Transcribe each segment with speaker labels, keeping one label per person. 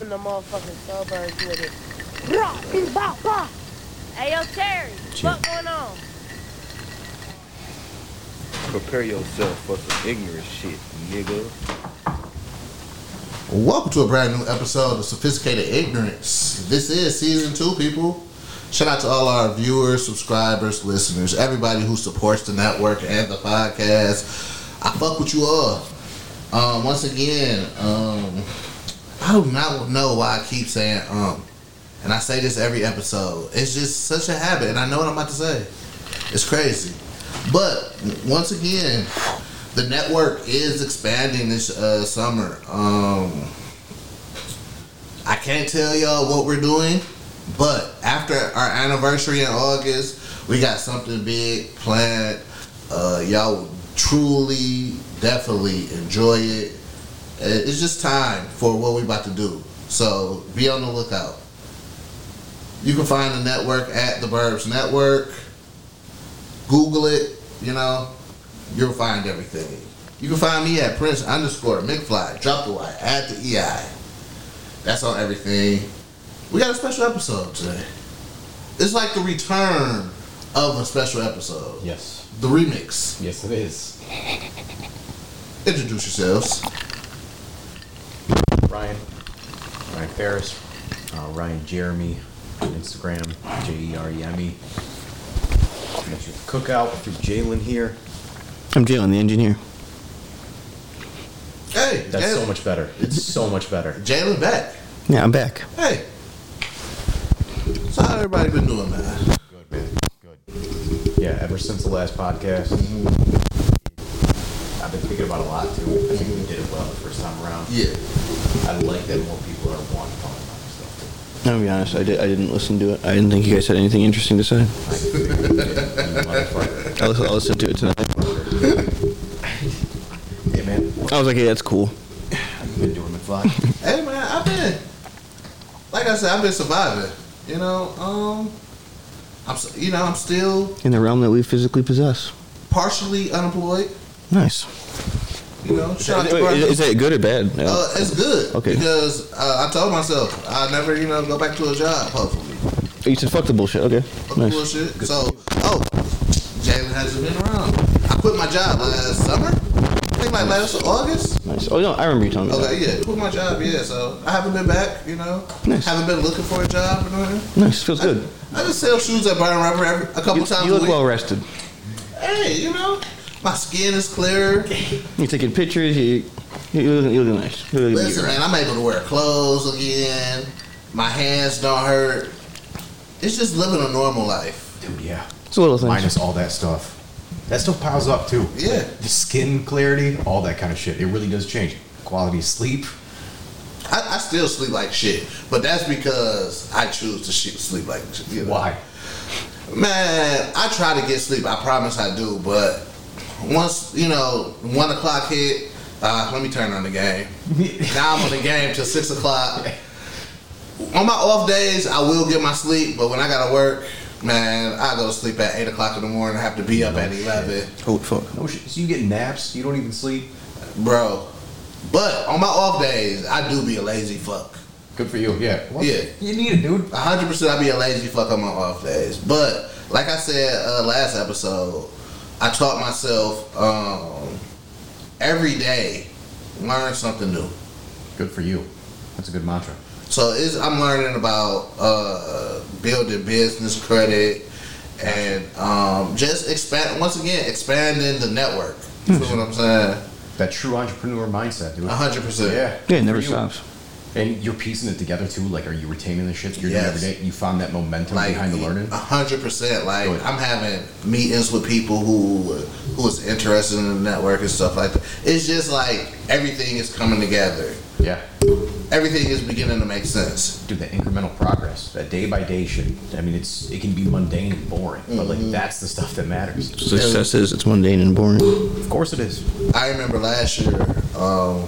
Speaker 1: in the motherfucking suburbs with it. Hey, yo, Terry, what going on?
Speaker 2: Prepare yourself for some ignorant shit, nigga.
Speaker 3: Welcome to a brand new episode of Sophisticated Ignorance. This is season two, people. Shout out to all our viewers, subscribers, listeners, everybody who supports the network and the podcast. I fuck with you all. Um, once again, um, I do not know why I keep saying um, and I say this every episode. It's just such a habit, and I know what I'm about to say. It's crazy, but once again, the network is expanding this uh, summer. Um, I can't tell y'all what we're doing, but after our anniversary in August, we got something big planned. Uh, y'all will truly, definitely enjoy it. Uh, It's just time for what we about to do. So be on the lookout. You can find the network at the Burbs Network. Google it, you know, you'll find everything. You can find me at Prince underscore McFly. Drop the Y. Add the EI. That's on everything. We got a special episode today. It's like the return of a special episode.
Speaker 4: Yes.
Speaker 3: The remix.
Speaker 4: Yes, it is.
Speaker 3: Introduce yourselves.
Speaker 4: Ryan. Ryan Ferris. Uh, Ryan Jeremy on Instagram. J E R E M E. That's your cookout through Jalen here.
Speaker 5: I'm Jalen, the engineer.
Speaker 3: Hey,
Speaker 4: That's so
Speaker 3: Jalen-
Speaker 4: much better. It's so much better.
Speaker 3: Jalen back.
Speaker 5: Yeah, I'm back.
Speaker 3: Hey. So how everybody been doing, man?
Speaker 4: Good, man. Good. Yeah, ever since the last podcast, I've been thinking about a lot too. I think we did it well the first time around.
Speaker 3: Yeah.
Speaker 4: I like that more people are wanting to talk about this stuff. too.
Speaker 5: I'm gonna be honest. I did. I didn't listen to it. I didn't think you guys had anything interesting to say.
Speaker 4: You motherfucker.
Speaker 5: I listened, I listened to it tonight.
Speaker 4: Yeah, man. What
Speaker 5: I was like, yeah, that's cool.
Speaker 4: you been doing, McFly?
Speaker 3: Hey man, I've been like I said, I've been surviving. You know, um, I'm s- you know I'm still
Speaker 5: In the realm that we physically possess.
Speaker 3: partially unemployed.
Speaker 5: Nice.
Speaker 3: You know, shout out to
Speaker 5: Wait, is, is
Speaker 3: Brandon.
Speaker 5: that good or bad? Yeah.
Speaker 3: Uh, it's good
Speaker 5: Okay.
Speaker 3: because uh, I told myself I never you know go back to a job. Hopefully,
Speaker 5: you said fuck the bullshit. Okay.
Speaker 3: Fuck
Speaker 5: Nice.
Speaker 3: bullshit. So oh, Jalen hasn't been around. I quit my job last summer. I think like last August.
Speaker 5: Nice. Oh no, I remember you telling me.
Speaker 3: Okay, yeah, quit my job. Yeah, so I haven't been back. You know,
Speaker 5: Nice.
Speaker 3: haven't been looking for a job or nothing.
Speaker 5: that. Nice. Feels good.
Speaker 3: I just sell shoes at Byron Rubber every, a couple
Speaker 5: You,
Speaker 3: times
Speaker 5: you
Speaker 3: a
Speaker 5: look
Speaker 3: week.
Speaker 5: well rested.
Speaker 3: Hey, you know, my skin is clearer.
Speaker 5: You're taking pictures. You, you, you look, you look nice. You look
Speaker 3: Listen, man, I'm able to wear clothes again. My hands don't hurt. It's just living a normal life.
Speaker 4: Dude, yeah.
Speaker 5: It's a little thing.
Speaker 4: minus all that stuff. That stuff piles up too.
Speaker 3: Yeah.
Speaker 4: The skin clarity, all that kind of shit. It really does change. Quality of sleep.
Speaker 3: I, I still sleep like shit, but that's because I choose to sh- sleep like shit. you know.
Speaker 4: Why?
Speaker 3: Man, I try to get sleep. I promise I do, but once you know one o'clock hit, uh, let me turn on the game. now I'm on the game till six o'clock. On my off days, I will get my sleep, but when I gotta work, man, I go to sleep at eight o'clock in the morning. I have to be up at eleven,
Speaker 5: Holy fuck.
Speaker 4: No shit. So you get naps. You don't even sleep.
Speaker 3: bro. But on my off days, I do be a lazy fuck.
Speaker 4: Good for you. Yeah. What?
Speaker 3: Yeah.
Speaker 4: You need it, dude.
Speaker 3: A hundred percent, I be a lazy fuck on my off days. But like I said uh, last episode, I taught myself um, every day learn something new.
Speaker 4: Good for you. That's a good mantra.
Speaker 3: So it's, I'm learning about uh, building business credit and um, just expand. Once again, expanding the network. You feel what I'm saying?
Speaker 4: That true entrepreneur mindset, dude.
Speaker 3: A hundred percent.
Speaker 4: Yeah.
Speaker 5: Yeah, it
Speaker 4: Good
Speaker 5: never
Speaker 4: for you.
Speaker 5: stops.
Speaker 4: And you're piecing it together too. Like, are you retaining the shit that you're
Speaker 3: Yes.
Speaker 4: doing every day? You found that momentum
Speaker 3: like uh-huh.
Speaker 4: behind the learning.
Speaker 3: A hundred percent. Like
Speaker 4: Good.
Speaker 3: I'm having meetings with people who who is interested in the network and stuff like that. It's just like everything is coming together.
Speaker 4: Yeah.
Speaker 3: Everything is beginning to make sense.
Speaker 4: Dude, that incremental progress, that day by day shit. I mean, it's it can be mundane and boring, but
Speaker 3: Mm-hmm.
Speaker 4: like that's the stuff that matters.
Speaker 5: Success is it's mundane and boring.
Speaker 4: Of course it is.
Speaker 3: I remember last year um,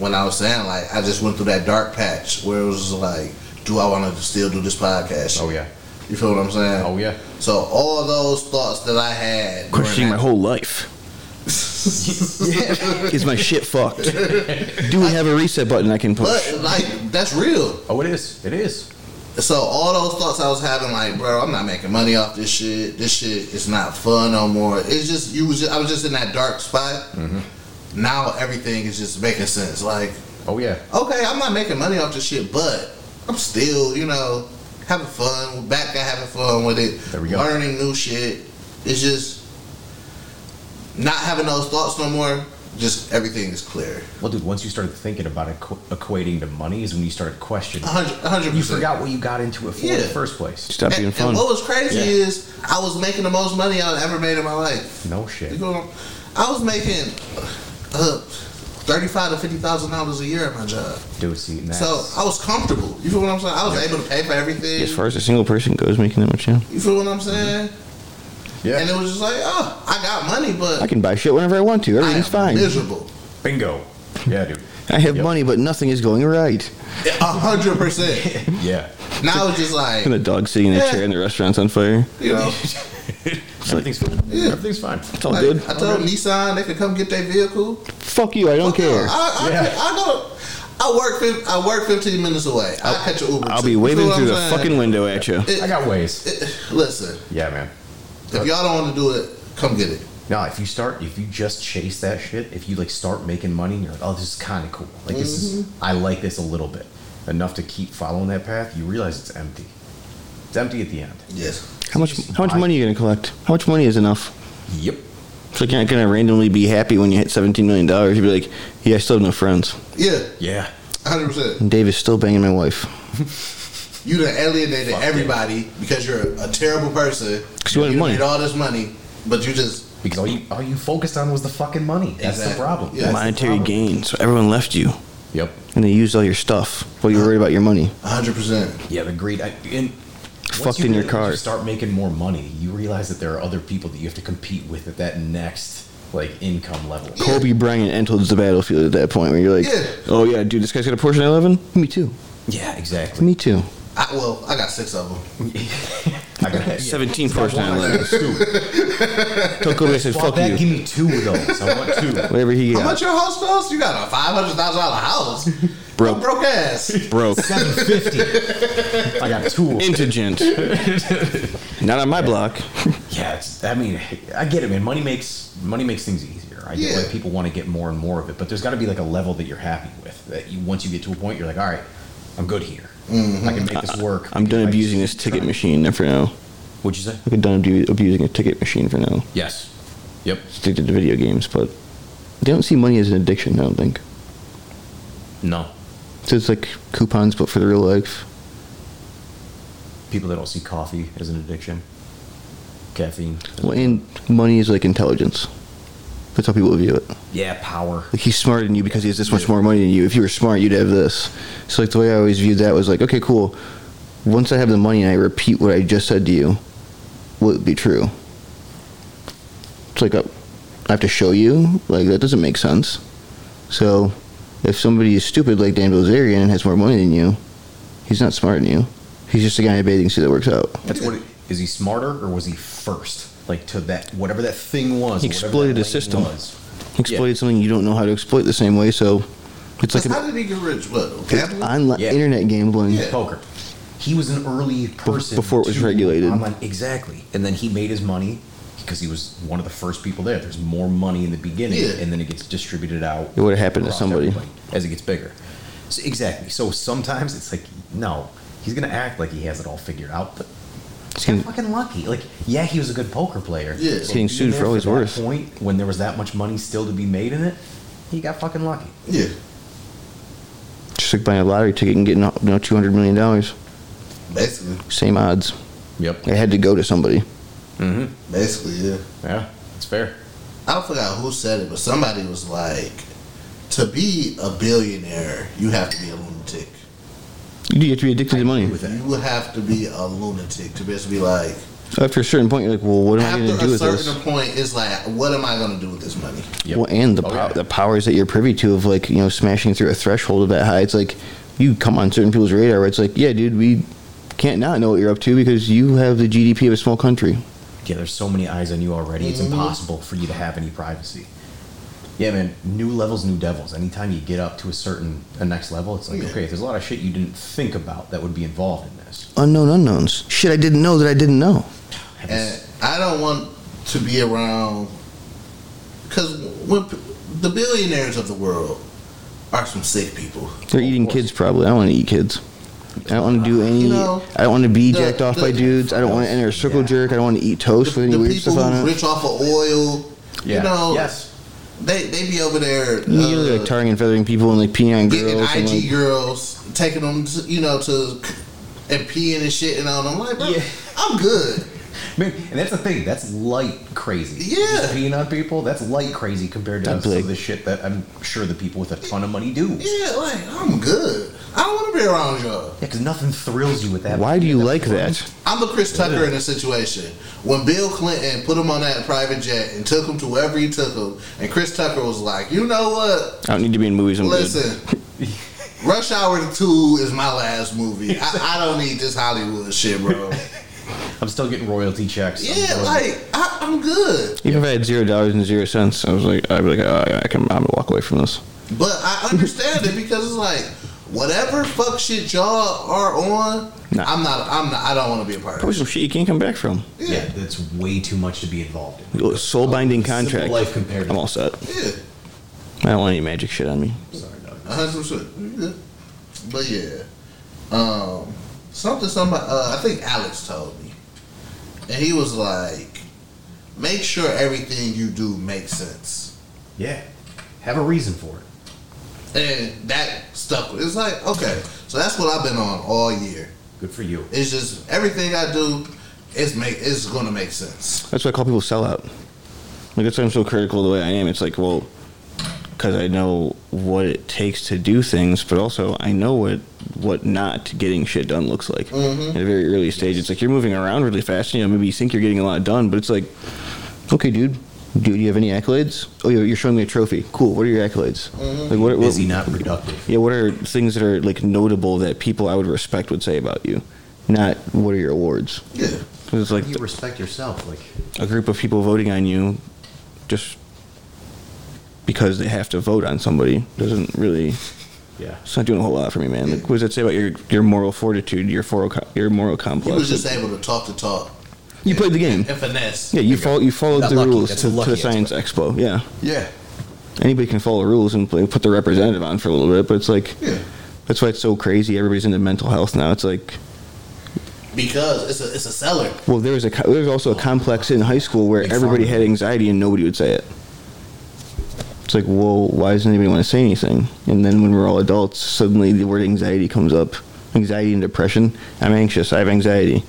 Speaker 3: when I was saying like I just went through that dark patch where it was like, do I want to still do this podcast?
Speaker 4: Oh yeah.
Speaker 3: You feel what I'm saying?
Speaker 4: Oh yeah.
Speaker 3: So all those thoughts that I had during
Speaker 5: Questioning
Speaker 3: that-
Speaker 5: my whole life. Is my shit fucked? Do we have a reset button I can push?
Speaker 3: But like that's real.
Speaker 4: Oh, it is. It is.
Speaker 3: So all those thoughts I was having, like, bro, I'm not making money off this shit. This shit is not fun no more. It's just you was. Just, I was just in that dark spot.
Speaker 4: Mm-hmm.
Speaker 3: Now everything is just making sense. Like,
Speaker 4: Oh yeah.
Speaker 3: okay, I'm not making money off this shit, but I'm still, you know, having fun. Back to having fun with it.
Speaker 4: There we go.
Speaker 3: Learning new shit. It's just not having those thoughts no more. Just everything is clear.
Speaker 4: Well, dude, once you started thinking about equ- equating to money is when you started questioning.
Speaker 3: A hundred, a hundred
Speaker 4: You
Speaker 3: percent.
Speaker 4: forgot what you got into it for in
Speaker 3: Yeah.
Speaker 4: the first place.
Speaker 5: Stop
Speaker 3: And,
Speaker 5: being
Speaker 3: and
Speaker 5: fun.
Speaker 3: what was crazy
Speaker 4: Yeah.
Speaker 3: is I was making the most money I ever made in my life.
Speaker 4: No
Speaker 3: You
Speaker 4: shit.
Speaker 3: know, I was making uh, thirty-five to fifty thousand dollars a year at my job,
Speaker 4: Dude, see, and that's,
Speaker 3: so oh, I was comfortable. You feel what I'm saying? I was able to pay for everything.
Speaker 5: As far as a single person goes, making that much, yeah.
Speaker 3: You feel what I'm saying?
Speaker 5: Mm-hmm.
Speaker 4: yeah.
Speaker 3: And it was just like, oh, I got money, but
Speaker 5: I can buy shit whenever I want to.
Speaker 3: I am
Speaker 5: Everything's fine.
Speaker 3: miserable.
Speaker 4: Bingo. Yeah, dude.
Speaker 5: I have
Speaker 4: Yep.
Speaker 5: money, but nothing is going right.
Speaker 3: A hundred percent.
Speaker 4: Yeah.
Speaker 3: Now it's just like,
Speaker 5: And the dog sitting in a
Speaker 3: Yeah.
Speaker 5: chair and the restaurant's on fire.
Speaker 3: you know,
Speaker 4: Everything's fine.
Speaker 3: Yeah.
Speaker 4: Everything's fine.
Speaker 5: It's all
Speaker 3: like,
Speaker 5: good.
Speaker 3: I told Nissan they could come get their vehicle.
Speaker 5: Fuck you, I don't
Speaker 3: Fuck no,
Speaker 5: care.
Speaker 3: I, I,
Speaker 4: Yeah.
Speaker 3: I go. I work. fif- I work fifteen minutes away. I'll, catch an Uber.
Speaker 5: I'll
Speaker 3: too.
Speaker 5: be
Speaker 3: You feel
Speaker 5: waving
Speaker 3: what
Speaker 5: through
Speaker 3: I'm
Speaker 5: the
Speaker 3: saying?
Speaker 5: fucking window at you.
Speaker 4: I got ways.
Speaker 3: It- listen,
Speaker 4: Yeah, man.
Speaker 3: if y'all don't want to do it, come get it.
Speaker 4: Now, if you start, if you just chase that shit, if you like start making money, and you're like, oh, this is kind of cool. Like this is,
Speaker 3: Mm-hmm.
Speaker 4: I like this a little bit, enough to keep following that path. You realize it's empty. It's empty at the end.
Speaker 3: Yes.
Speaker 5: How much? How much money are you gonna collect? How much money is enough?
Speaker 4: Yep.
Speaker 5: So you're not gonna randomly be happy when you hit seventeen million dollars. You'd be like, yeah, I still have no friends.
Speaker 3: Yeah.
Speaker 4: Yeah.
Speaker 3: Hundred percent.
Speaker 5: And Dave is still banging my wife
Speaker 3: You done alienated
Speaker 4: Fuck
Speaker 3: everybody because you're a terrible person.
Speaker 5: 'Cause you wanted
Speaker 3: done
Speaker 5: money.
Speaker 3: made all this money, but you just
Speaker 4: Because all you all you focused on was the fucking money. That's the
Speaker 3: Exactly.
Speaker 4: problem.
Speaker 3: Yeah.
Speaker 4: That's the
Speaker 5: monetary
Speaker 4: problem.
Speaker 5: gain. So everyone left you,
Speaker 4: Yep.
Speaker 5: and they used all your stuff while you were worried about your money.
Speaker 3: hundred percent.
Speaker 4: Yeah, the greed. I, and once
Speaker 5: Fucked
Speaker 4: you
Speaker 5: in your
Speaker 4: really-
Speaker 5: car.
Speaker 4: once You start making more money. You realize that there are other people that you have to compete with at that next like income level.
Speaker 5: Kobe Bryant enters the battlefield at that point where you're like,
Speaker 3: Yeah.
Speaker 5: oh yeah, dude, this guy's got a Porsche 911. Me too.
Speaker 4: Yeah, exactly.
Speaker 5: Me too.
Speaker 3: I, well, I got six of them.
Speaker 4: I got yeah.
Speaker 5: 17
Speaker 4: Stop
Speaker 5: Porsche
Speaker 4: lying.
Speaker 5: 911s. Tell Kobe I said,
Speaker 4: Fuck
Speaker 5: fuck you.
Speaker 4: that, give me two of those. I want two.
Speaker 5: Whatever he
Speaker 3: How much
Speaker 5: got,
Speaker 3: your house cost? You got a five hundred thousand dollar house.
Speaker 5: Broke.
Speaker 3: I'm broke ass.
Speaker 5: broke,
Speaker 4: Seven fifty. I got two. Of
Speaker 5: indigent. Not on my block.
Speaker 4: Yeah, it's, I mean, I get it, man. Money makes money makes things easier. I get
Speaker 3: Yeah.
Speaker 4: why people want to get more and more of it, but there's got to be like a level that you're happy with. That you once you get to a point, you're like, all right, I'm good here. I can make this work.
Speaker 5: I'm done abusing this ticket machine for now.
Speaker 4: Would you say?
Speaker 5: I'm done abu- abusing a ticket machine for now.
Speaker 4: Yes. Yep.
Speaker 5: Addicted to video games, but they don't see money as an addiction. I don't think.
Speaker 4: No.
Speaker 5: So it's like coupons, but for the real life.
Speaker 4: People that don't see coffee as an addiction, caffeine.
Speaker 5: Well, and money is like intelligence. That's how people view it.
Speaker 4: Yeah, power.
Speaker 5: Like he's smarter than you because he has this much more money than you. If you were smart, you'd have this. So like the way I always viewed that was like, okay, cool. Once I have the money and I repeat what I just said to you, will it be true? It's like uh, I have to show you. Like that doesn't make sense. So if somebody is stupid like Dan Bilzerian and has more money than you, he's not smart than you. He's just a guy in a bathing suit that works out.
Speaker 4: That's what. It, is he smarter or was he first? Like to that whatever that thing was.
Speaker 5: He
Speaker 4: whatever
Speaker 5: exploited
Speaker 4: that
Speaker 5: a
Speaker 4: lane
Speaker 5: system.
Speaker 4: was.
Speaker 5: Exploited something you don't know how to exploit the same way. So it's like
Speaker 3: Like,
Speaker 5: an
Speaker 3: how did he get rich? What?
Speaker 5: It's
Speaker 3: Gambling?
Speaker 5: online
Speaker 4: Yeah.
Speaker 5: internet gambling.
Speaker 3: Yeah.
Speaker 4: poker. He was an early person
Speaker 5: before it was
Speaker 4: to
Speaker 5: regulated.
Speaker 4: Online, exactly, and then he made his money because he was one of the first people there. There's more money in the beginning,
Speaker 3: Yeah.
Speaker 4: and then it gets distributed out.
Speaker 5: It would've happened to
Speaker 4: across
Speaker 5: somebody.
Speaker 4: everybody as it gets bigger. So, exactly. So sometimes it's like, no, he's gonna act like he has it all figured out, but
Speaker 5: It's
Speaker 4: he's
Speaker 5: gonna-
Speaker 4: fucking lucky. Like, yeah, he was a good poker player.
Speaker 3: Yeah.
Speaker 4: but
Speaker 3: He's
Speaker 5: getting
Speaker 4: being
Speaker 5: sued
Speaker 4: there
Speaker 5: for all he's
Speaker 4: that
Speaker 5: worth.
Speaker 4: Point when there was that much money still to be made in it, he got fucking lucky.
Speaker 3: Yeah.
Speaker 5: Just like buying a lottery ticket and getting you know, two hundred million dollars,
Speaker 3: Basically.
Speaker 5: same odds.
Speaker 4: Yep.
Speaker 5: It had to go to somebody.
Speaker 4: Mm-hmm.
Speaker 3: Basically. Yeah.
Speaker 4: Yeah, it's fair.
Speaker 3: I forgot who said it, but somebody was like, "To be a billionaire, you have to be a lunatic.
Speaker 5: You do you have to be addicted to money.
Speaker 4: With that.
Speaker 3: You have to be a lunatic to basically be like."
Speaker 5: After a certain point, you're like, well, what am I
Speaker 3: after
Speaker 5: going to do
Speaker 3: a
Speaker 5: with
Speaker 3: certain
Speaker 5: this?
Speaker 3: point, it's like, "What am I going to do with this money?"
Speaker 4: Yep.
Speaker 5: Well, and the
Speaker 4: Oh,
Speaker 5: pow-
Speaker 4: yeah.
Speaker 5: the powers that you're privy to of like you know smashing through a threshold of that high. It's like you come on certain people's radar. Where it's like, yeah, dude, we can't not know what you're up to because you have the GDP of a small country.
Speaker 3: Mm-hmm.
Speaker 4: Yeah, there's so many eyes on you already. It's impossible for you to have any privacy. Yeah, man. New levels, new devils. Anytime you get up to a certain a next level, it's like
Speaker 3: Oh, Yeah.
Speaker 4: okay, there's a lot of shit you didn't think about that would be involved in this.
Speaker 5: Unknown unknowns. Shit I didn't know that I didn't know.
Speaker 4: Have
Speaker 3: And
Speaker 4: this-
Speaker 3: I don't want to be around because when p- the billionaires of the world are some sick people.
Speaker 5: They're eating kids probably. I don't want to eat kids. I don't want to do any.
Speaker 3: You know,
Speaker 5: I don't want to be
Speaker 3: the-
Speaker 5: jacked off
Speaker 3: the-
Speaker 5: by dudes. I don't want to enter a circle
Speaker 4: Yeah.
Speaker 5: jerk. I don't want to eat toast
Speaker 3: The,
Speaker 5: with any
Speaker 3: the
Speaker 5: weird
Speaker 3: people
Speaker 5: stuff on
Speaker 3: who's
Speaker 5: it.
Speaker 3: rich off of oil,
Speaker 4: yeah.
Speaker 3: you know,
Speaker 4: yes.
Speaker 3: they they be over there
Speaker 5: You know, they're,
Speaker 3: uh,
Speaker 5: like tarring and feathering people and like peeing on
Speaker 3: getting
Speaker 5: girls. And,
Speaker 3: IG
Speaker 5: like,
Speaker 3: girls, taking them, to, you know, to and peeing and shit and all. I'm like, bro,
Speaker 4: Yeah.
Speaker 3: I'm good.
Speaker 4: Man, and that's the thing. That's light crazy.
Speaker 3: Yeah.
Speaker 4: Just being on people, that's light crazy compared to
Speaker 5: That's
Speaker 4: some
Speaker 5: like-
Speaker 4: of the shit that I'm sure the people with a ton of money do. Yeah,
Speaker 3: Yeah, like I'm good. I don't want to be around y'all.
Speaker 4: because nothing thrills you with that.
Speaker 5: why do you
Speaker 4: That's
Speaker 5: like
Speaker 4: fun.
Speaker 5: that?
Speaker 3: I'm the Chris Tucker in a situation. When Bill Clinton put him on that private jet and took him to wherever he took him, and Chris Tucker was like, you know what?
Speaker 5: I don't need to be in movies. I'm good.
Speaker 3: Listen, Rush Hour 2 is my last movie. I, I don't need this Hollywood shit, bro.
Speaker 4: I'm still getting royalty checks. I'm
Speaker 3: Yeah,
Speaker 4: going-
Speaker 3: like, I, I'm good.
Speaker 5: Even if I had zero dollars and zero cents, I was like, I'd be like, oh, yeah, I can, I'm gonna walk away from this.
Speaker 3: But I understand it because it's like, whatever fuck shit y'all are on,
Speaker 5: Nah.
Speaker 3: I'm not, I'm not, I don't want to be a part of
Speaker 5: Probably
Speaker 3: it.
Speaker 5: some shit you can't come back from.
Speaker 4: yeah, that's way too much to be involved in.
Speaker 5: Soul binding
Speaker 4: Simple
Speaker 5: contract.
Speaker 4: life compared to-
Speaker 5: I'm all set.
Speaker 3: Yeah.
Speaker 5: I don't want any magic shit on me.
Speaker 4: Sorry, no.
Speaker 3: A hundred percent. But yeah, um, something somebody uh, I think Alex told me, and he was like, "Make sure everything you do makes sense."
Speaker 4: Yeah, have a reason for it.
Speaker 3: And that stuck. with- It's like okay, so that's what I've been on all year.
Speaker 4: Good for you.
Speaker 3: It's just everything I do, it's make it's gonna make sense.
Speaker 5: That's why I call people sellout. Like that's why I'm so critical the way I am. It's like, well, because I know what it takes to do things, but also I know what what not getting shit done looks like. At a very early stage, it's like you're moving around really fast. You know, maybe you think you're getting a lot done, but it's like, okay, dude. Do you have any accolades? Oh, yeah, you're showing me a trophy. Cool. What are your accolades? Like, what, what,
Speaker 4: Busy, not productive.
Speaker 5: yeah, what are things that are like notable that people I would respect would say about you? Not what are your awards?
Speaker 3: Yeah,
Speaker 5: 'Cause It's like
Speaker 4: You respect yourself, like
Speaker 5: a group of people voting on you just because they have to vote on somebody doesn't really
Speaker 4: yeah.
Speaker 5: it's not doing a whole lot for me man like, what does that say about your, your moral fortitude your moral co- your moral
Speaker 3: he
Speaker 5: complex
Speaker 3: was just able to talk the talk
Speaker 5: you played the game
Speaker 3: and finesse.
Speaker 5: yeah you follow, you followed
Speaker 4: Not
Speaker 5: the
Speaker 4: lucky,
Speaker 5: rules
Speaker 4: that's
Speaker 5: to,
Speaker 4: a
Speaker 5: to
Speaker 4: lucky
Speaker 5: the science expo yeah
Speaker 3: Yeah,
Speaker 5: anybody can follow the rules and play, put their representative on for a little bit but it's like
Speaker 3: Yeah.
Speaker 5: that's why it's so crazy everybody's into mental health now it's like
Speaker 3: because it's a it's a seller.
Speaker 5: well there was a co- there was also a complex in high school where
Speaker 4: Big
Speaker 5: everybody
Speaker 4: pharma.
Speaker 5: had anxiety and nobody would say it it's like well why doesn't anybody want to say anything and then when we're all adults suddenly the word anxiety comes up anxiety and depression i'm anxious i have anxiety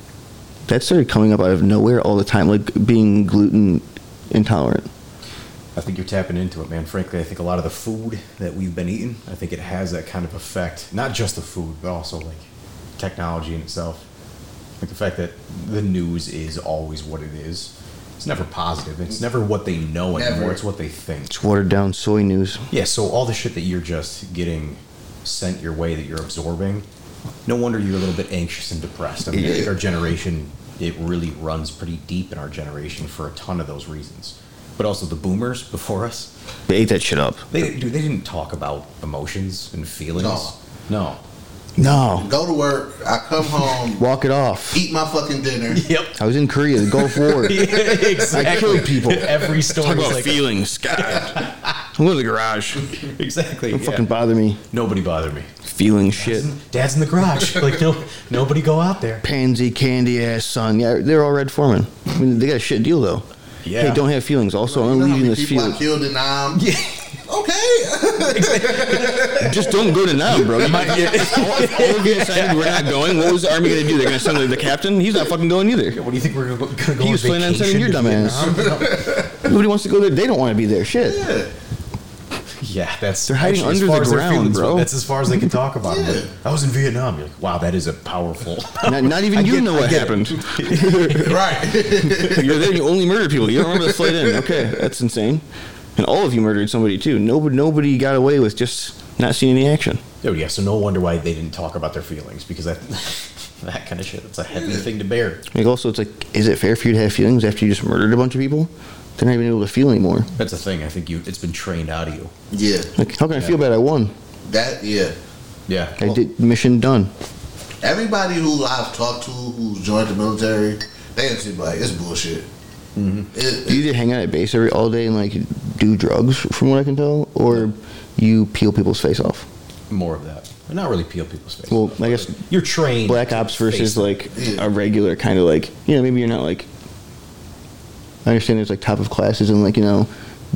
Speaker 5: that started coming up out of nowhere all the time like being gluten intolerant
Speaker 4: I think you're tapping into it, man. Frankly, I think a lot of the food that we've been eating, I think it has that kind of effect. Not just the food, but also like technology in itself. Like the fact that the news is always what it is. It's never positive. It's never what they know anymore.
Speaker 3: Never.
Speaker 4: It's what they think.
Speaker 5: it's watered down soy news
Speaker 4: Yeah, so all the shit that you're just getting sent your way that you're absorbing, no wonder you're a little bit anxious and depressed. I mean, I think our generation, it really runs pretty deep in our generation for a ton of those reasons. But also the boomers before us,
Speaker 5: they ate that shit up
Speaker 4: they dude, they didn't talk about emotions and feelings.
Speaker 3: No.
Speaker 4: No.
Speaker 5: no
Speaker 3: Go to work. I come home,
Speaker 5: walk it off
Speaker 3: eat my fucking dinner.
Speaker 4: Yep.
Speaker 5: i was in korea the gulf war
Speaker 4: exactly.
Speaker 5: i killed people
Speaker 4: Every story is like
Speaker 5: feelings god i'm going to the garage don't
Speaker 4: exactly. yeah.
Speaker 5: fucking bother me
Speaker 4: Nobody bother me.
Speaker 5: feeling shit
Speaker 4: Dad's in the garage. Like no, nobody go out there.
Speaker 5: pansy candy ass son. Yeah, they're all Red Foreman. I mean, they got a shit deal though.
Speaker 4: Yeah.
Speaker 5: Hey, don't have feelings. Also,
Speaker 3: You
Speaker 5: I'm
Speaker 3: know how
Speaker 5: leaving
Speaker 3: many
Speaker 5: this
Speaker 3: people I
Speaker 5: field.
Speaker 3: killed in Nam? Yeah. Okay.
Speaker 5: Just don't go to Nam, bro. You might get. all of you decided we're not going. What was the army going to do? They're going to send like, the captain. He's not fucking going either.
Speaker 4: What do you think we're gonna go, gonna go
Speaker 5: He
Speaker 4: on
Speaker 5: was planning on
Speaker 4: vacation
Speaker 5: sending your
Speaker 4: to
Speaker 5: dumb ass.
Speaker 4: Vietnam?
Speaker 5: Nobody wants to go there. They don't want to be there. Shit.
Speaker 4: Yeah, that's
Speaker 5: They're hiding
Speaker 4: actually, as
Speaker 5: under
Speaker 4: far
Speaker 5: the
Speaker 4: as their
Speaker 5: ground,
Speaker 4: feelings went,
Speaker 5: bro.
Speaker 4: That's as far as they can talk about it.
Speaker 3: Yeah.
Speaker 4: Like, I was in Vietnam. You're like, wow, that is a powerful.
Speaker 5: Not, not even
Speaker 4: I
Speaker 5: you
Speaker 4: get-
Speaker 5: know
Speaker 4: I
Speaker 5: what
Speaker 4: get it.
Speaker 5: happened.
Speaker 3: right.
Speaker 5: You're there. and You only murder people. You don't remember the flight in. Okay, that's insane. And all of you murdered somebody too. Nobody, nobody got away with just not seeing any action.
Speaker 4: Dude, yeah. So no wonder why they didn't talk about their feelings because that that kind of shit. That's a heavy thing to bear.
Speaker 5: Like also, it's like, is it fair for you to have feelings after you just murdered a bunch of people? They're not even able to feel anymore.
Speaker 4: That's the thing. I think you it's been trained out of you.
Speaker 3: Yeah,
Speaker 5: Like, how can I
Speaker 4: Yeah.
Speaker 5: feel bad? I won.
Speaker 3: that yeah.
Speaker 4: Yeah.
Speaker 5: I did mission done.
Speaker 3: Everybody who I've talked to who's joined the military, they actually like it's bullshit. It-
Speaker 5: Mm-hmm. You either hang out at base every all day and like do drugs, from what I can tell, or you peel people's face off.
Speaker 4: More of that. But not really peel people's faces.
Speaker 5: Well,
Speaker 4: off, but
Speaker 5: I guess
Speaker 4: you're trained.
Speaker 5: Black
Speaker 4: to
Speaker 5: Ops versus
Speaker 4: face them.
Speaker 5: like a regular kind of like you know maybe you're not like. I understand there's like top of classes and like you know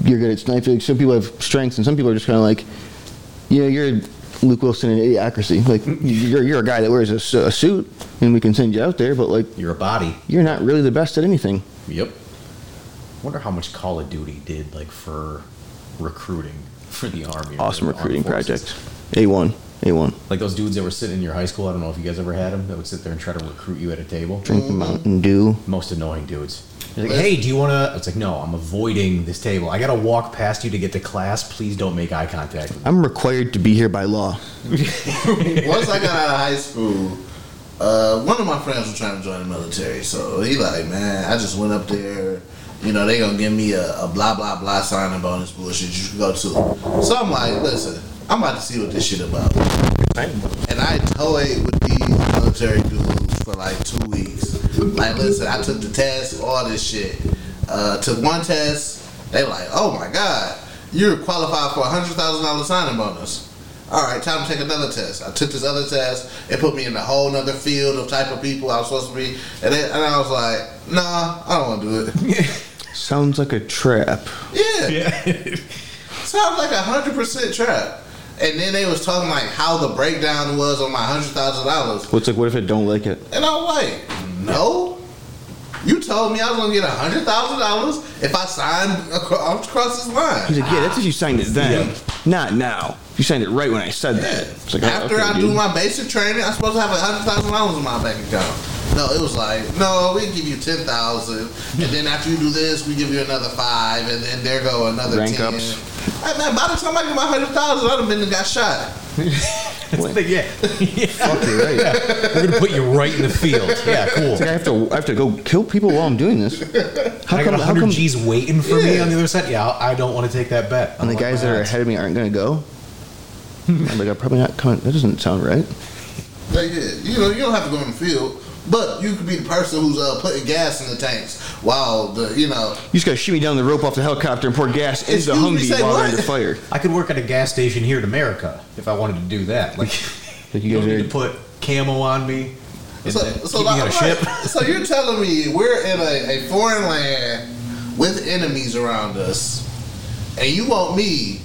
Speaker 5: you're good at sniper. Like, some people have strengths and some people are just kind of like, you know, you're Luke Wilson in Idiocracy. Like you're you're a guy that wears a, su- a suit and we can send you out there, but like
Speaker 4: you're a body.
Speaker 5: you're not really the best at anything.
Speaker 4: Yep. Wonder how much Call of Duty did like for recruiting for the army. or
Speaker 5: Awesome
Speaker 4: the armed
Speaker 5: recruiting
Speaker 4: forces.
Speaker 5: project. A one, A one.
Speaker 4: Like those dudes that were sitting in your high school. I don't know if you guys ever had them. That would sit there and try to recruit you at a table.
Speaker 5: Drink the Mountain Dew.
Speaker 4: Most annoying dudes. They're like,
Speaker 3: Yes.
Speaker 4: hey, do you want to? It's like, no, I'm avoiding this table. I gotta walk past you to get to class. Please don't make eye contact. with me."
Speaker 5: I'm required to be here by law.
Speaker 3: Once I got out of high school, uh, one of my friends was trying to join the military, so he like, man, I just went up there. You know, they gonna give me a, a blah blah blah signing bonus bullshit. You should go to. So I'm like, listen, I'm about to see what this shit about. And I toyed with these military dudes for like two weeks. Like, listen, I took the test, all this shit. Uh, took one test. They were like, oh my god, you're qualified for a hundred thousand dollar signing bonus. All right, time to take another test. I took this other test. It put me in a whole nother field of type of people I was supposed to be. And, then, and I was like, nah, I don't want to do it.
Speaker 5: Sounds like a trap.
Speaker 3: Yeah.
Speaker 4: Yeah.
Speaker 3: Sounds like a hundred percent trap. And then they was talking like how the breakdown was on my hundred thousand dollars,
Speaker 5: What's like? What if I don't like it?
Speaker 3: and I was like, no. You told me I was gonna get a hundred thousand dollars if I signed across, across this line.
Speaker 5: He's like, yeah, that's if you signed it then, not now. You signed it right when I said that. It's like, oh,
Speaker 3: After
Speaker 5: okay,
Speaker 3: I do
Speaker 5: dude.
Speaker 3: my basic training, I'm supposed to have a hundred thousand dollars in my bank account. No, it was like, no, we give you ten thousand, and then after you do this, we give you another five, and then there go another
Speaker 5: Rank
Speaker 3: ten.
Speaker 5: ups.
Speaker 3: Hey, man, by the time I get my hundred thousand, I'd have been and got shot.
Speaker 4: It's like, yeah, yeah.
Speaker 5: Fuck you, right? It's
Speaker 4: We're gonna put you right in the field. Yeah, cool.
Speaker 5: like I have to, I have to go kill people while I'm doing this. How
Speaker 4: I got
Speaker 5: come? How
Speaker 4: 100
Speaker 5: come?
Speaker 4: G's waiting for me
Speaker 3: Yeah.
Speaker 4: on the other side. Yeah, I I don't want to take that bet.
Speaker 5: And the
Speaker 4: I don't
Speaker 5: guys
Speaker 4: like
Speaker 5: that
Speaker 4: my Hmm.
Speaker 5: are
Speaker 4: odds.
Speaker 5: ahead of me aren't going to go. I'm like, I'm probably not coming. That doesn't sound right.
Speaker 3: Like, yeah, you know, you don't have to go in the field, but you could be the person who's uh, putting gas in the tanks while the, you know,
Speaker 5: You just got to shoot me down the rope off the helicopter and pour gas into the
Speaker 3: Excuse me,
Speaker 5: Humvee
Speaker 3: say
Speaker 5: while
Speaker 3: what?
Speaker 5: they're under fire.
Speaker 4: I could work at a gas station here in America if I wanted to do that. Like,
Speaker 5: Like
Speaker 4: you
Speaker 5: you
Speaker 4: don't need to
Speaker 5: guys are.
Speaker 4: put camo on me. and
Speaker 3: so,
Speaker 4: then keep
Speaker 3: so,
Speaker 4: me
Speaker 3: like,
Speaker 4: on a
Speaker 3: I'm
Speaker 4: ship.
Speaker 3: like- so you're telling me we're in a, a foreign land with enemies around us, and you want me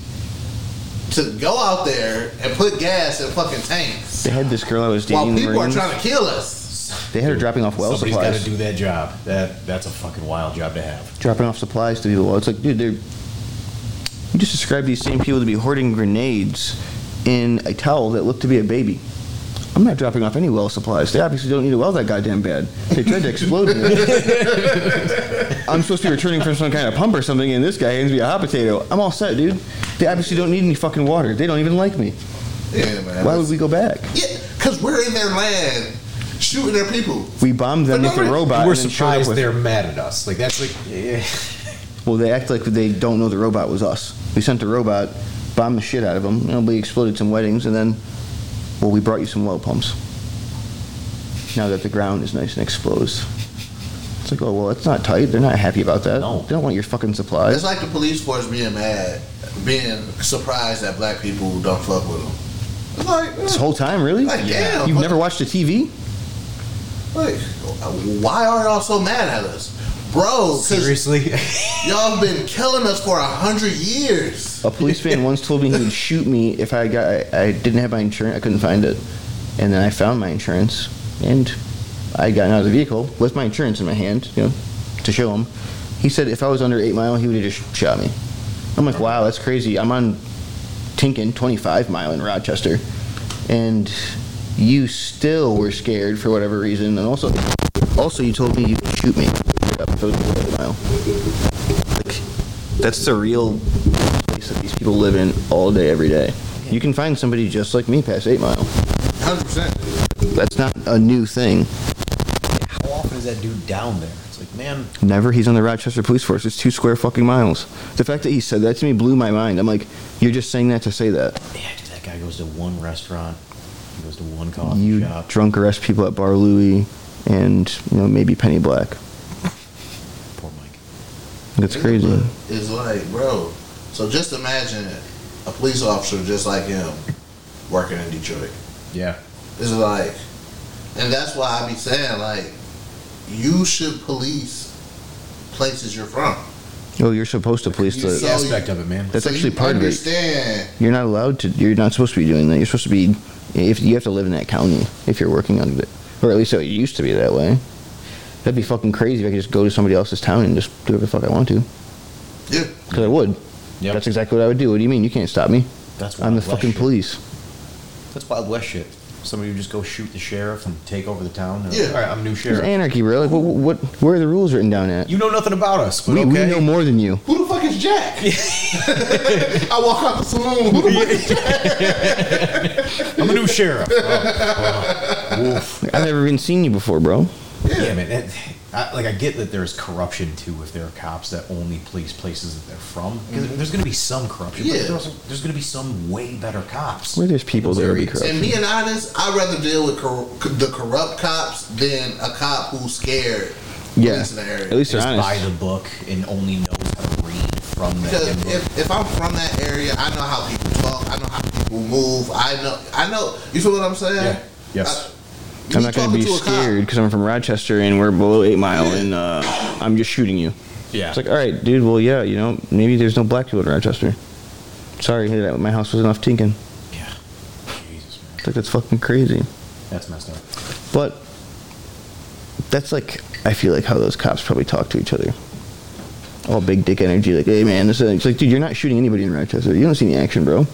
Speaker 3: to go out there and put gas in fucking tanks
Speaker 5: They had this girl I was
Speaker 3: while
Speaker 5: dating. in the
Speaker 3: people are
Speaker 5: Marines.
Speaker 3: trying to kill us?
Speaker 5: They had her dropping off well
Speaker 4: Somebody's got to
Speaker 5: supplies.
Speaker 4: do that job. That that's a fucking wild job to have.
Speaker 5: dropping off supplies to people. Well, It's like, dude, they're. You just described these same people to be hoarding grenades in a towel that looked to be a baby. I'm not dropping off any well supplies. They obviously don't need a well that goddamn bad. They tried to explode me. I'm supposed to be returning from some kind of pump or something, and this guy hands me a hot potato. I'm all set, dude. They obviously don't need any fucking water. They don't even like me.
Speaker 3: Yeah, man.
Speaker 5: Why would we go back?
Speaker 3: Yeah, because we're in their land shooting their people.
Speaker 5: We bombed them
Speaker 3: But
Speaker 5: with the
Speaker 3: nobody-
Speaker 5: robot.
Speaker 4: We're
Speaker 5: and then showed up
Speaker 4: surprised
Speaker 5: with-
Speaker 4: they're mad at us. Like that's like, yeah.
Speaker 5: Well, they act like they don't know the robot was us. We sent the robot, bombed the shit out of them, and we exploded some weddings, and then, well, we brought you some well pumps. Now that the ground is nice and exposed. It's like, oh, well, it's not tight. They're not happy about that.
Speaker 4: No.
Speaker 5: They don't want your fucking supplies.
Speaker 3: It's like the police force being mad, being surprised that black people don't fuck with them. It's like,
Speaker 5: This whole time, really?
Speaker 3: like damn,
Speaker 5: You've never watched a TV?
Speaker 3: like, why are y'all so mad at us, bro? Because
Speaker 4: Seriously,
Speaker 3: y'all been killing us for a hundred years.
Speaker 5: A policeman once told me he would shoot me if I got I, I didn't have my insurance. I couldn't find it, and then I found my insurance, and I got out of the vehicle with my insurance in my hand, you know, to show him. He said if I was under eight mile, he would have just shot me. I'm like, wow, that's crazy. I'm on Tinkin, 25 mile in Rochester, and you still were scared for whatever reason, and also, also you told me you would shoot me. if I was under 8 mile. Like, that's the real place that these people live in all day, every day. You can find somebody just like me past Eight Mile.
Speaker 3: Hundred percent.
Speaker 5: That's not a new thing.
Speaker 4: how often often is that dude down there? It's like, man,
Speaker 5: Never. He's on the Rochester Police Force. It's two square fucking miles. The fact that he said that to me blew my mind. I'm like, you're just saying that to say that.
Speaker 4: yeah, dude, that guy goes to one restaurant, he goes to one coffee
Speaker 5: You
Speaker 4: shop.
Speaker 5: drunk arrest people at Bar Louie and, you know, maybe Penny Black.
Speaker 4: Poor Mike.
Speaker 5: That's crazy.
Speaker 3: It's like, bro. So just imagine a police officer just like him working in Detroit.
Speaker 4: Yeah.
Speaker 3: It's like, and that's why I be saying like, you should police places you're from.
Speaker 5: Oh, you're supposed to police
Speaker 4: The
Speaker 3: So
Speaker 5: the.
Speaker 3: Yeah.
Speaker 4: aspect of it, man.
Speaker 5: That's
Speaker 3: so
Speaker 5: actually
Speaker 3: you
Speaker 5: part of it.
Speaker 3: understand.
Speaker 5: You're not allowed to. You're not supposed to be doing that. You're supposed to be. If you have to live in that county, if you're working on it, or at least it used to be that way. That'd be fucking crazy if I could just go to somebody else's town and just do whatever the fuck I want to.
Speaker 3: Yeah.
Speaker 5: Because I would.
Speaker 4: Yep.
Speaker 5: That's exactly what I would do. What do you mean? You can't stop me.
Speaker 4: That's
Speaker 5: I'm the
Speaker 4: Wild West
Speaker 5: fucking
Speaker 4: shit.
Speaker 5: police.
Speaker 4: That's Wild West shit. Somebody would just go shoot the sheriff and take over the town. They're like,
Speaker 3: Yeah.
Speaker 4: All right, I'm new
Speaker 5: It's
Speaker 4: sheriff.
Speaker 5: anarchy, bro. Like, what, what? Where are the rules written down at?
Speaker 4: you know nothing about us, but
Speaker 5: we,
Speaker 4: okay.
Speaker 5: we know more than you.
Speaker 3: Who the fuck is Jack? I walk out the saloon. Who the fuck is Jack?
Speaker 4: I'm a new sheriff. Oh, oh, woof.
Speaker 5: I've never even seen you before, bro.
Speaker 4: Yeah, man. that- I, like I get that there's corruption too. If there are cops that only police places that they're from, 'Cause there's going to be some corruption.
Speaker 3: Mm-hmm. Yeah.
Speaker 4: But there's, also- there's going to be some way better cops.
Speaker 5: Where there's people, there will be corrupt.
Speaker 3: And being honest, I'd rather deal with cor- the corrupt cops than a cop who's scared.
Speaker 5: Yeah.
Speaker 3: police in the area.
Speaker 5: At least they're
Speaker 4: Just buy
Speaker 5: honest.
Speaker 4: the book and only knows how to read from that.
Speaker 3: Because
Speaker 4: damn book.
Speaker 3: if, if I'm from that area, I know how people talk. I know how people move. I know. I know. You feel what I'm saying?
Speaker 4: Yeah. Yes.
Speaker 3: I-
Speaker 5: I'm
Speaker 3: you
Speaker 5: not gonna
Speaker 3: talking
Speaker 5: be
Speaker 3: to a cop,
Speaker 5: scared because I'm from Rochester and we're below Eight Mile, and uh, I'm just shooting you.
Speaker 4: yeah.
Speaker 5: It's like, all right, dude. Well, yeah, you know, maybe there's no black people in Rochester. Sorry, that- my house was enough tinkin.
Speaker 4: yeah. Jesus, man.
Speaker 5: It's like that's fucking crazy.
Speaker 4: That's messed up.
Speaker 5: But that's like I feel like how those cops probably talk to each other. All big dick energy, like, hey man, this is it's like, dude, you're not shooting anybody in Rochester. You don't see any action, bro. You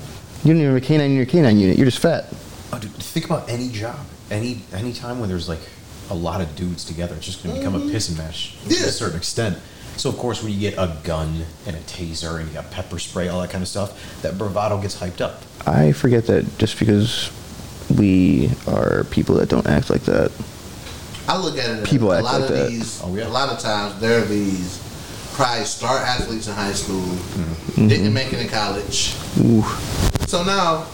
Speaker 5: don't even have a canine in your canine unit. You're just fat.
Speaker 4: Oh, dude, think about any job, any any time where there's like a lot of dudes together, it's just going to become a piss and match to
Speaker 3: Yeah.
Speaker 4: a certain extent. So of course, when you get a gun and a taser and you got pepper spray, all that kind of stuff, that bravado gets hyped up.
Speaker 5: I forget that just because we are people that don't act like that.
Speaker 3: I look at it. as
Speaker 5: People
Speaker 3: a
Speaker 5: act
Speaker 3: lot
Speaker 5: like
Speaker 3: of
Speaker 5: that.
Speaker 3: these.
Speaker 4: Oh, yeah.
Speaker 3: A lot of times there are these probably star athletes in high school didn't make it in college.
Speaker 5: Mm-hmm. Ooh,
Speaker 3: So now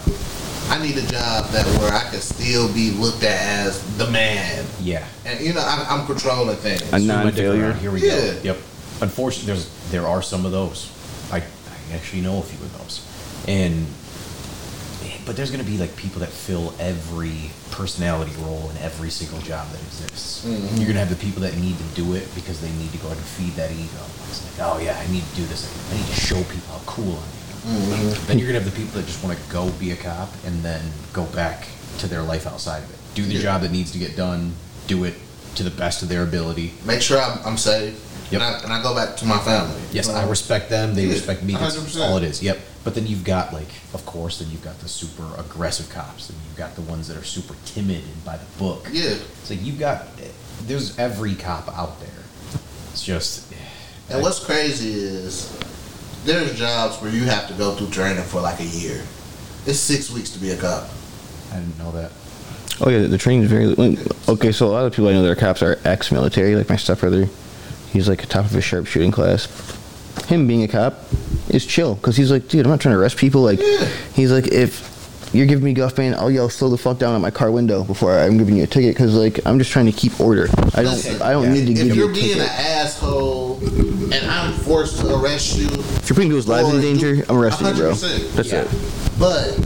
Speaker 3: I need a job that where I can still be looked at as the man.
Speaker 4: Yeah,
Speaker 3: And you know I, I'm controlling things.
Speaker 5: A
Speaker 4: Threw my dick
Speaker 5: non-failure?
Speaker 4: around. Here we
Speaker 3: Yeah.
Speaker 4: go. Yep. Unfortunately, there's there are some of those. I, I actually know a few of those, and but there's going to be like people that fill every personality role in every single job that exists. You're going to have the people that need to do it because they need to go out and feed that ego. It's like, oh yeah, I need to do this. I need to show people how cool I am. Then you're going to have the people that just want to go be a cop and then go back to their life outside of it. Do the job that needs to get done. Do it to the best of their ability.
Speaker 3: Make sure I'm, I'm safe.
Speaker 4: Yep.
Speaker 3: And, I, and I go back to my family.
Speaker 4: Yes,
Speaker 3: Um,
Speaker 4: I respect them. They
Speaker 3: Yeah,
Speaker 4: respect me. That's
Speaker 3: 100%.
Speaker 4: all it is. Yep. But then you've got like, of course, then you've got the super aggressive cops, and you've got the ones that are super timid and by the book.
Speaker 3: Yeah.
Speaker 4: It's like you've got there's every cop out there. It's just
Speaker 3: And what's crazy is there's jobs where you have to go through training for like a year. It's six weeks to be a cop.
Speaker 4: I didn't know that.
Speaker 5: Oh yeah, the training's very. Okay, so a lot of people I know that are cops are ex-military. Like my stepbrother, he's like top of a sharpshooting class. Him being a cop is chill because he's like, dude, I'm not trying to arrest people. Like,
Speaker 3: Yeah.
Speaker 5: he's like, if you're giving me guff man, I'll yell slow the fuck down at my car window before I'm giving you a ticket because like I'm just trying to keep order. I don't, I don't
Speaker 4: Yeah.
Speaker 5: need to
Speaker 3: If
Speaker 5: give you
Speaker 3: you're
Speaker 5: a
Speaker 3: being
Speaker 5: ticket.
Speaker 3: an asshole and I'm forced to arrest you,
Speaker 5: if you're putting people's lives
Speaker 3: or
Speaker 5: in danger,
Speaker 3: do-
Speaker 5: I'm arresting you, bro.
Speaker 3: 100%.
Speaker 5: That's
Speaker 4: Yeah.
Speaker 5: it.
Speaker 3: but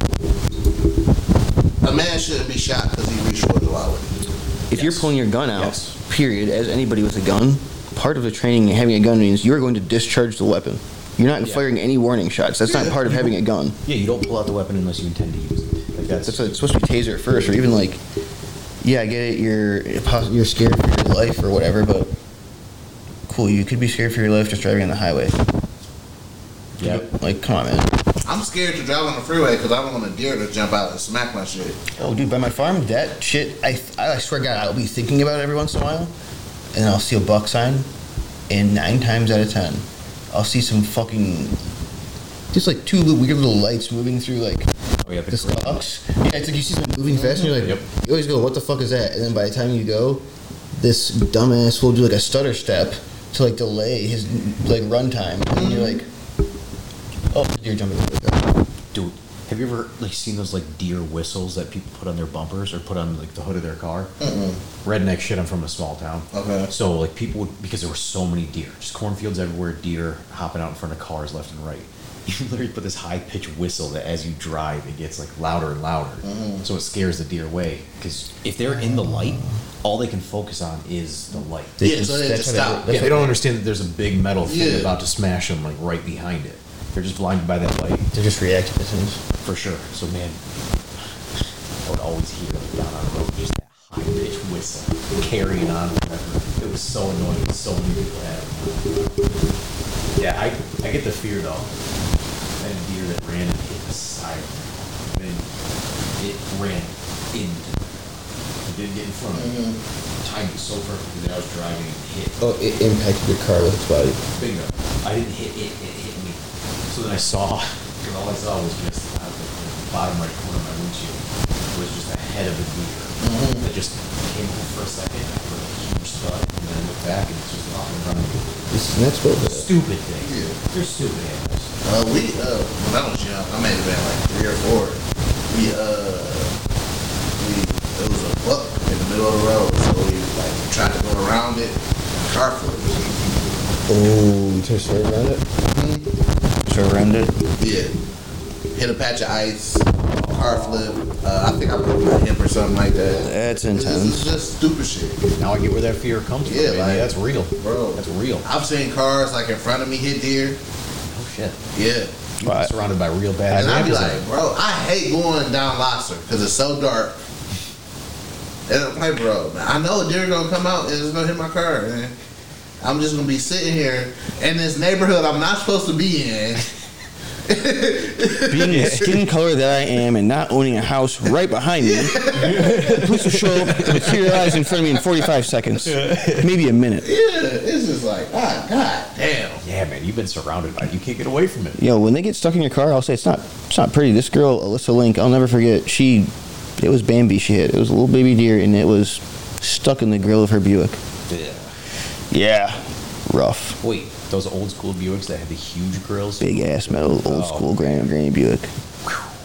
Speaker 3: a man shouldn't be shot because he reached for the wallet.
Speaker 5: If you're
Speaker 4: Yes.
Speaker 5: pulling your gun out,
Speaker 4: Yes.
Speaker 5: period, as anybody with a gun, part of the training in having a gun means you're going to discharge the weapon. You're not
Speaker 4: Yeah.
Speaker 5: firing any warning shots. That's not part of having a gun.
Speaker 4: Yeah, you don't pull out the weapon unless you intend to use it. Like that's,
Speaker 5: That's it's supposed to be taser at first, or even like, yeah, I get it. You're poss- you're scared for your life or whatever, but cool. You could be scared for your life just driving on the highway.
Speaker 4: yeah.
Speaker 5: Like, come on, man.
Speaker 3: I'm scared to drive on the freeway because I don't want a deer to jump out and smack my shit.
Speaker 5: Oh, dude, by my farm, that shit, I, I swear to God, I'll be thinking about it every once in a while, and I'll see a buck sign, and nine times out of ten, I'll see some fucking, just like two little weird little lights moving through, like,
Speaker 4: Oh yeah, the
Speaker 5: the
Speaker 4: correct-
Speaker 5: stalks. Yeah, it's like you see them moving fast, and you're like,
Speaker 4: Yep.
Speaker 5: you always go, what the fuck is that? And then by the time you go, this dumbass will do like a stutter step to like delay his like run time, and you're like, oh, deer jumping.
Speaker 4: Dude, have you ever like seen those like deer whistles that people put on their bumpers or put on like the hood of their car? Redneck shit. I'm from a small town.
Speaker 3: Okay.
Speaker 4: So like people would because there were so many deer, just cornfields everywhere, deer hopping out in front of cars left and right. You literally put this high pitched whistle that as you drive it gets like louder and louder, so it scares the deer away. Because if they're in the light, all they can focus on is the light.
Speaker 3: Yeah, so they
Speaker 5: that's
Speaker 3: just
Speaker 5: what I-
Speaker 3: stop.
Speaker 5: that's
Speaker 4: Yeah, they don't understand that there's a big metal thing
Speaker 3: Yeah.
Speaker 4: about to smash them like right behind it. They're just blinded by that light.
Speaker 5: They're just reacting to things.
Speaker 4: For sure. So man, I would always hear like, down on the road just that high pitched whistle carrying on forever. It was so annoying. So many people had it. Yeah, I I get the fear though. That deer that ran and hit the side, of me. and it ran into. It didn't get in front of me. Timed it so perfectly that I was driving and hit.
Speaker 5: Mm-hmm. Oh, it impacted your car with its body.
Speaker 4: Bingo. I didn't hit it, it hit me. So then I saw, because all I saw was just out of the bottom right corner of my windshield was just the head of a deer
Speaker 3: Mm-hmm.
Speaker 4: that just came in for a second I heard a huge thud, and then I looked back and it's just off and running.
Speaker 5: This, and that's what it is.
Speaker 4: Stupid thing.
Speaker 3: Yeah.
Speaker 4: They're stupid animals.
Speaker 3: Uh, we, uh, when I was young, I made it in like three or four. We, uh, we, it was a buck in the middle of the road, so we like tried to go around it. Car flipped.
Speaker 5: Oh, you try to swerve around it? Swerve around it?
Speaker 3: Yeah. Hit a patch of ice. Car flip. Uh, I think I broke my hip or something like that.
Speaker 5: That's
Speaker 3: This is
Speaker 5: intense.
Speaker 3: just stupid shit,
Speaker 4: Now I get where that fear comes
Speaker 3: Yeah,
Speaker 4: from. man.
Speaker 3: like-
Speaker 4: that's real.
Speaker 3: bro.
Speaker 4: That's real.
Speaker 3: I've seen cars like in front of me hit deer.
Speaker 4: Oh shit.
Speaker 3: Yeah.
Speaker 4: You're
Speaker 5: Right.
Speaker 4: surrounded by real bad
Speaker 3: And I'd be
Speaker 4: examples.
Speaker 3: like, bro, I hate going down Lobster because it's so dark. And I'm like, bro, I know a deer gonna come out and it's gonna hit my car, man. I'm just gonna be sitting here in this neighborhood I'm not supposed to be in.
Speaker 5: Being the skin color that I am and not owning a house right behind me, this will show materialize in front of me in 45 seconds, maybe a minute.
Speaker 3: Yeah, it's just like, ah, god damn.
Speaker 4: yeah, man, you've been surrounded by it. You can't get away from it.
Speaker 5: Yo, when they get stuck in your car, I'll say it's not, it's not pretty. This girl, Alyssa Link, I'll never forget. She, it was Bambi she hit. It was a little baby deer, and it was stuck in the grill of her Buick.
Speaker 4: Yeah.
Speaker 5: Yeah, rough,
Speaker 4: Wait, those old school Buicks that had the huge grills.
Speaker 5: big ass metal, old
Speaker 4: Oh.
Speaker 5: school granny granny Buick,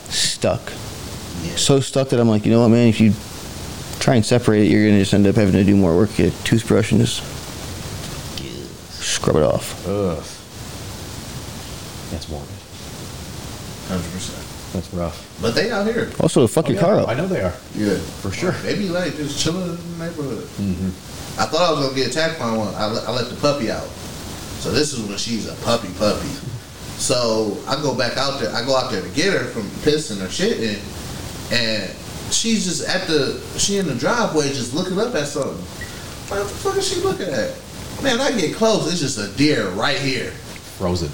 Speaker 5: stuck.
Speaker 3: Yeah.
Speaker 5: so stuck that I'm like, you know what, man? If you try and separate it, you're gonna just end up having to do more work. Get a toothbrush and just scrub it off.
Speaker 4: Ugh. That's morbid.
Speaker 3: 100%.
Speaker 4: That's rough.
Speaker 3: But they out here.
Speaker 5: Also, fuck your car
Speaker 4: Oh, I
Speaker 5: up.
Speaker 4: know they are.
Speaker 3: Yeah.
Speaker 4: For sure.
Speaker 3: They be like just chilling in the neighborhood.
Speaker 4: Mm-hmm.
Speaker 3: I thought I was gonna get attacked by one. I, le- I let the puppy out. So this is when she's a puppy puppy. So I go back out there. I go out there to get her from pissing or shitting, and she's just at the she in the driveway just looking up at something. Like, what the fuck is she looking at? Man, I get close. It's just a deer right here.
Speaker 4: Frozen.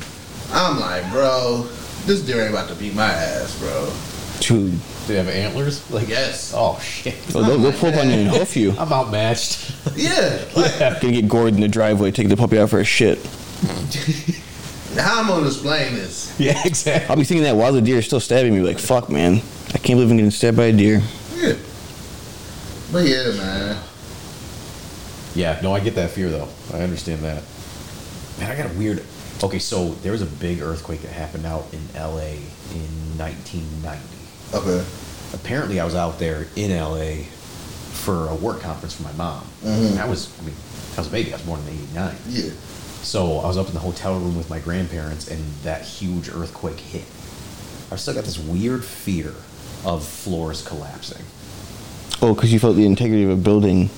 Speaker 3: I'm like, bro, this deer ain't about to beat my ass, bro.
Speaker 5: Dude,
Speaker 4: Do they have antlers? Like
Speaker 3: Yes.
Speaker 4: Oh shit.
Speaker 5: oh, they'll, they'll pull up on you and hoof you.
Speaker 4: I'm outmatched.
Speaker 3: Yeah. Like,
Speaker 5: Gonna get gored in the driveway, taking the puppy out for a shit.
Speaker 3: how I'm gonna explain this?
Speaker 4: yeah, exactly.
Speaker 5: I'll be thinking that while the deer is still stabbing me, like, fuck, man. I can't believe I'm getting stabbed by a deer.
Speaker 3: Yeah. But yeah, man.
Speaker 4: Yeah, no, I get that fear though. I understand that. Man, I got a weird. Okay, so there was a big earthquake that happened out in LA in 1990.
Speaker 3: Okay.
Speaker 4: apparently I was out there in LA for a work conference for my mom.
Speaker 5: Mm-hmm.
Speaker 4: I was, I mean, I was a baby. I was born in '89.
Speaker 3: Yeah.
Speaker 4: So I was up in the hotel room with my grandparents, and that huge earthquake hit. I've still got this weird fear of floors collapsing.
Speaker 5: Oh, because you felt the integrity of a building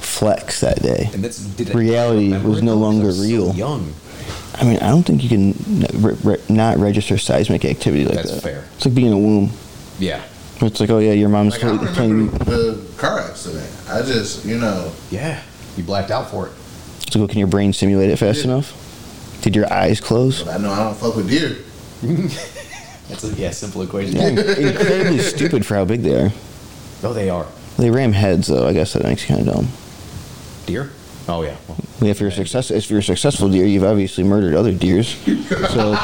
Speaker 5: flex that day.
Speaker 4: And that's did I
Speaker 5: Reality
Speaker 4: remember
Speaker 5: was
Speaker 4: it
Speaker 5: no
Speaker 4: though? 'Cause I
Speaker 5: longer
Speaker 4: was so
Speaker 5: real.
Speaker 4: young.
Speaker 5: I mean, I don't think you can n- re- re- not register seismic activity like
Speaker 4: That's
Speaker 5: that.
Speaker 4: fair.
Speaker 5: It's like being in a womb.
Speaker 4: Yeah.
Speaker 5: It's like, oh yeah, your mom's
Speaker 3: Like, I
Speaker 5: playing. playing
Speaker 3: remember the car accident. I just, you know,
Speaker 4: Yeah. You blacked out for it.
Speaker 5: It's like, well, can your brain simulate it fast
Speaker 3: Yeah.
Speaker 5: enough? Did your eyes close?
Speaker 3: I know I don't fuck with deer.
Speaker 4: That's a yeah simple equation.
Speaker 5: Yeah, incredibly stupid for how big they are.
Speaker 4: No, they are
Speaker 5: They ram heads though. I guess that makes you kind of dumb.
Speaker 4: deer. Oh yeah. Well,
Speaker 5: If you're success, if you're a successful deer, you've obviously murdered other deers. So,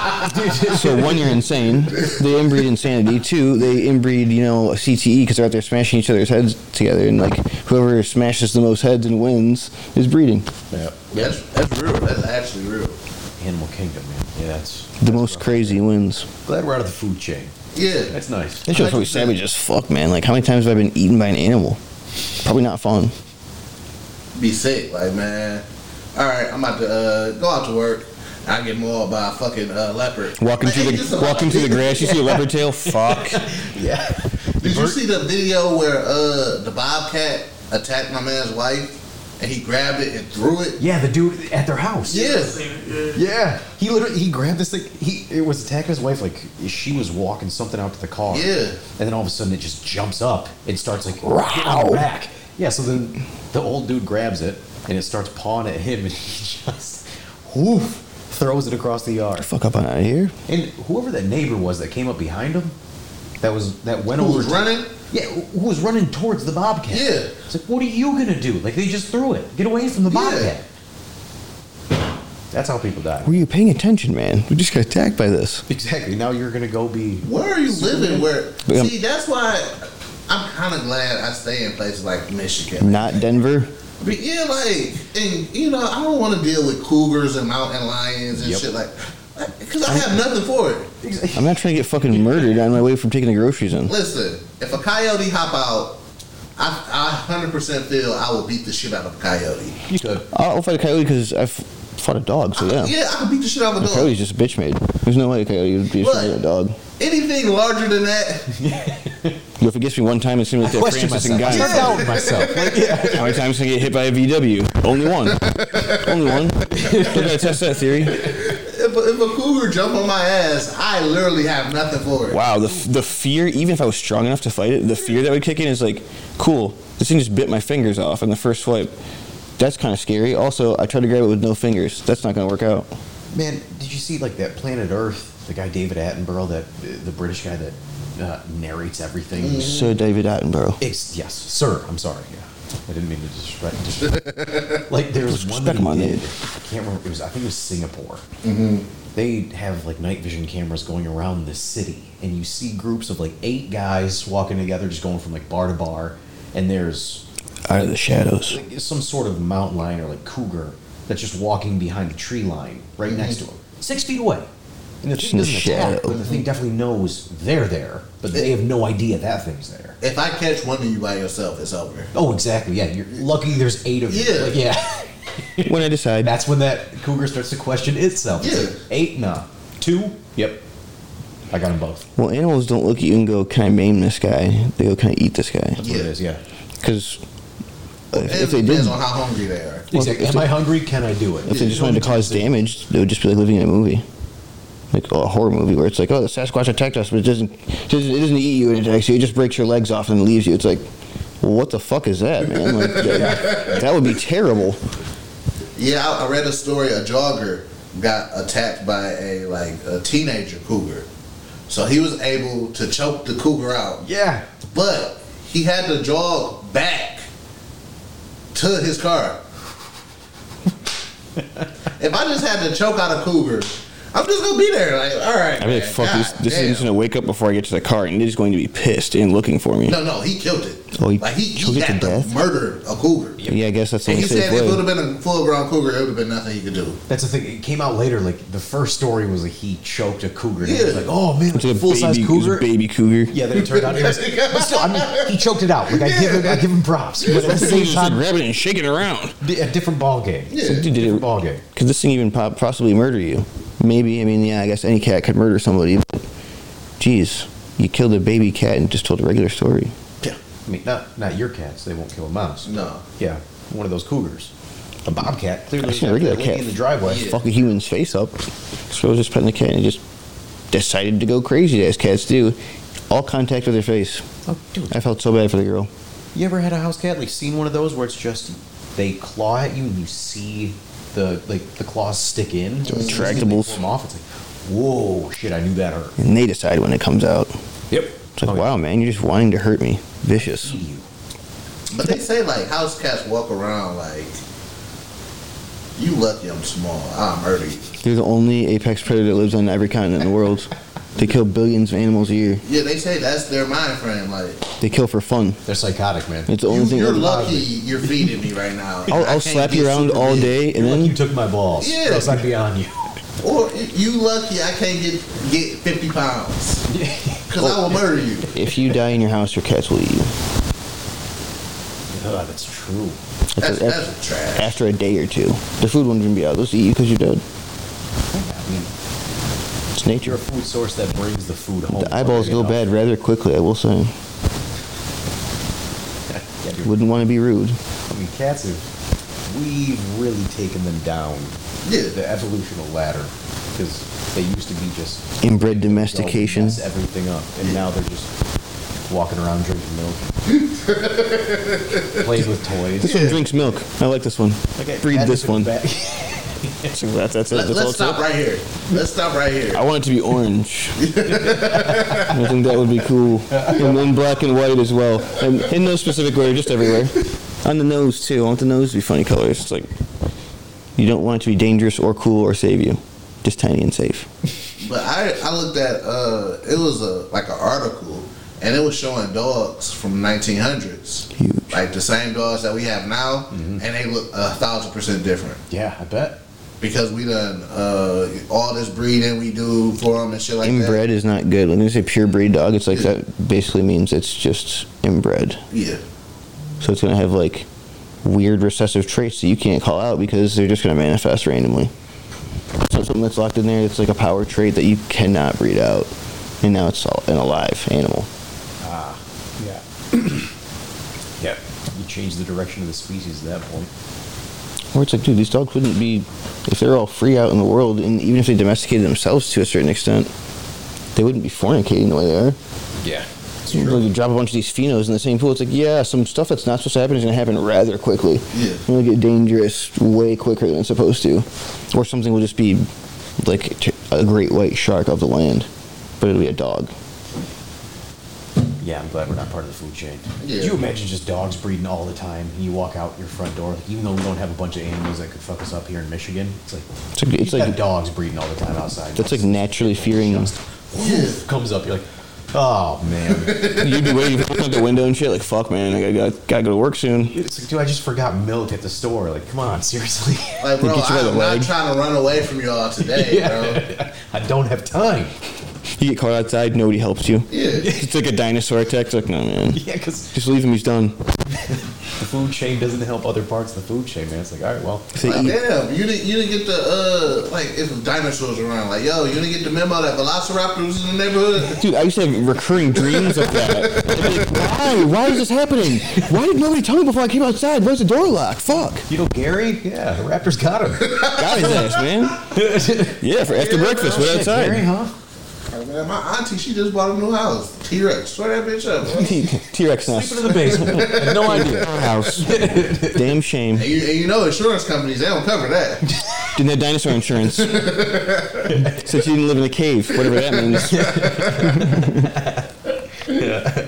Speaker 5: so one, you're insane. They inbreed insanity. Two, they inbreed, you know, CTE because they're out there smashing each other's heads together, and like whoever smashes the most heads and wins is breeding.
Speaker 4: yeah.
Speaker 3: That's, that's real. That's actually real.
Speaker 4: Animal Kingdom, man. Yeah, that's
Speaker 5: The most crazy wins.
Speaker 4: glad we're out of the food chain.
Speaker 3: Yeah.
Speaker 4: That's nice.
Speaker 5: This show's probably savage as fuck, man. Like, how many times have I been eaten by an animal? Probably not fun.
Speaker 3: be sick. Like, man, all right, I'm about to uh, go out to work. I get mauled by a fucking uh, leopard.
Speaker 5: Walking
Speaker 3: Like,
Speaker 5: through
Speaker 3: hey, this
Speaker 5: the
Speaker 3: is
Speaker 5: walking
Speaker 3: about-
Speaker 5: through the grass, you see a leopard tail. Fuck.
Speaker 4: Yeah.
Speaker 3: Did you see the video where uh, the bobcat attacked my man's wife and he grabbed it and threw it?
Speaker 4: Yeah, the dude at their house.
Speaker 3: Yes.
Speaker 4: Yeah. He literally he grabbed this thing. He it was attacking his wife like she was walking something out to the car.
Speaker 3: Yeah.
Speaker 4: And then all of a sudden it just jumps up and starts like getting on her back. Yeah. So then the old dude grabs it and it starts pawing at him and he just whoof throws it across the yard.
Speaker 5: fuck up on out of here.
Speaker 4: And whoever that neighbor was that came up behind him, that was that went
Speaker 3: Who
Speaker 4: over
Speaker 3: was
Speaker 4: to-
Speaker 3: running?
Speaker 4: Yeah, who was running towards the bobcat?
Speaker 3: Yeah.
Speaker 4: It's like, what are you gonna do? Like they just threw it. Get away from the
Speaker 3: Yeah.
Speaker 4: bobcat. That's how people die.
Speaker 5: Were you paying attention, man? We just got attacked by this.
Speaker 4: Exactly. Now you're gonna go be.
Speaker 3: Where are you living? Where?
Speaker 5: Yeah.
Speaker 3: See, that's why I'm kind of glad I stay in places like Michigan.
Speaker 5: Not Denver.
Speaker 3: But yeah, like, and you know, I don't want to deal with cougars and mountain lions and
Speaker 4: Yep.
Speaker 3: shit like, because I have nothing for it.
Speaker 5: I'm not trying to get fucking murdered on my way from taking the groceries in.
Speaker 3: Listen, if a coyote hop out, I, I 100% feel I will beat the shit out of a coyote.
Speaker 4: You could.
Speaker 5: I'll fight a coyote because I've fought a dog, so yeah.
Speaker 3: Yeah, I can beat the shit out of a
Speaker 5: A
Speaker 3: dog.
Speaker 5: coyote's just a bitch made. There's no way a coyote would be a
Speaker 3: What?
Speaker 5: smart dog.
Speaker 3: Anything larger than that,
Speaker 5: But if it gets me one time, it's gonna be like that Francis and Guy.
Speaker 4: I doubt myself. Like, yeah.
Speaker 5: How many times can I get hit by a VW? Only one. Only one. Don't gotta test that theory.
Speaker 3: if a, if a cougar jump on my ass, I literally have nothing for it.
Speaker 5: Wow, the, f- the fear, even if I was strong enough to fight it, the fear that would kick in is like, cool, this thing just bit my fingers off in the first swipe. That's kind of scary. Also, I tried to grab it with no fingers. That's not gonna work out.
Speaker 4: Man, did you see like that Planet Earth? The guy David Attenborough, that the British guy that uh, narrates everything.
Speaker 5: So, David Attenborough.
Speaker 4: It's yes, sir. I'm sorry. Yeah. I didn't mean to disrespect. disrespect. like there was one that
Speaker 5: Disrespect my
Speaker 4: he did.
Speaker 5: name.
Speaker 4: I can't remember. It was I think it was Singapore. Mm-hmm. They have like night vision cameras going around the city, and you see groups of like eight guys walking together, just going from like bar to bar, and there's
Speaker 5: Out of the shadows.
Speaker 4: like some sort of mountain lion or like cougar that's just walking behind the tree line right next to him, six feet away. And the
Speaker 5: Just
Speaker 4: thing
Speaker 5: in the
Speaker 4: doesn't attack,
Speaker 5: shadow.
Speaker 4: but the thing definitely knows they're there, but they have no idea that thing's there.
Speaker 3: If I catch one of you by yourself, it's over.
Speaker 4: Oh, exactly. Yeah, you're lucky. There's eight of you.
Speaker 3: Yeah.
Speaker 4: Like, yeah.
Speaker 5: When I decide.
Speaker 4: That's when that cougar starts to question itself. It's
Speaker 3: Yeah.
Speaker 4: like, eight, nah. Two. Yep. I got them both.
Speaker 5: Well, animals don't look at you and go, "Can I maim this guy?" They go, "Can I eat this guy?"
Speaker 4: That's what it
Speaker 3: Yeah.
Speaker 4: is. Yeah.
Speaker 5: Because if,
Speaker 3: It
Speaker 5: if they did,
Speaker 3: depends on how hungry they are.
Speaker 5: Well,
Speaker 4: Exactly.
Speaker 5: if
Speaker 4: Am
Speaker 5: it-
Speaker 4: I hungry? Can I do it?
Speaker 5: if they just wanted to cause damage, they would just be like living in a movie, like a horror movie where it's like, "Oh, the Sasquatch attacked us, but it doesn't, it doesn't, it doesn't eat you. It attacks you. It just breaks your legs off and leaves you." It's like, well, what the fuck is that, man? Like, that, that would be terrible.
Speaker 3: Yeah, I, I read a story. A jogger got attacked by a like a teenager cougar, so he was able to choke the cougar out.
Speaker 4: Yeah.
Speaker 3: But he had to jog back to his car. if I just had to choke out a cougar, I'm just gonna be there. Like, all right.
Speaker 5: I'd be like,
Speaker 3: man,
Speaker 5: "Fuck, this,
Speaker 3: God
Speaker 5: this
Speaker 3: damn."
Speaker 5: thing's gonna wake up before I get to the car, and it is going to be pissed and looking for me."
Speaker 3: No, no, he killed it.
Speaker 5: Oh, he
Speaker 3: like he,
Speaker 5: choked
Speaker 3: he
Speaker 5: it to
Speaker 3: had to
Speaker 5: death?
Speaker 3: murder a cougar.
Speaker 5: Yeah, I guess that's the
Speaker 3: And
Speaker 5: only
Speaker 3: he
Speaker 5: safe
Speaker 3: said if it would
Speaker 5: way.
Speaker 3: have been a full grown cougar, it would have been nothing he could do.
Speaker 4: That's the thing. It came out later. Like the first story was like he choked a cougar. And it was
Speaker 3: Yeah.
Speaker 4: like, oh man,
Speaker 5: It's like a
Speaker 4: full size
Speaker 5: baby,
Speaker 4: cougar.
Speaker 5: cougar? baby cougar.
Speaker 4: Yeah. Then it turned out. It was, but still, I mean, he choked it out. Like I give him, I give him props. But at the same
Speaker 5: Just
Speaker 4: time,
Speaker 5: grab it and shake it around.
Speaker 4: di- a different ball game.
Speaker 3: Yeah.
Speaker 5: Dude, did it-
Speaker 4: Different ball game.
Speaker 5: Could this thing even po- possibly murder you? Maybe. I mean, yeah, I guess any cat could murder somebody. But, geez, you killed a baby cat and just told a regular story.
Speaker 3: Yeah.
Speaker 4: I mean, not not your cats. They won't kill a mouse.
Speaker 3: No.
Speaker 4: Yeah, one of those cougars. A bobcat, clearly.
Speaker 5: I've seen a regular
Speaker 4: Lady
Speaker 5: cat.
Speaker 4: in the driveway.
Speaker 3: Yeah.
Speaker 5: Fuck a human's face up. So I was just petting the cat and it just decided to go crazy, as cats do. All contact with their face.
Speaker 4: Oh, dude,
Speaker 5: I felt so bad for the girl.
Speaker 4: you ever had a house cat? Like seen one of those where it's just they claw at you and you see the like the claws stick in. As soon as they
Speaker 5: retractables.
Speaker 4: pull them off. It's like, whoa, shit! I knew that hurt.
Speaker 5: And they decide when it comes out.
Speaker 4: Yep.
Speaker 5: It's like, wow, man, you're just wanting to hurt me. Vicious.
Speaker 4: You.
Speaker 3: But they say like house cats walk around like You lucky I'm small. I'll murder you.
Speaker 5: You're the only apex predator that lives on every continent in the world. They kill billions of animals a year.
Speaker 3: Yeah, they say that's their mind frame. Like,
Speaker 5: They kill for fun.
Speaker 4: They're psychotic, man.
Speaker 5: It's the only
Speaker 3: you,
Speaker 5: thing.
Speaker 3: you're
Speaker 5: that-
Speaker 3: lucky you're feeding me right now.
Speaker 5: I'll,
Speaker 3: I
Speaker 5: I'll
Speaker 3: can't
Speaker 5: slap
Speaker 3: get
Speaker 5: you around
Speaker 3: super
Speaker 5: all
Speaker 3: big.
Speaker 5: day, and
Speaker 4: You're
Speaker 5: then
Speaker 4: like you took my balls.
Speaker 3: Yeah.
Speaker 4: That's not beyond you.
Speaker 3: Or you lucky I can't get get 50 pounds. Because
Speaker 5: Oh.
Speaker 3: I will murder you.
Speaker 5: if you die in your house, your cats will eat you.
Speaker 4: Ugh, Oh, that's true.
Speaker 3: That's,
Speaker 5: After, after,
Speaker 3: that's trash.
Speaker 5: after a day or two, the food won't even be out. They'll just eat you because you're dead.
Speaker 4: I mean,
Speaker 5: It's
Speaker 4: you're
Speaker 5: nature.
Speaker 4: a food source that brings the food home.
Speaker 5: The eyeballs
Speaker 4: fucking
Speaker 5: go bad
Speaker 4: enough.
Speaker 5: rather quickly, I will say.
Speaker 4: Yeah, dude.
Speaker 5: Wouldn't want to be rude.
Speaker 4: I mean, cats have. We've really taken them down
Speaker 3: Yeah.
Speaker 4: the evolutional ladder because they used to be just
Speaker 5: Inbred
Speaker 4: they'll
Speaker 5: domestication.
Speaker 4: mess everything up, and now they're just walking around drinking milk, playing with
Speaker 5: This
Speaker 4: toys.
Speaker 5: one drinks milk. I like this one.
Speaker 4: Okay,
Speaker 5: Read
Speaker 4: cat
Speaker 5: this
Speaker 4: is in
Speaker 5: one.
Speaker 4: the back.
Speaker 5: That's, that's it.
Speaker 3: Let,
Speaker 5: That's all
Speaker 3: let's
Speaker 5: it's
Speaker 3: stop right here. Let's stop right here.
Speaker 5: I want it to be orange. I think that would be cool. And then black and white as well. And in no specific order, just everywhere. On the nose too. I want the nose to be funny colors. It's like you don't want it to be dangerous or cool or save you. Just tiny and safe.
Speaker 3: But I, I looked at uh, it was a like an article, and it was showing dogs from 1900s,
Speaker 5: Huge.
Speaker 3: like the same dogs that we have now,
Speaker 5: Mm-hmm.
Speaker 3: and they look a thousand percent different
Speaker 4: Yeah, I bet.
Speaker 3: because we done uh, all this breeding we do for them and shit like
Speaker 5: Inbred is not good. When they say pure breed dog, it's like that basically means it's just inbred.
Speaker 3: that. Yeah,
Speaker 5: So it's gonna have like weird recessive traits that you can't call out because they're just gonna manifest randomly. It's not something that's locked in there. It's like a power trait that you cannot breed out, and now it's all an alive animal.
Speaker 4: Yeah. yeah. You change the direction of the species at that point.
Speaker 5: Or it's like, dude, these dogs wouldn't be if they're all free out in the world, and even if they domesticated themselves to a certain extent, they wouldn't be fornicating the way they are.
Speaker 4: Yeah. It's
Speaker 5: You know, you drop a bunch of these phenos in the same pool. It's like, yeah, some stuff that's not supposed to happen is going to happen rather quickly.
Speaker 3: Yeah.
Speaker 5: It'll get dangerous way quicker than it's supposed to. Or something will just be like t- a great white shark of the land, but it'll be a dog.
Speaker 4: Yeah, I'm glad we're not part of the food chain.
Speaker 3: Yeah.
Speaker 4: Could you imagine just dogs breeding all the time? And you walk out your front door, like, even though we don't have a bunch of animals that could fuck us up here in Michigan, it's like
Speaker 5: It's like, it's
Speaker 4: you've got
Speaker 5: like,
Speaker 4: dogs breeding all the time outside.
Speaker 5: that's like naturally fearing.
Speaker 3: yeah.
Speaker 4: comes up, you're like, oh man,
Speaker 5: You'd be waiting for the window and shit, like, fuck, man, I gotta, gotta, gotta go to work soon.
Speaker 4: it's like, dude, I just forgot milk at the store. Like, come on, seriously,
Speaker 3: Like bro,
Speaker 5: get you by the
Speaker 3: I'm
Speaker 5: leg.
Speaker 3: not trying to run away from y'all today, bro.
Speaker 4: I don't have time.
Speaker 5: You get caught outside, nobody helps you.
Speaker 3: Yeah,
Speaker 5: It's like a dinosaur attack. It's like, no, man.
Speaker 4: Yeah, because
Speaker 5: Just leave him, he's done.
Speaker 4: the food chain doesn't help other parts of the food chain, man. It's like, all right, well,
Speaker 5: They
Speaker 3: like,
Speaker 5: eat-
Speaker 3: damn, you didn't you didn't get the uh like if dinosaurs around, like yo, you didn't get the memo that Velociraptors in the neighborhood.
Speaker 5: Dude, I used to have recurring dreams of that. I'd be like, Why? Why is this happening? Why did nobody tell me before I came outside? Where's the door locked? Fuck.
Speaker 4: you know, Gary, yeah, the Raptors got him.
Speaker 5: Got his ass, man. Yeah, for after breakfast, went
Speaker 4: Gary,
Speaker 5: outside.
Speaker 4: huh?
Speaker 3: Like, man, my auntie she just bought a new house, T Rex. Swear that bitch up. Bro.
Speaker 5: T Rex
Speaker 4: Sleeping
Speaker 5: nest.
Speaker 4: in the basement. Had no idea.
Speaker 5: House. Damn shame.
Speaker 3: And you, and you know insurance companies, they don't cover that.
Speaker 5: Didn't have dinosaur insurance. Since you didn't live in a cave, whatever that means.
Speaker 4: Yeah,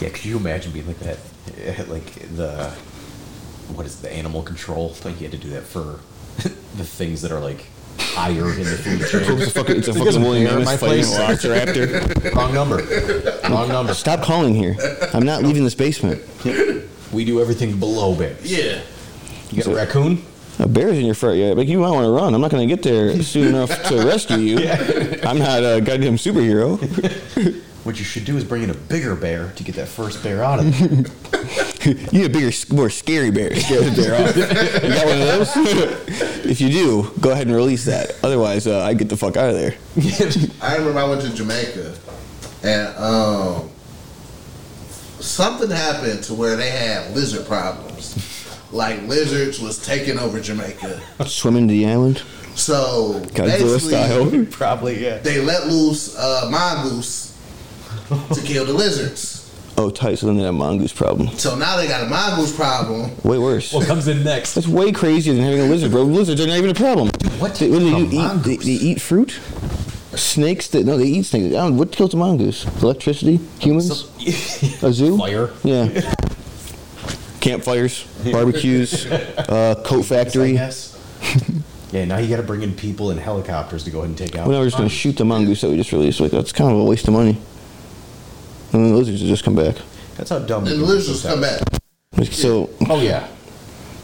Speaker 4: could you imagine being like that? Yeah, Like the what is it, the animal control? Like you had to do that for the things that are like higher in the food
Speaker 5: It's a
Speaker 4: chain.
Speaker 5: fucking, it's a
Speaker 4: It doesn't
Speaker 5: fucking William
Speaker 4: matter, my
Speaker 5: Amos fighting a
Speaker 4: place.
Speaker 5: velociraptor.
Speaker 4: Wrong number. Wrong number.
Speaker 5: Stop calling here. I'm not leaving this basement.
Speaker 4: We do everything below bears.
Speaker 3: yeah.
Speaker 4: You got a raccoon?
Speaker 5: A bear's in your front yard. Like you might want to run. I'm not going to get there soon enough to rescue you. I'm not a goddamn superhero.
Speaker 4: What you should do is bring in a bigger bear to get that first bear out of there.
Speaker 5: You need a bigger, more scary bear. to scare the bear off. You got one of those? if you do, go ahead and release that. Otherwise, uh, I get the fuck out of there.
Speaker 3: I remember I went to Jamaica and um something happened to where they had lizard problems. Like lizards was taking over Jamaica.
Speaker 5: Swimming to the island,
Speaker 3: So
Speaker 5: Godzilla
Speaker 3: basically
Speaker 5: style.
Speaker 4: Probably, yeah.
Speaker 3: they let loose uh mongoose to kill the lizards.
Speaker 5: Oh, tight. So then they have a mongoose problem.
Speaker 3: So now they got a mongoose problem.
Speaker 5: Way worse.
Speaker 4: What comes in next?
Speaker 5: That's way crazier than having a lizard, bro. Lizards are not even a problem.
Speaker 4: what
Speaker 5: They,
Speaker 4: a
Speaker 5: what do they do? Eat, they,
Speaker 4: mongoose.
Speaker 5: they eat fruit. Snakes? That, no, they eat snakes. I don't, what kills a mongoose? Electricity? Humans? A zoo?
Speaker 4: Fire.
Speaker 5: Yeah. Campfires, barbecues, uh, coat
Speaker 4: I
Speaker 5: factory.
Speaker 4: guess. Yeah, now you got to bring in people in helicopters to go ahead and take out.
Speaker 5: Well, now we're just going to shoot the mongoose that we just released. Like, that's kind of a waste of money. And the lizards will just come back.
Speaker 4: That's how dumb.
Speaker 3: And
Speaker 4: we can
Speaker 3: the
Speaker 4: be
Speaker 3: lizards come
Speaker 4: sometimes.
Speaker 3: back.
Speaker 5: Like, so,
Speaker 4: Oh yeah,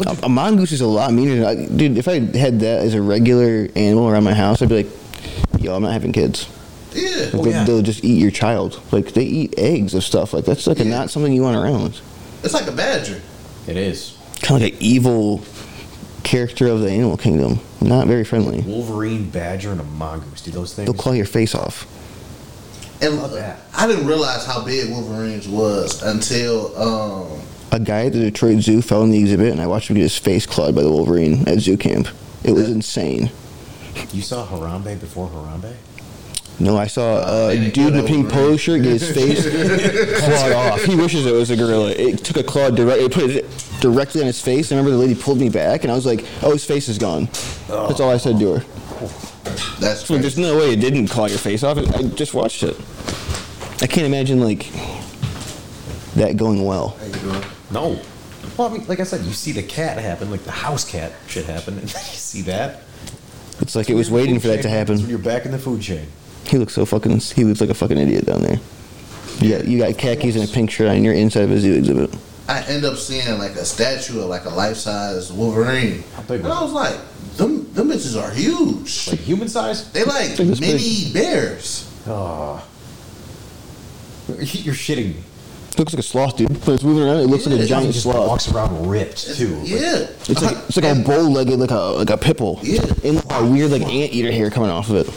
Speaker 5: a, a mongoose is a lot meaner. Than, I, dude, if I had that as a regular animal around my house, I'd be like, yo, I'm not having kids.
Speaker 3: Yeah.
Speaker 5: Like,
Speaker 4: Oh,
Speaker 5: they,
Speaker 4: yeah.
Speaker 5: They'll just eat your child. Like, they eat eggs of stuff. Like, that's like a,
Speaker 3: Yeah.
Speaker 5: not something you want around.
Speaker 3: It's like a badger.
Speaker 4: it is.
Speaker 5: Kind of like an evil character of the animal kingdom. Not very friendly.
Speaker 4: Wolverine, badger, and a mongoose. Do those things?
Speaker 5: They'll claw your face off.
Speaker 3: And
Speaker 4: Love that.
Speaker 3: I didn't realize how big Wolverines was until um
Speaker 5: A guy at the Detroit Zoo fell in the exhibit, and I watched him get his face clawed by the Wolverine at zoo camp. It was insane.
Speaker 4: you saw Harambe before Harambe?
Speaker 5: No, I saw uh,
Speaker 3: they
Speaker 5: a
Speaker 3: didn't
Speaker 5: dude in
Speaker 3: kill
Speaker 5: a
Speaker 3: that
Speaker 5: pink
Speaker 3: Wolverine.
Speaker 5: polo shirt get his face clawed off. He wishes it was a gorilla. It took a claw direct. It put it directly on his face. I remember the lady pulled me back, and I was like, "Oh, his face is gone." That's all I said to her.
Speaker 3: that's
Speaker 5: It's like, there's no way it didn't claw your face off. I just watched it. I can't imagine like that going well.
Speaker 3: crazy. How you doing?
Speaker 4: No. Well, I mean, like I said, you see the cat happen, like the house cat shit happen, and then you see that.
Speaker 5: It's like it was waiting for that to
Speaker 4: It's when
Speaker 5: happen.
Speaker 4: You're back in the food chain.
Speaker 5: He looks so fucking. He looks like a fucking idiot down there. You got, you got khakis and a pink shirt on. You're inside of a zoo exhibit.
Speaker 3: I end up seeing like a statue of like a life size Wolverine.
Speaker 4: How big
Speaker 3: and
Speaker 4: was
Speaker 3: I was like, them them bitches are huge.
Speaker 4: Like human size?
Speaker 3: they like
Speaker 5: Think it's
Speaker 3: mini
Speaker 5: big.
Speaker 3: bears.
Speaker 4: Oh. You're shitting me.
Speaker 5: Looks like a sloth, dude. But it's moving around. It looks like a
Speaker 3: Yeah,
Speaker 5: giant
Speaker 4: Just
Speaker 5: sloth.
Speaker 4: walks around ripped
Speaker 3: It's-
Speaker 4: too. Like,
Speaker 3: yeah.
Speaker 5: It's like it's like a bow-legged, like a like a pipple.
Speaker 3: Yeah.
Speaker 5: And like a weird like anteater hair coming off of it.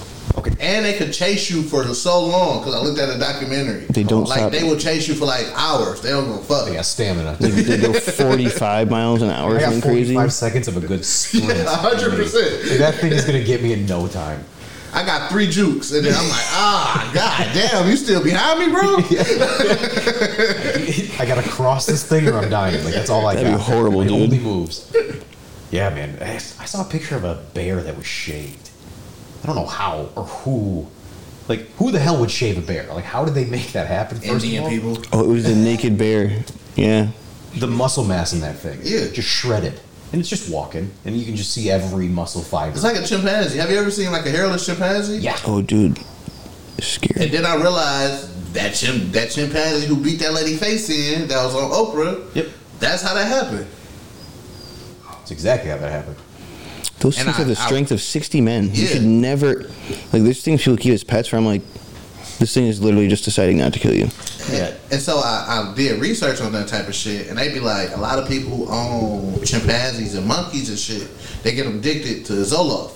Speaker 3: And they could chase you for so long because I looked at a documentary.
Speaker 5: They don't
Speaker 3: like
Speaker 5: stop.
Speaker 3: they will chase you for like hours. They don't give a fuck.
Speaker 4: They got stamina.
Speaker 5: They go 45 miles an hour.
Speaker 4: I
Speaker 5: or
Speaker 4: got
Speaker 5: something
Speaker 4: 45
Speaker 5: crazy.
Speaker 4: seconds of a good sprint.
Speaker 3: Yeah, hundred percent.
Speaker 4: That thing is gonna get me in no time.
Speaker 3: I got three jukes, and then I'm like, ah, god damn, you still behind me, bro?
Speaker 4: I gotta cross this thing or I'm dying. Like that's all I
Speaker 5: That'd be
Speaker 4: got.
Speaker 5: horrible,
Speaker 4: My
Speaker 5: dude.
Speaker 4: Only moves. Yeah, man. I I saw a picture of a bear that was shaved. I don't know how or who. Like who the hell would shave a bear? Like how did they make that happen? First of all?
Speaker 5: Oh, it was the naked bear. Yeah.
Speaker 4: The muscle mass in that thing.
Speaker 3: Yeah.
Speaker 4: Just shredded. And it's just walking, and you can just see every muscle fiber.
Speaker 3: It's like a chimpanzee. Have you ever seen like a hairless chimpanzee?
Speaker 4: yeah.
Speaker 5: Oh, dude. It's
Speaker 3: And
Speaker 5: scary.
Speaker 3: then I realized that chim- that chimpanzee who beat that lady face in that was on Oprah.
Speaker 4: Yep.
Speaker 3: That's how that happened.
Speaker 4: It's exactly how that happened.
Speaker 5: Those
Speaker 3: and
Speaker 5: things
Speaker 3: I-
Speaker 5: have the
Speaker 3: I-
Speaker 5: strength of 60 men. You
Speaker 3: Yeah.
Speaker 5: should never. Like, there's things people keep as pets where I'm like, this thing is literally just deciding not to kill you.
Speaker 4: Yeah.
Speaker 3: And so I, I did research on that type of shit, and they be like, a lot of people who own chimpanzees and monkeys and shit, they get addicted to Zoloft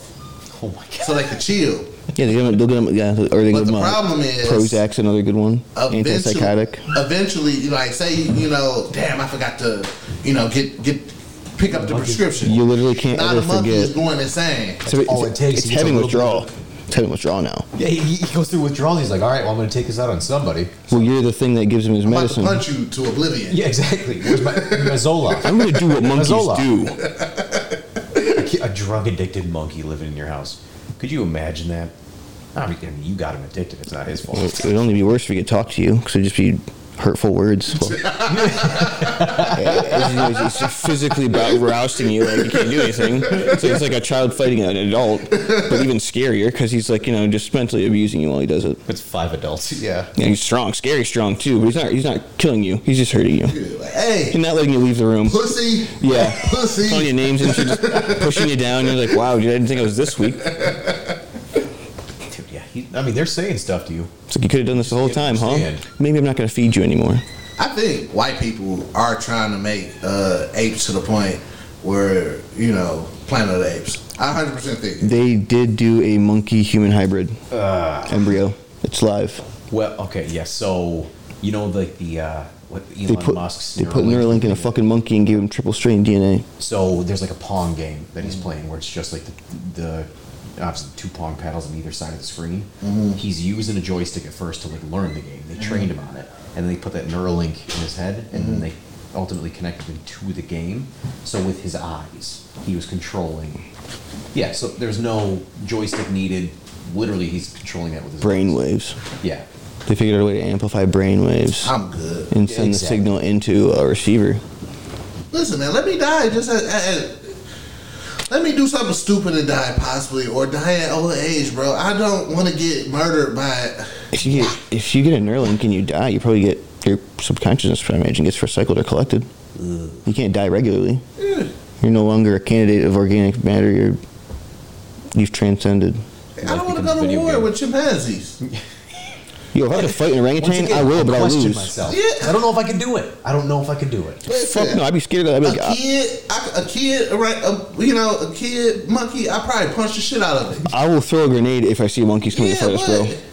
Speaker 4: Oh my god.
Speaker 3: so they can chill.
Speaker 5: Yeah, they don't, they'll get them. Yeah, or they
Speaker 3: But
Speaker 5: give
Speaker 3: the
Speaker 5: them uh,
Speaker 3: problem is-
Speaker 5: Prozac's another good one.
Speaker 3: Eventually-
Speaker 5: Antipsychotic.
Speaker 3: Eventually, you know, like say you know, damn, I forgot to, you know, get get pick up the prescription.
Speaker 5: You literally can't
Speaker 3: now
Speaker 5: ever
Speaker 3: the monkey
Speaker 5: forget.
Speaker 3: is going insane.
Speaker 5: So
Speaker 4: That's all it takes.
Speaker 5: It's
Speaker 4: It's a
Speaker 5: having
Speaker 4: little bit of-
Speaker 5: withdrawal. It's having withdrawal now.
Speaker 4: Yeah, he, he goes through withdrawals. He's like, all right, well, I'm going to take this out on somebody.
Speaker 5: Well, you're the thing that gives him his
Speaker 3: I'm about to
Speaker 5: medicine.
Speaker 3: punch you to oblivion.
Speaker 4: Yeah, exactly. Where's my, my Zoloft?
Speaker 5: I'm gonna do what monkeys
Speaker 4: Mazola.
Speaker 5: do.
Speaker 4: A ki- a drug addicted monkey living in your house. Could you imagine that? I mean, I mean, you got him addicted. It's not his
Speaker 5: Well,
Speaker 4: fault.
Speaker 5: it would only be worse if he could talk to you, because it'd just be hurtful words. Well, yeah, it's, it's just physically about rousing you, like you can't do anything. So it's like a child fighting an adult, but even scarier, because he's like you know just mentally abusing you while he does it.
Speaker 4: It's five adults. Yeah.
Speaker 5: And he's strong, scary strong too, but he's not he's not killing you. He's just hurting you.
Speaker 3: Like,
Speaker 5: He's
Speaker 3: hey,
Speaker 5: not letting you leave the room.
Speaker 3: pussy.
Speaker 5: Yeah.
Speaker 3: Pussy.
Speaker 5: Calling your names and shit, just pushing you down. You're like, wow, dude, I didn't think it was this week.
Speaker 4: Dude, yeah. He, I mean, they're saying stuff to you.
Speaker 5: It's like you could have done this the whole time, huh?
Speaker 4: Understand.
Speaker 5: Maybe I'm not going to feed you anymore.
Speaker 3: I think white people are trying to make uh, apes to the point where you know Planet of the Apes. I 100 percent think.
Speaker 5: They did do a monkey human hybrid embryo. It's live.
Speaker 4: Well, okay, yeah. So, you know, like the, uh, what Elon
Speaker 5: They put
Speaker 4: Musk's
Speaker 5: they put Neuralink in a fucking monkey and gave him triple strain DNA.
Speaker 4: So there's like a pong game that
Speaker 5: Mm.
Speaker 4: he's playing where it's just like the, the obviously two pong paddles on either side of the screen.
Speaker 5: Mm-hmm.
Speaker 4: He's using a joystick at first to like learn the game. They trained him on it, and then they put that Neuralink in his head, and
Speaker 5: Mm-hmm.
Speaker 4: then they ultimately connected him to the game. So with his eyes, he was controlling. Yeah. So there's no joystick needed. Literally, he's controlling that with his
Speaker 5: Brain waves.
Speaker 4: Yeah.
Speaker 5: They figured out a way to amplify brain waves
Speaker 3: I'm good.
Speaker 5: and send the
Speaker 4: exactly.
Speaker 5: signal into a receiver.
Speaker 3: Listen, man, let me die. Just uh, uh, uh, Let me do something stupid and die, possibly, or die at old age, bro. I don't want to get murdered by.
Speaker 5: If you get if you get a Neuralink and you die, you probably get your subconsciousness, I imagine, gets recycled or collected. You can't die regularly.
Speaker 3: Eh,
Speaker 5: You're no longer a candidate of organic matter. You're you've transcended.
Speaker 3: I don't want to go to
Speaker 6: video
Speaker 3: war
Speaker 6: game.
Speaker 3: with chimpanzees.
Speaker 5: Yo, if I had to fight an orangutan, I will, but I'll
Speaker 4: question
Speaker 5: lose.
Speaker 4: myself.
Speaker 3: Yeah.
Speaker 4: I don't know if I can do it. I don't know if I can do it.
Speaker 5: Fuck no, I'd be scared of that. I'd be like,
Speaker 3: a
Speaker 5: I,
Speaker 3: kid, I, a kid, a, ra- a, you know, a kid monkey. I probably punch the shit out of it.
Speaker 5: I will throw a grenade if I see monkeys coming
Speaker 3: Yeah,
Speaker 5: to fight us, bro.
Speaker 3: what?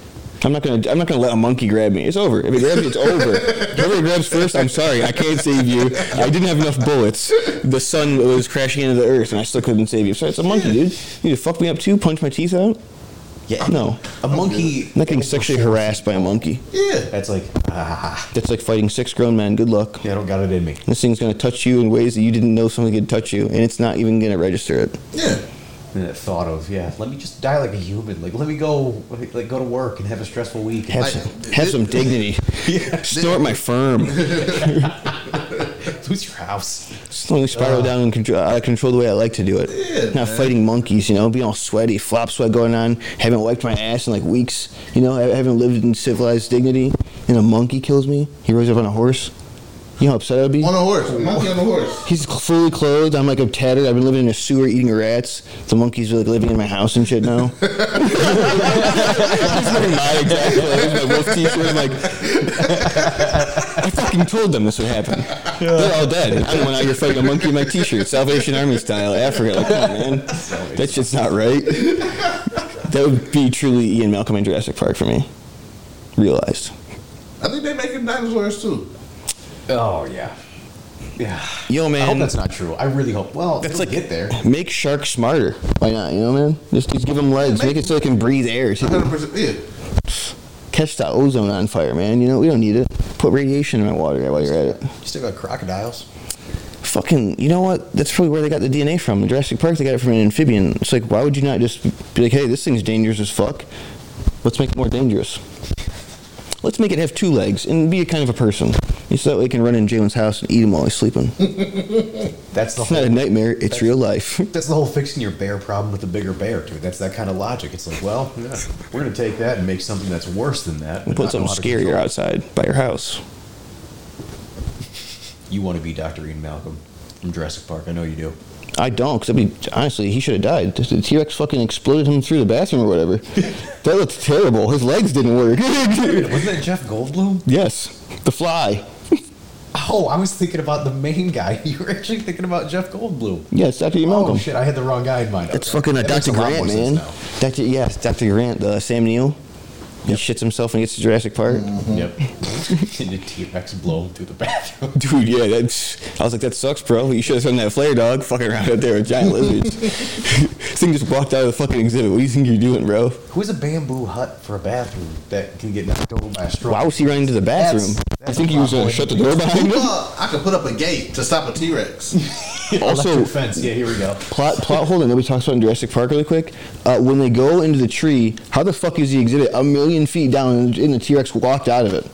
Speaker 5: I'm not gonna. I'm not gonna let a monkey grab me. It's over. If it grabs me, it's over. Whoever grabs first, I'm sorry. I can't save you. I didn't have enough bullets. The sun was crashing into the earth, and I still couldn't save you. So it's a monkey, dude. You need to fuck me up too. Punch my teeth out.
Speaker 4: Yeah,
Speaker 5: No,
Speaker 4: a monkey.
Speaker 5: I'm not getting sexually harassed by a monkey.
Speaker 3: Yeah.
Speaker 4: That's like, ah,
Speaker 5: That's like fighting six grown men. Good luck.
Speaker 4: yeah, I don't got it in me.
Speaker 5: This thing's gonna touch you in ways that you didn't know something could touch you, and it's not even gonna register it.
Speaker 3: Yeah.
Speaker 4: And that thought of, yeah, let me just die like a human. Like, let me go, like, go to work and have a stressful week.
Speaker 5: Have
Speaker 3: I-
Speaker 5: some, have some dignity. Snort my firm.
Speaker 4: Lose your house.
Speaker 5: Slowly spiral down and control, out of control the way I like to do it.
Speaker 3: Yeah,
Speaker 5: Not
Speaker 3: man.
Speaker 5: fighting monkeys, you know, being all sweaty, flop sweat going on. Haven't wiped my ass in like weeks. You know, I haven't lived in civilized dignity. And a monkey kills me. He rose up on a horse. You know how upset I'd be?
Speaker 3: On a horse. Monkey on a horse.
Speaker 5: He's cl- fully clothed. I'm like, I'm tattered. I've been living in a sewer eating rats. The monkeys are like living in my house and shit now. He's wearing my exact clothes, my wolf t-shirt. I'm like, I fucking told them this would happen. They're all dead. I'm the one out here fighting a monkey in my t-shirt, Salvation Army style, Africa. Like, come on, man. That shit's not right. That would be truly Ian Malcolm in Jurassic Park for me. Realized.
Speaker 3: I think they're making dinosaurs too.
Speaker 4: Oh yeah, yeah.
Speaker 5: Yo, man.
Speaker 4: I hope that's not true. I really hope. Well, that's
Speaker 5: That's like-
Speaker 4: like get there.
Speaker 5: Make sharks smarter. Why not? You know, man. Just, just give them legs. Make it so they can breathe air. too.
Speaker 3: 100%. Yeah.
Speaker 5: Catch the ozone on fire, man. You know we don't need it. Put radiation in my water while you're at it.
Speaker 4: You still got crocodiles.
Speaker 5: Fucking, you know what? That's probably where they got the DNA from. In Jurassic Park, they got it from an amphibian. It's like, why would you not just be like, hey, this thing's dangerous as fuck. Let's make it more dangerous. Let's make it have two legs and be a kind of a person. So that way it can run in Jalen's house and eat him while he's sleeping.
Speaker 4: That's the
Speaker 5: It's not
Speaker 4: whole.
Speaker 5: a nightmare. It's real life.
Speaker 4: That's the whole fixing your bear problem with the bigger bear, dude. That's that kind of logic. It's like, well, yeah, we're gonna take that and make something that's worse than that.
Speaker 5: We'll
Speaker 4: and
Speaker 5: put
Speaker 4: not know
Speaker 5: something
Speaker 4: how to
Speaker 5: scarier
Speaker 4: control it.
Speaker 5: outside by your house.
Speaker 4: You want to be Dr. Ian Malcolm from Jurassic Park? I know you do.
Speaker 5: I don't, because I mean, honestly, he should have died. The T Rex fucking exploded him through the bathroom or whatever. that looked terrible. His legs didn't work.
Speaker 4: Wasn't that Jeff Goldblum?
Speaker 5: yes, the fly.
Speaker 4: Oh, I was thinking about the main guy. You were actually thinking about Jeff Goldblum.
Speaker 5: Yes, Dr. Ian
Speaker 4: Oh
Speaker 5: Malcolm.
Speaker 4: shit, I had the wrong guy in mind.
Speaker 5: That's
Speaker 4: Okay.
Speaker 5: fucking uh,
Speaker 4: That makes
Speaker 5: Dr.
Speaker 4: lot
Speaker 5: Grant,
Speaker 4: more sense
Speaker 5: man.
Speaker 4: now.
Speaker 5: Dr. Yes, Dr. Grant, the uh, Sam Neill. He shits himself and gets to Jurassic Park.
Speaker 4: Yep. and the T Rex blow him through the bathroom.
Speaker 5: Dude, yeah, that's. I was like, that sucks, bro. You should have sent that flare dog fucking around out there with giant lizards. this thing just walked out of the fucking exhibit. What do you think you're doing, bro?
Speaker 4: Who has a bamboo hut for a bathroom that can get knocked over by a straw?
Speaker 5: Why was he running to the bathroom?
Speaker 4: That's-
Speaker 5: I
Speaker 4: that's
Speaker 5: think
Speaker 4: a
Speaker 5: he was going to
Speaker 4: problem.
Speaker 5: shut the door behind him.
Speaker 3: Well, I could put up a gate to stop a T Rex.
Speaker 5: Also,
Speaker 4: Electric fence. Yeah, here we go.
Speaker 5: plot plot hole that nobody talks about in Jurassic Park really quick. Uh, when they go into the tree, how the fuck is the exhibit a million feet down and, and the T Rex walked out of it?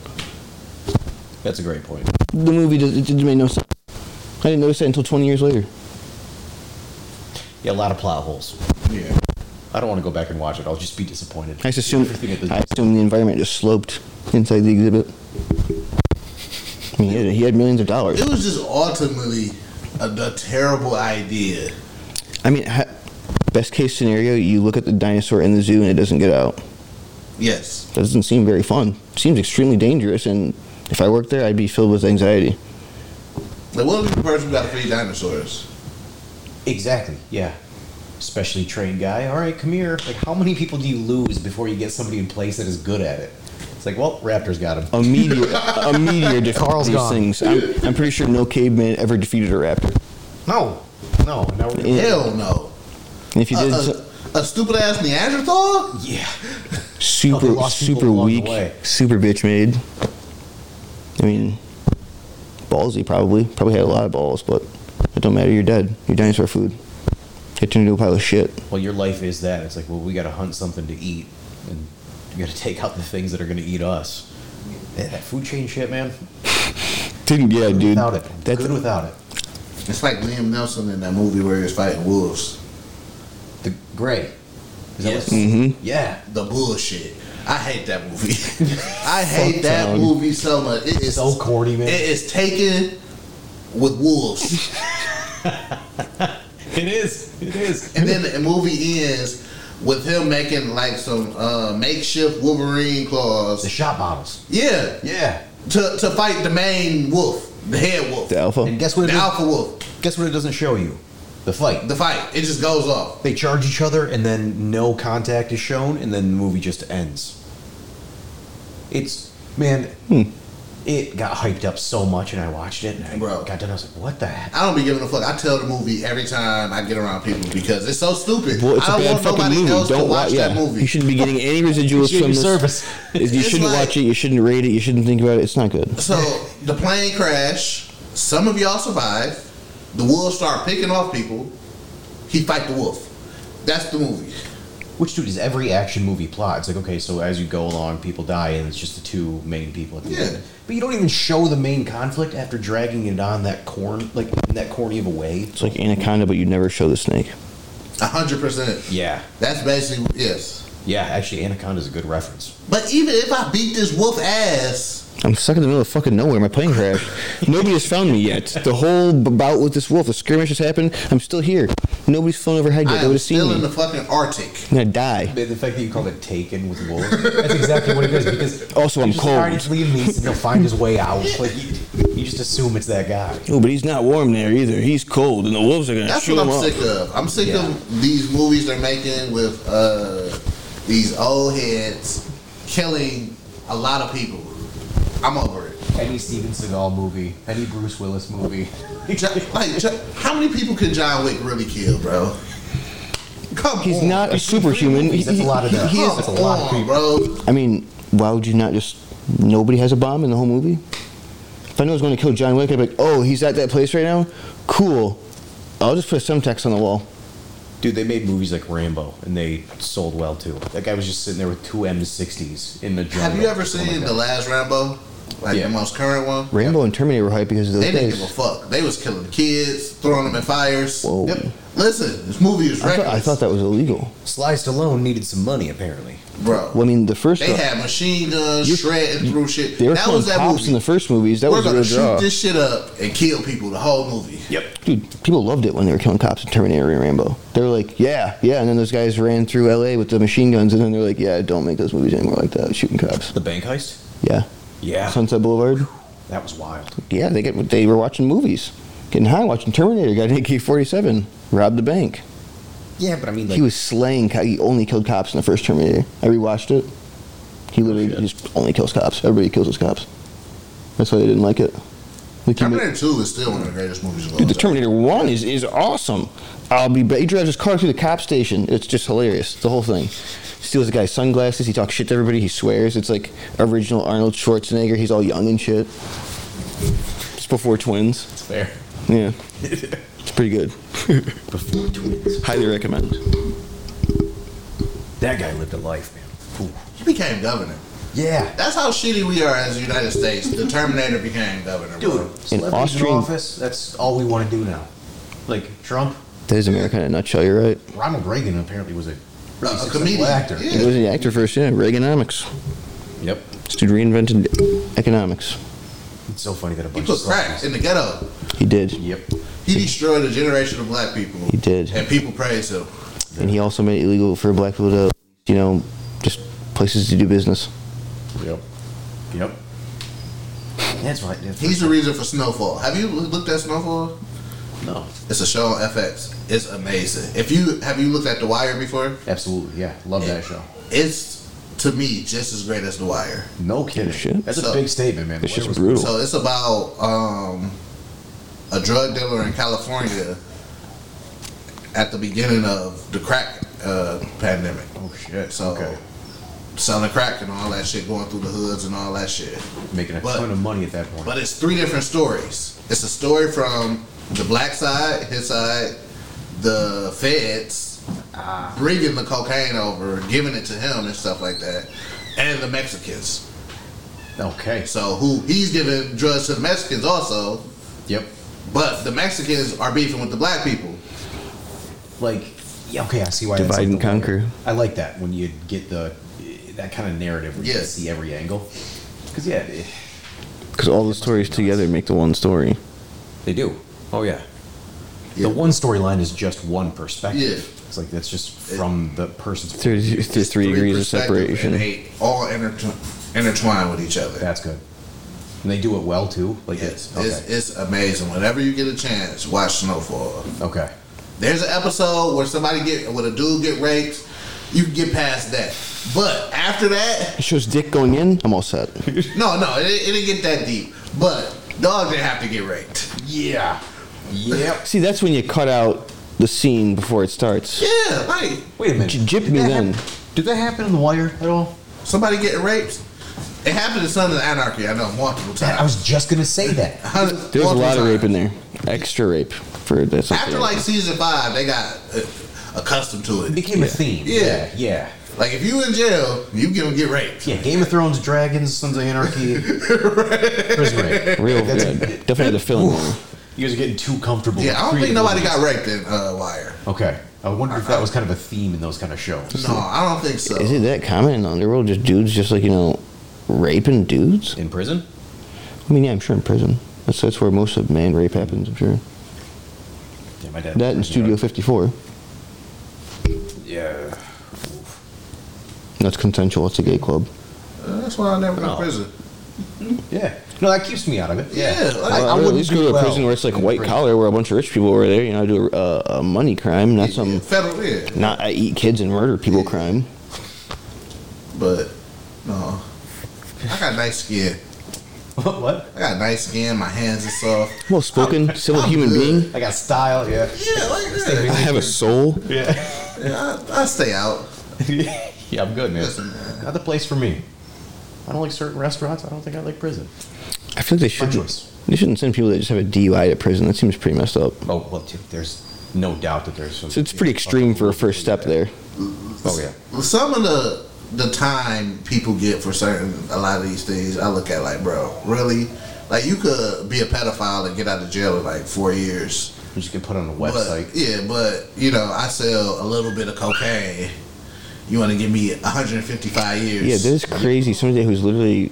Speaker 4: That's a great point.
Speaker 5: The movie does, it didn't make no sense. I didn't notice that until 20 years later.
Speaker 4: Yeah, a lot of plot holes.
Speaker 3: Yeah.
Speaker 4: I don't want to go back and watch it. I'll just be disappointed.
Speaker 5: I just assumed,
Speaker 4: Everything at the-
Speaker 5: I assumed the environment just sloped inside the exhibit. I mean, he had, he had millions of dollars.
Speaker 3: It was just ultimately a, a terrible idea.
Speaker 5: I mean, ha- best case scenario, you look at the dinosaur in the zoo and it doesn't get out.
Speaker 3: Yes.
Speaker 5: That doesn't seem very fun. Seems extremely dangerous, and if I worked there, I'd be filled with anxiety.
Speaker 3: Like, what if the person who got to feed dinosaurs?
Speaker 4: Exactly. Yeah. Especially trained guy. All right, come here. Like, how many people do you lose before you get somebody in place that is good at it? It's like, well, Raptors got him.
Speaker 5: a meteor, a meteor defeats
Speaker 4: Carl's
Speaker 5: these
Speaker 4: gone.
Speaker 5: things. I'm, I'm pretty sure no caveman ever defeated a raptor. Oh.
Speaker 4: No. No. Now we're
Speaker 5: Yeah.
Speaker 3: Hell no.
Speaker 5: And if you
Speaker 3: A,
Speaker 5: did, so-
Speaker 3: a, stupid ass Neanderthal?
Speaker 4: Yeah. Oh, they
Speaker 5: super,
Speaker 4: lost people
Speaker 5: super
Speaker 4: along the
Speaker 5: weak,
Speaker 4: way.
Speaker 5: super bitch made. I mean, ballsy probably. Probably had a lot of balls, but it don't matter. You're dead. You're dinosaur food. It turned into a pile of shit.
Speaker 4: Well, your life is that. It's like, well, we got to hunt something to eat, and we got to take out the things that are going to eat us. Yeah, that food chain shit, man.
Speaker 5: Didn't get it, dude.
Speaker 4: Without it,
Speaker 5: That's
Speaker 4: good without it.
Speaker 3: It's like Liam Nelson in that movie where he was fighting wolves.
Speaker 4: The gray. Is that
Speaker 3: Yes.
Speaker 4: what it's
Speaker 5: Mm-hmm.
Speaker 4: called? Yeah.
Speaker 3: The bullshit. I hate that movie. I hate that
Speaker 4: Fucktown.
Speaker 3: movie so much. It is
Speaker 4: So corny, man.
Speaker 3: It is taken with wolves,
Speaker 4: It is. It is.
Speaker 3: and then the movie ends with him making like some uh, makeshift Wolverine
Speaker 4: The
Speaker 3: claws.
Speaker 4: shot bottles.
Speaker 3: Yeah,
Speaker 4: Yeah.
Speaker 3: to to fight the main wolf, the head wolf,
Speaker 5: The
Speaker 3: the,
Speaker 5: alpha.
Speaker 4: And guess what? It does,
Speaker 3: alpha wolf.
Speaker 4: guess what? It doesn't show you. The fight.
Speaker 3: The fight. It just goes off.
Speaker 4: They charge each other, and then no contact is shown, and then the movie just ends. It's man.
Speaker 5: Hmm.
Speaker 4: It got hyped up so much, and I watched it, and I
Speaker 3: Bro.
Speaker 4: got done. I was like, "What the heck?"
Speaker 3: I don't be giving a fuck. I tell the movie every time I get around people because it's so stupid.
Speaker 5: Well, it's
Speaker 3: I don't
Speaker 5: a bad
Speaker 3: want
Speaker 5: fucking
Speaker 3: nobody
Speaker 5: movie.
Speaker 3: else
Speaker 5: Don't
Speaker 3: to watch
Speaker 5: watch. Yeah,
Speaker 3: that movie.
Speaker 5: you shouldn't be getting any residuals
Speaker 4: Should
Speaker 5: from
Speaker 4: be
Speaker 5: this.
Speaker 4: service.
Speaker 5: Is- You
Speaker 3: It's
Speaker 5: shouldn't
Speaker 3: like-
Speaker 5: watch it. You shouldn't rate it. You shouldn't think about it. It's not good.
Speaker 3: So the plane crash. Some of y'all survive. The wolves start picking off people. He fight the wolf. That's the movie.
Speaker 4: Which, dude, is every action movie plot. It's like, okay, so as you go along, people die, and it's just the two main people at the
Speaker 3: Yeah.
Speaker 4: end. But you don't even show the main conflict after dragging it on that corn, like in that corny of a way.
Speaker 5: It's like Anaconda, but you never show the snake.
Speaker 3: A hundred percent.
Speaker 4: Yeah,
Speaker 3: That's basically yes.
Speaker 4: yeah. Actually, Anaconda is a good reference.
Speaker 3: But even if I beat this wolf ass,
Speaker 5: I'm stuck in the middle of fucking nowhere. My plane crashed. Nobody has found me yet. The whole b- bout with this wolf, the skirmish has happened. I'm still here. Nobody's flown overhead yet.
Speaker 3: I
Speaker 5: They
Speaker 3: am
Speaker 5: would have seen
Speaker 3: still
Speaker 5: me.
Speaker 3: in the fucking Arctic.
Speaker 5: I'm gonna die.
Speaker 4: The, the fact that you called it "Taken" with wolves—that's exactly what it is. Because
Speaker 5: Also, I'm
Speaker 4: you're just like,
Speaker 5: cold.
Speaker 4: All right, it's leaving these, and he'll find his way out. Like you, you just assume it's that guy.
Speaker 5: Oh, but he's not warm there either. He's cold, and the wolves are gonna
Speaker 3: That's
Speaker 5: shoot
Speaker 3: what
Speaker 5: him
Speaker 3: I'm
Speaker 5: up.
Speaker 3: sick of. I'm sick
Speaker 4: Yeah.
Speaker 3: of these movies they're making with uh, these old heads killing a lot of people. I'm over it.
Speaker 4: Any Steven Seagal movie, any Bruce Willis movie.
Speaker 3: Jo- like, Jo- how many people can John Wick really kill, bro? Come
Speaker 5: He's
Speaker 3: on.
Speaker 5: not a superhuman. He-
Speaker 4: That's a lot of
Speaker 5: he-
Speaker 4: them.
Speaker 5: he is-
Speaker 4: That's a lot of
Speaker 3: Come on,
Speaker 4: people.
Speaker 3: bro.
Speaker 5: I mean, why would you not just? Nobody has a bomb in the whole movie. If I know it's going to kill John Wick, I'd be like, oh, he's at that place right now. Cool. I'll just put some text on the wall.
Speaker 4: Dude, they made movies like Rambo, and they sold well too. That guy was just sitting there with two M60s in the jungle.
Speaker 3: Have you ever
Speaker 4: Oh my
Speaker 3: seen
Speaker 4: God.
Speaker 3: the last Rambo? Like
Speaker 4: Yeah.
Speaker 3: the most current one.
Speaker 5: Rambo and Terminator were hype because of those
Speaker 3: They didn't
Speaker 5: days.
Speaker 3: give a fuck. They was killing kids, throwing them in fires.
Speaker 5: Whoa.
Speaker 3: Listen, this movie is
Speaker 5: I thought,
Speaker 3: reckless,
Speaker 5: I thought that was illegal.
Speaker 4: Sly Stallone needed some money, apparently.
Speaker 3: bro.
Speaker 5: Well, I mean, the first
Speaker 3: They had machine guns,
Speaker 5: You-
Speaker 3: shredding through shit.
Speaker 5: they were
Speaker 3: That
Speaker 5: killing
Speaker 3: was that
Speaker 5: cops
Speaker 3: movie.
Speaker 5: in the first movies. That
Speaker 3: We're
Speaker 5: was a
Speaker 3: gonna
Speaker 5: real
Speaker 3: shoot
Speaker 5: draw.
Speaker 3: this shit up and kill people the whole movie.
Speaker 5: Dude, people loved it when they were killing cops in Terminator and Rambo. They were like, yeah, yeah. And then those guys ran through L.A. with the machine guns, and then they're like, yeah, don't make those movies anymore like that, shooting cops.
Speaker 4: The bank heist?
Speaker 5: Yeah.
Speaker 4: Yeah.
Speaker 5: Sunset Boulevard.
Speaker 4: That was wild.
Speaker 5: Yeah, they get they were watching movies, getting high, watching Terminator. Got an AK-47, robbed the bank.
Speaker 4: Yeah, but I mean, like,
Speaker 5: he was slaying. co- He only killed cops in the first Terminator. I rewatched it.
Speaker 3: Oh,
Speaker 5: He literally
Speaker 4: shit.
Speaker 5: just only kills cops. Everybody kills his cops. That's why they didn't like it. Like he ma-
Speaker 3: Terminator Two is still one of the greatest movies of all
Speaker 5: Dude, the
Speaker 3: time.
Speaker 5: Terminator One is, is awesome. I'll be. ba- He drives his car through the cop station. It's just hilarious. The whole thing. Steals the guy's sunglasses. He talks shit to everybody. He swears. It's like original Arnold Schwarzenegger. He's all young and shit. Just before twins.
Speaker 4: it's fair.
Speaker 5: Yeah. It's pretty good.
Speaker 4: Before twins.
Speaker 5: Highly recommend.
Speaker 4: That guy lived a life, man. Ooh.
Speaker 3: He became governor.
Speaker 4: Yeah.
Speaker 3: That's how shitty we are as the United States. The Terminator became governor.
Speaker 4: Dude,
Speaker 3: Bro.
Speaker 4: celebrities in
Speaker 5: Austrian-
Speaker 4: office, that's all we want to do now. Like, Trump,
Speaker 5: That is America in a nutshell, you're right.
Speaker 4: Ronald Reagan apparently was a, pretty
Speaker 3: a
Speaker 4: successful
Speaker 3: comedian.
Speaker 4: actor.
Speaker 3: Yeah.
Speaker 5: He was the actor first, yeah. Reaganomics.
Speaker 4: Yep.
Speaker 5: This dude reinvented economics.
Speaker 4: It's so funny that a
Speaker 3: He
Speaker 4: bunch
Speaker 3: put
Speaker 4: of
Speaker 3: crack
Speaker 4: celebrities-
Speaker 3: in the ghetto.
Speaker 5: He did.
Speaker 4: Yep.
Speaker 3: He destroyed a generation of black people.
Speaker 5: He did.
Speaker 3: And people praise him.
Speaker 5: And he also made it illegal for black people to, you know, just places to do business.
Speaker 4: Yep. Yep. That's right. That's
Speaker 3: He's the reason for Snowfall. Have you looked at Snowfall?
Speaker 4: no.
Speaker 3: It's a show on FX. It's amazing. If you have you looked at The Wire before,
Speaker 4: Absolutely, yeah. Love that show.
Speaker 3: it's to me just as great as The Wire.
Speaker 4: No kidding.
Speaker 5: shit.
Speaker 4: That's
Speaker 3: So-
Speaker 4: a big statement, man.
Speaker 5: This
Speaker 4: Where
Speaker 5: shit's
Speaker 4: was-
Speaker 5: brutal.
Speaker 3: So it's about um, a drug dealer in California at the beginning of the crack uh, pandemic.
Speaker 4: Oh shit.
Speaker 3: So
Speaker 4: okay.
Speaker 3: selling crack and all that shit, going through the hoods and all that shit.
Speaker 4: Making a
Speaker 3: but-
Speaker 4: ton of money at that point.
Speaker 3: But it's three different stories. It's a story from the black side, his side, the feds bringing the cocaine over, giving it to him and stuff like that, and the Mexicans.
Speaker 4: okay.
Speaker 3: So who he's giving drugs to the Mexicans also,
Speaker 4: Yep.
Speaker 3: but the Mexicans are beefing with the black people.
Speaker 4: Like Yeah, okay, I see why. that's
Speaker 5: Divide
Speaker 4: like
Speaker 5: and
Speaker 4: the-
Speaker 5: conquer.
Speaker 4: I like that when you get the that kind of narrative where you can
Speaker 3: Yes.
Speaker 4: see every angle. Because yeah, it-
Speaker 5: Because all the stories together make the one story.
Speaker 4: they do. Oh yeah.
Speaker 3: Yeah.
Speaker 4: The one storyline is just one perspective.
Speaker 3: Yeah.
Speaker 4: It's like that's just from the person's.
Speaker 5: Through, through three degrees of
Speaker 3: perspective And
Speaker 5: separation.
Speaker 3: they all inter- intertwine with each other.
Speaker 4: That's good. And they do it well too. Like
Speaker 3: Yes,
Speaker 4: okay.
Speaker 3: it's, it's amazing. Whenever you get a chance, watch Snowfall.
Speaker 4: okay.
Speaker 3: There's an episode where somebody get when a dude get raped, you can get past that. But after that,
Speaker 5: It shows dick going in. I'm all set.
Speaker 3: no, no, it, it didn't get that deep. But dog didn't have to get raped.
Speaker 4: Yeah. Yep.
Speaker 5: See, that's when you cut out the scene before it starts.
Speaker 3: Yeah, like
Speaker 4: Wait a minute.
Speaker 5: J- Jip me
Speaker 4: Did that
Speaker 5: then.
Speaker 4: hap- Did that happen in The Wire at all?
Speaker 3: somebody getting raped. It happened to Sons of Anarchy. I know multiple
Speaker 4: I
Speaker 3: times.
Speaker 4: was just gonna say that.
Speaker 5: There's a
Speaker 3: Multiple
Speaker 5: lot of
Speaker 3: times.
Speaker 5: rape in there. Extra rape for that's not
Speaker 3: After
Speaker 5: fair.
Speaker 3: like season five, they got uh, accustomed to
Speaker 4: It
Speaker 3: it.
Speaker 4: became a theme.
Speaker 3: Yeah.
Speaker 4: Yeah. Yeah.
Speaker 3: Like if you in jail, you gonna get raped.
Speaker 4: Yeah. Game of Thrones, dragons, Sons of Anarchy. Prison rape.
Speaker 5: real good. Definitely had to fill in there.
Speaker 4: You guys are getting too comfortable.
Speaker 3: Yeah,
Speaker 4: with
Speaker 3: I don't think
Speaker 4: creative
Speaker 3: nobody
Speaker 4: ways.
Speaker 3: got raped in uh, Wire.
Speaker 4: Okay. I wonder if that was kind of a theme in those kind of shows.
Speaker 3: No, I don't think so.
Speaker 5: Is it that common in the underworld? Just dudes, just like you know, raping dudes.
Speaker 4: In prison?
Speaker 5: I mean, yeah, I'm sure in prison. That's that's where most of man rape happens. I'm sure
Speaker 4: Yeah, my dad.
Speaker 5: that in Studio 54.
Speaker 4: Yeah.
Speaker 5: That's consensual. It's a gay club.
Speaker 3: Uh, That's why I never go
Speaker 4: No.
Speaker 3: to prison.
Speaker 4: Yeah. No, that keeps me out of it. Yeah.
Speaker 3: Yeah,
Speaker 5: I,
Speaker 3: like-
Speaker 5: I, would at least go to a prison where it's like white collar, where a bunch of rich people were there. You know, do a, a money crime, not some
Speaker 3: federal, yeah,
Speaker 5: not I eat kids and murder people crime.
Speaker 3: but no, I got nice skin.
Speaker 4: what? what?
Speaker 3: I got nice skin. My hands are soft.
Speaker 5: Well spoken, civil human
Speaker 3: good.
Speaker 5: being.
Speaker 4: I got style. Yeah.
Speaker 3: Yeah, like that.
Speaker 5: I have a soul.
Speaker 4: Yeah.
Speaker 3: Yeah, I, I stay out.
Speaker 4: yeah, I'm good, man.
Speaker 3: Listen, man.
Speaker 4: Not the place for me. I don't like certain restaurants. I don't think I like prison.
Speaker 5: I feel like they
Speaker 4: My
Speaker 5: shouldn't.
Speaker 4: choice.
Speaker 5: They shouldn't send people that just have a DUI to prison. That seems pretty messed up.
Speaker 4: Oh well, dude, there's no doubt that there's some.
Speaker 5: So it's pretty extreme for a first step there.
Speaker 4: Oh yeah.
Speaker 3: Some of the the time people get for certain a lot of these things, I look at like, bro, really? Like you could be a pedophile and get out of jail in like four years.
Speaker 4: You just get put on a
Speaker 3: But,
Speaker 4: website.
Speaker 3: yeah, but you know, I sell a little bit of cocaine. You want to give me 155 years?
Speaker 5: Yeah, that is crazy. Somebody who's literally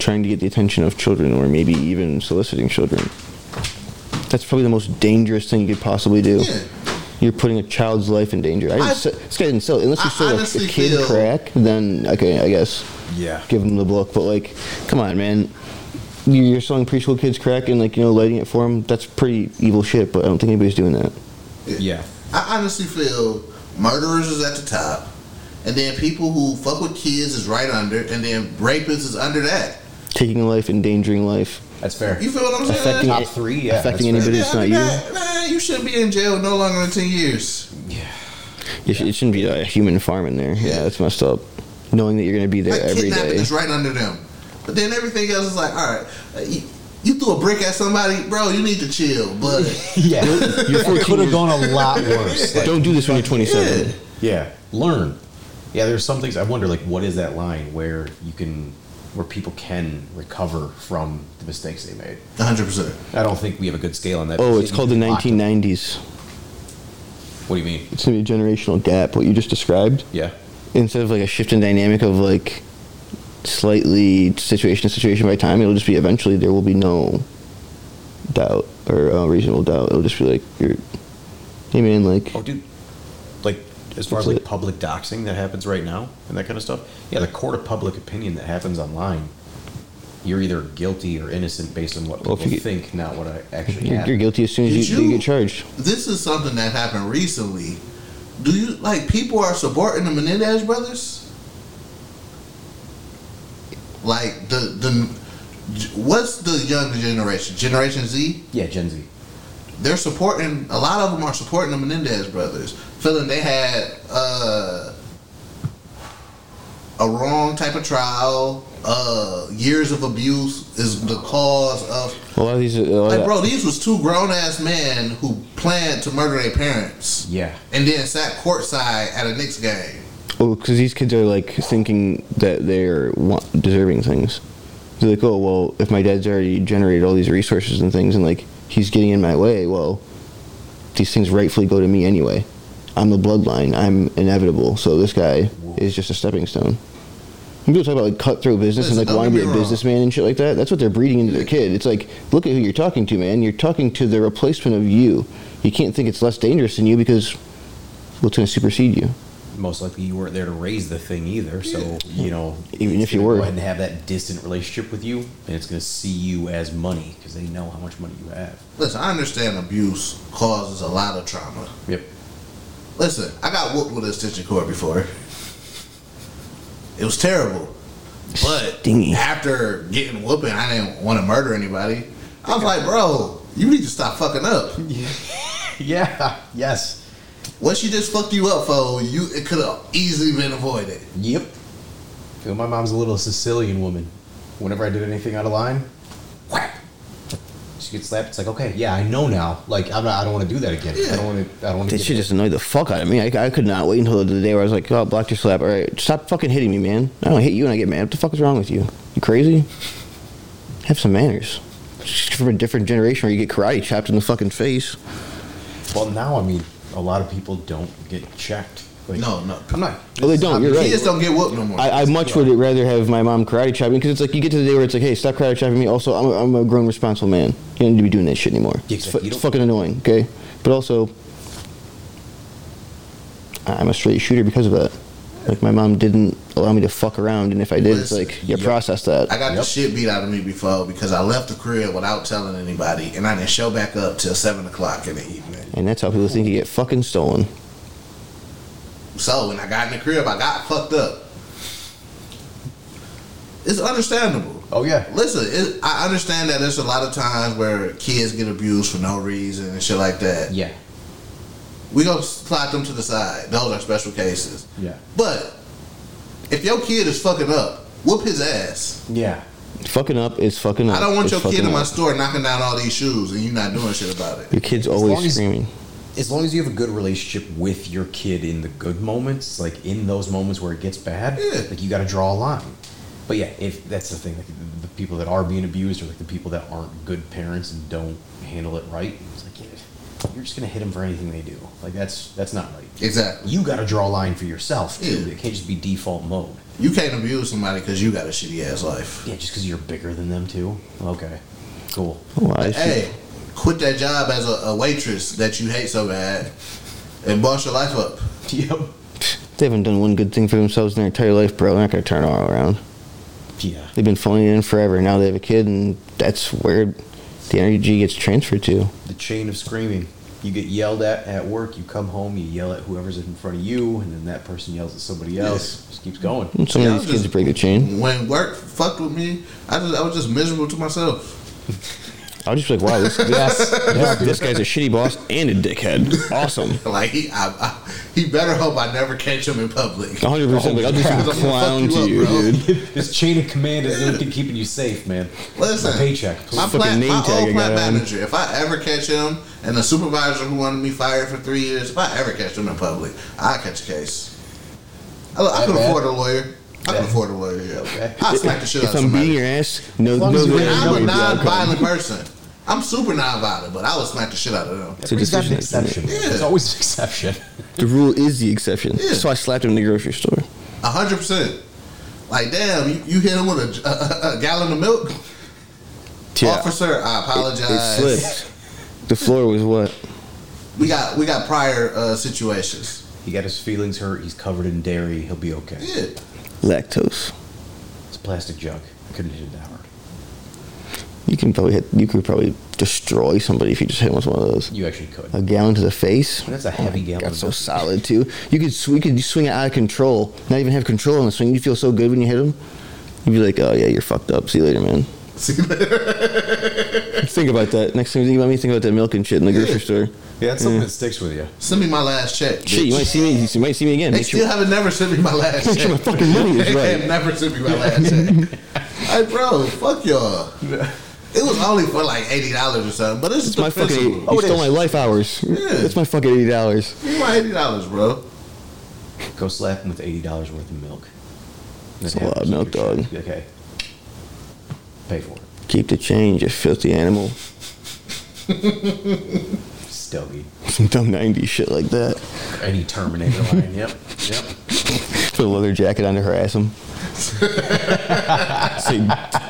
Speaker 5: trying to get the attention of children or maybe even soliciting children. That's probably the most dangerous thing you could possibly do.
Speaker 3: Yeah.
Speaker 5: You're putting a child's life in danger. I didn't
Speaker 3: I-
Speaker 5: se- this guy didn't sell it. Unless you
Speaker 3: I
Speaker 5: sold a- a,
Speaker 3: honestly
Speaker 5: kid
Speaker 3: feel-
Speaker 5: crack, then, okay, I guess
Speaker 4: Yeah.
Speaker 5: give him the book. But, like, come on, man. You- You're selling preschool kids crack and, like, you know, lighting it for them. That's pretty evil shit, but I don't think anybody's doing that.
Speaker 4: Yeah.
Speaker 3: I honestly feel murderers is at the top, and then people who fuck with kids is right under, and then rapists is under that.
Speaker 5: Taking a life, endangering life.
Speaker 4: That's fair.
Speaker 3: You feel what I'm saying?
Speaker 5: Affecting-
Speaker 4: Top three. Yeah.
Speaker 5: affecting
Speaker 4: that's fair.
Speaker 5: But anybody- it's
Speaker 3: I
Speaker 5: not
Speaker 3: mean, Man,
Speaker 5: you.
Speaker 3: man, you shouldn't be in jail no longer than 10 years.
Speaker 4: Yeah.
Speaker 5: It, sh- it shouldn't be a human farm in there. Yeah, that's messed up. Knowing that you're going to be there
Speaker 3: Like
Speaker 5: every
Speaker 3: kidnapping
Speaker 5: day.
Speaker 3: is right under them, but then everything else is like, all right, uh, you, you threw a brick at somebody, bro. You need to chill, but.
Speaker 4: Yeah. It could have gone a lot worse. Like,
Speaker 5: Don't do this when you're 27.
Speaker 4: Yeah, learn. Yeah, there's some things I wonder, like what is that line where you can, where people can recover from the mistakes they made?
Speaker 3: 100%.
Speaker 4: I don't think we have a good scale on that.
Speaker 5: Oh, it's called the
Speaker 4: Locked.
Speaker 5: 1990s.
Speaker 4: What do you mean?
Speaker 5: It's gonna be a generational gap. What you just described,
Speaker 4: Yeah,
Speaker 5: instead of like a shift in dynamic of like slightly situation to situation by time, it'll just be eventually there will be no doubt or uh, reasonable doubt. It'll just be like you're, hey man, like
Speaker 4: Oh, dude. Like, as far as
Speaker 5: That's
Speaker 4: like
Speaker 5: it.
Speaker 4: public doxing that happens right now and that kind of stuff, yeah, the court of public opinion that happens online, you're either guilty or innocent based on what
Speaker 5: Well,
Speaker 4: people
Speaker 5: if you get-
Speaker 4: think, not what I actually
Speaker 5: you're, you're
Speaker 4: happened.
Speaker 5: guilty as soon as
Speaker 3: Did
Speaker 5: you, you
Speaker 3: you-
Speaker 5: get charged.
Speaker 3: This is something that happened recently. Do you like people are supporting the Menendez brothers? Like the the what's the younger generation? Generation Z?
Speaker 4: Yeah, Gen Z.
Speaker 3: They're supporting a lot of them are supporting the Menendez brothers, feeling they had uh a wrong type of trial, uh years of abuse is the cause of
Speaker 5: A lot of these, a lot
Speaker 3: like,
Speaker 5: of-
Speaker 3: bro, these was two grown ass men who planned to murder their parents,
Speaker 4: Yeah.
Speaker 3: and then sat courtside at a Knicks game.
Speaker 5: Oh, because these kids are like thinking that they're want, deserving things. They're like, oh well, if my dad's already generated all these resources and things, and like he's getting in my way, well, these things rightfully go to me anyway. I'm the bloodline. I'm inevitable. So this guy is just a stepping stone. When People talk about like cutthroat business
Speaker 3: Listen,
Speaker 5: and like
Speaker 3: don't
Speaker 5: wanting
Speaker 3: get
Speaker 5: to be
Speaker 3: me
Speaker 5: a
Speaker 3: wrong.
Speaker 5: businessman and shit like that. That's what they're breeding into their kid. It's like, look at who you're talking to, man. You're talking to the replacement of you. You can't think it's less dangerous than you because well, it's going to supersede you.
Speaker 4: most likely you weren't there to raise the thing either. So you know,
Speaker 5: Even
Speaker 4: it's
Speaker 5: if you
Speaker 4: gonna
Speaker 5: were.
Speaker 4: go ahead and have that distant relationship with you, and it's going to see you as money because they know how much money you have.
Speaker 3: Listen, I understand abuse causes a lot of trauma.
Speaker 4: Yep.
Speaker 3: Listen, I got whooped with an extension cord before. It was terrible. But
Speaker 5: Stingy.
Speaker 3: after getting whooping, I didn't want to murder anybody. I was like, bro, you need to stop fucking up.
Speaker 4: Yeah. Yes.
Speaker 3: What she just fucked you up for, you it could have easily been avoided.
Speaker 4: Yep. You know, my mom's a little Sicilian woman. Whenever I did anything out of line, whack. She gets slapped. It's like, okay, yeah, I know now. Like, I'm not, I don't want to do that again. I don't want to. I don't want to.
Speaker 5: That shit just annoyed the fuck out of me. I, I could not wait until the day where I was like, oh, blocked your slap. All right, stop fucking hitting me, man. I don't hit you and I get mad. What the fuck is wrong with you? You crazy? Have some manners. Just from a different generation where you get karate chopped in the fucking face.
Speaker 4: Well, now I mean, a lot of people don't get checked. Like,
Speaker 3: No, no.
Speaker 4: I'm not.
Speaker 5: Oh, they don't. You're right.
Speaker 3: Kids don't get whooped no more.
Speaker 5: I, I much would rather have my mom karate chopping because it's like you get to the day where it's like, hey, stop karate chopping me. Also, I'm a, I'm a grown, responsible man. You don't need to be doing that shit anymore.
Speaker 4: Yeah,
Speaker 5: It's,
Speaker 4: exactly.
Speaker 5: fu-
Speaker 4: You
Speaker 5: it's
Speaker 4: don't-
Speaker 5: fucking annoying, okay? But also, I'm a straight shooter because of that. Like, my mom didn't allow me to fuck around, and if I did, it's
Speaker 3: Listen,
Speaker 5: like, you
Speaker 4: yep.
Speaker 5: process that.
Speaker 3: I got the
Speaker 4: Yep.
Speaker 3: shit beat out of me before because I left the crib without telling anybody and I didn't show back up till 7 o'clock in the evening.
Speaker 5: and that's how people think you get fucking stolen.
Speaker 3: So when I got in the crib, I got fucked up. It's understandable.
Speaker 4: Oh yeah.
Speaker 3: Listen, it, I understand that there's a lot of times where kids get abused for no reason and shit like that.
Speaker 4: Yeah.
Speaker 3: We gonna slide them to the side. Those are special cases.
Speaker 4: Yeah.
Speaker 3: But if your kid is fucking up, whoop his ass.
Speaker 4: Yeah.
Speaker 5: Fucking up is fucking up.
Speaker 3: I don't want
Speaker 5: It's
Speaker 3: your kid
Speaker 5: fucking
Speaker 3: in my
Speaker 5: up.
Speaker 3: store knocking down all these shoes and you not doing shit about it.
Speaker 5: Your kid's
Speaker 4: long
Speaker 5: always
Speaker 4: as-
Speaker 5: screaming.
Speaker 4: as long as you have a good relationship with your kid in the good moments, like in those moments where it gets bad,
Speaker 3: Yeah.
Speaker 4: like you got to draw a line. But yeah, if that's the thing, like the- the people that are being abused or like the people that aren't good parents and don't handle it right, it's like yeah, you're just gonna hit them for anything they do. Like that's that's not right.
Speaker 3: Exactly.
Speaker 4: You got to draw a line for yourself too.
Speaker 3: Yeah.
Speaker 4: It can't just be default mode.
Speaker 3: You can't abuse somebody because you got a shitty ass life.
Speaker 4: Yeah, just because you're bigger than them too. Okay, cool.
Speaker 5: Oh, I see.
Speaker 3: Hey, quit that job as a, a waitress that you hate so bad and boss your life up.
Speaker 4: Yep.
Speaker 5: They haven't done one good thing for themselves in their entire life, bro. They're not going to turn it all around.
Speaker 4: Yeah.
Speaker 5: they've been phoning it in forever. Now they have a kid, and that's where the energy gets transferred to.
Speaker 4: the chain of screaming. You get yelled at at work. You come home. You yell at whoever's in front of you, and then that person yells at somebody else. Just keeps going.
Speaker 5: And some
Speaker 3: Yeah,
Speaker 5: of
Speaker 3: I'm
Speaker 5: these kids
Speaker 3: just-
Speaker 5: break the chain.
Speaker 3: when work fucked with me, I just I was just miserable to myself.
Speaker 5: I'll just be like, wow, this,
Speaker 4: Yes.
Speaker 5: this, this guy's a shitty boss and a dickhead. Awesome.
Speaker 3: Like he, I, I, he better hope I never catch him in public.
Speaker 5: 100%. Like, I'll
Speaker 3: crap.
Speaker 5: just be
Speaker 3: Fuck you
Speaker 5: clown to
Speaker 3: up,
Speaker 5: you,
Speaker 3: bro.
Speaker 5: dude.
Speaker 4: this chain of command is the only thing keeping you safe, man.
Speaker 3: Listen,
Speaker 4: My paycheck.
Speaker 3: my,
Speaker 4: Please.
Speaker 5: fucking
Speaker 3: plant,
Speaker 5: name
Speaker 3: my
Speaker 5: tag
Speaker 3: old
Speaker 5: I
Speaker 3: plant
Speaker 5: got on.
Speaker 3: manager. If I ever catch him, and the supervisor who wanted me fired for three years, if I ever catch him in public, I catch a case. I, I
Speaker 4: That
Speaker 3: can
Speaker 4: bad?
Speaker 3: afford a lawyer. I can
Speaker 4: Yeah.
Speaker 3: afford a lawyer. Yeah.
Speaker 4: Okay.
Speaker 3: I smack the shit out
Speaker 5: If
Speaker 3: of
Speaker 5: I'm beating
Speaker 3: somebody.
Speaker 5: your ass, no,
Speaker 4: long
Speaker 5: no,
Speaker 4: as you
Speaker 5: there
Speaker 4: ain't
Speaker 5: is
Speaker 3: I'm
Speaker 5: no
Speaker 3: a
Speaker 5: good outcome.
Speaker 3: non-violent person. I'm super non-violent, but I would smack the shit out of them.
Speaker 5: It's a
Speaker 4: Everybody's got an
Speaker 5: decision that's
Speaker 4: exception.
Speaker 5: made.
Speaker 3: Yeah.
Speaker 4: There's always an exception.
Speaker 5: The rule is the exception.
Speaker 3: Yeah.
Speaker 5: So I slapped him in the grocery store.
Speaker 3: A hundred percent. Like damn, you, you hit him with a, a, a gallon of milk, officer. I apologize.
Speaker 5: It slipped. The floor was what?
Speaker 3: We got we got prior uh, situations.
Speaker 4: He got his feelings hurt. He's covered in dairy. He'll be okay.
Speaker 3: Yeah,
Speaker 5: Lactose.
Speaker 4: It's a plastic jug. I couldn't hit it that hard.
Speaker 5: You can probably hit, you could probably destroy somebody if you just hit him with one of those.
Speaker 4: You actually could.
Speaker 5: a gallon to the face.
Speaker 4: That's a heavy gallon
Speaker 5: That's so
Speaker 4: of-
Speaker 5: solid too. You could sw- you could swing it out of control, not even have control on the swing. You feel so good when you hit him. You'd be like, oh yeah, you're fucked up. See you later, man. think about that. Next time you think about me, think about that milk and shit in the grocery store.
Speaker 4: Yeah, that's something that sticks with you.
Speaker 3: send me my last check. bitch.
Speaker 5: Shit, you might see me. You might see me again.
Speaker 3: they
Speaker 5: Make
Speaker 3: still
Speaker 5: sure,
Speaker 3: haven't never sent me my last
Speaker 5: make
Speaker 3: check.
Speaker 5: sure my fucking money is
Speaker 3: they have
Speaker 5: right.
Speaker 3: never sent me my last check. like, bro, fuck y'all. It was only for like eighty dollars or something, but it's,
Speaker 5: It's my fucking. Oh,
Speaker 3: defensible.
Speaker 5: You stole my life hours. It's my fucking eighty dollars.
Speaker 3: Give me my eighty dollars, bro.
Speaker 4: Go slap him with eighty dollars worth of milk.
Speaker 5: That's a lot of milk, dog.
Speaker 4: Okay. Pay for it.
Speaker 5: Keep the change, you filthy animal.
Speaker 4: Stogie.
Speaker 5: Some dumb 90s shit like that.
Speaker 4: Any Terminator line. Yep. Yep.
Speaker 5: Put a leather jacket on to harass him. Say d-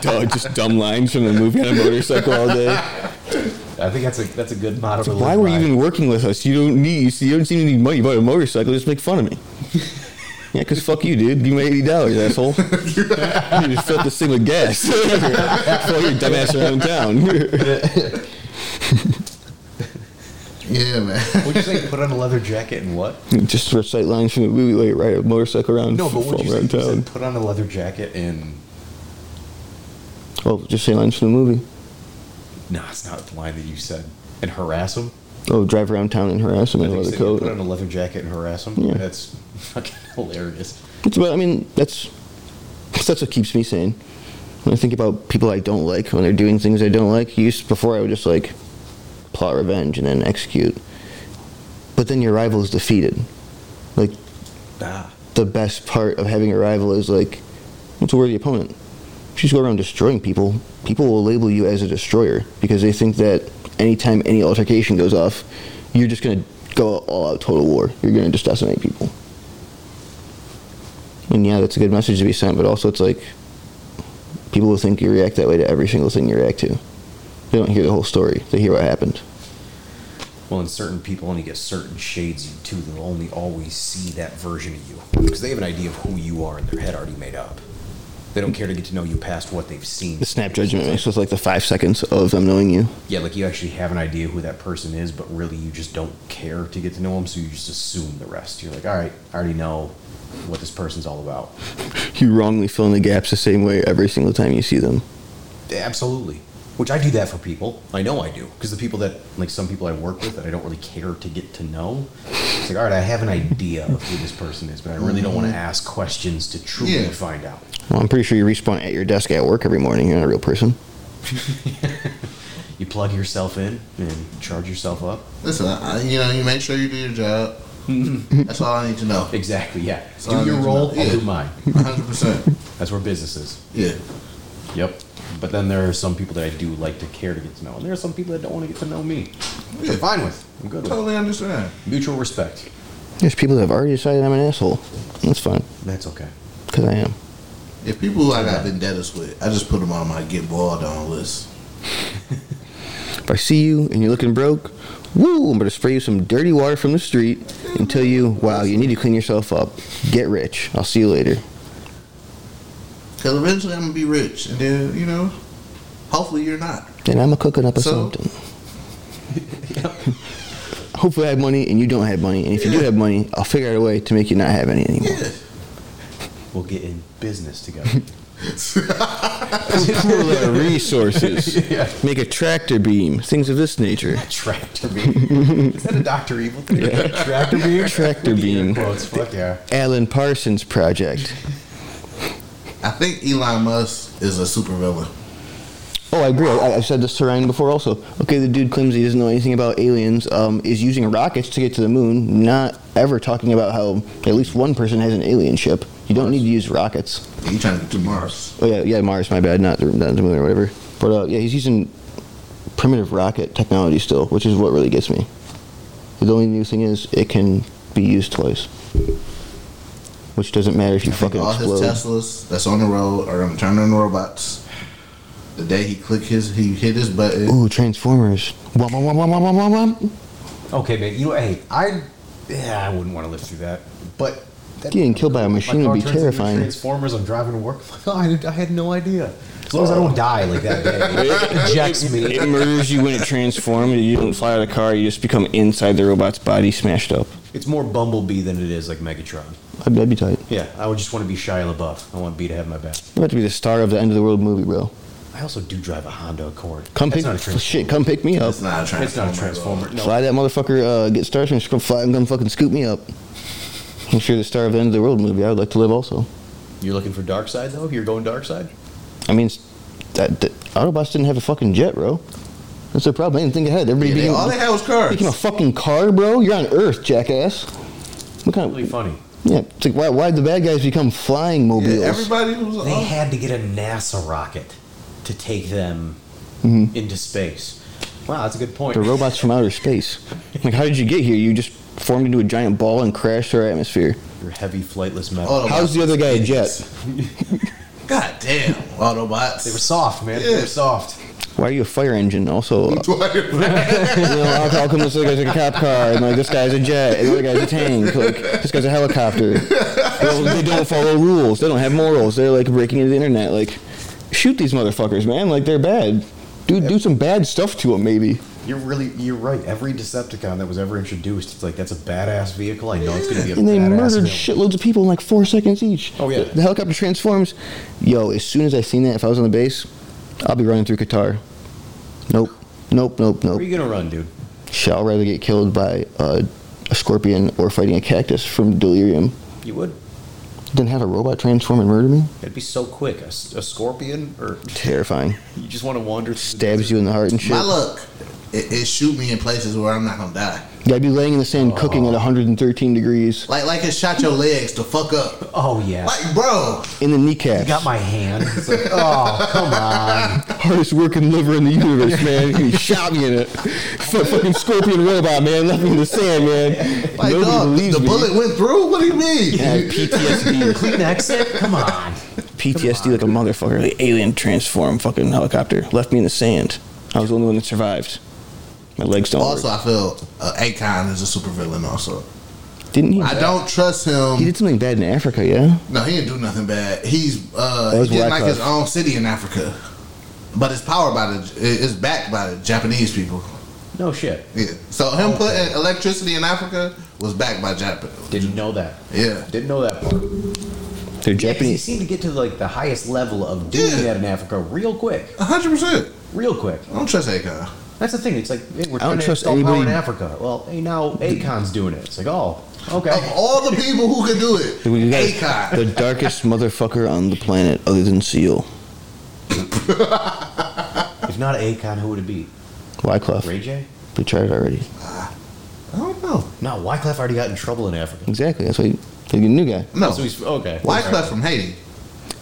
Speaker 5: uh, just dumb lines from the movie on a motorcycle all day.
Speaker 4: I think that's a that's a good motto. to
Speaker 5: Why
Speaker 4: live
Speaker 5: were you
Speaker 4: by.
Speaker 5: even working with us? You don't need. You, see, you don't seem to need money. You bought a motorcycle. Just make fun of me. Yeah, cause fuck you, dude. Give me eighty dollars, asshole. you just filled this thing with gas. Fuck your dumbass around town.
Speaker 3: Yeah, man.
Speaker 4: Would you say put on a leather jacket and what?
Speaker 5: just recite lines from the movie. Wait, ride a motorcycle around.
Speaker 4: No, but would
Speaker 5: fall
Speaker 4: you say
Speaker 5: around
Speaker 4: you
Speaker 5: town.
Speaker 4: said put on a leather jacket and
Speaker 5: Oh, just say lines from the movie.
Speaker 4: no, it's not the line that you said and harass them.
Speaker 5: Oh, drive around town and harass him
Speaker 4: I
Speaker 5: in a
Speaker 4: think you
Speaker 5: leather
Speaker 4: said you
Speaker 5: coat.
Speaker 4: put on a leather jacket and harass them.
Speaker 5: Yeah.
Speaker 4: That's fucking hilarious.
Speaker 5: It's about. I mean, that's that's what keeps me sane. When I think about people I don't like when they're doing things I don't like, used before I would just like plot revenge and then execute. But then your rival is defeated. Like
Speaker 4: Ah,
Speaker 5: the best part of having a rival is like it's a worthy opponent. If you just go around destroying people, people will label you as a destroyer because they think that anytime any altercation goes off, you're just gonna go all out total war. You're gonna just decimate people. And yeah, that's a good message to be sent, but also it's like people will think you react that way to every single thing you react to. They don't hear the whole story. They hear what happened.
Speaker 4: well, and certain people only get certain shades of you too. They'll only always see that version of you because they have an idea of who you are in their head already made up. They don't care to get to know you past what they've seen.
Speaker 5: The snap judgment makes with like the five seconds of them knowing you.
Speaker 4: Yeah, like you actually have an idea who that person is, but really you just don't care to get to know them, so you just assume the rest. You're like, all right, I already know what this person's all about.
Speaker 5: You wrongly fill in the gaps the same way every single time you see them.
Speaker 4: Absolutely. Which I do that for people. I know I do. Because the people that, like some people I work with that I don't really care to get to know, it's like, all right, I have an idea of who this person is, but I really don't want to ask questions to truly
Speaker 3: Mm-hmm. Yeah.
Speaker 4: find out.
Speaker 5: Well, I'm pretty sure you respawn at your desk at work every morning. You're not a real person.
Speaker 4: You plug yourself in and charge yourself up.
Speaker 3: Listen, I, you know, you make sure you do your job.
Speaker 5: Mm-hmm.
Speaker 3: That's all I need to know.
Speaker 4: Exactly, yeah.
Speaker 3: So I
Speaker 4: do your
Speaker 3: need to
Speaker 4: role,
Speaker 3: know-
Speaker 4: I'll do
Speaker 3: yeah.
Speaker 4: mine.
Speaker 3: 100%.
Speaker 4: That's where business is.
Speaker 3: Yeah.
Speaker 4: Yep. But then there are some people that I do like to care to get to know, and there are some people that don't want to get to know me. Which I'm fine with. I'm good with.
Speaker 3: Totally understand.
Speaker 4: Mutual respect.
Speaker 5: There's people that have already decided I'm an asshole. That's fine,
Speaker 4: That's okay.
Speaker 5: because I am.
Speaker 3: If people who I got vendettas with, I just put them on my get balled on list.
Speaker 5: If I see you and you're looking broke, woo, I'm going to spray you some dirty water from the street and tell you, wow, you need to clean yourself up. Get rich. I'll see you later.
Speaker 3: Because eventually I'm going to be rich. And then, you know, hopefully you're not.
Speaker 5: Then I'm a cooking up or
Speaker 3: So-
Speaker 5: something. Hopefully I have money and you don't have money. And if you do have money, I'll figure out a way to make you not have any anymore.
Speaker 3: Yeah.
Speaker 4: We'll get in business together.
Speaker 5: Pool our resources. Make a tractor beam. Things of this nature.
Speaker 4: Tractor beam. Is that a Doctor Evil thing? Tractor beam.
Speaker 5: Tractor
Speaker 4: With the air
Speaker 5: beam.
Speaker 4: Quotes. Fuck yeah.
Speaker 5: Alan Parsons Project.
Speaker 3: I think Elon Musk is a supervillain.
Speaker 5: Oh, I agree. I, I've said this to Ryan before also. Okay, the dude claims he doesn't know anything about aliens, um, is using rockets to get to the moon, not ever talking about how at least one person has an alien ship. You don't need to use rockets.
Speaker 3: You trying to get to Mars?
Speaker 5: Oh, yeah, yeah, Mars, my bad, not the, not the moon or whatever. But uh, yeah, he's using primitive rocket technology still, which is what really gets me. The only new thing is it can be used twice. Which doesn't matter if you
Speaker 3: I think
Speaker 5: fucking
Speaker 3: all
Speaker 5: explode.
Speaker 3: his Teslas that's on the road are gonna turn into robots. The day he click his, he hit his button.
Speaker 5: Ooh, Transformers. Womp, womp, womp, womp, womp, womp, womp.
Speaker 4: Okay, man. You know, hey, I, yeah, I wouldn't want to live through that. But that-
Speaker 5: Getting killed by a machine
Speaker 4: my
Speaker 5: would
Speaker 4: car
Speaker 5: be
Speaker 4: turns into
Speaker 5: terrifying.
Speaker 4: Transformers. I'm driving to work. I'm like, oh, I, did- I had no idea. As long as I don't die like that day, it ejects me.
Speaker 5: It murders you when it transforms. You don't fly out of the car. You just become inside the robot's body, smashed up.
Speaker 4: It's more Bumblebee than it is like Megatron.
Speaker 5: I'd, that'd be tight.
Speaker 4: Yeah, I would just want to be Shia LaBeouf. I want B to have my back.
Speaker 5: You're about to be the star of the end of the world movie, bro.
Speaker 4: I also do drive a Honda Accord.
Speaker 5: Come
Speaker 4: That's
Speaker 5: pick
Speaker 4: not a transformer.
Speaker 5: shit. Come pick me up.
Speaker 3: It's not a transformer.
Speaker 4: It's not a transformer. No.
Speaker 5: Fly that motherfucker. Uh, get stars and just come fly and come fucking scoop me up. I'm sure the star of the end of the world movie. I would like to live also.
Speaker 4: You're looking for Dark Side though. You're going Dark Side.
Speaker 5: I mean, it's- that, that Autobots didn't have a fucking jet, bro. That's the problem. I didn't think ahead. Everybody
Speaker 3: Yeah, they-
Speaker 5: became,
Speaker 3: all they had was cars.
Speaker 5: became a fucking car, bro. You're on Earth, jackass. What kind
Speaker 4: Really
Speaker 5: of
Speaker 4: funny.
Speaker 5: yeah? It's like why why the bad guys become flying
Speaker 3: Yeah,
Speaker 5: mobiles?
Speaker 3: everybody was.
Speaker 4: They
Speaker 3: all-
Speaker 4: had to get a NASA rocket to
Speaker 5: Mm-hmm.
Speaker 4: take them into space. Wow, that's a good point.
Speaker 5: They're robots from outer space. Like, how did you get here? You just formed into a giant ball and crashed our atmosphere.
Speaker 4: Your heavy flightless metal.
Speaker 3: Autobots
Speaker 5: How's the other guy a jet?
Speaker 3: God damn, Autobots.
Speaker 4: They were soft, man. They
Speaker 3: Yeah.
Speaker 4: were soft.
Speaker 5: Why are you a fire engine? Also, uh,
Speaker 3: Dwight-
Speaker 5: you know, how how come this other guy's like a cop car and like this guy's a jet and the other guy's a tank? Like this guy's a helicopter. Well, they don't follow rules. They don't have morals. They're like breaking into the internet. Like, shoot these motherfuckers, man. Like they're bad. Do do some bad stuff to them, maybe.
Speaker 4: You're really, you're right. Every Decepticon that was ever introduced, it's like that's a badass vehicle. I know it's going to be a
Speaker 5: And they
Speaker 4: badass
Speaker 5: murdered
Speaker 4: vehicle.
Speaker 5: shitloads of people in like four seconds each.
Speaker 4: Oh, yeah.
Speaker 5: The, the helicopter transforms. Yo, as soon as I seen that, if I was on the base, I'll be running through Qatar. Nope. Nope, nope,
Speaker 4: Where
Speaker 5: nope.
Speaker 4: are you going to run, dude?
Speaker 5: Shall rather get killed by uh, a scorpion or fighting a cactus from delirium
Speaker 4: You would.
Speaker 5: than have a robot transform and murder me?
Speaker 4: It'd be so quick. A, s- a scorpion, or
Speaker 5: Terrifying.
Speaker 4: you just want to wander. through the
Speaker 5: Stabs you in the heart and shit.
Speaker 3: My luck, it, it shoot me in places where I'm not gonna die.
Speaker 5: I'd be laying in the sand cooking
Speaker 3: Oh.
Speaker 5: at 113 degrees
Speaker 3: Like like it shot your legs to fuck up.
Speaker 4: Oh yeah.
Speaker 3: Like bro,
Speaker 5: in the
Speaker 4: You
Speaker 5: kneecaps.
Speaker 4: got my hand. It's like, oh come on.
Speaker 5: Hardest working liver in the universe, man. He shot me in it. Fu- fucking scorpion robot, man. Left me in the sand, man.
Speaker 3: like
Speaker 5: Nobody
Speaker 3: dog,
Speaker 5: believes
Speaker 3: the
Speaker 5: me.
Speaker 3: bullet went through. What do you mean?
Speaker 5: I had PTSD.
Speaker 4: Kleenex. Come on.
Speaker 5: PTSD like a motherfucker. The alien transformed fucking helicopter. Left me in the sand. I was the only one that survived. My legs don't
Speaker 3: Also,
Speaker 5: work.
Speaker 3: I feel uh, Akon is a supervillain. Also,
Speaker 5: Didn't he?
Speaker 3: I don't trust him.
Speaker 5: Hmm. He did something bad in Africa, yeah?
Speaker 3: No, he didn't do nothing bad. He's uh,
Speaker 5: That
Speaker 3: he
Speaker 5: was
Speaker 3: didn't like
Speaker 5: Wyclef.
Speaker 3: his own city in Africa, but it's powered by the it's backed by the Japanese people.
Speaker 4: No shit.
Speaker 3: Yeah. So him putting electricity in Africa was backed by Japan.
Speaker 4: Didn't know that.
Speaker 3: Yeah.
Speaker 4: Didn't know that part.
Speaker 5: They're
Speaker 4: Yeah, 'cause he
Speaker 5: Japanese.
Speaker 4: seemed to get to like the highest level of doing
Speaker 3: Yeah.
Speaker 4: that in Africa real quick.
Speaker 3: hundred percent.
Speaker 4: Real quick.
Speaker 3: I don't trust Akon.
Speaker 4: That's the thing. It's like hey, we're
Speaker 5: I don't
Speaker 4: trying to
Speaker 5: trust
Speaker 4: install power in
Speaker 5: anybody-
Speaker 4: Africa. Well, hey, now Akon's doing it. It's like, oh,
Speaker 3: Of
Speaker 4: okay.
Speaker 3: all the people who could do it,
Speaker 5: We got
Speaker 3: Akon.
Speaker 5: the darkest motherfucker on the planet other than Seal. Oh.
Speaker 4: If not Akon, who would it be? Ray
Speaker 5: Wyclef.
Speaker 4: J?
Speaker 5: They tried it already.
Speaker 3: I don't know.
Speaker 4: No, Wyclef already got in trouble in Africa.
Speaker 5: Exactly. That's why he, they get a new guy.
Speaker 3: No,
Speaker 4: So he's okay.
Speaker 3: Wyclef from Haiti.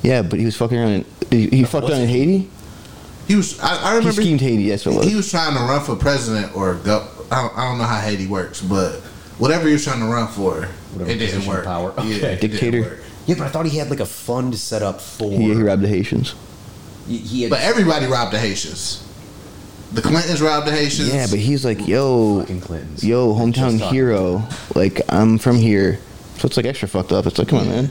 Speaker 5: Yeah, but he was fucking around in, he, he fucked
Speaker 4: was
Speaker 5: around in
Speaker 4: he?
Speaker 5: Haiti?
Speaker 3: He was. I, I
Speaker 5: He
Speaker 3: remember
Speaker 5: schemed Haiti, that's what it was.
Speaker 3: he was trying to run for president or go. I don't, I don't know how Haiti works, but whatever he was trying to run for,
Speaker 4: Whatever
Speaker 3: it didn't
Speaker 4: position
Speaker 3: work.
Speaker 4: power.
Speaker 3: Yeah,
Speaker 4: Okay.
Speaker 3: it didn't
Speaker 5: Dictator.
Speaker 3: work.
Speaker 4: Yeah, but I thought he had like a fund set up for.
Speaker 5: Yeah, he robbed the Haitians.
Speaker 4: he, he had
Speaker 3: But everybody robbed the Haitians. The Clintons robbed the Haitians.
Speaker 5: Yeah, but he's like, yo,
Speaker 4: fucking Clintons.
Speaker 5: yo,
Speaker 4: Just
Speaker 5: hometown
Speaker 4: talking.
Speaker 5: hero. Like, I'm from here. So it's like extra fucked up. It's like, come on, man.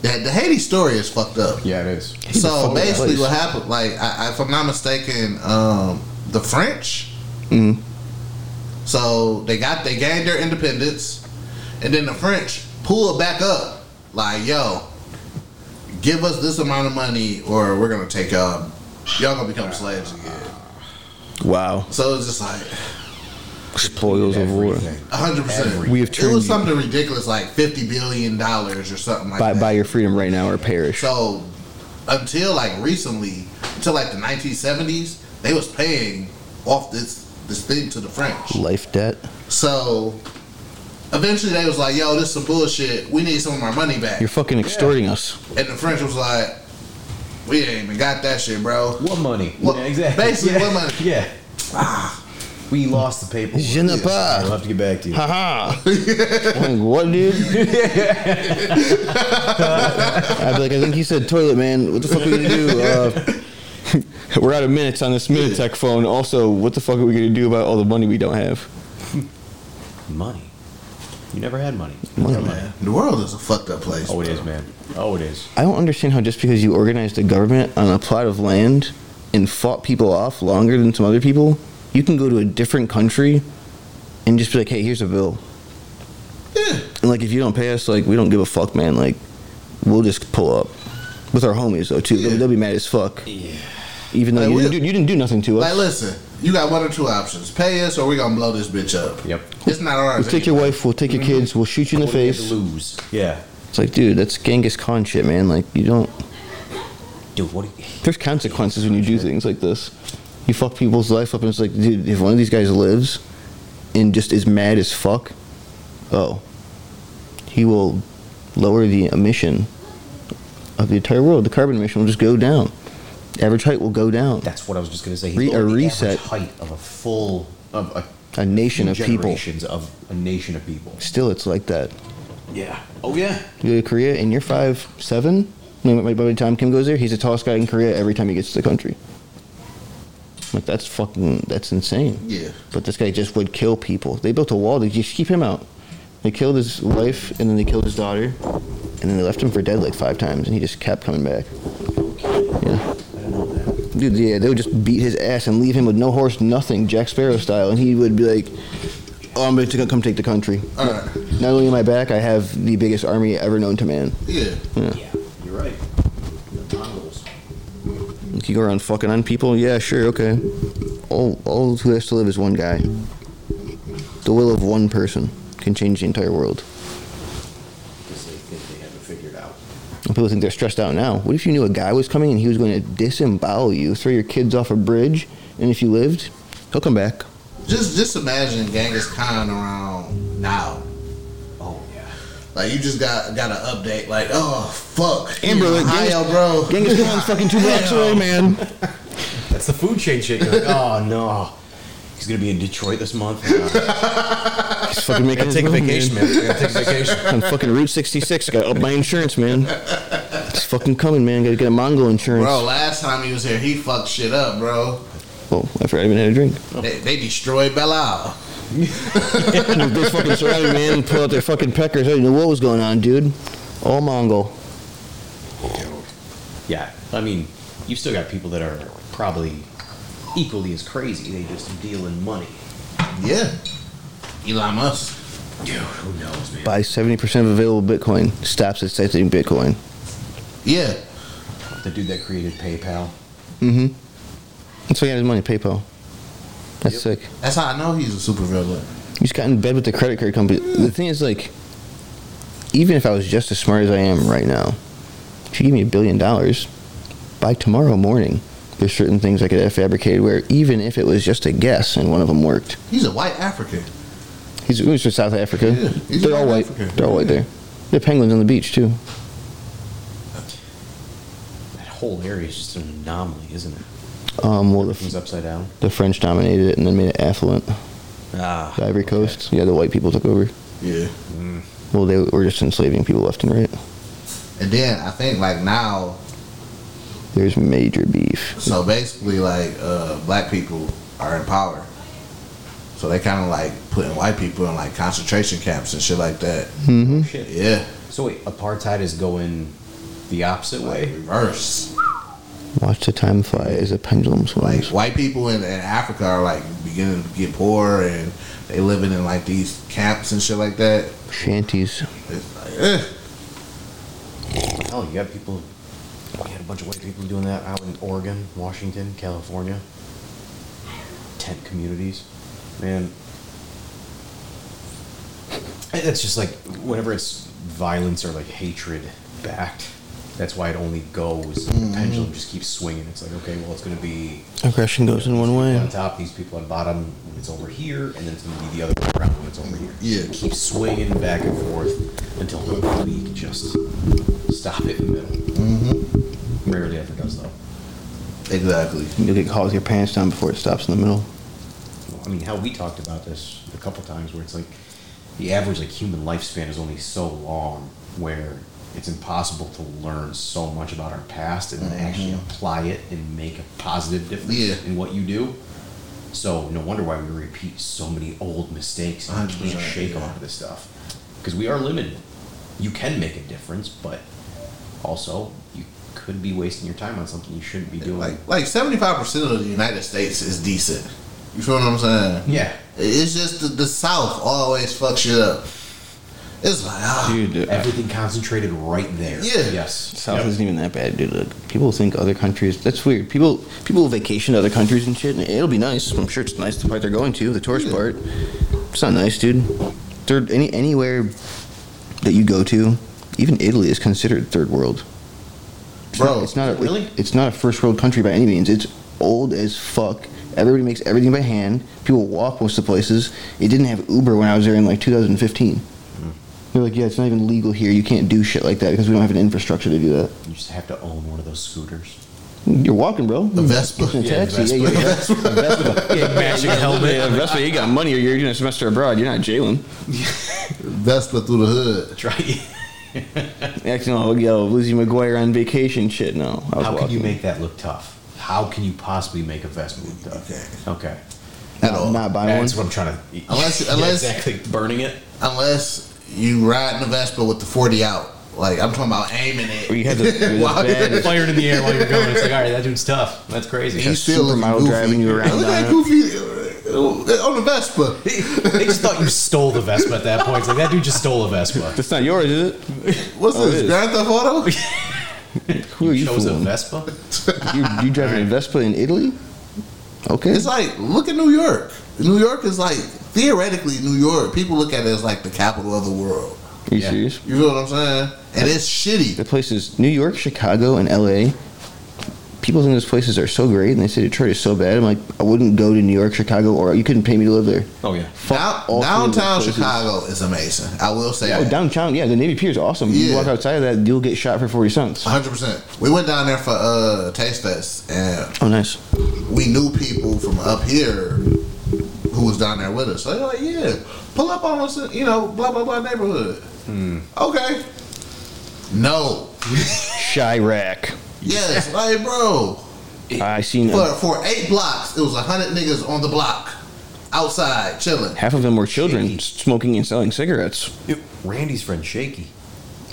Speaker 3: the, the Haiti story is fucked up.
Speaker 4: Yeah, it is.
Speaker 5: He's a
Speaker 3: So
Speaker 5: fucked up
Speaker 3: basically,
Speaker 5: place.
Speaker 3: what happened? Like, I, I- if I'm not mistaken, um, the French.
Speaker 5: Mhm.
Speaker 3: So they got they gained their independence, and then the French pulled back up. Like, yo, give us this amount of money, or we're gonna take y'all. Y'all gonna become slaves again.
Speaker 5: Wow.
Speaker 3: So it's just like.
Speaker 5: Spoils of war.
Speaker 4: Everything.
Speaker 3: A hundred percent.
Speaker 5: We have
Speaker 3: It
Speaker 5: turned
Speaker 3: was
Speaker 5: you-
Speaker 3: something ridiculous, like fifty billion dollars or something like
Speaker 5: Buy,
Speaker 3: that.
Speaker 5: buy your freedom right now or perish.
Speaker 3: So until like recently, until like the nineteen seventies, they was paying off this this thing to the French.
Speaker 5: Life debt.
Speaker 3: So eventually they was like, "Yo, this is some bullshit. We need some of our money back."
Speaker 5: You're fucking extorting us.
Speaker 3: And the French was like, "We ain't even got that shit, bro."
Speaker 4: What money?
Speaker 3: Well,
Speaker 4: yeah, exactly.
Speaker 3: basically,
Speaker 4: yeah.
Speaker 3: what money?
Speaker 4: Yeah. We lost the paperwork.
Speaker 5: Ah. Je ne
Speaker 4: Yeah.
Speaker 5: pas.
Speaker 4: I'll have to get back to you.
Speaker 5: Haha. like, what, dude? I'd be like, I think he said toilet, man. What the fuck are we gonna do? Uh, we're out of minutes on this Minitech phone. Also, what the fuck are we gonna do about all the money we don't have?
Speaker 4: Money. You never had money.
Speaker 5: Money,
Speaker 3: Man, the world is a fucked up place.
Speaker 4: Oh, it
Speaker 3: bro.
Speaker 4: is, man. Oh, it is.
Speaker 5: I don't understand how just because you organized a government on a plot of land and fought people off longer than some other people, you can go to a different country and just be like, hey, here's a bill.
Speaker 3: Yeah.
Speaker 5: And like, if you don't pay us, like, we don't give a fuck, man. Like, we'll just pull up with our homies though too. They'll, they'll be mad as fuck. Yeah. Even though
Speaker 3: Like,
Speaker 5: you,
Speaker 3: we-
Speaker 5: didn't do, you didn't do nothing to
Speaker 3: Like,
Speaker 5: us.
Speaker 3: listen, you got one or two options: pay us, or we gonna blow this bitch up.
Speaker 4: Yep.
Speaker 3: It's not ours.
Speaker 5: We'll take your wife. We'll take your kids. We'll shoot you in Mm-hmm. the
Speaker 4: What do we have to
Speaker 5: face.
Speaker 4: lose. Yeah.
Speaker 5: It's like, dude, that's Genghis Khan shit, man. Like, you don't.
Speaker 4: Dude, what? do you-
Speaker 5: There's consequences when you do things like this. You fuck people's life up, and it's like, dude, if one of these guys lives and just is mad as fuck, oh, he will lower the emission of the entire world. The carbon emission will just go down. Average height will go down.
Speaker 4: That's what I was just gonna say. He
Speaker 5: Re-
Speaker 4: lowered
Speaker 5: a
Speaker 4: the average
Speaker 5: reset.
Speaker 4: height of a full of a
Speaker 5: a nation of people.
Speaker 4: generations of a nation of people.
Speaker 5: Still, it's like that.
Speaker 4: Yeah. Oh yeah.
Speaker 5: You go to Korea and you're five seven. No, by by the time Kim goes there, he's the tallest guy in Korea every time he gets to the country. Like that's fucking that's insane.
Speaker 3: Yeah.
Speaker 5: But this guy just would kill people. They built a wall to just keep him out. They killed his wife and then they killed his daughter, and then they left him for dead like five times, and he just kept coming back. Yeah. Dude, yeah, they would just beat his ass and leave him with no horse, nothing, Jack Sparrow style, and he would be like, "Oh, I'm going to come take the country."
Speaker 3: All right.
Speaker 5: Not only am I back, I have the biggest army ever known to man.
Speaker 3: Yeah.
Speaker 4: Yeah. You're right. The Mongols.
Speaker 5: Like, You go around fucking on people? Yeah, sure, okay. All, all who has to live is one guy. The will of one person can change the entire world.
Speaker 4: Because they think they have it figured out.
Speaker 5: And people think they're stressed out now. What if you knew a guy was coming and he was going to disembowel you, throw your kids off a bridge, and if you lived, he'll come back.
Speaker 3: Just just imagine Genghis Khan around now.
Speaker 4: Oh yeah.
Speaker 3: Like you just got got an update. Like oh fuck,
Speaker 5: And, bro,
Speaker 3: You're in
Speaker 5: Genghis-
Speaker 3: Ohio, bro.
Speaker 5: Genghis Khan's fucking two blocks
Speaker 3: Hell.
Speaker 5: away, man.
Speaker 4: That's the food chain shit. You're like, oh no. He's gonna be in Detroit this month. Uh,
Speaker 5: He's fucking making his move,
Speaker 4: man. He's gonna take a vacation.
Speaker 5: On fucking Route 66, got up my insurance, man. It's fucking coming, man. Gotta get a Mongol insurance.
Speaker 3: Bro, last time he was here, he fucked shit up, bro.
Speaker 5: Well, I forgot I even had a drink.
Speaker 3: They, they destroyed Belle
Speaker 5: Those bitch fucking surrounded me and pull out their fucking peckers. I didn't know what was going on, dude. All Mongol.
Speaker 4: Yeah, I mean, you've still got people that are probably equally as crazy. They just deal in money.
Speaker 3: Yeah, Elon Musk.
Speaker 4: Dude, who knows, man?
Speaker 5: Buy 70% of available Bitcoin. Stops at citing Bitcoin.
Speaker 3: Yeah,
Speaker 4: the dude that created PayPal.
Speaker 5: Mm-hmm. That's why he got his money, PayPal. That's sick.
Speaker 3: that's how I know he's a supervillain.
Speaker 5: You just got in bed with the credit card company. The thing is, like, even if I was just as smart as I am right now, if you give me a billion dollars, by tomorrow morning, there's certain things I could have fabricated where even if it was just a guess and one of them worked,
Speaker 3: He's a white African.
Speaker 5: He's, he's from South Africa.
Speaker 3: Yeah, he's
Speaker 5: They're
Speaker 3: from
Speaker 5: all white.
Speaker 3: Africa.
Speaker 5: They're all white there. They're penguins on the beach too.
Speaker 4: That whole area is just an anomaly, isn't it?
Speaker 5: Um, well, the,
Speaker 4: Things
Speaker 5: F-
Speaker 4: upside down.
Speaker 5: the French dominated it and then made it affluent.
Speaker 4: Ah,
Speaker 5: The Ivory Coast. Yeah, the white people took over.
Speaker 3: Yeah,
Speaker 5: Well, they were just enslaving people left and right.
Speaker 3: and then I think like now,
Speaker 5: There's major beef.
Speaker 3: so basically like uh, black people are in power. So they kind of like putting white people in like concentration camps and shit like that.
Speaker 5: Mm-hmm.
Speaker 4: shit.
Speaker 3: Yeah,
Speaker 4: So wait, apartheid is going the opposite
Speaker 3: like
Speaker 4: way.
Speaker 3: reverse.
Speaker 5: Watch the time fly as a pendulum
Speaker 3: like
Speaker 5: swings.
Speaker 3: white people in, in Africa are like beginning to get poor and they living in like these camps and shit like that.
Speaker 5: Shanties.
Speaker 3: It's like, eh.
Speaker 4: Oh, you got people. You had a bunch of white people doing that out in Oregon, Washington, California. Tent communities, man. And That's just like whenever it's violence or like hatred backed. That's why it only goes. The pendulum just keeps swinging. It's like okay, well, it's going to be
Speaker 5: Aggression goes in one
Speaker 4: on
Speaker 5: way.
Speaker 4: top, these people on bottom when it's over here, and then it's going to be the other way around when it's over here.
Speaker 3: Yeah.
Speaker 4: Keep swinging back and forth until hopefully you can just stop it in the middle. Mm-hmm. Rarely ever does, though.
Speaker 3: exactly.
Speaker 5: You'll get caught with your pants down before it stops in the middle.
Speaker 4: I mean, how we talked about this a couple times where it's like the average like human lifespan is only so long where it's impossible to learn so much about our past and then actually apply it and make a positive difference
Speaker 3: Mm-hmm. Yeah.
Speaker 4: in what you do. So no wonder why we repeat so many old mistakes and we
Speaker 3: 100%,
Speaker 4: can't shake a lot of this stuff because we are limited. You can make a difference, but also you could be wasting your time on something you shouldn't be doing.
Speaker 3: Like like seventy five percent of the United States is decent. You feel what I'm saying?
Speaker 4: yeah,
Speaker 3: It's just the, the South always fucks shit up. It's like ah,
Speaker 5: Dude,
Speaker 4: everything concentrated right there.
Speaker 3: Yeah.
Speaker 4: Yes.
Speaker 5: South isn't even that bad, dude. Like, people think other countries. That's weird. People people vacation to other countries and shit, and it'll be nice. I'm sure it's nice the part they're going to, the tourist
Speaker 3: Yeah.
Speaker 5: part. It's not nice, dude. Third, any anywhere that you go to, even Italy is considered third world. It's
Speaker 3: Bro,
Speaker 5: not, it's not a,
Speaker 4: really?
Speaker 5: It's not a first world country by any means. It's old as fuck. Everybody makes everything by hand. People walk most of the places. It didn't have Uber when I was there in like 2015. They're like, yeah, it's not even legal here. You can't do shit like that because we don't have an infrastructure to do that.
Speaker 4: You just have to own one of those scooters.
Speaker 5: You're walking, bro.
Speaker 3: A Vespa.
Speaker 5: In a
Speaker 3: Yeah,
Speaker 5: taxi. Yeah, yeah, yeah. Vespa. Yeah,
Speaker 6: matching helmet.
Speaker 5: yeah, Vespa, you got money or you're doing a semester abroad. You're not Jalen.
Speaker 3: Vespa through the hood.
Speaker 4: That's right.
Speaker 5: Acting all, yo, Lizzie McGuire on vacation shit. No. I was
Speaker 4: How
Speaker 5: walking.
Speaker 4: can you make that look tough? How can you possibly make a vest look tough? Okay.
Speaker 3: At all.
Speaker 5: Not buy one.
Speaker 4: That's what I'm trying to.
Speaker 3: Unless-
Speaker 4: Yeah,
Speaker 3: unless-
Speaker 4: exactly burning it.
Speaker 3: Unless you ride in a Vespa with the 40 out. Like, I'm talking about aiming it.
Speaker 5: Or you had the- the
Speaker 3: While-
Speaker 5: bag.
Speaker 4: Fired in the air while you're going. It's like, all right, that dude's tough. That's
Speaker 3: And
Speaker 4: crazy.
Speaker 3: You still looking
Speaker 5: supermodel
Speaker 3: goofy.
Speaker 5: driving you around
Speaker 3: Look at that
Speaker 5: on it.
Speaker 3: goofy uh, on the Vespa.
Speaker 4: they just thought you stole the Vespa at that point. It's like that dude just stole a Vespa.
Speaker 5: That's not yours, is it?
Speaker 3: What's
Speaker 5: Oh, it
Speaker 3: this?
Speaker 5: is.
Speaker 3: Grand Theft Auto?
Speaker 5: Who are you
Speaker 4: Chose a
Speaker 5: fooling?
Speaker 4: Vespa.
Speaker 5: You, you driving a Vespa in Italy? Okay.
Speaker 3: It's like look at New York. New York is like theoretically New York. People look at it as like the capital of the world.
Speaker 5: you
Speaker 4: yeah.
Speaker 5: serious?
Speaker 3: You feel what I'm saying? And it's shitty.
Speaker 5: The places New York, Chicago, and LA. People think those places are so great, and they say Detroit is so bad. I'm like, I wouldn't go to New York, Chicago, or you couldn't pay me to live there.
Speaker 4: Oh yeah.
Speaker 5: Fuck
Speaker 3: Down,
Speaker 5: all three of those
Speaker 3: downtown
Speaker 5: places.
Speaker 3: Chicago is amazing. I will say
Speaker 5: Oh,
Speaker 3: that.
Speaker 5: downtown, yeah, the Navy Pier is awesome.
Speaker 3: Yeah.
Speaker 5: You walk outside of that, you'll get shot for forty cents.
Speaker 3: 100%. We went down there for uh, Taste Fest, and
Speaker 5: Oh, nice.
Speaker 3: we knew people from up here who was down there with us. So they're like, yeah, pull up on us, you know, blah, blah, blah neighborhood.
Speaker 5: Hmm.
Speaker 3: Okay. No.
Speaker 5: Chirac.
Speaker 3: Yes, like, bro.
Speaker 5: I seen
Speaker 3: For, for eight blocks, it was a 100 niggas on the block, outside, chilling.
Speaker 5: half of them were children
Speaker 4: Jeez.
Speaker 5: smoking and selling cigarettes.
Speaker 4: Randy's friend Shaky.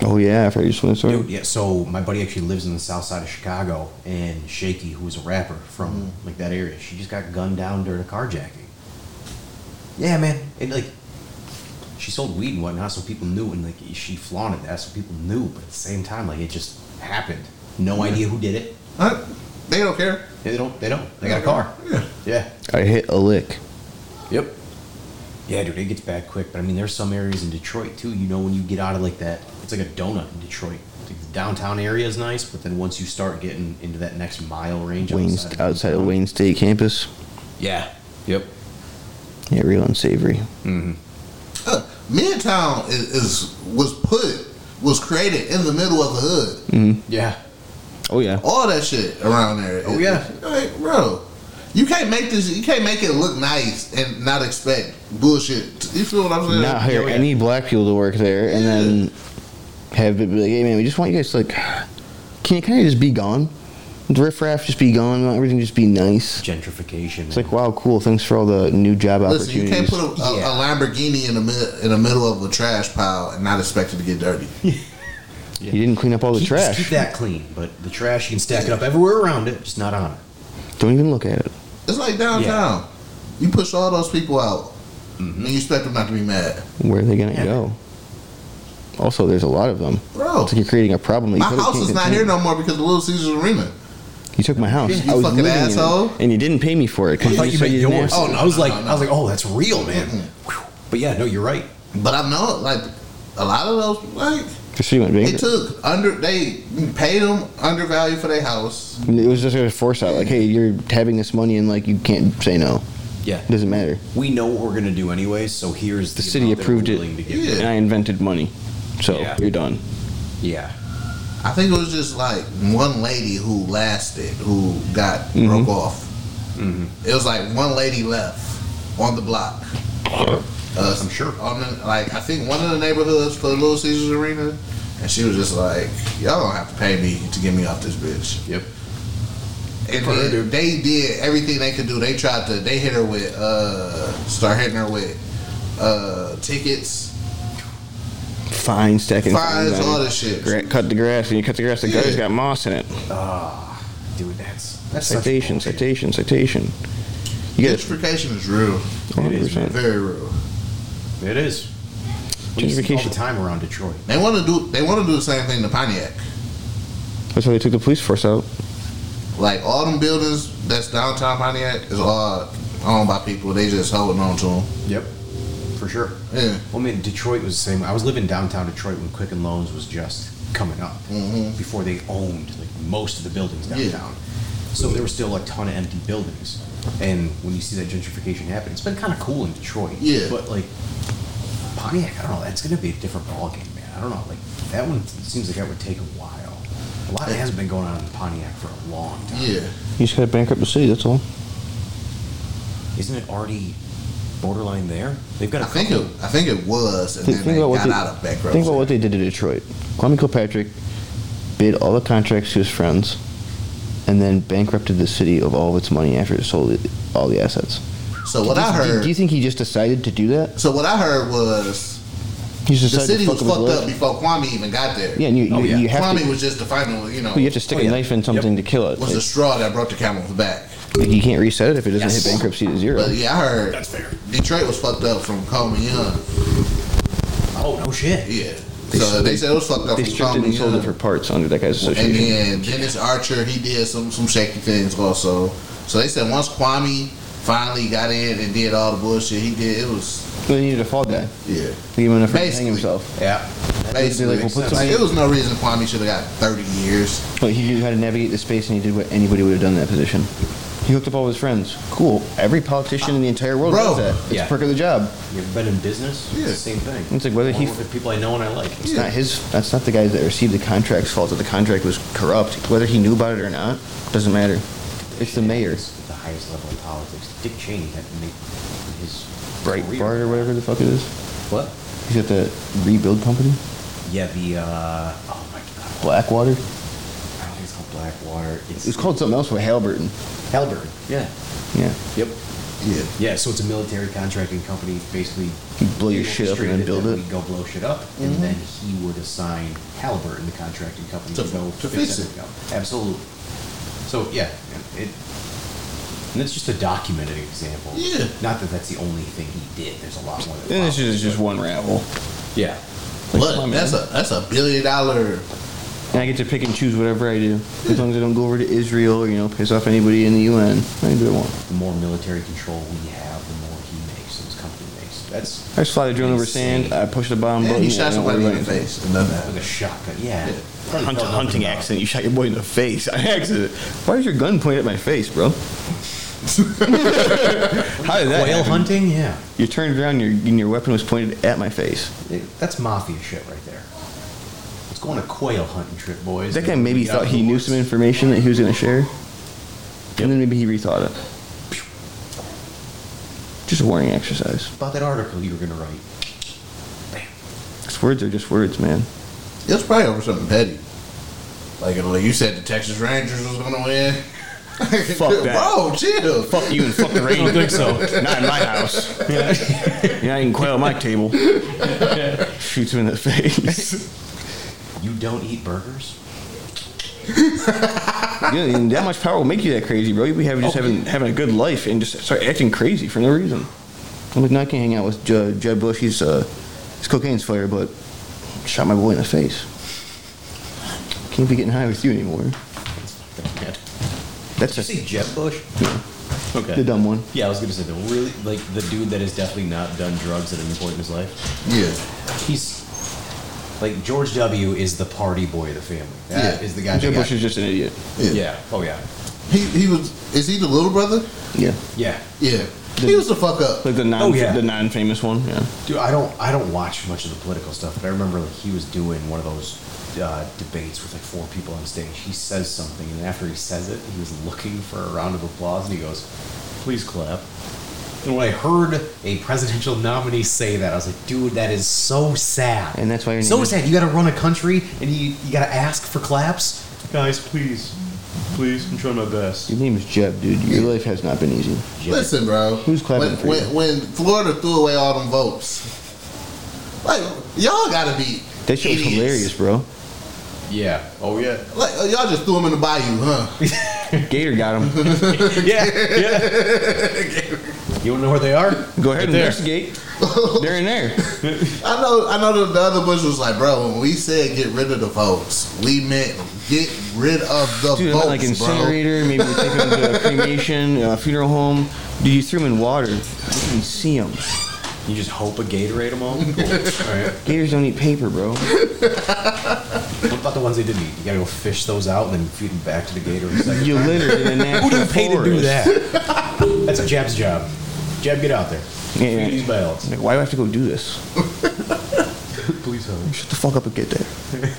Speaker 5: Oh yeah, I heard you swim.
Speaker 4: Dude, yeah. So my buddy actually lives in the south side of Chicago, and Shaky, who was a rapper from like that area, she just got gunned down during a carjacking. Yeah, man. And like, she sold weed and whatnot, so people knew, and like she flaunted that, so people knew. But at the same time, like it just happened. No idea who did it.
Speaker 3: Huh? They don't care.
Speaker 4: They don't. They don't. They got a car.
Speaker 3: Yeah.
Speaker 4: Yeah.
Speaker 5: I hit a lick.
Speaker 4: Yep. Yeah, dude, it gets bad quick. But I mean, there's some areas in Detroit too. You know, when you get out of like that, it's like a donut in Detroit. It's like the downtown area is nice, but then once you start getting into that next mile range,
Speaker 5: Wayne's
Speaker 4: outside,
Speaker 5: outside of
Speaker 4: downtown-
Speaker 5: Wayne State campus.
Speaker 4: Yeah. Yep.
Speaker 5: Yeah, real unsavory.
Speaker 3: Uh, Midtown is, is was put, was created in the middle of the hood.
Speaker 4: Yeah.
Speaker 5: Oh yeah.
Speaker 3: all that shit around there.
Speaker 4: Oh, yeah.
Speaker 3: like, bro, you can't make this. You can't make it look nice and not expect bullshit. You feel what I'm saying?
Speaker 5: Not hire any black people to work there, and then have it be like, hey man, we just want you guys to like, can you kind of just be gone? Riff raff, just be gone. want Everything just be nice.
Speaker 4: Gentrification.
Speaker 5: It's like wow, cool. Thanks for all the new job
Speaker 3: Listen, you can't
Speaker 5: opportunities.
Speaker 3: put a, a,
Speaker 4: Yeah.
Speaker 3: a Lamborghini in the mid, in the middle of a trash pile and not expect it to get dirty.
Speaker 5: You didn't clean up all oh, the
Speaker 4: keep, just Keep
Speaker 5: trash.
Speaker 4: that clean, but the trash you can stack it up everywhere around it, just not on it.
Speaker 5: Don't even look at it.
Speaker 3: It's like downtown. You push all those people out,
Speaker 4: Mm-hmm.
Speaker 3: and you expect them not to be mad,
Speaker 5: Where are they gonna
Speaker 4: Yeah.
Speaker 5: go? Also, there's a lot of them.
Speaker 3: bro.
Speaker 5: It's like you're creating a problem. that you
Speaker 3: My
Speaker 5: probably
Speaker 3: house
Speaker 5: can't
Speaker 3: is not
Speaker 5: contain.
Speaker 3: here no more because the Little Caesars Arena.
Speaker 5: You took my house.
Speaker 3: You
Speaker 5: I was
Speaker 3: fucking
Speaker 5: living in it,
Speaker 3: asshole.
Speaker 5: and you didn't pay me for it
Speaker 4: I
Speaker 5: because
Speaker 4: thought
Speaker 5: you,
Speaker 4: you
Speaker 5: said
Speaker 4: meant
Speaker 5: you didn't
Speaker 4: yours.
Speaker 5: ask.
Speaker 4: Oh,
Speaker 3: no,
Speaker 4: I was
Speaker 3: no,
Speaker 4: like,
Speaker 3: no,
Speaker 4: I was like, oh, that's real, man.
Speaker 3: Mhm.
Speaker 4: Whew. But yeah, no, you're right.
Speaker 3: But I know, like, a lot of those, like,
Speaker 5: So you went
Speaker 3: they
Speaker 5: bankrupt.
Speaker 3: took under, they paid them undervalue for their house.
Speaker 5: It was just a force out. Like, hey, you're having this money, and like you can't say no.
Speaker 4: Yeah.
Speaker 5: It doesn't matter.
Speaker 4: We know what we're gonna do anyway, so here's
Speaker 5: The
Speaker 4: the,
Speaker 5: city
Speaker 4: amount that
Speaker 5: approved
Speaker 4: we're
Speaker 5: it.
Speaker 4: willing to give.
Speaker 3: Yeah.
Speaker 5: And I invented money, so
Speaker 4: Yeah.
Speaker 5: you're done.
Speaker 4: yeah.
Speaker 3: I think it was just like one lady who lasted, who got
Speaker 4: Mm-hmm.
Speaker 3: broke off. It was like one lady left on the block. Uh,
Speaker 4: I'm sure.
Speaker 3: On the, like I think one of the neighborhoods for the Little Caesars Arena, and she was just like, "Y'all don't have to pay me to get me off this bitch."
Speaker 4: Yep.
Speaker 3: And
Speaker 4: For her,
Speaker 3: then
Speaker 4: dude.
Speaker 3: they did everything they could do. They tried to. They hit her with. Uh, start hitting her with uh, tickets,
Speaker 5: Fine stacking
Speaker 3: fines, all this shit.
Speaker 5: Gra- cut the grass, and you cut the grass. The
Speaker 3: Yeah.
Speaker 5: gutter's got moss in it.
Speaker 4: Ah, dude, that's that's such
Speaker 5: Citation,
Speaker 4: bullshit.
Speaker 5: citation, citation. You get
Speaker 3: Gentrification is real,
Speaker 5: one hundred
Speaker 4: is, man.
Speaker 5: percent.
Speaker 3: very real.
Speaker 4: It is. We see it all the
Speaker 5: Gentrification.
Speaker 4: time around Detroit.
Speaker 3: They want to do. They want to do the same thing to Pontiac.
Speaker 5: That's why they took the police force out.
Speaker 3: Like all them buildings that's downtown Pontiac is all owned by people. They just holding on to them.
Speaker 4: Yep. For sure.
Speaker 3: Yeah.
Speaker 4: Well, I mean, Detroit was the same. I was living downtown Detroit when Quicken Loans was just coming up
Speaker 3: Mhm.
Speaker 4: before they owned like most of the buildings
Speaker 3: Yeah.
Speaker 4: downtown. So there were still a ton of empty buildings, and when you see that gentrification happen, it's been kind of cool in Detroit.
Speaker 3: Yeah.
Speaker 4: But like Pontiac, I don't know. That's gonna be a different ballgame, man. I don't know. Like that one seems like that would take a while. A lot has been going on in Pontiac for a long time.
Speaker 3: Yeah.
Speaker 5: You just gotta bankrupt the city. That's all.
Speaker 4: Isn't it already borderline there? They've got a
Speaker 3: I think it.
Speaker 4: couple-
Speaker 3: I think it was, and
Speaker 5: Think-
Speaker 3: then
Speaker 5: think
Speaker 3: they
Speaker 5: about what
Speaker 3: got
Speaker 5: they-
Speaker 3: out of bankruptcy.
Speaker 5: Think about what they did to Detroit. Kwame Kilpatrick bid all the contracts to his friends, and then bankrupted the city of all of its money after it sold it, all the assets.
Speaker 3: so what
Speaker 5: do, you-
Speaker 3: I
Speaker 5: do you-
Speaker 3: heard.
Speaker 5: Do you think he just decided to do that?
Speaker 3: so what I heard was
Speaker 5: He just
Speaker 3: the
Speaker 5: decided
Speaker 3: city
Speaker 5: to
Speaker 3: was
Speaker 5: fuck with
Speaker 3: fucked
Speaker 5: his
Speaker 3: up
Speaker 5: life?
Speaker 3: before Kwame even got there.
Speaker 5: Yeah, and you, you,
Speaker 4: Oh, yeah.
Speaker 5: you have
Speaker 3: Kwame
Speaker 5: to.
Speaker 3: was just the final. You know,
Speaker 5: You have to stick
Speaker 4: Oh, yeah.
Speaker 5: a knife in something to kill it.
Speaker 3: was the
Speaker 5: Like,
Speaker 3: straw that broke the camel's back.
Speaker 5: like, you can't reset it if it doesn't
Speaker 4: Yes.
Speaker 5: hit bankruptcy to zero.
Speaker 3: But yeah, I heard
Speaker 4: That's fair.
Speaker 3: Detroit was fucked up from Coleman Young.
Speaker 4: Oh no shit.
Speaker 3: Yeah. so they said it was fucked up
Speaker 5: they
Speaker 3: from
Speaker 5: stripped it
Speaker 3: Coleman
Speaker 5: and sold
Speaker 3: Young.
Speaker 5: it for parts under that guy's
Speaker 3: And
Speaker 5: association.
Speaker 3: then Dennis Archer, he did some some shaky things also. So they said once Kwame finally got in and did all the bullshit he did, it was
Speaker 5: They needed a fall guy.
Speaker 3: yeah.
Speaker 5: They gave him enough room to hang
Speaker 3: Basically.
Speaker 5: himself.
Speaker 4: Yeah.
Speaker 3: Basically,
Speaker 5: like, we'll put
Speaker 3: like,
Speaker 5: somebody-
Speaker 3: it was no reason Kwame should have got thirty years.
Speaker 5: But he knew how to navigate the space, and he did what anybody would have done in that position. He hooked up all his friends. Cool. Every politician in the entire world
Speaker 3: Uh, Bro.
Speaker 5: does that. It's
Speaker 4: Yeah.
Speaker 5: a perk of the job.
Speaker 4: You ever been in business?
Speaker 3: Yeah.
Speaker 4: It's the same thing.
Speaker 5: It's like whether he-
Speaker 4: I work with people I know and I like.
Speaker 5: It's not his. That's not the guy that received the contract's fault. That the contract was corrupt. Whether he knew about it or not doesn't matter. It's the mayor's.
Speaker 4: It's the highest level of politics. Dick Cheney had to make his career.
Speaker 5: Breitbart or whatever the fuck it is.
Speaker 4: What?
Speaker 5: He's got that rebuild company.
Speaker 4: Yeah, the uh, oh my god,
Speaker 5: Blackwater.
Speaker 4: I don't think it's called Blackwater. It's,
Speaker 5: It's called something else with Halberton.
Speaker 4: Halberd. Yeah.
Speaker 5: Yeah.
Speaker 4: Yep.
Speaker 3: Yeah.
Speaker 4: Yeah, so it's a military contracting company, basically.
Speaker 5: You blow your
Speaker 4: People
Speaker 5: shit up and
Speaker 4: stranded
Speaker 5: then build
Speaker 4: that
Speaker 5: it.
Speaker 4: We go blow shit up, and
Speaker 5: Mm-hmm.
Speaker 4: then he would assign Halliburton, the contracting company,
Speaker 3: To-
Speaker 4: to go
Speaker 3: to fix it.
Speaker 4: up. Absolutely. So yeah, it. And it's just a documented example.
Speaker 3: Yeah.
Speaker 4: Not that that's the only thing he did. There's a lot more. That
Speaker 5: is just one ravel.
Speaker 4: follows. yeah.
Speaker 3: But that's a that's a billion dollar
Speaker 5: And I get to pick and choose whatever I do, as long as I don't go over to Israel or you know piss off anybody in the UN. I can do what I want.
Speaker 4: The more military control we have, the more he makes, and his company makes. That's
Speaker 5: I just fly the drone over sand. I push the bomb
Speaker 3: and
Speaker 5: button.
Speaker 3: he shot
Speaker 5: and I don't worry
Speaker 3: somebody in the
Speaker 5: about it.
Speaker 3: face and done
Speaker 4: like
Speaker 3: that.
Speaker 4: a shotgun. Yeah.
Speaker 3: Yeah.
Speaker 4: Probably
Speaker 5: Hunt,
Speaker 4: felt nothing
Speaker 5: hunting
Speaker 4: about it.
Speaker 5: accident. You shot your boy in the face. An accident. Why is your gun pointed at my face, bro? How did that
Speaker 4: Quail
Speaker 5: happen?
Speaker 4: hunting. Yeah.
Speaker 5: You turned around and your, and your weapon was pointed at my face.
Speaker 4: That's mafia shit right there. Let's go on a quail hunting trip, boys.
Speaker 5: That guy maybe
Speaker 4: Get out
Speaker 5: thought
Speaker 4: of the
Speaker 5: he knew
Speaker 4: woods.
Speaker 5: some information that he was going to share. And then maybe he rethought it. Just a warning exercise.
Speaker 4: about that article you were gonna write. Bam.
Speaker 5: 'Cause words are just words, man.
Speaker 3: It was probably over something petty. Like like you said, the Texas Rangers was gonna win.
Speaker 5: Fuck that.
Speaker 3: Bro, chill.
Speaker 5: Fuck you and fuck the rain. I don't think so. Not in my house. You're not eating quail at my table. Shoots him in the face.
Speaker 4: You don't eat burgers?
Speaker 5: yeah, and that much power will make you that crazy, bro. You'll be having, just
Speaker 4: Oh.
Speaker 5: having having a good life and just start acting crazy for no reason. I'm like, no, I can't hang out with Jud, Jud Bush. He's uh, he's cocaine's fire, but shot my boy in the face. Can't be getting high with you anymore.
Speaker 4: That's fucked up, man.
Speaker 5: That's
Speaker 4: Did you see
Speaker 5: just
Speaker 4: Jeb Bush? Okay.
Speaker 5: the dumb one.
Speaker 4: Yeah, I was gonna say the really like the dude that has definitely not done drugs at any point in his life.
Speaker 3: Yeah.
Speaker 4: He's like George W. is the party boy of the family. That
Speaker 3: Yeah.
Speaker 4: is the guy.
Speaker 5: Jeb
Speaker 4: that
Speaker 5: Bush
Speaker 4: got,
Speaker 5: is just an idiot.
Speaker 3: Yeah.
Speaker 4: yeah. Oh yeah.
Speaker 3: He he was is he the little brother?
Speaker 5: Yeah,
Speaker 4: Yeah.
Speaker 3: Yeah. He was the fuck up.
Speaker 5: like the non
Speaker 4: Oh, yeah.
Speaker 5: the non famous one. Yeah.
Speaker 4: Dude, I don't I don't watch much of the political stuff, but I remember like he was doing one of those uh, debates with like four people on stage. He says something, and after he says it, he was looking for a round of applause, and he goes, "Please clap." And when I heard a presidential nominee say that, I was like, "Dude, that is so sad."
Speaker 5: And that's why your
Speaker 4: so
Speaker 5: name is-
Speaker 4: sad. You got to run a country, and you you got to ask for claps.
Speaker 6: Guys, please, please, I'm trying my best.
Speaker 5: Your name is Jeb, dude. Your life has not been easy.
Speaker 3: Listen, bro.
Speaker 5: Who's clapping
Speaker 3: when,
Speaker 5: for
Speaker 3: when,
Speaker 5: you?
Speaker 3: when Florida threw away all them votes, like y'all gotta be.
Speaker 5: That shit was
Speaker 3: idiots.
Speaker 5: hilarious, bro.
Speaker 4: Yeah. Oh yeah.
Speaker 3: Like uh, y'all just threw them in the bayou, huh?
Speaker 5: Gator got him.
Speaker 4: Yeah. yeah. you want to know where they are?
Speaker 5: Go ahead and
Speaker 6: there.
Speaker 5: investigate. They're in there.
Speaker 3: I know. I know. The, the other Bush was like, bro, when we said get rid of the votes, we meant get rid of the
Speaker 5: Dude,
Speaker 3: votes,
Speaker 5: like
Speaker 3: bro.
Speaker 5: incinerator, maybe we take him to a cremation, a funeral home. Dude, you threw him in water. I didn't even see him.
Speaker 4: You just hope a Gatorade them all. Cool. all right.
Speaker 5: Gators don't eat paper, bro.
Speaker 4: What about the ones they didn't eat? You gotta go fish those out and then feed them back to the gator. in a second.
Speaker 5: You littered in a
Speaker 4: Who
Speaker 5: national
Speaker 4: didn't pay to do
Speaker 5: forest.
Speaker 4: that? That's a Jeb's job. Jeb, get out there.
Speaker 5: Yeah, yeah.
Speaker 4: Feed these males.
Speaker 5: Like, why do I have to go do this?
Speaker 4: Please help.
Speaker 5: Shut the fuck up and get there.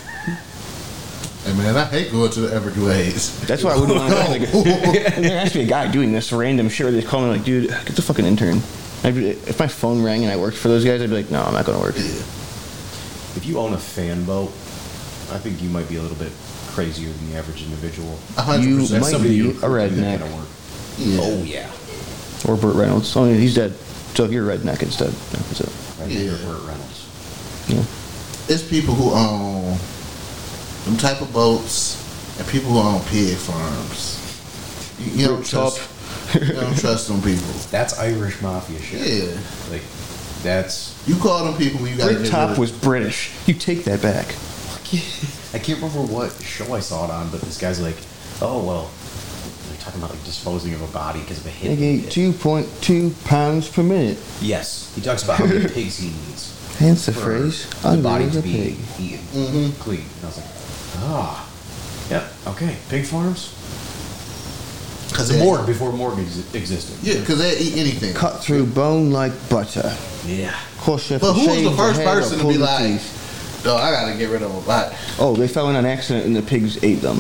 Speaker 3: And man. I hate going to the Everglades.
Speaker 5: That's why I wouldn't want to.
Speaker 3: No.
Speaker 5: Like, there has to be a guy doing this random shit where they call me like, dude, get the fucking intern. I'd be, if my phone rang and I worked for those guys, I'd be like, no, I'm not going to work.
Speaker 4: If you own a fan boat, I think you might be a little bit crazier than the average individual.
Speaker 3: A hundred
Speaker 5: You
Speaker 3: percent.
Speaker 5: might
Speaker 4: Somebody
Speaker 5: be
Speaker 4: you-
Speaker 5: a redneck.
Speaker 4: that kinda work.
Speaker 3: Yeah.
Speaker 4: Oh yeah.
Speaker 5: Or Burt Reynolds. Oh, yeah, he's dead. So you're redneck instead. That's it.
Speaker 4: Right here,
Speaker 3: Yeah.
Speaker 4: Burt Reynolds.
Speaker 3: It's people who own them type of boats and people who own pig farms. You, you don't
Speaker 5: Rooftop.
Speaker 3: trust. you don't trust them people.
Speaker 4: That's Irish mafia shit.
Speaker 3: Yeah,
Speaker 4: Like, that's.
Speaker 3: you call them people when you got.
Speaker 5: Rick Top was British. You take that back.
Speaker 4: I can't remember what show I saw it on, but this guy's like, oh well, they're talking about like disposing of a body because of a hit.
Speaker 5: Nigga, 2.2 pounds per minute.
Speaker 4: Yes, he talks about how many pigs he needs.
Speaker 5: Hence the
Speaker 4: for
Speaker 5: phrase,
Speaker 4: The body
Speaker 5: "Unbelievable
Speaker 4: to be
Speaker 5: pig."
Speaker 4: eaten clean. And I was like, ah, yep, okay, pig farms.
Speaker 3: because
Speaker 4: The morgue before morgue ex- existed.
Speaker 3: Yeah, because they eat anything.
Speaker 5: Cut through bone like butter.
Speaker 4: Yeah.
Speaker 5: Caution if
Speaker 3: But
Speaker 5: you
Speaker 3: who was
Speaker 5: shave
Speaker 3: the first
Speaker 5: head or
Speaker 3: person to
Speaker 5: pull
Speaker 3: be
Speaker 5: the
Speaker 3: like,
Speaker 5: teeth.
Speaker 3: "No, I gotta get rid of a body"?
Speaker 5: Oh, they fell in an accident and the pigs ate them.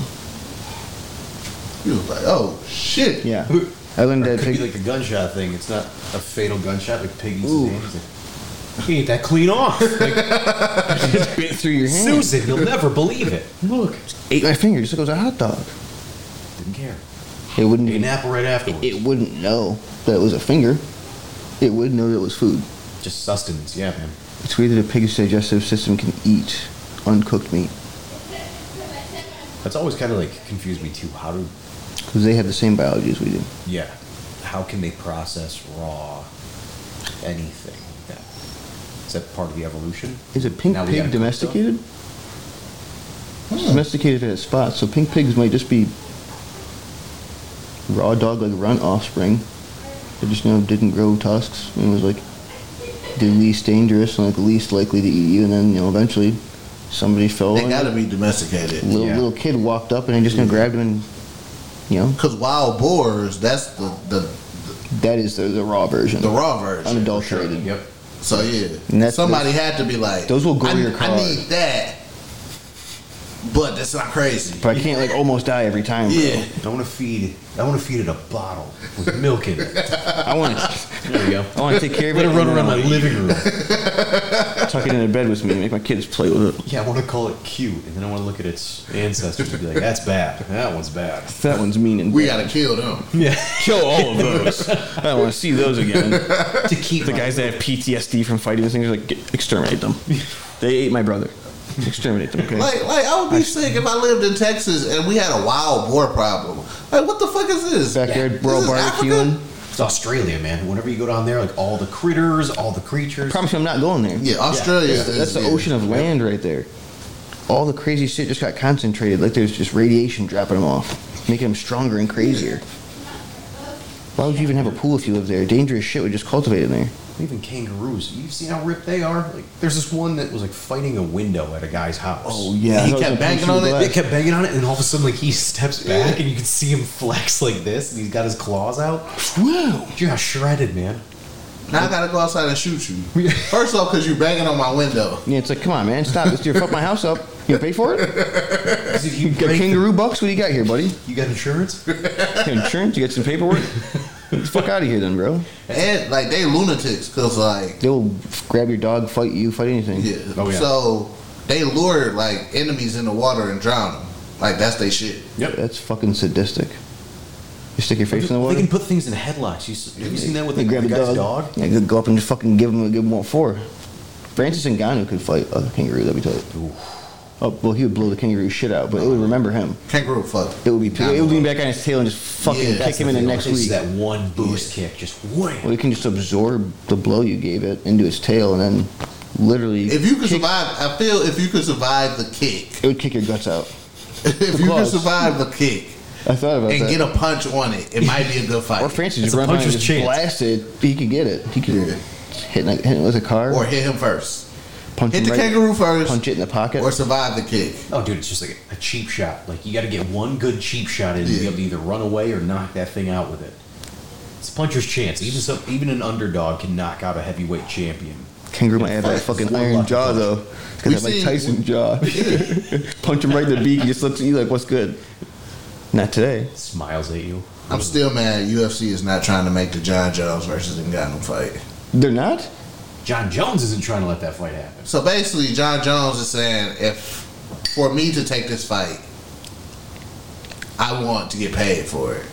Speaker 3: He was like, "Oh shit."
Speaker 5: Yeah. I learned
Speaker 4: Or it
Speaker 5: that
Speaker 4: could
Speaker 5: pig.
Speaker 4: be like a gunshot thing. It's not a fatal gunshot. Like pig eats his
Speaker 5: Ooh.
Speaker 4: hand. He's like, he ate that clean off. Like,
Speaker 5: bit through your hand.
Speaker 4: Susan, you'll never believe it. Look,
Speaker 5: Ate my finger just like it was a hot dog.
Speaker 4: didn't care.
Speaker 5: It wouldn't
Speaker 4: Ate an
Speaker 5: even, it,
Speaker 4: apple right afterwards.
Speaker 5: it wouldn't know that it was a finger. It would know that it was food.
Speaker 4: Just sustenance, yeah, man.
Speaker 5: It's weird that a pig's digestive system can eat uncooked meat
Speaker 4: That's always kind of like confused me too. How do,
Speaker 5: because they have the same biology as we do.
Speaker 4: yeah, how can they process raw anything like that? Is that part of the evolution?
Speaker 5: Is a pink
Speaker 4: Now we gotta Hmm.
Speaker 5: pig
Speaker 4: cook stuff?
Speaker 5: domesticated? It's domesticated at its spots, so pink pigs might just be raw dog like runt offspring. They just you know didn't grow tusks and was like the least dangerous and like least likely to eat you, and then you know eventually somebody fell.
Speaker 3: They
Speaker 5: and
Speaker 3: gotta be domesticated.
Speaker 5: little
Speaker 4: Yeah.
Speaker 5: little kid walked up and they just you know, grabbed him and you know
Speaker 3: Because wild boars, that's the, the
Speaker 5: that is the, the raw version,
Speaker 3: the raw version.
Speaker 5: unadulterated.
Speaker 4: Yep.
Speaker 3: So yeah,
Speaker 5: And that's-
Speaker 3: somebody had to be like,
Speaker 5: Those will go
Speaker 3: I,
Speaker 5: to your
Speaker 3: I
Speaker 5: car."
Speaker 3: need that, but that's not crazy.
Speaker 5: But I can't like almost die every time. Bro.
Speaker 3: Yeah.
Speaker 4: I want to feed. I want to feed it a bottle with milk in it.
Speaker 5: I want to
Speaker 4: There we go.
Speaker 5: I want to take care
Speaker 4: I'm
Speaker 5: of it.
Speaker 4: gonna run
Speaker 5: and
Speaker 4: around my
Speaker 5: then
Speaker 4: living room.
Speaker 5: tuck it into bed with me and make my kids play with it.
Speaker 4: Yeah, I want to call it cute, and then I want to look at its ancestors and be like, "That's bad. That one's bad."
Speaker 5: That one's mean and
Speaker 3: We
Speaker 5: bad.
Speaker 3: gotta kill them.
Speaker 4: Yeah.
Speaker 5: kill all of those. I don't want to see those again. to keep the guys that have PTSD from fighting these things, like get, exterminate them. They ate my brother. Exterminate them. Okay.
Speaker 3: Like, like I would be sick if I lived in Texas and we had a wild boar problem. Like, what the fuck is this?
Speaker 5: Backyard
Speaker 3: This
Speaker 5: bro
Speaker 3: is Africa?
Speaker 5: barbecuing.
Speaker 4: It's Australia, man. Whenever you go down there, like all the critters, all the creatures.
Speaker 5: Promise you, I'm not going there.
Speaker 3: Yeah, Australia.
Speaker 5: That's, the- that's the ocean of land right there. All the crazy shit just got concentrated. Like there's just radiation dropping them off, making them stronger and crazier. Why would you even have a pool if you lived there? Dangerous shit would just cultivate in there.
Speaker 4: Even kangaroos. You've seen how ripped they are. Like, there's this one that was like fighting a window at a guy's house.
Speaker 5: yeah,
Speaker 3: He kept banging on it.
Speaker 4: They kept banging on it, and all of a sudden, like he steps back, and you can see him flex like this, and he's got his claws out.
Speaker 5: Wow.
Speaker 4: Yeah, shredded, man.
Speaker 3: Now I gotta go outside and shoot you. First off, because you banging on my window.
Speaker 5: Yeah, it's like, come on, man, stop this. You fuck my house up. You pay for it?
Speaker 4: 'Cause if
Speaker 5: You
Speaker 4: you,
Speaker 5: got
Speaker 4: break-
Speaker 5: kangaroo bucks? What do you got here, buddy?
Speaker 4: you got insurance?
Speaker 5: You got insurance? You got some paperwork? Get the fuck out of here, then, bro.
Speaker 3: And like they lunatics, cause like
Speaker 5: They'll f- grab your dog, fight you, fight anything.
Speaker 3: yeah.
Speaker 4: Oh, yeah.
Speaker 3: So they lure like enemies in the water and drown them. Like that's they shit.
Speaker 5: That's fucking sadistic. You stick your face in the water.
Speaker 4: They can put things in headlocks. You, s- have you seen that with
Speaker 5: They
Speaker 4: the,
Speaker 5: grab
Speaker 4: the
Speaker 5: a
Speaker 4: guy's
Speaker 5: dog.
Speaker 4: dog?
Speaker 5: Yeah, they go up and just fucking give him give him what for. Francis Ngannou could fight a kangaroo. That'd be tight. Oh well, he would blow the kangaroo shit out, but it would remember him.
Speaker 3: Kangaroo fuck.
Speaker 5: It would be it would be back on his tail and just fucking
Speaker 3: Yeah,
Speaker 5: kick
Speaker 4: That's
Speaker 5: him in the
Speaker 4: thing.
Speaker 5: next
Speaker 4: It's
Speaker 5: week.
Speaker 4: that one boost kick, just
Speaker 5: Well,
Speaker 4: wham.
Speaker 5: it can just absorb the blow you gave it into its tail, and then literally
Speaker 3: If you could
Speaker 5: kick-
Speaker 3: survive, I feel if you could survive the kick,
Speaker 5: it would kick your guts out.
Speaker 3: if you could
Speaker 5: Close.
Speaker 3: survive the kick
Speaker 5: I thought about
Speaker 3: and
Speaker 5: that.
Speaker 3: get a punch on it, it might be a good
Speaker 5: or
Speaker 3: fight.
Speaker 5: Francis
Speaker 4: It's
Speaker 5: just
Speaker 4: a
Speaker 5: run by and
Speaker 4: puncher's
Speaker 5: just
Speaker 4: chance.
Speaker 5: blast it. He could get it. He could
Speaker 3: Yeah.
Speaker 5: hit, like, hit it with a car.
Speaker 3: Or hit him first.
Speaker 5: punch
Speaker 3: Hit
Speaker 5: him
Speaker 3: the
Speaker 5: right-
Speaker 3: kangaroo first,
Speaker 5: Punch it in the pocket.
Speaker 3: or survive the kick.
Speaker 4: Oh, dude, it's just like a cheap shot. Like, you got to get one good cheap shot in to be
Speaker 3: Yeah.
Speaker 4: able to either run away or knock that thing out with it. It's a puncher's chance. Even so, even an underdog can knock out a heavyweight champion.
Speaker 5: kangaroo might have that fucking iron jaw though. It's got
Speaker 3: We
Speaker 5: that Mike
Speaker 3: seen-
Speaker 5: Tyson jaw. Punch him right in the beak. He just looks at you like, "What's good?" Not today.
Speaker 7: Smiles at you.
Speaker 3: I'm still mad UFC is not trying to make the John Jones versus Ngannou fight.
Speaker 5: They're not.
Speaker 7: John Jones isn't trying to let that fight happen.
Speaker 3: So basically, John Jones is saying if for me to take this fight, I want to get paid for it.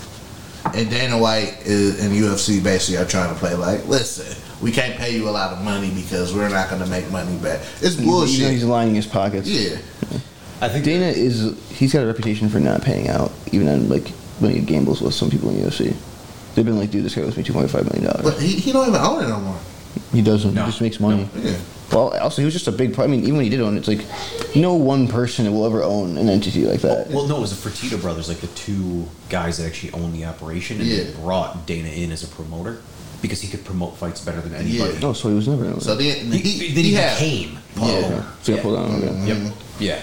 Speaker 3: And Dana White is, and UFC basically are trying to play like, listen, we can't pay you a lot of money because we're not going to make money back. It's
Speaker 5: You know he's
Speaker 3: bullshit.
Speaker 5: lining his pockets.
Speaker 3: Yeah.
Speaker 7: I think
Speaker 5: Dana is. He's got a reputation for not paying out, even on like when he gambles with some people in UFC. They've been like, "Dude, this guy owes me two point five million dollars."
Speaker 3: But he, he don't even own it no more.
Speaker 5: He doesn't.
Speaker 7: No.
Speaker 5: He just makes money.
Speaker 3: Yeah.
Speaker 5: Well, also he was just a big. part. I mean, even when he did own, it, it's like no one person will ever own an entity like that.
Speaker 7: Well, no, it was the Fertitta brothers, like the two guys that actually own the operation, and they
Speaker 3: Yeah.
Speaker 7: brought Dana in as a promoter because he could promote fights better than anybody.
Speaker 3: Yeah.
Speaker 5: no, Oh, so he was never. Owned.
Speaker 3: So then
Speaker 7: He,
Speaker 3: he,
Speaker 7: then
Speaker 3: he
Speaker 7: he,
Speaker 3: had-
Speaker 7: became part
Speaker 5: yeah, Mm-hmm.
Speaker 7: of
Speaker 5: okay. so he
Speaker 7: yeah.
Speaker 5: pulled out on him.
Speaker 7: Yep. Yeah.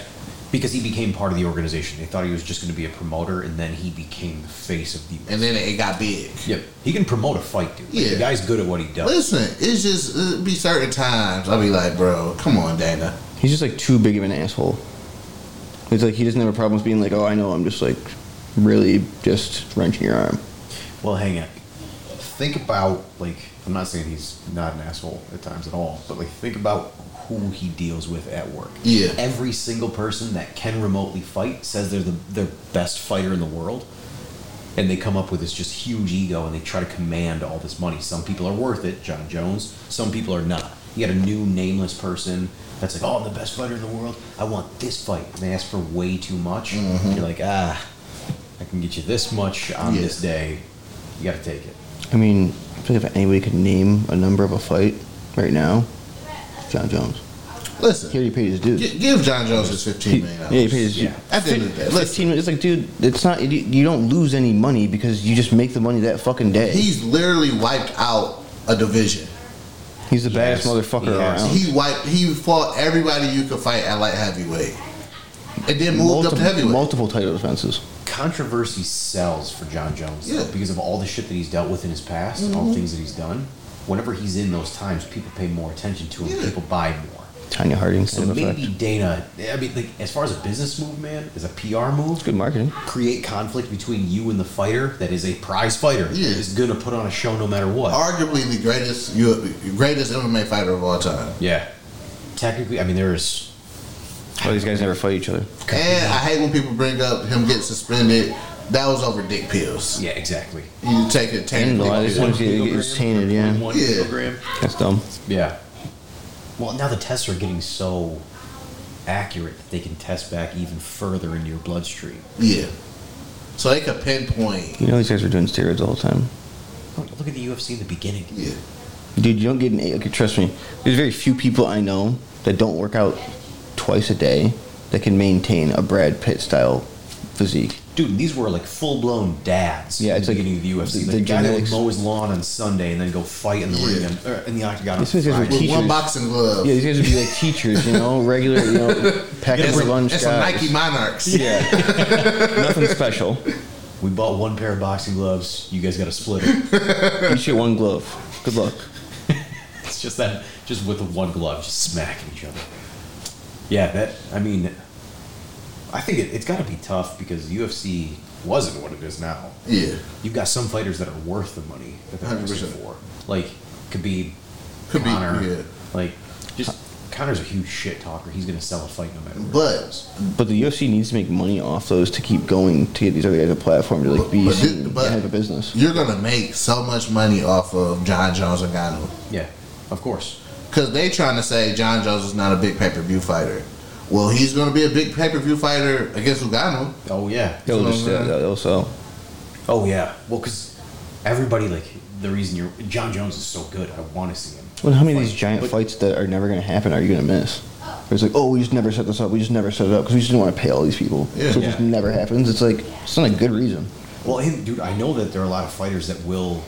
Speaker 7: Because he became part of the organization. They thought he was just going to be a promoter, and then he became the face of the.
Speaker 3: and then it got big.
Speaker 7: yep. He can promote a fight, dude. Like,
Speaker 3: Yeah.
Speaker 7: The guy's good at what he does.
Speaker 3: Listen, it's just it be certain times I'll be like, bro, come on, Dana.
Speaker 5: He's just like too big of an asshole. It's like he doesn't have a problem with being like, oh, I know, I'm just like really just wrenching your arm.
Speaker 7: Well, hang on. Think about like I'm not saying he's not an asshole at times at all, but like think about who he deals with at work.
Speaker 3: Yeah.
Speaker 7: Every single person that can remotely fight says they're the their best fighter in the world. And they come up with this just huge ego and they try to command all this money. Some people are worth it, John Jones. Some people are not. You got a new nameless person that's like, oh, I'm the best fighter in the world. I want this fight. And they ask for way too much. You're like, ah, I can get you this much on
Speaker 3: Yeah.
Speaker 7: this day. You got to take it.
Speaker 5: I mean, I think if anybody could name a number of a fight right now, John Jones.
Speaker 3: Listen,
Speaker 5: He already paid his dues.
Speaker 3: Gi- Give John Jones his
Speaker 5: He-
Speaker 3: fifteen million
Speaker 5: yeah,
Speaker 3: dollars.
Speaker 5: he paid his
Speaker 7: Yeah.
Speaker 3: At the end of the day, listen,
Speaker 5: Fifteen. It's like, dude, it's not. You you don't lose any money because you just make the money that fucking day.
Speaker 3: he's literally wiped out a division.
Speaker 5: He's the
Speaker 7: Yes,
Speaker 5: baddest motherfucker
Speaker 7: he has.
Speaker 5: around.
Speaker 3: He wiped. He fought everybody you could fight at light heavyweight, and then moved
Speaker 5: multiple,
Speaker 3: up to heavyweight.
Speaker 5: multiple title defenses.
Speaker 7: Controversy sells for John Jones
Speaker 3: Yeah. Mm-hmm.
Speaker 7: though, because of all the shit that he's dealt with in his past and all the things that he's done. Whenever he's in those times, people pay more attention to him.
Speaker 3: Yeah.
Speaker 7: People buy more.
Speaker 5: Tanya Harding
Speaker 7: So
Speaker 5: kind of
Speaker 7: maybe
Speaker 5: effect.
Speaker 7: Dana. I mean, like as far as a business move, man, as a PR move,
Speaker 5: Good marketing.
Speaker 7: create conflict between you and the fighter that is a prize fighter
Speaker 3: Yeah.
Speaker 7: is gonna put on a show no matter what.
Speaker 3: Arguably the greatest, U- greatest MMA fighter of all time.
Speaker 7: yeah. Technically, I mean, there is.
Speaker 5: Oh, these guys never fight each other.
Speaker 3: And I hate when people bring up him getting suspended. That was over dick pills.
Speaker 7: Yeah, exactly.
Speaker 3: You take a
Speaker 5: And a lot of
Speaker 3: tank.
Speaker 5: these ones get, get tainted. Yeah,
Speaker 7: One
Speaker 3: Yeah.
Speaker 7: kilogram.
Speaker 5: that's dumb.
Speaker 7: Yeah. Well, now the tests are getting so accurate that they can test back even further into your bloodstream.
Speaker 3: Yeah. So they could pinpoint.
Speaker 5: You know these guys were doing steroids all the time.
Speaker 7: Look at the UFC in the beginning.
Speaker 3: Yeah.
Speaker 5: Dude, you don't get an eight. Okay, trust me. There's very few people I know that don't work out twice a day that can maintain a Brad Pitt style physique.
Speaker 7: Dude, these were like full blown dads
Speaker 5: Yeah,
Speaker 7: in
Speaker 5: it's
Speaker 7: the
Speaker 5: like
Speaker 7: beginning of the UFC.
Speaker 5: the-
Speaker 7: like the,
Speaker 5: the
Speaker 7: guy that would
Speaker 5: genetics.
Speaker 7: mow his lawn on Sunday and then go fight in the
Speaker 3: Yeah.
Speaker 7: ring on, or in the octagon. On
Speaker 5: These guys were
Speaker 7: Friday.
Speaker 3: With one
Speaker 5: Teachers.
Speaker 3: boxing glove.
Speaker 5: Yeah, these guys would be like teachers, you know, regular, you know,
Speaker 3: And
Speaker 5: packing for
Speaker 3: some, and
Speaker 5: lunch
Speaker 3: some
Speaker 5: guys.
Speaker 3: Nike Monarchs.
Speaker 5: Yeah, nothing special.
Speaker 7: We bought one pair of boxing gloves. You guys got a splitter.
Speaker 5: Each get one glove. Good luck.
Speaker 7: it's just that, just with the one glove, just smacking each other. Yeah, that. I mean, I think it, it's got to be tough because the UFC wasn't what it is now.
Speaker 3: Yeah.
Speaker 7: you've got some fighters that are worth the money that they're
Speaker 3: 100%.
Speaker 7: asking for. Like Khabib,
Speaker 3: Khabib,
Speaker 7: Connor.
Speaker 3: yeah.
Speaker 7: Like just Connor's a huge shit talker. He's gonna sell a fight no matter. what. it
Speaker 3: But
Speaker 7: is.
Speaker 5: But the UFC needs to make money off those to keep going to get these other guys a platform to like be
Speaker 3: But- but thi-
Speaker 5: seen
Speaker 3: but-
Speaker 5: and have a business.
Speaker 3: you're gonna make so much money off of John Jones and Gano
Speaker 7: yeah, of course.
Speaker 3: because they trying to say John Jones is not a big pay per view fighter. Well, he's gonna be a big pay per view fighter against Ugano.
Speaker 7: Oh yeah.
Speaker 5: They'll just uh, they'll sell.
Speaker 7: Oh yeah. Well, because everybody like the reason you're John Jones is so good. I want to see him.
Speaker 5: Well, how many of these
Speaker 7: fight,
Speaker 5: giant
Speaker 7: but-
Speaker 5: fights that are never going to happen are you going to miss? It's like, oh, we just never set this up. We just never set it up because we just didn't want to pay all these people.
Speaker 3: Yeah.
Speaker 5: so it just
Speaker 7: Yeah.
Speaker 5: never happens. It's like it's not a good reason.
Speaker 7: Well, and dude, I know that there are a lot of fighters that will,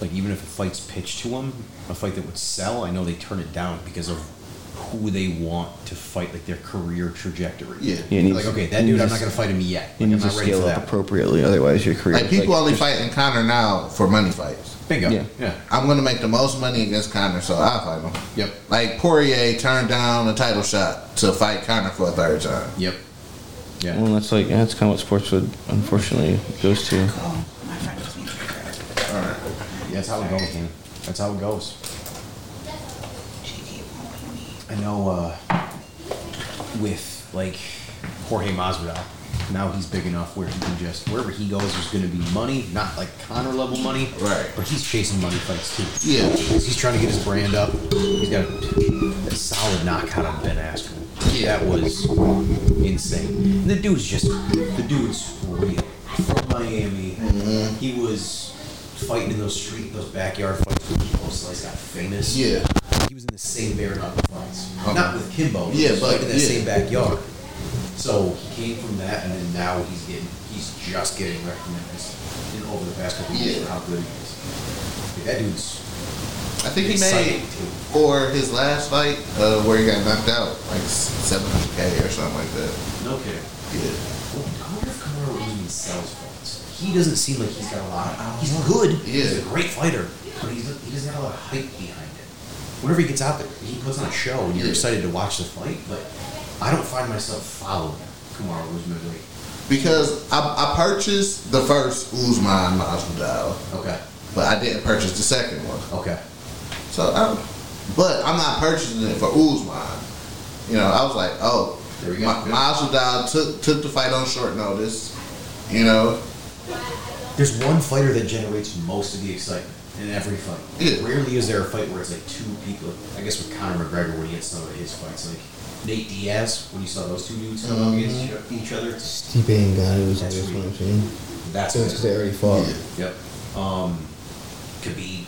Speaker 7: like, even if a fight's pitched to them, a fight that would sell, I know they turn it down because of
Speaker 4: who they want to fight, like their career trajectory.
Speaker 3: Yeah.
Speaker 5: Yeah, it needs-
Speaker 4: like okay,
Speaker 5: it
Speaker 4: that dude, I'm
Speaker 5: needs-
Speaker 4: not gonna fight him yet.
Speaker 5: You
Speaker 4: Like,
Speaker 5: need
Speaker 4: I'm
Speaker 5: to
Speaker 4: not ready for
Speaker 5: scale up
Speaker 4: that.
Speaker 5: appropriately, otherwise your career.
Speaker 3: Like
Speaker 5: is,
Speaker 3: people only
Speaker 5: just-
Speaker 3: fight in Connor now for money fights.
Speaker 4: Bingo.
Speaker 5: Yeah.
Speaker 4: Yeah.
Speaker 3: I'm gonna make the most money against Connor, so I fight him.
Speaker 4: Yep.
Speaker 3: Like Poirier turned down a title shot to fight Connor for a third time.
Speaker 4: Yep. Yeah.
Speaker 5: Well, that's like that's kind of what sports would unfortunately goes to.
Speaker 4: Yeah, That's how it goes, man. That's how it goes. I know uh, with like Jorge Masvidal, now he's big enough where he can just wherever he goes, there's going to be money, not like Connor level money,
Speaker 3: Right.
Speaker 4: But he's chasing money fights too.
Speaker 3: Yeah.
Speaker 4: he's trying to get his brand up. He's got a, a solid knockout on Ben Askren.
Speaker 3: Yeah.
Speaker 4: That was insane. And the dude's just the dude's real from Miami. He was fighting in those street, those backyard fights. Where Kimbo Slice got famous.
Speaker 3: Yeah.
Speaker 4: He was in the same bare knuckle fights,
Speaker 3: Okay.
Speaker 4: not with Kimbo.
Speaker 3: Yeah,
Speaker 4: Yeah, but
Speaker 3: but-
Speaker 4: in that
Speaker 3: yeah.
Speaker 4: same backyard. So he came from that, and then now he's getting, he's just getting recognized in over the past couple of years
Speaker 3: Yeah.
Speaker 4: for how good he is. Dude, that dude's
Speaker 3: I think he
Speaker 4: Exciting,
Speaker 3: made
Speaker 4: too.
Speaker 3: for his last fight uh, where he got knocked out like 700k or something like that.
Speaker 4: no kidding.
Speaker 3: Yeah.
Speaker 4: Well, I wonder if Kamaru even sells fights. He doesn't seem like he's got a lot. Of, he's good.
Speaker 3: He is.
Speaker 4: He's a great fighter, but he's, he doesn't have a lot of hype behind it. Whenever he gets out there, he puts on a show, and you're
Speaker 3: Yeah.
Speaker 4: excited to watch the fight. But I don't find myself following Kamaru Usman. Really.
Speaker 3: Because I, I purchased the first Usman Masvidal,
Speaker 4: Okay.
Speaker 3: but I didn't purchase the second one.
Speaker 4: Okay.
Speaker 3: So, I'm, but I'm not purchasing it for Usman. You know, I was like, oh,
Speaker 4: There we go.
Speaker 3: Ma- Masvidal took took the fight on short notice. You know,
Speaker 4: There's one fighter that generates most of the excitement in every fight.
Speaker 3: Yeah.
Speaker 4: Rarely is there a fight where it's like two people. I guess with Conor McGregor when he had some of his fights, like Nate Diaz when you saw those two dudes come up against each other.
Speaker 8: Um, Stipe ain't got it, was
Speaker 4: That's
Speaker 8: just what
Speaker 4: weird.
Speaker 8: I'm saying.
Speaker 4: That's
Speaker 8: So it's 'cause they already fought.
Speaker 4: Yep. Um, Khabib,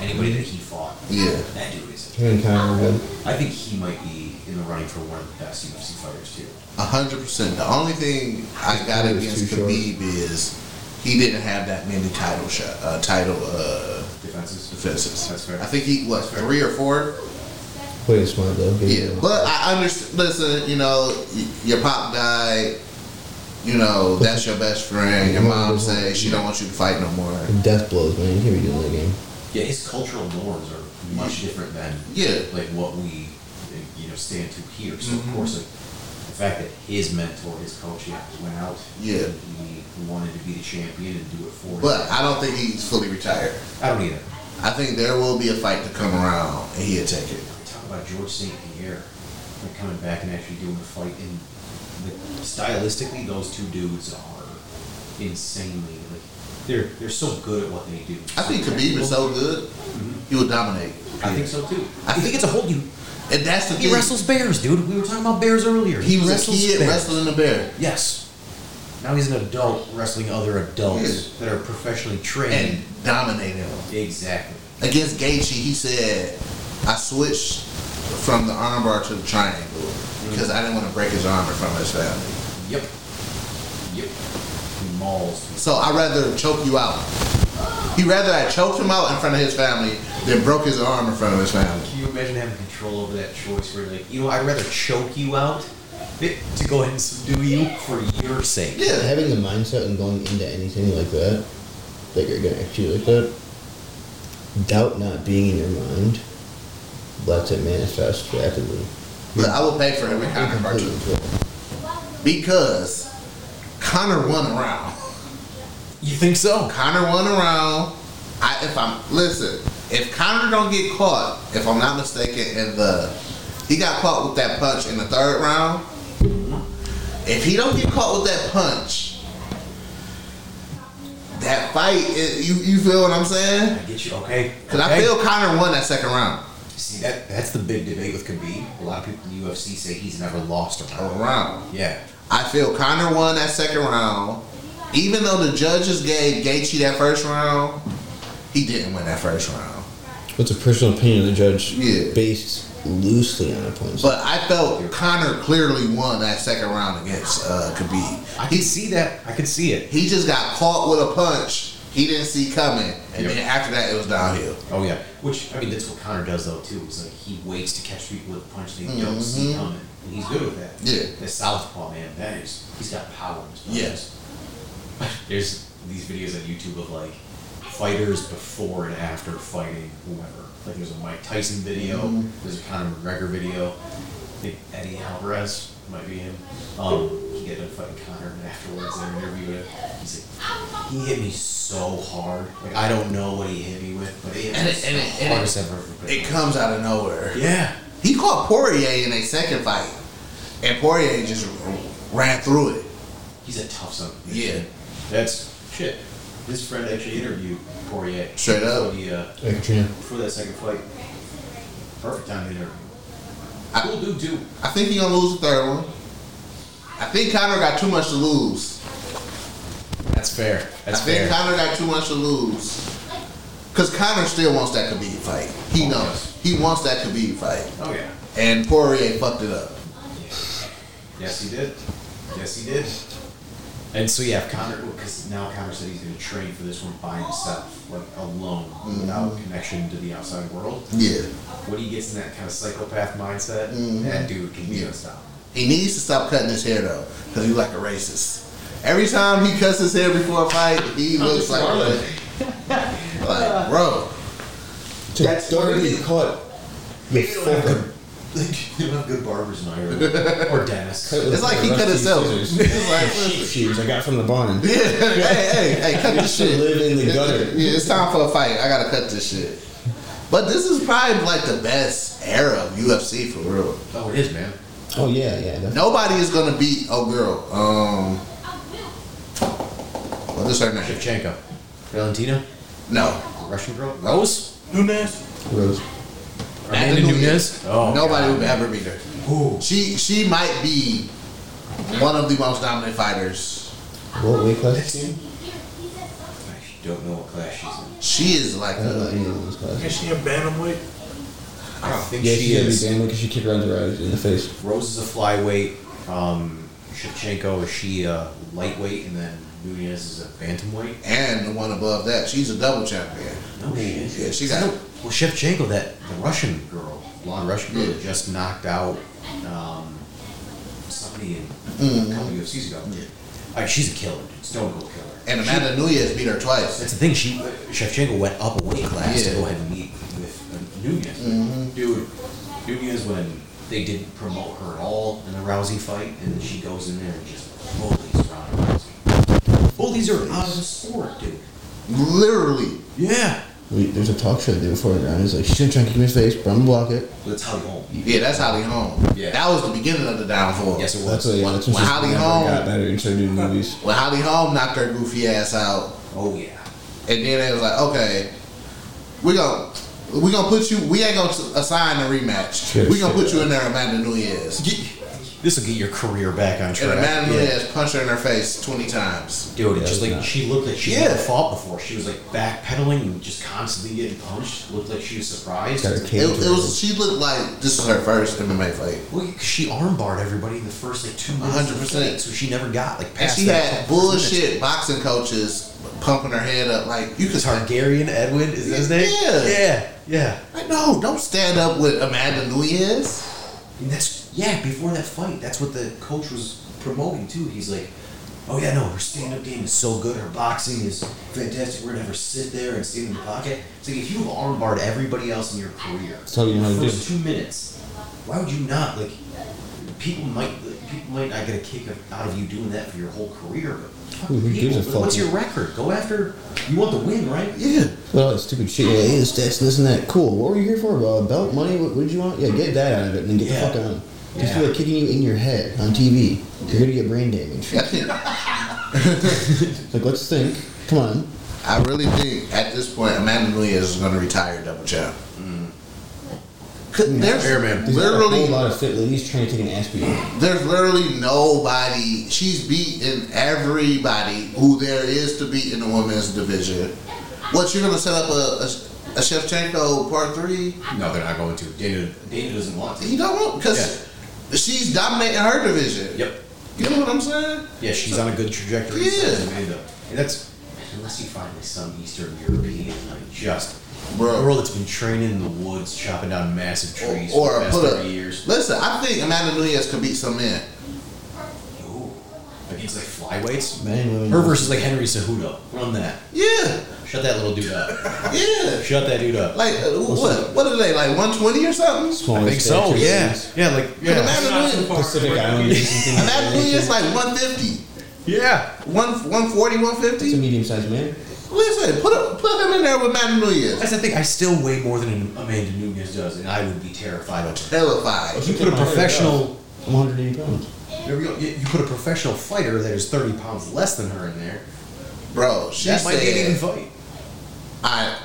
Speaker 4: anybody that he fought.
Speaker 3: Yeah.
Speaker 4: That dude is.
Speaker 8: Him and Conor would.
Speaker 4: I think he might be in the running for one of the best UFC fighters too.
Speaker 3: a hundred percent. The only thing I got
Speaker 8: career is
Speaker 3: against
Speaker 8: too short.
Speaker 3: Khabib is he didn't have that many title shot, uh, title uh,
Speaker 4: Defenses.
Speaker 3: defenses.
Speaker 4: That's fair.
Speaker 3: I think he what three or four.
Speaker 8: But it's smart though. good
Speaker 3: Yeah,
Speaker 8: deal.
Speaker 3: but I understand. Listen, you know, y- your pop died. You know, that's your best friend. Your mom say she don't want you to fight no more.
Speaker 8: Death blows, man. You can't be doing that game.
Speaker 4: Yeah, his cultural norms are much different than
Speaker 3: Yeah.
Speaker 4: like what we uh, you know stand to here. So
Speaker 3: Mhm.
Speaker 4: of course, like, the fact that his mentor, his coach, yeah, went out.
Speaker 3: Yeah.
Speaker 4: and He wanted to be the champion and do it for. him.
Speaker 3: But I don't think he's fully retired.
Speaker 4: I don't either.
Speaker 3: I think there will be a fight to come around, and he'll take it.
Speaker 4: Talk about George St. Pierre like coming back and actually doing a fight. And like, stylistically, those two dudes are insanely like they're they're so good at what they do.
Speaker 3: I think Khabib is so good, he will dominate.
Speaker 4: I think so too.
Speaker 3: I
Speaker 4: I think it's a whole you.
Speaker 3: And that's the
Speaker 4: He
Speaker 3: thing.
Speaker 4: wrestles bears, dude. We were talking about bears earlier.
Speaker 3: He was a
Speaker 4: wrestles
Speaker 3: kid
Speaker 4: bears.
Speaker 3: wrestling a bear.
Speaker 4: Yes. Now he's an adult wrestling other adults that are professionally
Speaker 3: and
Speaker 4: trained.
Speaker 3: dominated him.
Speaker 4: exactly.
Speaker 3: Against Gaethje, he said, "I switched from the armbar to the triangle
Speaker 4: Mm-hmm.
Speaker 3: because I didn't want to break his arm in front of his family.
Speaker 4: Yep. Yep. He mauls.
Speaker 3: So I would rather choke you out. He rather I choked him out in front of his family than broke his arm in front of his family.
Speaker 4: Can you imagine having control over that choice where you're like, you know, I'd rather choke you out bit- to go ahead and subdue you for your sake.
Speaker 3: Yeah,
Speaker 8: Having the mindset and going into anything like that, that you're gonna execute like that, doubt not being in your mind lets it manifest rapidly.
Speaker 3: but I will pay for every
Speaker 8: You're
Speaker 3: counter
Speaker 8: completely
Speaker 3: cartoon
Speaker 8: controlled.
Speaker 3: because Connor won a round.
Speaker 4: You think so?
Speaker 3: Connor won a round. I, if I'm listen, if Connor don't get caught, if I'm not mistaken, in the he got caught with that punch in the third round. If he don't get caught with that punch, that fight, i you you feel what I'm saying?
Speaker 4: I get you. Okay.
Speaker 3: Because I
Speaker 4: Okay.
Speaker 3: feel Connor won that second round.
Speaker 4: See that that's the big debate with Khabib. A lot of people in the UFC say he's never lost a
Speaker 3: A
Speaker 4: round.
Speaker 3: round.
Speaker 4: Yeah.
Speaker 3: I feel Connor won that second round. Even though the judges gave Gaethje that first round, he didn't win that first round.
Speaker 8: It's a personal opinion of the judge
Speaker 3: Yeah.
Speaker 8: based loosely on opponents.
Speaker 3: But I felt Connor clearly won that second round against uh, Khabib.
Speaker 4: I can see that. I can see it.
Speaker 3: He just got caught with a punch. he didn't see coming, and then after that it was downhill.
Speaker 9: Oh yeah.
Speaker 4: Which I mean, that's what Connor does though too. It's like he waits to catch people with punches that he don't see coming, and he's good with that.
Speaker 3: Yeah.
Speaker 4: That southpaw man, that is, he's got power. in his punches.
Speaker 3: Yes.
Speaker 4: There's these videos on YouTube of like fighters before and after fighting whoever. Like there's a Mike Tyson video,
Speaker 3: Mm-hmm.
Speaker 4: there's a Conor McGregor video. I think Eddie Alvarez might be him. Um, he got done fighting Conor, and afterwards they interviewed him. He's like, he hit me so hard. Like I don't know what he hit me with, but it
Speaker 3: And it-
Speaker 4: was
Speaker 3: and
Speaker 4: the
Speaker 3: it- and it-
Speaker 4: hardest I've ever been.
Speaker 3: It comes out of nowhere.
Speaker 4: Yeah.
Speaker 3: He caught Poirier in a second fight, and Poirier just r- ran through it.
Speaker 4: He's a tough son. of a bitch.
Speaker 3: Yeah.
Speaker 4: That's shit. His friend actually interviewed Poirier.
Speaker 3: Straight up.
Speaker 4: Before, the, uh,
Speaker 8: Like Katrina.
Speaker 4: before that second fight. Perfect time to interview.
Speaker 3: I-
Speaker 4: Cool dude, too.
Speaker 3: I think he gonna lose the third one. I think Conor got too much to lose.
Speaker 4: That's fair. That's
Speaker 3: I think Conor got too much to lose. Cause Conor still wants that Khabib fight. He knows. He wants that Khabib fight.
Speaker 4: Oh, yeah.
Speaker 3: And Poirier fucked it up.
Speaker 4: Yes, he did. Yes, he did. And so, yeah, if Connor, because now Connor said he's going to train for this one by himself, like alone,
Speaker 3: Mm-hmm.
Speaker 4: without connection to the outside world.
Speaker 3: Yeah.
Speaker 4: When he gets in that kind of psychopath mindset,
Speaker 3: Mhm.
Speaker 4: that dude can be
Speaker 3: Yeah.
Speaker 4: unstoppable.
Speaker 3: He needs to stop cutting his hair though, cause he's like a racist. Every time he cuts his hair before a fight, he looks like a like bro.
Speaker 8: That's don't be caught. You
Speaker 4: They don't have
Speaker 8: fucker.
Speaker 4: good, they don't have good barbers in Ireland or dentists.
Speaker 8: Cut with
Speaker 3: It's like he
Speaker 8: rusty
Speaker 3: cut himself.
Speaker 8: scissors.
Speaker 3: It's like,
Speaker 8: Shoes I got from the barn.
Speaker 3: yeah, hey, hey, hey, cut this
Speaker 8: Should
Speaker 3: shit.
Speaker 8: live in the gutter.
Speaker 3: Yeah, it's time for a fight. I gotta cut this shit. But this is probably like the best era of UFC for real.
Speaker 4: Oh, it is, man.
Speaker 8: Oh yeah, yeah. definitely.
Speaker 3: Nobody is gonna beat oh girl. Um, what is her name?
Speaker 4: Shevchenko. Valentina?
Speaker 3: No,
Speaker 4: Russian girl?
Speaker 3: Rose.
Speaker 6: Nunes?
Speaker 8: Rose.
Speaker 4: Amanda
Speaker 3: Nunes.
Speaker 4: Oh,
Speaker 3: Nobody
Speaker 4: God.
Speaker 3: would ever beat her.
Speaker 4: Ooh.
Speaker 3: She she might be one of the most dominant fighters.
Speaker 8: What weight class is she in?
Speaker 4: I actually don't know what class she's in.
Speaker 3: She is like
Speaker 8: I don't know
Speaker 3: a,
Speaker 8: any of those classes.
Speaker 6: Is she a bantamweight?
Speaker 4: I think
Speaker 8: Yeah,
Speaker 4: she
Speaker 8: she's gonna be
Speaker 4: is.
Speaker 8: banned because she kicked Ronda Rousey in the face.
Speaker 4: Rose is a flyweight. Um, Shevchenko, is she a lightweight? And then Nunez is a bantamweight?
Speaker 3: and the one above that. She's a double champion.
Speaker 4: No shit.
Speaker 3: Yeah, she got.
Speaker 4: Well, Shevchenko, that the Russian girl, blonde Russian girl,
Speaker 3: Yeah.
Speaker 4: just knocked out um, somebody in a couple UFCs ago.
Speaker 3: Yeah.
Speaker 4: Like, she's a killer, dude. Stone Cold killer.
Speaker 3: And Amanda Nunez beat her twice.
Speaker 4: That's the thing. She Shevchenko went up a weight class
Speaker 3: Yeah.
Speaker 4: to go ahead and meet with uh, Nunez. Dude, Nunez when they didn't promote her at all in the Rousey fight, and then she goes in there and just bullies Ronda Rousey. Bullies are out of the sport, dude.
Speaker 3: Literally.
Speaker 4: Yeah,
Speaker 8: We, there's a talk show they did before the round. He's like, she's gonna try and kick me in the face, but I'm gonna block it.
Speaker 4: that's how you home.
Speaker 3: Yeah, that's Holly Holm.
Speaker 4: Yeah.
Speaker 3: That was the beginning of the downfall.
Speaker 4: Yes, it
Speaker 8: That's
Speaker 4: was.
Speaker 8: what. Yeah, that's when
Speaker 3: Well,
Speaker 8: she
Speaker 3: how do you
Speaker 8: never
Speaker 3: know?
Speaker 8: got better and started doing movies.
Speaker 3: When Holly Holm knocked her goofy ass out,
Speaker 4: Oh yeah.
Speaker 3: and then they was like, okay, we gonna we gonna put you. We ain't gonna assign a rematch.
Speaker 8: Shit,
Speaker 3: we gonna
Speaker 8: shit.
Speaker 3: put you in there, Amanda Nunez.
Speaker 4: This will get your career back on
Speaker 3: And
Speaker 4: track.
Speaker 3: Amanda
Speaker 4: Yeah.
Speaker 3: Nunez punched her in her face twenty times.
Speaker 4: Dude, it's
Speaker 8: Yeah,
Speaker 4: just like
Speaker 8: it's not-
Speaker 4: she looked like she
Speaker 3: Yeah.
Speaker 4: never fought before. She was like backpedaling and just constantly getting punched. Looked like she was surprised.
Speaker 8: Got her
Speaker 3: It,
Speaker 8: cage.
Speaker 3: it was. She looked like this was her first MMA fight.
Speaker 4: Well, 'cause she armbarred everybody in the first like two minutes. of the
Speaker 3: 100%.
Speaker 4: fight, So she never got like
Speaker 3: And
Speaker 4: past.
Speaker 3: she
Speaker 4: that
Speaker 3: had
Speaker 4: top first minute.
Speaker 3: bullshit boxing coaches pumping her head up like you could.
Speaker 4: Targaryen Edwin is that his name?
Speaker 3: Yeah.
Speaker 4: yeah, yeah.
Speaker 3: Like, no, don't stand up with Amanda Nunez.
Speaker 4: And that's yeah. Before that fight, that's what the coach was promoting too. He's like, "Oh yeah, no, her stand-up game is so good. Her boxing is fantastic. We're gonna have her sit there and stand in the pocket." It's like if you've armbarred everybody else in your career,
Speaker 8: That's all you know how to
Speaker 4: the
Speaker 8: do.
Speaker 4: first two minutes, why would you not like? People might like, people might not get a kick of- out of you doing that for your whole career. But fuck
Speaker 8: Who- who
Speaker 4: people,
Speaker 8: gives a fuck?
Speaker 4: What's your record? Go after. You want the win, right?
Speaker 3: Yeah.
Speaker 8: Well, all that stupid shit. Yeah, hey, this, this, and this, and that. Cool. What were you here for? Uh, belt money? What, what did you want? Yeah, get that out of it and then get
Speaker 4: Yeah.
Speaker 8: the fuck on. These
Speaker 4: Yeah.
Speaker 8: people are kicking you in your head on TV. You're gonna get brain damage. Like, let's think. Come on.
Speaker 3: I really think at this point Amanda Nunez is going to retire double champ.
Speaker 4: Mm.
Speaker 3: There's
Speaker 8: There's literally a whole
Speaker 3: literally
Speaker 8: lot of fit ladies trying to take an ass beating.
Speaker 3: there's literally nobody. She's beaten everybody who there is to beat in the women's division. What you're going to set up a, a, a Shevchenko part three?
Speaker 4: No, they're not going to. Dana, Dana doesn't want to.
Speaker 3: You don't know because she's dominating her division.
Speaker 4: Yep.
Speaker 3: You know what I'm saying?
Speaker 4: Yeah, she's on a good trajectory. so
Speaker 3: Yeah.
Speaker 4: is Amanda. And that's unless you find like some Eastern European, like just
Speaker 3: Bro.
Speaker 4: a girl that's been training in the woods, chopping down massive trees for
Speaker 3: Or, or
Speaker 4: the
Speaker 3: a
Speaker 4: past
Speaker 3: put up.
Speaker 4: thirty years.
Speaker 3: Listen, I think Amanda Nunez could beat some men.
Speaker 4: Ooh, against like flyweights.
Speaker 8: Men, women,
Speaker 4: Her versus like Henry Cejudo. Run that.
Speaker 3: Yeah,
Speaker 4: Shut that little dude up.
Speaker 3: yeah.
Speaker 4: Shut that dude up.
Speaker 3: Like uh, what? What are they like? One twenty or something?
Speaker 4: I think so. Yeah. Yeah. Like yeah.
Speaker 3: Amanda Nunez,
Speaker 8: Pacific Islanders.
Speaker 3: Amanda Nunez like 150,
Speaker 10: Yeah.
Speaker 3: one, 140,
Speaker 8: It's a
Speaker 3: 150.
Speaker 8: medium-sized man.
Speaker 3: Listen, put up, put him in there with Amanda Nunez.
Speaker 4: That's the thing. I still weigh more than Amanda Nunez does, and I would be terrified of.
Speaker 3: Terrified.
Speaker 4: You put a professional.
Speaker 8: I'm 180 pounds.
Speaker 4: There we go. You you put a professional fighter that is thirty pounds less than her in there.
Speaker 3: Bro, she
Speaker 4: That might be an even
Speaker 3: said,
Speaker 4: fight.
Speaker 3: I,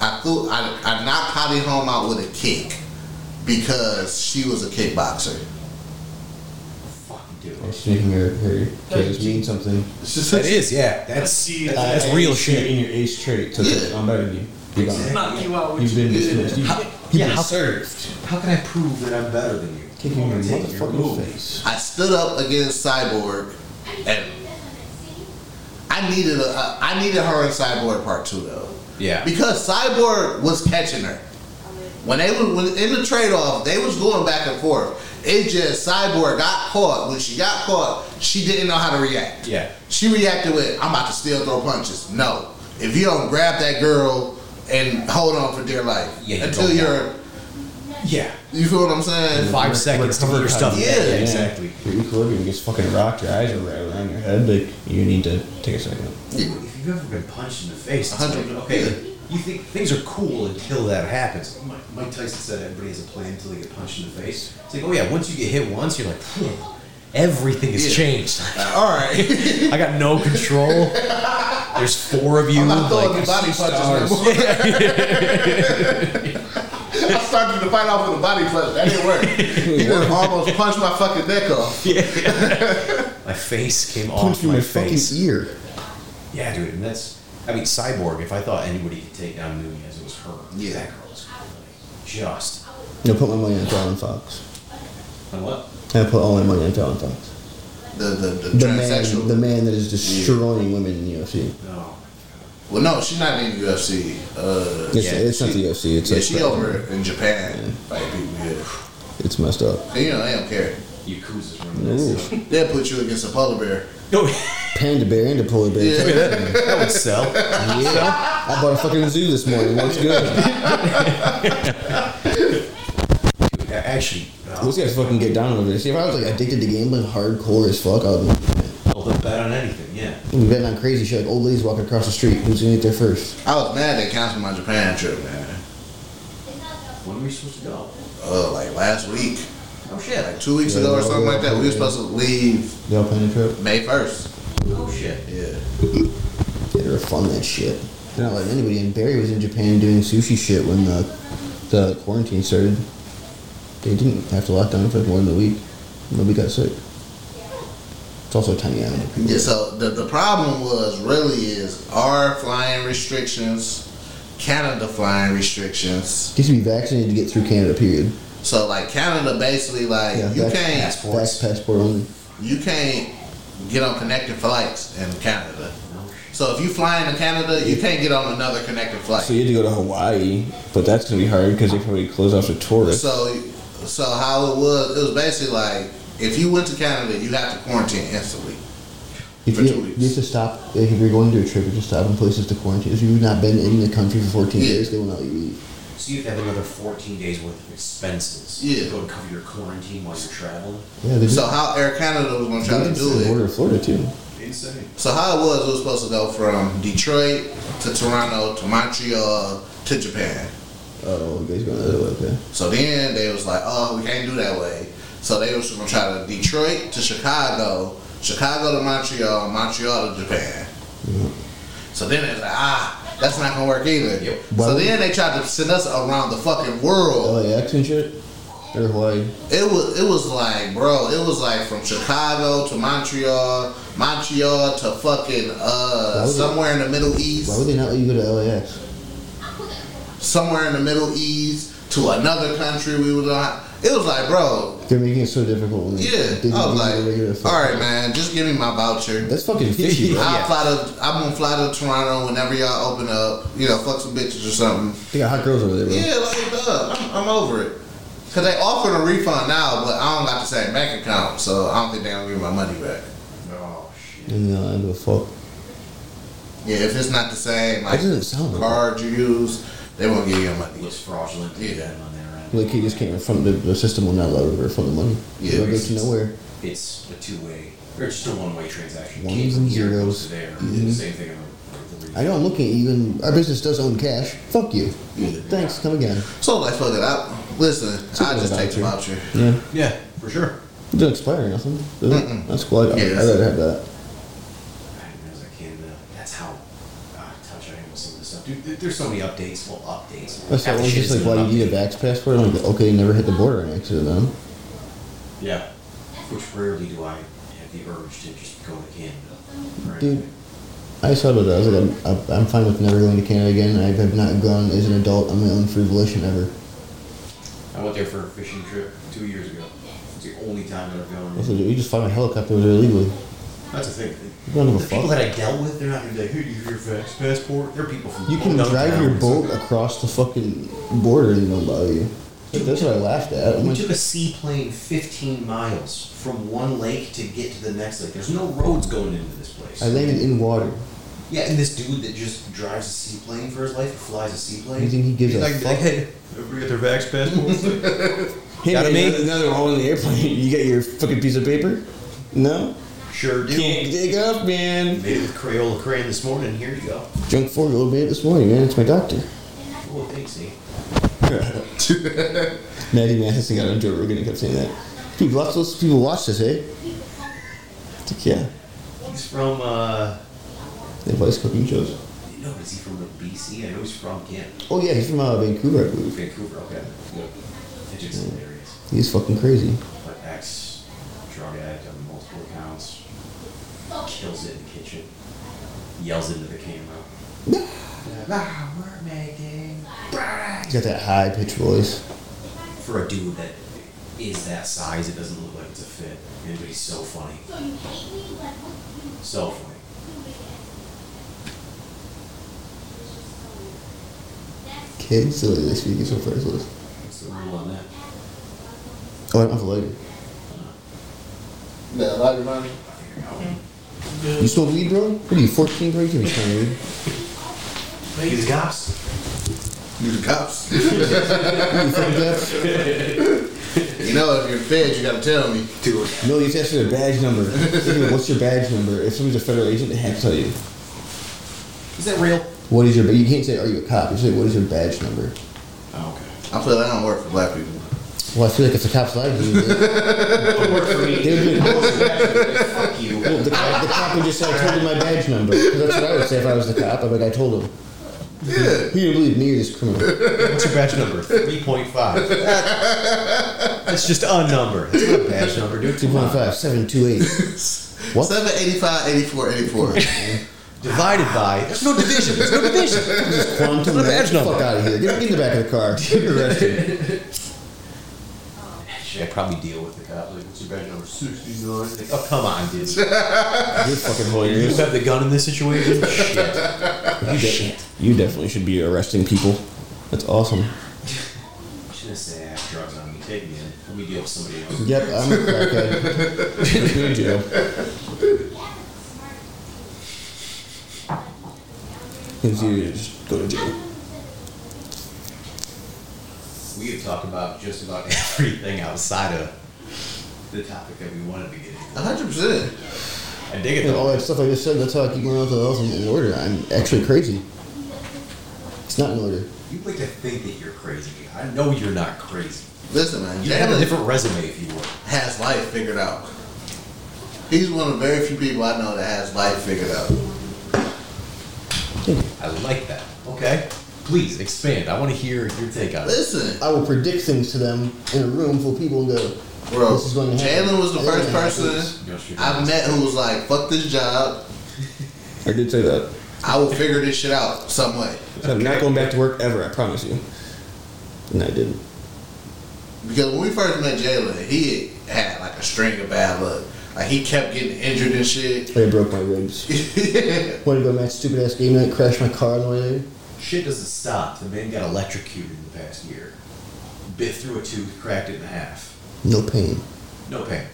Speaker 3: I threw, I, I knocked Holly Holm out with a kick because she was a kickboxer.
Speaker 4: Fuck you, dude.
Speaker 8: She's making her, her kids mean something.
Speaker 4: That is, yeah. That's uh,
Speaker 10: see.
Speaker 4: that's
Speaker 8: I- I
Speaker 4: real
Speaker 8: ace you
Speaker 4: shit.
Speaker 8: Uh, In your ace trait, so
Speaker 3: Yeah.
Speaker 8: I'm better than you. You're gone.
Speaker 10: Knock you out.
Speaker 8: You've been dismissed. You- You've
Speaker 4: Yeah,
Speaker 8: been
Speaker 4: how-
Speaker 8: served.
Speaker 4: How can I prove that I'm better than you?
Speaker 8: Kicking your
Speaker 4: I'm taking your
Speaker 8: motherfucking
Speaker 4: move.
Speaker 8: face.
Speaker 3: I stood up against Cyborg, and I needed a, I needed her in Cyborg Part Two though,
Speaker 4: Yeah.
Speaker 3: because Cyborg was catching her when they were when, in the trade off. They was going back and forth. It just Cyborg got caught. When she got caught, she didn't know how to react.
Speaker 4: Yeah.
Speaker 3: She reacted with, "I'm about to still throw punches." No, if you don't grab that girl and hold on for dear life
Speaker 4: Yeah, you
Speaker 3: until
Speaker 4: don't.
Speaker 3: you're,
Speaker 4: Yeah.
Speaker 3: you feel what I'm saying?
Speaker 4: Five seconds to your stuff.
Speaker 3: Yeah,
Speaker 4: yeah,
Speaker 3: yeah.
Speaker 4: exactly.
Speaker 8: Your equilibrium gets fucking rocked. Your eyes are right around your head. Like you need to take a second.
Speaker 4: If you've ever been punched in the face, it's
Speaker 3: 100.
Speaker 4: like, okay, you think things are cool until that happens. Mike Mike Tyson said everybody has a plan until they get punched in the face. It's like, oh yeah, once you get hit once, you're like, "Phew, everything has
Speaker 3: Yeah.
Speaker 4: changed.
Speaker 3: All right,
Speaker 4: I got no control. There's four of you.
Speaker 3: I'm not throwing
Speaker 4: like,
Speaker 3: the body punches no more. I started to fight off with a body punch. That didn't work. He done almost punched my fucking neck off.
Speaker 4: my face came
Speaker 8: Punch
Speaker 4: off
Speaker 8: you in
Speaker 4: my
Speaker 8: the fucking
Speaker 4: face.
Speaker 8: ear.
Speaker 4: Yeah, dude, and that's. I mean, Cyborg. If I thought anybody could take down Nunez, it was her.
Speaker 3: Yeah.
Speaker 4: that girl's just.
Speaker 8: No, put my money on Fallon Fox.
Speaker 4: On what?
Speaker 8: I put all my money on Fallon Fox.
Speaker 3: The the, the,
Speaker 8: The
Speaker 3: transsexual.
Speaker 8: man, the man that is destroying women in the UFC.
Speaker 4: No.
Speaker 3: well, no, she's not in the UFC. Uh,
Speaker 8: It's,
Speaker 4: Yeah,
Speaker 8: it's not
Speaker 3: she-
Speaker 8: the UFC. It's
Speaker 3: yeah,
Speaker 8: like
Speaker 3: she over in Japan. Like people, yeah.
Speaker 8: It's messed up.
Speaker 3: And, you know they don't care.
Speaker 4: Yakuza's running that stuff.
Speaker 3: They'll put you against a polar bear.
Speaker 4: No,
Speaker 8: Panda bear and a polar bear.
Speaker 3: Yeah.
Speaker 4: that would sell.
Speaker 8: Yeah. I bought a fucking zoo this morning. Looks good.
Speaker 4: Dude, that actually,
Speaker 8: Those guys fucking get down over this. If I was like addicted to gambling, hardcore as fuck, I would
Speaker 4: oh, they'll bet on anything. Yeah.
Speaker 8: be betting on crazy shit. Like old ladies walking across the street. Who's gonna get there first?
Speaker 3: I was mad they canceled my Japan trip, man.
Speaker 4: When were you supposed to go?
Speaker 3: Uh, like last week,
Speaker 4: Oh shit!
Speaker 3: like two weeks ago or something like that. We were supposed to leave
Speaker 8: Y'all planning a trip?
Speaker 3: May first.
Speaker 4: oh shit!
Speaker 3: Yeah.
Speaker 8: Yeah, they were fun that shit. They're not letting anybody in. Barry was in Japan doing sushi shit when the the quarantine started. They didn't have to lock down for like more than a week. Nobody got sick. It's also a tiny island.
Speaker 3: Yeah, so the, the problem was really is our flying restrictions, Canada flying restrictions.
Speaker 8: You should be vaccinated to get through Canada. Period.
Speaker 3: So like Canada basically like
Speaker 8: Yeah,
Speaker 3: you
Speaker 8: vac-
Speaker 3: can't
Speaker 8: Vax passport only.
Speaker 3: you can't get on connecting flights in Canada.
Speaker 4: No shit.
Speaker 3: So if you fly into Canada, you can't get on another connecting flight.
Speaker 8: So you had to go to Hawaii, but that's gonna be hard because they probably close off the tourists.
Speaker 3: So so how it was it was basically like if you went to Canada, you have to quarantine instantly.
Speaker 8: If
Speaker 3: for
Speaker 8: you,
Speaker 3: two
Speaker 8: you
Speaker 3: weeks.
Speaker 8: have to stop if you're going to a trip, you just stop in places to quarantine. If you've not been in the country for 14
Speaker 3: Yeah.
Speaker 8: days, they will not let you leave.
Speaker 4: So you have another 14 days worth of expenses.
Speaker 3: Yeah.
Speaker 4: Go and cover your quarantine while you're traveling.
Speaker 8: Yeah, they
Speaker 3: So how Air Canada was gonna try to do it.
Speaker 8: Border of Florida too.
Speaker 4: Insane.
Speaker 3: So how it was, it was supposed to go from Detroit to Toronto to Montreal to Japan.
Speaker 8: Oh, you guys going the other way? Okay.
Speaker 3: So then they was like, oh, we can't do that way. So they was gonna try to Detroit to Chicago, Chicago to Montreal, Montreal to Japan. So then it's like, ah, that's not gonna work either.
Speaker 4: Yep.
Speaker 3: So then they tried to send us around the fucking world.
Speaker 8: LAX and shit. Or Hawaii.
Speaker 3: It was it was like, bro, it was like from Chicago to Montreal, Montreal to fucking
Speaker 8: Why
Speaker 3: uh
Speaker 8: would they-
Speaker 3: somewhere in the Middle
Speaker 8: Why
Speaker 3: East.
Speaker 8: would they not let you go to LAX?
Speaker 3: somewhere in the Middle East to another country. We was on. It was like, bro,
Speaker 8: They're making it so difficult. when they-
Speaker 3: yeah. I
Speaker 8: they didn't
Speaker 3: was
Speaker 8: even regulate it.
Speaker 3: like, all right, man, just give me my voucher.
Speaker 8: That's fucking fishy. bro.
Speaker 3: I'll fly to. I'm gonna fly to Toronto whenever y'all open up. You know, fuck some bitches or something.
Speaker 8: They got hot girls over there, bro.
Speaker 3: Yeah, like, duh, I'm, I'm over it. Cause they offered a refund now, but I don't got the same bank account, so I don't think they're gonna give my money back.
Speaker 7: Oh shit.
Speaker 8: And uh, I give a fuck.
Speaker 3: Yeah, if it's not the same, like
Speaker 8: That doesn't sound like
Speaker 3: card you use, they won't give you your money.
Speaker 7: It was fraudulent.
Speaker 3: Yeah.
Speaker 7: Yeah. On their end.
Speaker 8: Like he just can't refund the, the system will not allow her to refund the money.
Speaker 3: Yeah,
Speaker 8: It'll go
Speaker 7: it's-
Speaker 8: to nowhere.
Speaker 7: It's a two-way, or it's just a one-way transaction.
Speaker 8: Ones
Speaker 7: Came from
Speaker 8: and
Speaker 7: here,
Speaker 8: zeros. Mm-hmm.
Speaker 7: goes to there. Same thing. on the- the
Speaker 8: I know I'm looking at you, and our business does own cash. Fuck you.
Speaker 3: Yeah.
Speaker 8: Thanks. Come again.
Speaker 3: So like, fuck it. I listen. I
Speaker 8: Something
Speaker 3: just take the
Speaker 8: about
Speaker 3: voucher.
Speaker 8: Yeah.
Speaker 7: Yeah, for sure.
Speaker 8: It doesn't expire or nothing. Does it?
Speaker 3: Mm-mm.
Speaker 8: That's cool. I'd,
Speaker 3: Yeah,
Speaker 8: I'd
Speaker 3: that's-
Speaker 8: rather have that.
Speaker 7: I was like, Canada. uh, That's how out of touch I am with some of this stuff. Dude, there- there's so many updates. Well, updates.
Speaker 8: That's
Speaker 7: Half
Speaker 8: that
Speaker 7: the
Speaker 8: one
Speaker 7: shit
Speaker 8: just like
Speaker 7: isn't
Speaker 8: why
Speaker 7: an
Speaker 8: you need a
Speaker 7: update.
Speaker 8: vax passport. I'm like, okay, you never hit the border in accident then.
Speaker 7: Yeah. Which rarely do I have the urge to just go to Canada. or
Speaker 8: Dude.
Speaker 7: anything.
Speaker 8: I saw what I was like, I'm, I'm fine with never going to Canada again. I have not gone as an adult on my own free volition ever.
Speaker 7: I went there for a fishing trip two years ago. It's the only time that I've
Speaker 8: I said,
Speaker 7: gone.
Speaker 8: you just fly my helicopter over there illegally.
Speaker 7: That's the thing.
Speaker 8: You don't
Speaker 7: The
Speaker 8: give a
Speaker 7: people
Speaker 8: fuck.
Speaker 7: that I dealt with, they're not gonna be like, "Here, you your vax passport." They're people from.
Speaker 8: You can
Speaker 7: Downtown
Speaker 8: drive your
Speaker 7: and
Speaker 8: boat
Speaker 7: stuff.
Speaker 8: across the fucking border and it'll bother you. Like, that's what I laughed at. I'm
Speaker 7: We
Speaker 8: like,
Speaker 7: took a seaplane 15 miles from one lake to get to the next lake. There's no roads going into this place.
Speaker 8: I landed in water.
Speaker 7: yeah, and this dude that just drives a seaplane for his life, flies a seaplane.
Speaker 8: You think he gives
Speaker 7: he's
Speaker 8: a
Speaker 7: like,
Speaker 8: fuck?
Speaker 7: Hey, everybody got their vax passports? Like,
Speaker 8: Hey,
Speaker 7: Gotta
Speaker 8: man,
Speaker 7: be.
Speaker 8: another- another hole in the airplane. You got your fucking piece of paper? No?
Speaker 7: sure do.
Speaker 8: Can't dig up, man.
Speaker 7: Made it with Crayola crayon this morning. Here you go.
Speaker 8: Junk four year old made it this morning, man. It's my doctor.
Speaker 7: Oh, thanks, Nate.
Speaker 8: Maddie Matheson got on Joe Rogan and kept saying that. Dude, lots of people watch this, eh? It's like, yeah.
Speaker 7: He's from, uh,
Speaker 8: They play cooking shows.
Speaker 7: no, is he from like, BC? I know he's from Canada.
Speaker 8: Oh, yeah, he's from uh, Vancouver, I believe.
Speaker 7: Vancouver, okay. Yep. It's just hilarious.
Speaker 8: He's fucking crazy.
Speaker 7: But ex drug addict on multiple accounts kills it in the kitchen, yells into the camera. ah, we're making
Speaker 8: He's got that high pitched voice.
Speaker 7: for a dude that is that size, it doesn't look like it's a fit. And but he's so funny, so funny.
Speaker 8: Kids, so they speak so priceless.
Speaker 7: What's the rule on that?
Speaker 8: Oh, I don't have a lighter.
Speaker 3: Yeah, like your money.
Speaker 7: I figure out.
Speaker 8: You smoke weed, bro? What are you, 14, bro? You can't be smoking weed.
Speaker 7: He's goss.
Speaker 3: You the cops.
Speaker 8: You fucking deaf?
Speaker 3: you know, if you're fed, you gotta tell me.
Speaker 7: Dude,
Speaker 8: No, you have to ask for their badge number. Anyway, What's your badge number? If someone's a federal agent, they have to tell you.
Speaker 7: is that real?
Speaker 8: What is your? ba- You can't say, "Are you a cop?" You say, "What is your badge number?"
Speaker 7: Oh, okay.
Speaker 3: I feel like I don't work for black people.
Speaker 8: Well, I feel like if the cops lied to you, they-
Speaker 7: Don't work for me.
Speaker 8: they would. be like,
Speaker 7: Fuck you.
Speaker 8: Well, the, cop, the cop would just say, "I told him my badge number." 'Cause that's what I would say if I was the cop. I'd be like, "I told him."
Speaker 3: Yeah.
Speaker 8: He didn't believe me. You're just criminal.
Speaker 7: What's your batch number? Three point five. That's just a number. That's not a batch number, dude.
Speaker 8: Two point five seven two eight. What?
Speaker 3: 785, 84, 84.
Speaker 7: Divided by. There's no division. There's no division.
Speaker 8: Quantum.
Speaker 7: What a badge
Speaker 8: Get the
Speaker 7: number.
Speaker 8: fuck out of here. Get, get in the back of the car. You're arrested.
Speaker 7: Actually, I probably deal with the cop. Like, what's your badge number? Sixty-nine. Like, oh, come on, dude.
Speaker 8: You're fucking
Speaker 7: You
Speaker 8: holding.
Speaker 7: have the gun in this situation. Shit. You shit.
Speaker 8: You definitely should be arresting people. That's awesome.
Speaker 7: I shouldn't say I have drugs on me. Take me in. Let me deal with somebody else.
Speaker 8: Yep, I'm a crackhead. Put me in jail. Gives you to just go to jail.
Speaker 7: We have talked about just about everything outside of the topic that we wanted to get into.
Speaker 3: 100%.
Speaker 7: I dig it
Speaker 8: And all
Speaker 7: though.
Speaker 8: that stuff I just said, that's how I keep going out to the house in order. I'm actually crazy. It's not in order.
Speaker 7: You like to think that you're crazy. I know you're not crazy.
Speaker 3: Listen, man.
Speaker 7: You have a
Speaker 3: Jalen
Speaker 7: different resume if you were.
Speaker 3: has life figured out. He's one of the very few people I know that has life figured out.
Speaker 7: I like that. Okay. Please expand. I want to hear your take on it.
Speaker 3: Listen,
Speaker 8: I will predict things to them in a room full of people and go,
Speaker 3: bro.
Speaker 8: This is gonna happen.
Speaker 3: Jalen was the
Speaker 8: It
Speaker 3: first
Speaker 8: happens.
Speaker 3: person I met who was like, "Fuck this job.
Speaker 8: I did say that.
Speaker 3: I will figure this shit out some way."
Speaker 8: I'm not going back to work ever, I promise you. And I didn't.
Speaker 3: Because when we first met Jalen, he had like a string of bad luck. Like he kept getting injured and shit.
Speaker 8: I broke my ribs. Wanted to go to my stupid ass game night, crashed my car on the way there.
Speaker 7: Shit doesn't stop. The man got electrocuted in the past year. Bit through a tooth, cracked it in half.
Speaker 8: No pain.
Speaker 7: No pain.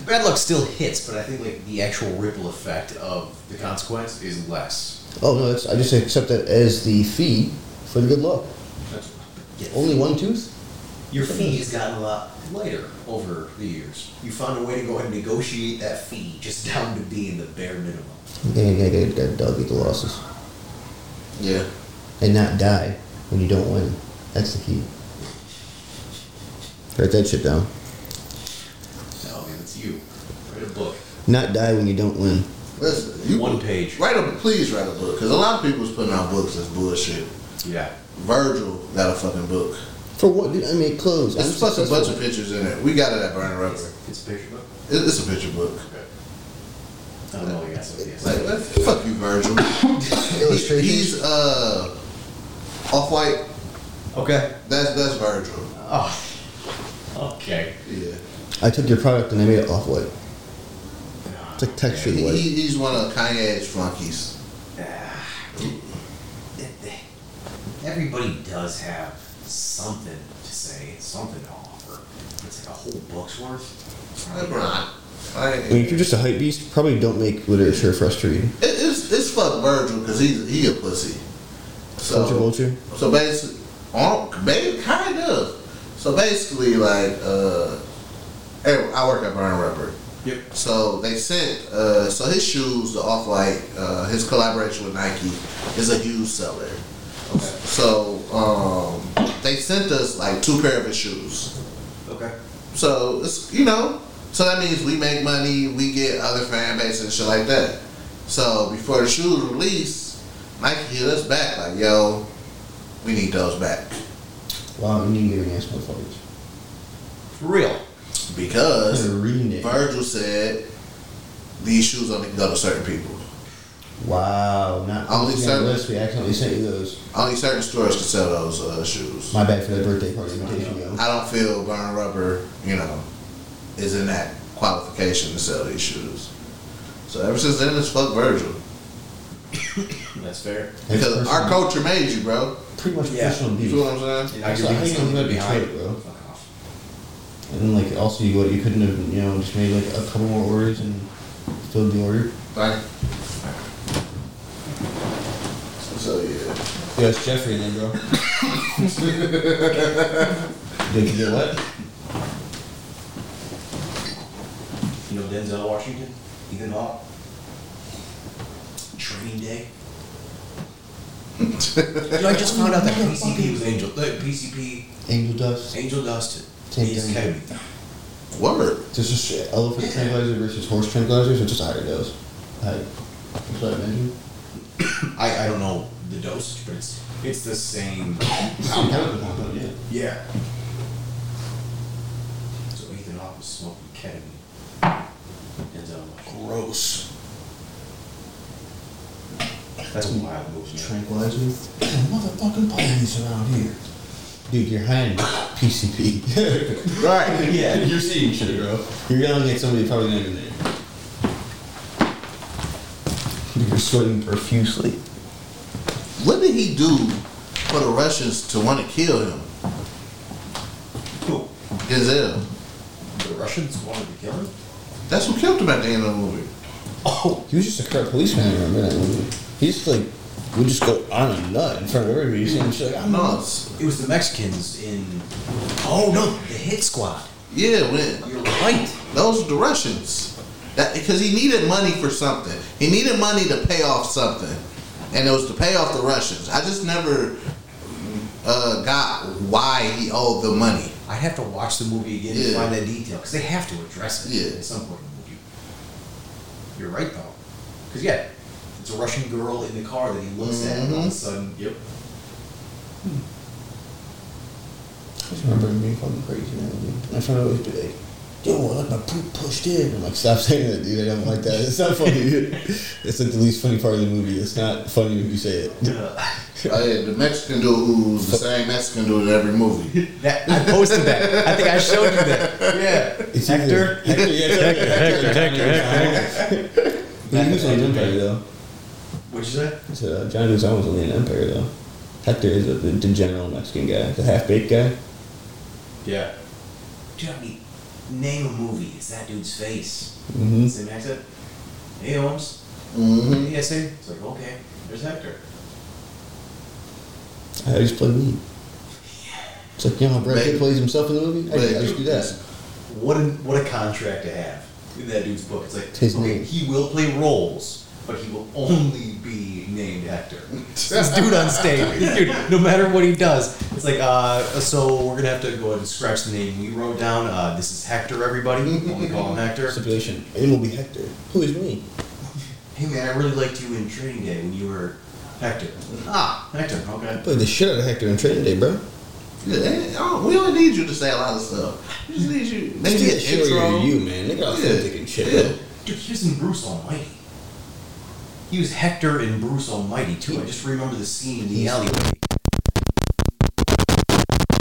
Speaker 7: The bad luck still hits, but I think like the actual ripple effect of the consequence is less.
Speaker 8: Oh no, that's, I just accept that as the fee for the good luck.
Speaker 7: That's- yeah.
Speaker 8: Only one tooth?
Speaker 7: Your fee has gotten a lot lighter over the years. You found a way to go ahead and negotiate that fee just down to being the bare minimum.
Speaker 8: Yeah, yeah, yeah, yeah, gotta delegate the losses.
Speaker 3: Yeah.
Speaker 8: And not die when you don't win. That's the key. Write that shit down.
Speaker 7: No, man, it's you. Write a book.
Speaker 8: Not die when you don't win.
Speaker 3: Listen, you
Speaker 7: One page.
Speaker 3: Write a please write a book because a lot of people's putting out books as bullshit.
Speaker 7: Yeah.
Speaker 3: Virgil got a fucking book.
Speaker 8: For what? Dude, I made clothes. I'm
Speaker 3: It's plus a bunch
Speaker 8: successful.
Speaker 3: of pictures in it. We got it at Burn Rubber. It-
Speaker 7: It's a picture book.
Speaker 3: It's a picture book.
Speaker 7: I don't know what you got something to
Speaker 3: Like,
Speaker 7: say.
Speaker 3: what? fuck you, Virgil. He- He's uh off white.
Speaker 7: Okay.
Speaker 3: That's that's Virgil.
Speaker 7: Oh. Okay.
Speaker 3: Yeah.
Speaker 8: I took your product and I made it off white. It's like textured
Speaker 3: He,
Speaker 8: white.
Speaker 3: he- he's one of Kanye's flunkies.
Speaker 7: Ah, Everybody does have something to say, something to offer. It's like a whole book's worth.
Speaker 3: Like, bro, I-
Speaker 8: I mean,
Speaker 3: I-
Speaker 8: if you're just a hype beast, probably don't make literature for us to read.
Speaker 3: It, it's it's fuck Virgil because he's he a pussy. So
Speaker 8: Culture vulture.
Speaker 3: so basically, on, ba- kind of. So basically, like uh, hey, I work at Burn Rubber.
Speaker 7: Yep.
Speaker 3: So they sent uh, so his shoes, the Off White, uh, his collaboration with Nike is a huge seller.
Speaker 7: Okay.
Speaker 3: So um, they sent us like two pair of his shoes.
Speaker 7: Okay.
Speaker 3: So it's you know, so that means we make money, we get other fan bases and shit like that. So before the shoe was released, Nike hit us back like, yo, we need those back
Speaker 8: Wow, you need to get an ass motherfuckers.
Speaker 7: For real.
Speaker 8: That's a
Speaker 3: because
Speaker 8: reading it.
Speaker 3: Virgil said these shoes only go to certain people,
Speaker 8: Wow, not
Speaker 3: Only
Speaker 8: only
Speaker 3: certain-
Speaker 8: on the list. We accidentally sent you those.
Speaker 3: only certain stores can sell those uh, shoes.
Speaker 8: My bad for that birthday party invitation, yo.
Speaker 3: I don't feel Burn Rubber, you know, is in that qualification to sell these shoes. So ever since then, it's fuck Virgil
Speaker 7: That's fair.
Speaker 8: That's
Speaker 3: because our
Speaker 8: personal-
Speaker 3: culture made you, bro.
Speaker 8: pretty much
Speaker 7: Yeah.
Speaker 8: professional
Speaker 3: You
Speaker 8: abuse.
Speaker 3: see what I'm saying?
Speaker 7: And
Speaker 8: I
Speaker 7: could
Speaker 8: saw- I
Speaker 7: read
Speaker 8: think I'm
Speaker 7: something
Speaker 8: gonna
Speaker 7: behind
Speaker 8: Detroit,
Speaker 7: it.
Speaker 8: bro.
Speaker 7: Fuck off.
Speaker 8: And then, like also you what you couldn't have you know just made like a couple more orders and filled the order.
Speaker 3: Right. So yeah.
Speaker 8: Yeah, it's Jeffrey then, bro. Did you get what?
Speaker 7: You know Denzel Washington? Ethan Hawke? Training Day? you know, I just found out that PCP was Angel. uh, PCP,
Speaker 8: Angel dust.
Speaker 7: Angel Dust.
Speaker 8: Same
Speaker 7: is
Speaker 8: thing.
Speaker 7: ketamine.
Speaker 3: Word.
Speaker 8: There's just elephant tranquilizer versus horse tranquilizer, so just higher dose. Like, that's what I mentioned.
Speaker 7: I, I don't know the dosage, but it's it's the same.
Speaker 8: Some chemical compound, yeah.
Speaker 7: Yeah. So Ethan Hawke was smoking ketamine. Denzel Washington.
Speaker 8: Gross.
Speaker 7: That's a wild move, man.
Speaker 8: Tranquilizer. Motherfucking ponies around here. Dude, you're high on PCP.
Speaker 3: Right.
Speaker 8: yeah, you're seeing shit, bro. You're yelling at somebody probably not even there. You're sweating profusely.
Speaker 3: What did he do for the Russians to want to kill him?
Speaker 7: Cool.
Speaker 3: Gazelle.
Speaker 7: The Russians wanted to kill him?
Speaker 3: That's who killed him at the end of the movie.
Speaker 7: Oh,
Speaker 8: He was just a corrupt policeman, remember that movie? He's like, would just go on a nut in front of everybody. He's like, I'm
Speaker 3: No.
Speaker 8: not.
Speaker 3: it's-
Speaker 7: It was the Mexicans in. Oh no, the Hit Squad.
Speaker 3: Yeah, when
Speaker 7: You're right.
Speaker 3: those were the Russians. That because he needed money for something. He needed money to pay off something, and it was to pay off the Russians. I just never uh, got why he owed the money.
Speaker 7: I'd have to watch the movie again to
Speaker 3: Yeah.
Speaker 7: find that detail because they have to address it
Speaker 3: Yeah.
Speaker 7: at some point in the movie. You're right though, because yeah, it's a Russian girl in the car that he looks at, and all of a
Speaker 3: Mhm.
Speaker 7: sudden, yep.
Speaker 8: I just remember him being fucking crazy in that movie. I found out it was big. yo, I like my poop pushed in. I'm like, stop saying that, dude. I don't like that. It's not funny. it's like the least funny part of the movie. It's not funny when you say it.
Speaker 3: Oh yeah, the Mexican dude who's the same Mexican dude in every movie.
Speaker 4: That, I posted that. I think I showed you that.
Speaker 8: It's Hector? Hector, yeah, it's Hector. Hector, Hector, He was only in Empire, though.
Speaker 4: What'd you say?
Speaker 8: I said, uh, John Guzman was only in Empire, though. Hector is a, the, the general Mexican guy, the half-baked guy.
Speaker 4: Yeah. Dude, I mean, name a movie. It's that dude's face.
Speaker 8: Mm-hmm.
Speaker 4: Same accent. Hey, Holmes.
Speaker 3: Mm-hmm.
Speaker 4: Yeah, same. It's like, okay, there's Hector.
Speaker 8: I just play weed. It's like, you know how Brad Pitt
Speaker 3: Maybe.
Speaker 8: plays himself in the movie? I,
Speaker 3: Maybe.
Speaker 8: I just do that.
Speaker 4: What a, what a contract to have in that dude's book. It's like,
Speaker 8: His
Speaker 4: okay,
Speaker 8: name.
Speaker 4: he will play roles, but he will only be named Hector. It's this dude on stage. Dude, no matter what he does, it's like, uh, so we're going to have to go ahead and scratch the name we wrote down. Uh, this is Hector, everybody. Only call him Hector.
Speaker 8: Stipulation. It will be Hector. Who is me?
Speaker 4: Hey man, I really liked you in Training Day when you were Hector. Ah, Hector. Okay.
Speaker 8: I played the shit out of Hector in Training Day, bro.
Speaker 3: Yeah, they- I don't- we don't need you to say a lot of stuff. We just need you.
Speaker 8: They
Speaker 3: Maybe
Speaker 8: did
Speaker 3: an
Speaker 8: shit to
Speaker 3: intro.
Speaker 8: you, man. They got
Speaker 3: Yeah.
Speaker 8: authentic and shit, bro.
Speaker 4: Dude, he was in Bruce Almighty. He was Hector in Bruce Almighty too. I just remember the scene in the alleyway.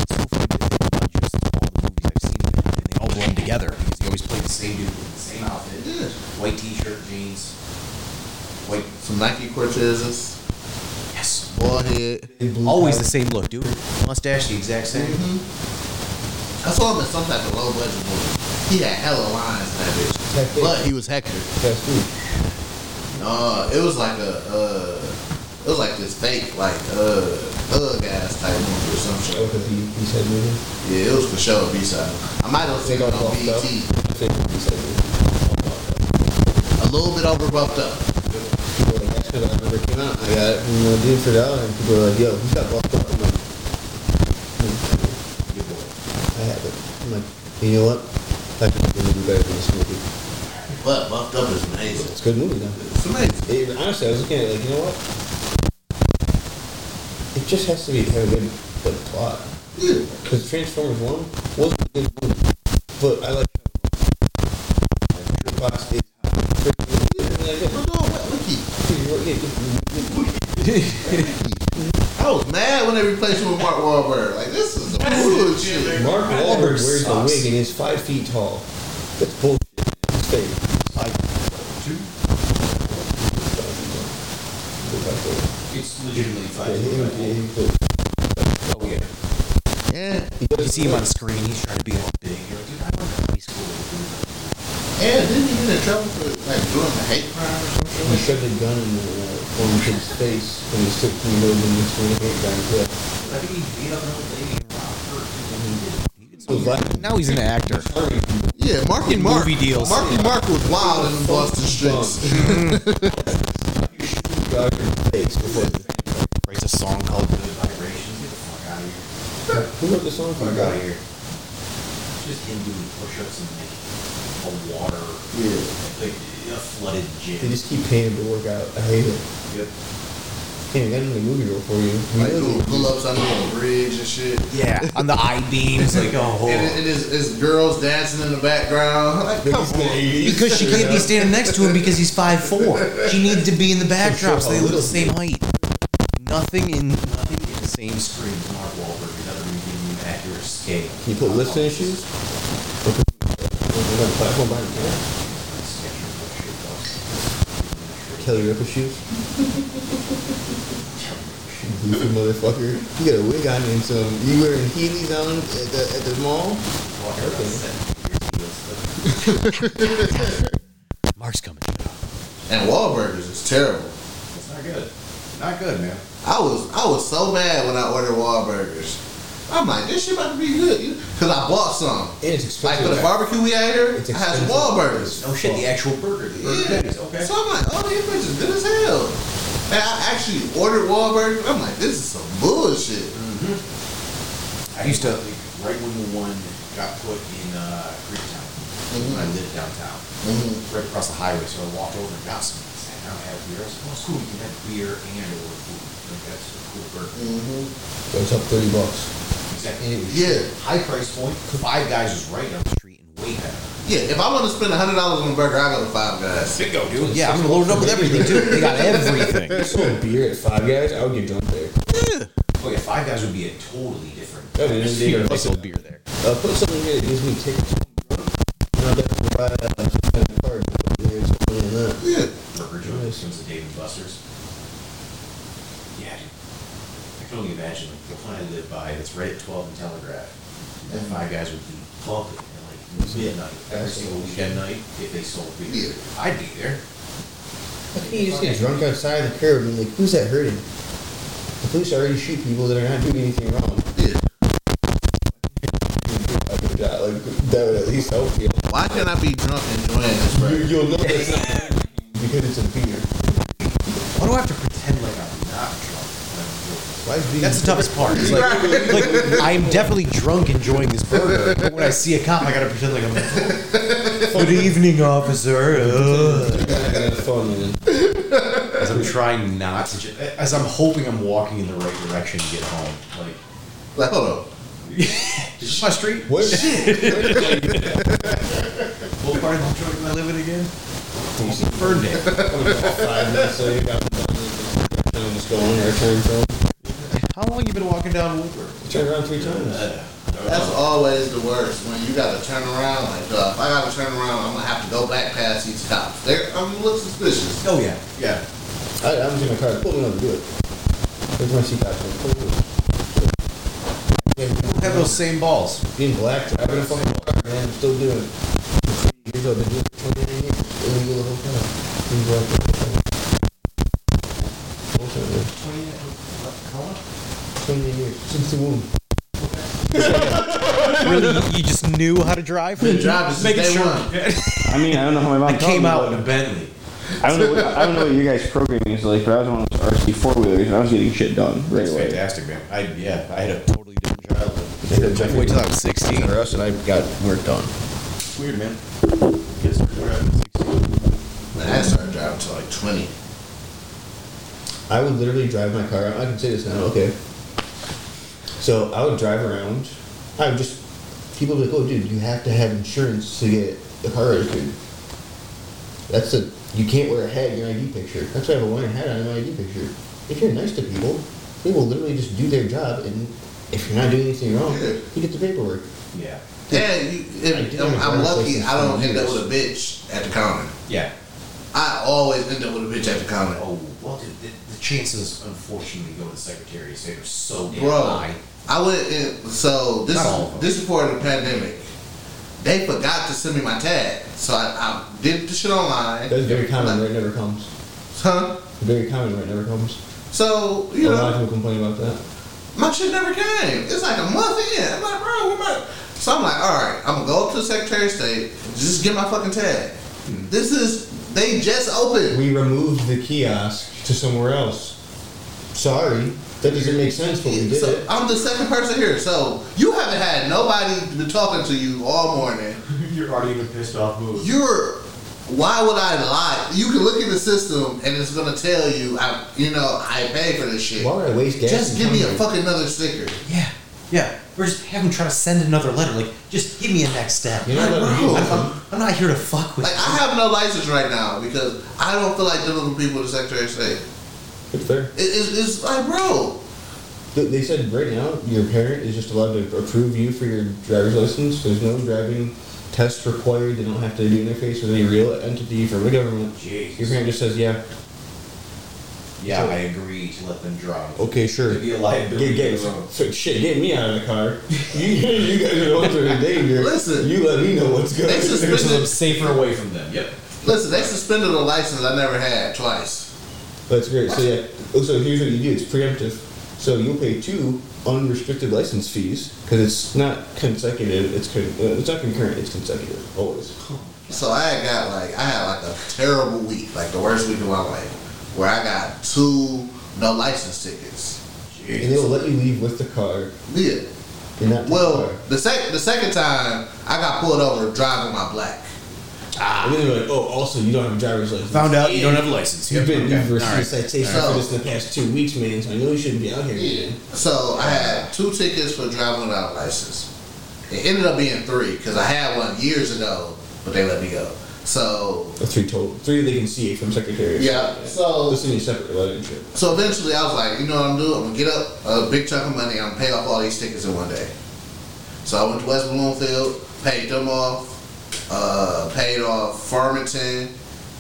Speaker 4: So funny to think about just all the movies I've seen with him, and they all blend together because he always played the same dude with the same outfit.
Speaker 3: Yeah.
Speaker 4: White t-shirt, jeans. White.
Speaker 3: Some Nike Cortezes.
Speaker 4: Yes.
Speaker 3: Bald head.
Speaker 4: Always the same look, dude. Mustache, the exact same.
Speaker 3: Mm-hmm. I saw him in some type of low budget movie. He had hella lines in that bitch.
Speaker 8: That big.
Speaker 3: But he was Hector.
Speaker 8: Fast food.
Speaker 3: Uh, it was like a, uh, it was like this fake, like, uh, thug ass type movie or some
Speaker 8: Oh,
Speaker 3: shit.
Speaker 8: because he, he said movie?
Speaker 3: Yeah, it was for sure a B-side. I might have
Speaker 8: They
Speaker 3: seen it
Speaker 8: got
Speaker 3: on
Speaker 8: buffed up.
Speaker 3: BT.
Speaker 8: I think he said movie.
Speaker 3: A little bit over buffed up.
Speaker 8: People were like, that's because I remember it came out. I got it from the dude for a dollar, and people were like, yo, he got buffed up. I'm like, hmm.
Speaker 4: Good boy.
Speaker 8: I have it. I'm like, you know what? I think it's gonna do better than this movie.
Speaker 3: But buffed up is amazing.
Speaker 8: It's a good movie though.
Speaker 3: It's amazing.
Speaker 8: It, honestly, I was looking at it like, you know what? It just has to be have a good like, plot.
Speaker 3: Yeah.
Speaker 8: Because Transformers One wasn't a good movie, but I like. The plot's- it's freaking good. And I
Speaker 3: But
Speaker 8: go,
Speaker 3: no, what- Wiki.
Speaker 8: dude, what- yeah, good- good- good-
Speaker 3: I was mad when they replaced him with Mark Wahlberg. Like this is some bullshit.
Speaker 8: Mark Wahlberg wears the
Speaker 4: Sucks.
Speaker 8: wig and is five feet tall. That's bullshit. It's fake.
Speaker 4: Two. It's legitimately
Speaker 8: Yeah, he- he-
Speaker 4: five.
Speaker 8: he- he-
Speaker 4: Oh yeah.
Speaker 3: Yeah.
Speaker 4: You see him on screen, he's trying to be all big. You're like, dude, I went to high school.
Speaker 3: And didn't he get in trouble for like doing the hate crime or something?
Speaker 8: He shoved a gun in the uh, one kid's face when he was 16 years old and he was doing a hate crime clip.
Speaker 4: I think he beat up an old lady and robbed her. He did- he
Speaker 8: So it was like,
Speaker 4: did- Now he's an actor.
Speaker 3: Yeah, Marky
Speaker 4: In
Speaker 3: Mark.
Speaker 4: movie deals.
Speaker 3: Marky Mark was wild in the Boston streets.
Speaker 8: got in the face before the-
Speaker 4: Writes a song called Good Vibrations. Get the fuck out of here.
Speaker 8: Who wrote the song for
Speaker 4: Fuck out of
Speaker 8: God?
Speaker 4: here. Just him doing push-ups and like a water,
Speaker 3: yeah.
Speaker 4: like a flooded gym.
Speaker 8: They just keep paying him to work out. I hate it.
Speaker 4: Yep.
Speaker 8: Damn, I got another movie role for you. You
Speaker 3: Like
Speaker 8: know
Speaker 3: doing
Speaker 8: that-
Speaker 3: pull-ups under a bridge and shit.
Speaker 4: Yeah, on the I beams, like oh, hold
Speaker 3: And it, it is it's girls dancing in the background. Like, come on.
Speaker 4: Because she can't be standing next to him because he's five four. She needs to be in the backdrop so they look the
Speaker 8: Little
Speaker 4: same height. Nothing in nothing in the same screen as Mark Wahlberg is ever going to give you an accurate scale.
Speaker 8: Can you put lifts in his shoes? We're gonna platform by the door. Kelly Ripa shoes. Goofy motherfucker. You got a wig on and some. You wearing Heelys on at the, at the mall?
Speaker 4: Mark's coming.
Speaker 3: And Wahlburgers is terrible.
Speaker 4: It's not good. Not good, man.
Speaker 3: I was I was so mad when I ordered Wahlburgers. I'm like, this shit about to be good. Cause I bought some.
Speaker 8: And it's
Speaker 3: Like for
Speaker 8: expensive.
Speaker 3: the barbecue we had here,
Speaker 8: It's
Speaker 3: I had some
Speaker 8: expensive.
Speaker 3: Wahlburgers.
Speaker 4: No Oh, shit, the actual burger. The burger
Speaker 3: Yeah.
Speaker 4: is okay.
Speaker 3: So I'm like, oh, these bitches good as hell. And I actually ordered Wahlburgers. I'm like, this is some bullshit.
Speaker 4: I used to like, right when the one got put in uh, Greektown. When I lived downtown, right across the highway, so I walked over and got some. I said, I don't have beer. I was like, oh, it's cool. You can have beer and or food. Like, that's a cool burger.
Speaker 8: So it's up 30 bucks.
Speaker 4: Exactly.
Speaker 3: Yeah.
Speaker 4: High price point. Five guys was right down the street and way better.
Speaker 3: Yeah, if I want to spend hundred dollars on a burger, I go to Five Guys.
Speaker 4: Bingo, dude.
Speaker 11: Yeah, I'm gonna load it up with everything too. They got everything.
Speaker 8: sold beer at Five Guys, I would get drunk there.
Speaker 4: Oh yeah, Five Guys would be a totally different.
Speaker 8: That would be
Speaker 4: atmosphere.
Speaker 8: bigger.
Speaker 4: They sold beer there.
Speaker 8: Uh, put something in it that gives me tickets.
Speaker 11: You know, that's why I have a credit card. There's something in that.
Speaker 4: Burger joint comes to Dave and Buster's. Yeah, dude. I can only imagine like the one I live by that's right at 12 and Telegraph. That Five Guys would be bumping at like midnight every single weekend night if they sold beer. I'd be there.
Speaker 11: How can you just get drunk outside the curb and like, who's that hurting? The police already shoot people that are not doing anything wrong.
Speaker 8: I could die. Like that would at least help you.
Speaker 3: Why can I be drunk enjoying this
Speaker 8: you
Speaker 3: burger?
Speaker 8: you'll know that's not because it's a beer.
Speaker 4: Why do I have to pretend like I'm not drunk? when I'm doing
Speaker 11: Why is being
Speaker 4: That's the toughest part. It's like, like I am definitely drunk enjoying this burger, but when I see a cop, I gotta pretend like I'm. Like, Good evening, officer. Ugh.
Speaker 8: I got fun man.
Speaker 4: As I'm trying not to, ju- as I'm hoping I'm walking in the right direction to get home. Like,
Speaker 3: Like, hold on.
Speaker 4: is this my street?
Speaker 8: What?
Speaker 4: What part of Detroit am I living again? Ferndale.
Speaker 8: Five minutes later, got the button. I'm just going where I came from.
Speaker 4: How long you been walking down Woodward?
Speaker 8: Turn around three times.
Speaker 3: That's always the worst when you gotta turn around. Like, uh, if I gotta turn around, I'm gonna have to go back past these cops. They're, I'm gonna look suspicious.
Speaker 4: Oh yeah, yeah.
Speaker 8: I, I'm just in my car. Pull me over. Do it. Where's my seat back? Pull me over.
Speaker 4: Have those same balls.
Speaker 8: Being black, driving a fucking car, man. I'm still doing it. Years I've been doing it for 29 years. Illegal the whole time. Being black, driving a fucking car. Whole time, man. 29 years. Since the womb.
Speaker 4: Really, you just knew how to drive.
Speaker 3: Been driving since
Speaker 4: Making
Speaker 3: day
Speaker 4: sure.
Speaker 3: one.
Speaker 5: I mean, I don't know how my mom
Speaker 4: I came
Speaker 5: me,
Speaker 4: out in a Bentley.
Speaker 5: but I don't know. What, I don't know what your guys' programming is like, but I was on those RC four wheelers and I was getting shit done right
Speaker 4: It's
Speaker 5: away.
Speaker 4: fantastic, man. I yeah, I had a totally different childhood.
Speaker 8: They had a Jeffrey
Speaker 4: Wait till I was 16.
Speaker 8: for us, and I got work done.
Speaker 4: It's weird, man. Kids were driving at 16.
Speaker 3: Man, I started driving till like 20.
Speaker 8: I would literally drive my car. I can say this now, okay? So I would drive around. I would just people would be like, "Oh, dude, you have to have insurance to get a car registered." That's a you can't wear a hat in your ID picture. That's why I have a wearing hat on in my ID picture. If you're nice to people, they will literally just do their job, and if you're not doing anything wrong, you get the paperwork.
Speaker 4: Yeah,
Speaker 3: Yeah, you,
Speaker 8: I
Speaker 3: if,
Speaker 8: do
Speaker 3: I'm,
Speaker 8: have
Speaker 3: I'm
Speaker 8: driver's
Speaker 3: lucky.
Speaker 8: license
Speaker 3: I don't
Speaker 8: for
Speaker 3: end up
Speaker 8: years.
Speaker 3: with a bitch at the counter.
Speaker 4: yeah.
Speaker 3: I always end up with a bitch at the counter.
Speaker 4: Oh well, dude, the, the chances, unfortunately, to go to the Secretary of State are so damn
Speaker 3: Bro,
Speaker 4: high.
Speaker 3: I went in. So this
Speaker 4: Not all of
Speaker 3: is
Speaker 4: them.
Speaker 3: this is before the pandemic. They forgot to send me my tag, so I, I did the shit online.
Speaker 8: That's very common. Right never comes.
Speaker 3: Huh?
Speaker 8: Very common. Right never comes.
Speaker 3: So
Speaker 8: A
Speaker 3: you
Speaker 8: lot of
Speaker 3: know,
Speaker 8: people complain about that.
Speaker 3: my shit never came. It's like a month in. I'm like, bro, where my? So I'm like, all right, I'm gonna go up to the Secretary of State, just get my fucking tag.
Speaker 4: Hmm.
Speaker 3: This is they just opened.
Speaker 8: We removed the kiosk to somewhere else. Sorry, that doesn't make sense, but we did
Speaker 3: So
Speaker 8: it.
Speaker 3: I'm the second person here. So you haven't had nobody been talking to you all morning.
Speaker 4: You're already in a pissed off mood.
Speaker 3: you're why would I lie? You can look at the system and it's gonna tell you I you know, I pay for this shit.
Speaker 8: Why would I waste gas?
Speaker 3: Just
Speaker 8: and
Speaker 3: give me a
Speaker 8: time?
Speaker 3: fucking another sticker.
Speaker 4: Yeah, yeah. Or just have him try to send another letter. Like, just give me a next step.
Speaker 8: You're not letting me
Speaker 3: Bro.
Speaker 8: use it.
Speaker 4: I'm, I'm not here to fuck with
Speaker 3: Like I have no license right now because I don't feel like dealing with people in the Secretary of State. It,
Speaker 8: It's fair.
Speaker 3: it's, it's like bro,
Speaker 8: They- They said right now your parent is just allowed to approve you for your driver's license. There's no driving test required. They don't have to do an interface with any real entity from the government.
Speaker 4: Jeez.
Speaker 8: Your parent just says, yeah,
Speaker 4: Yeah, I agree to let them drive.
Speaker 8: okay, sure.
Speaker 4: It'd be a liability.
Speaker 8: Get, get, so shit, get me out of the car. you, you guys are going through the danger.
Speaker 3: Listen.
Speaker 8: You let me know what's going
Speaker 3: they
Speaker 8: on.
Speaker 4: Because I'm
Speaker 3: suspended
Speaker 4: safer away from them. Yep.
Speaker 3: listen, they suspended a license I never had twice.
Speaker 8: That's great. So yeah. oh, So here's what you do. It's preemptive. So you'll pay two unrestricted license fees because it's not consecutive. It's con- uh, it's not concurrent. It's consecutive always.
Speaker 3: So I had got like I had like a terrible week, like the worst week of my life, where I got two no license tickets.
Speaker 8: And they'll let you leave with the car
Speaker 3: Yeah.
Speaker 8: and not take the
Speaker 3: Well,
Speaker 8: car.
Speaker 3: the sec- the second time I got pulled over driving my black.
Speaker 8: And then they're like, oh, also you don't have a driver's license.
Speaker 4: Found out you don't have a license.
Speaker 8: You've been
Speaker 4: okay.
Speaker 8: you've received
Speaker 4: All right.
Speaker 8: citations
Speaker 3: All right.
Speaker 8: for this in the past two weeks, man. So I know you shouldn't be out here.
Speaker 3: Yeah.
Speaker 8: man.
Speaker 3: So I had two tickets for driving without a license. It ended up being three because I had one years ago, but they let me go. So
Speaker 8: Or three total. Three they can see from Secretary.
Speaker 3: Yeah, so-
Speaker 8: Listen to you separate letter and shit.
Speaker 3: So eventually, I was like, you know what I'm doing? I'm gonna get up a big chunk of money. I'm gonna pay off all these tickets in one day. So I went to West Bloomfield, paid them off, uh, paid off Farmington,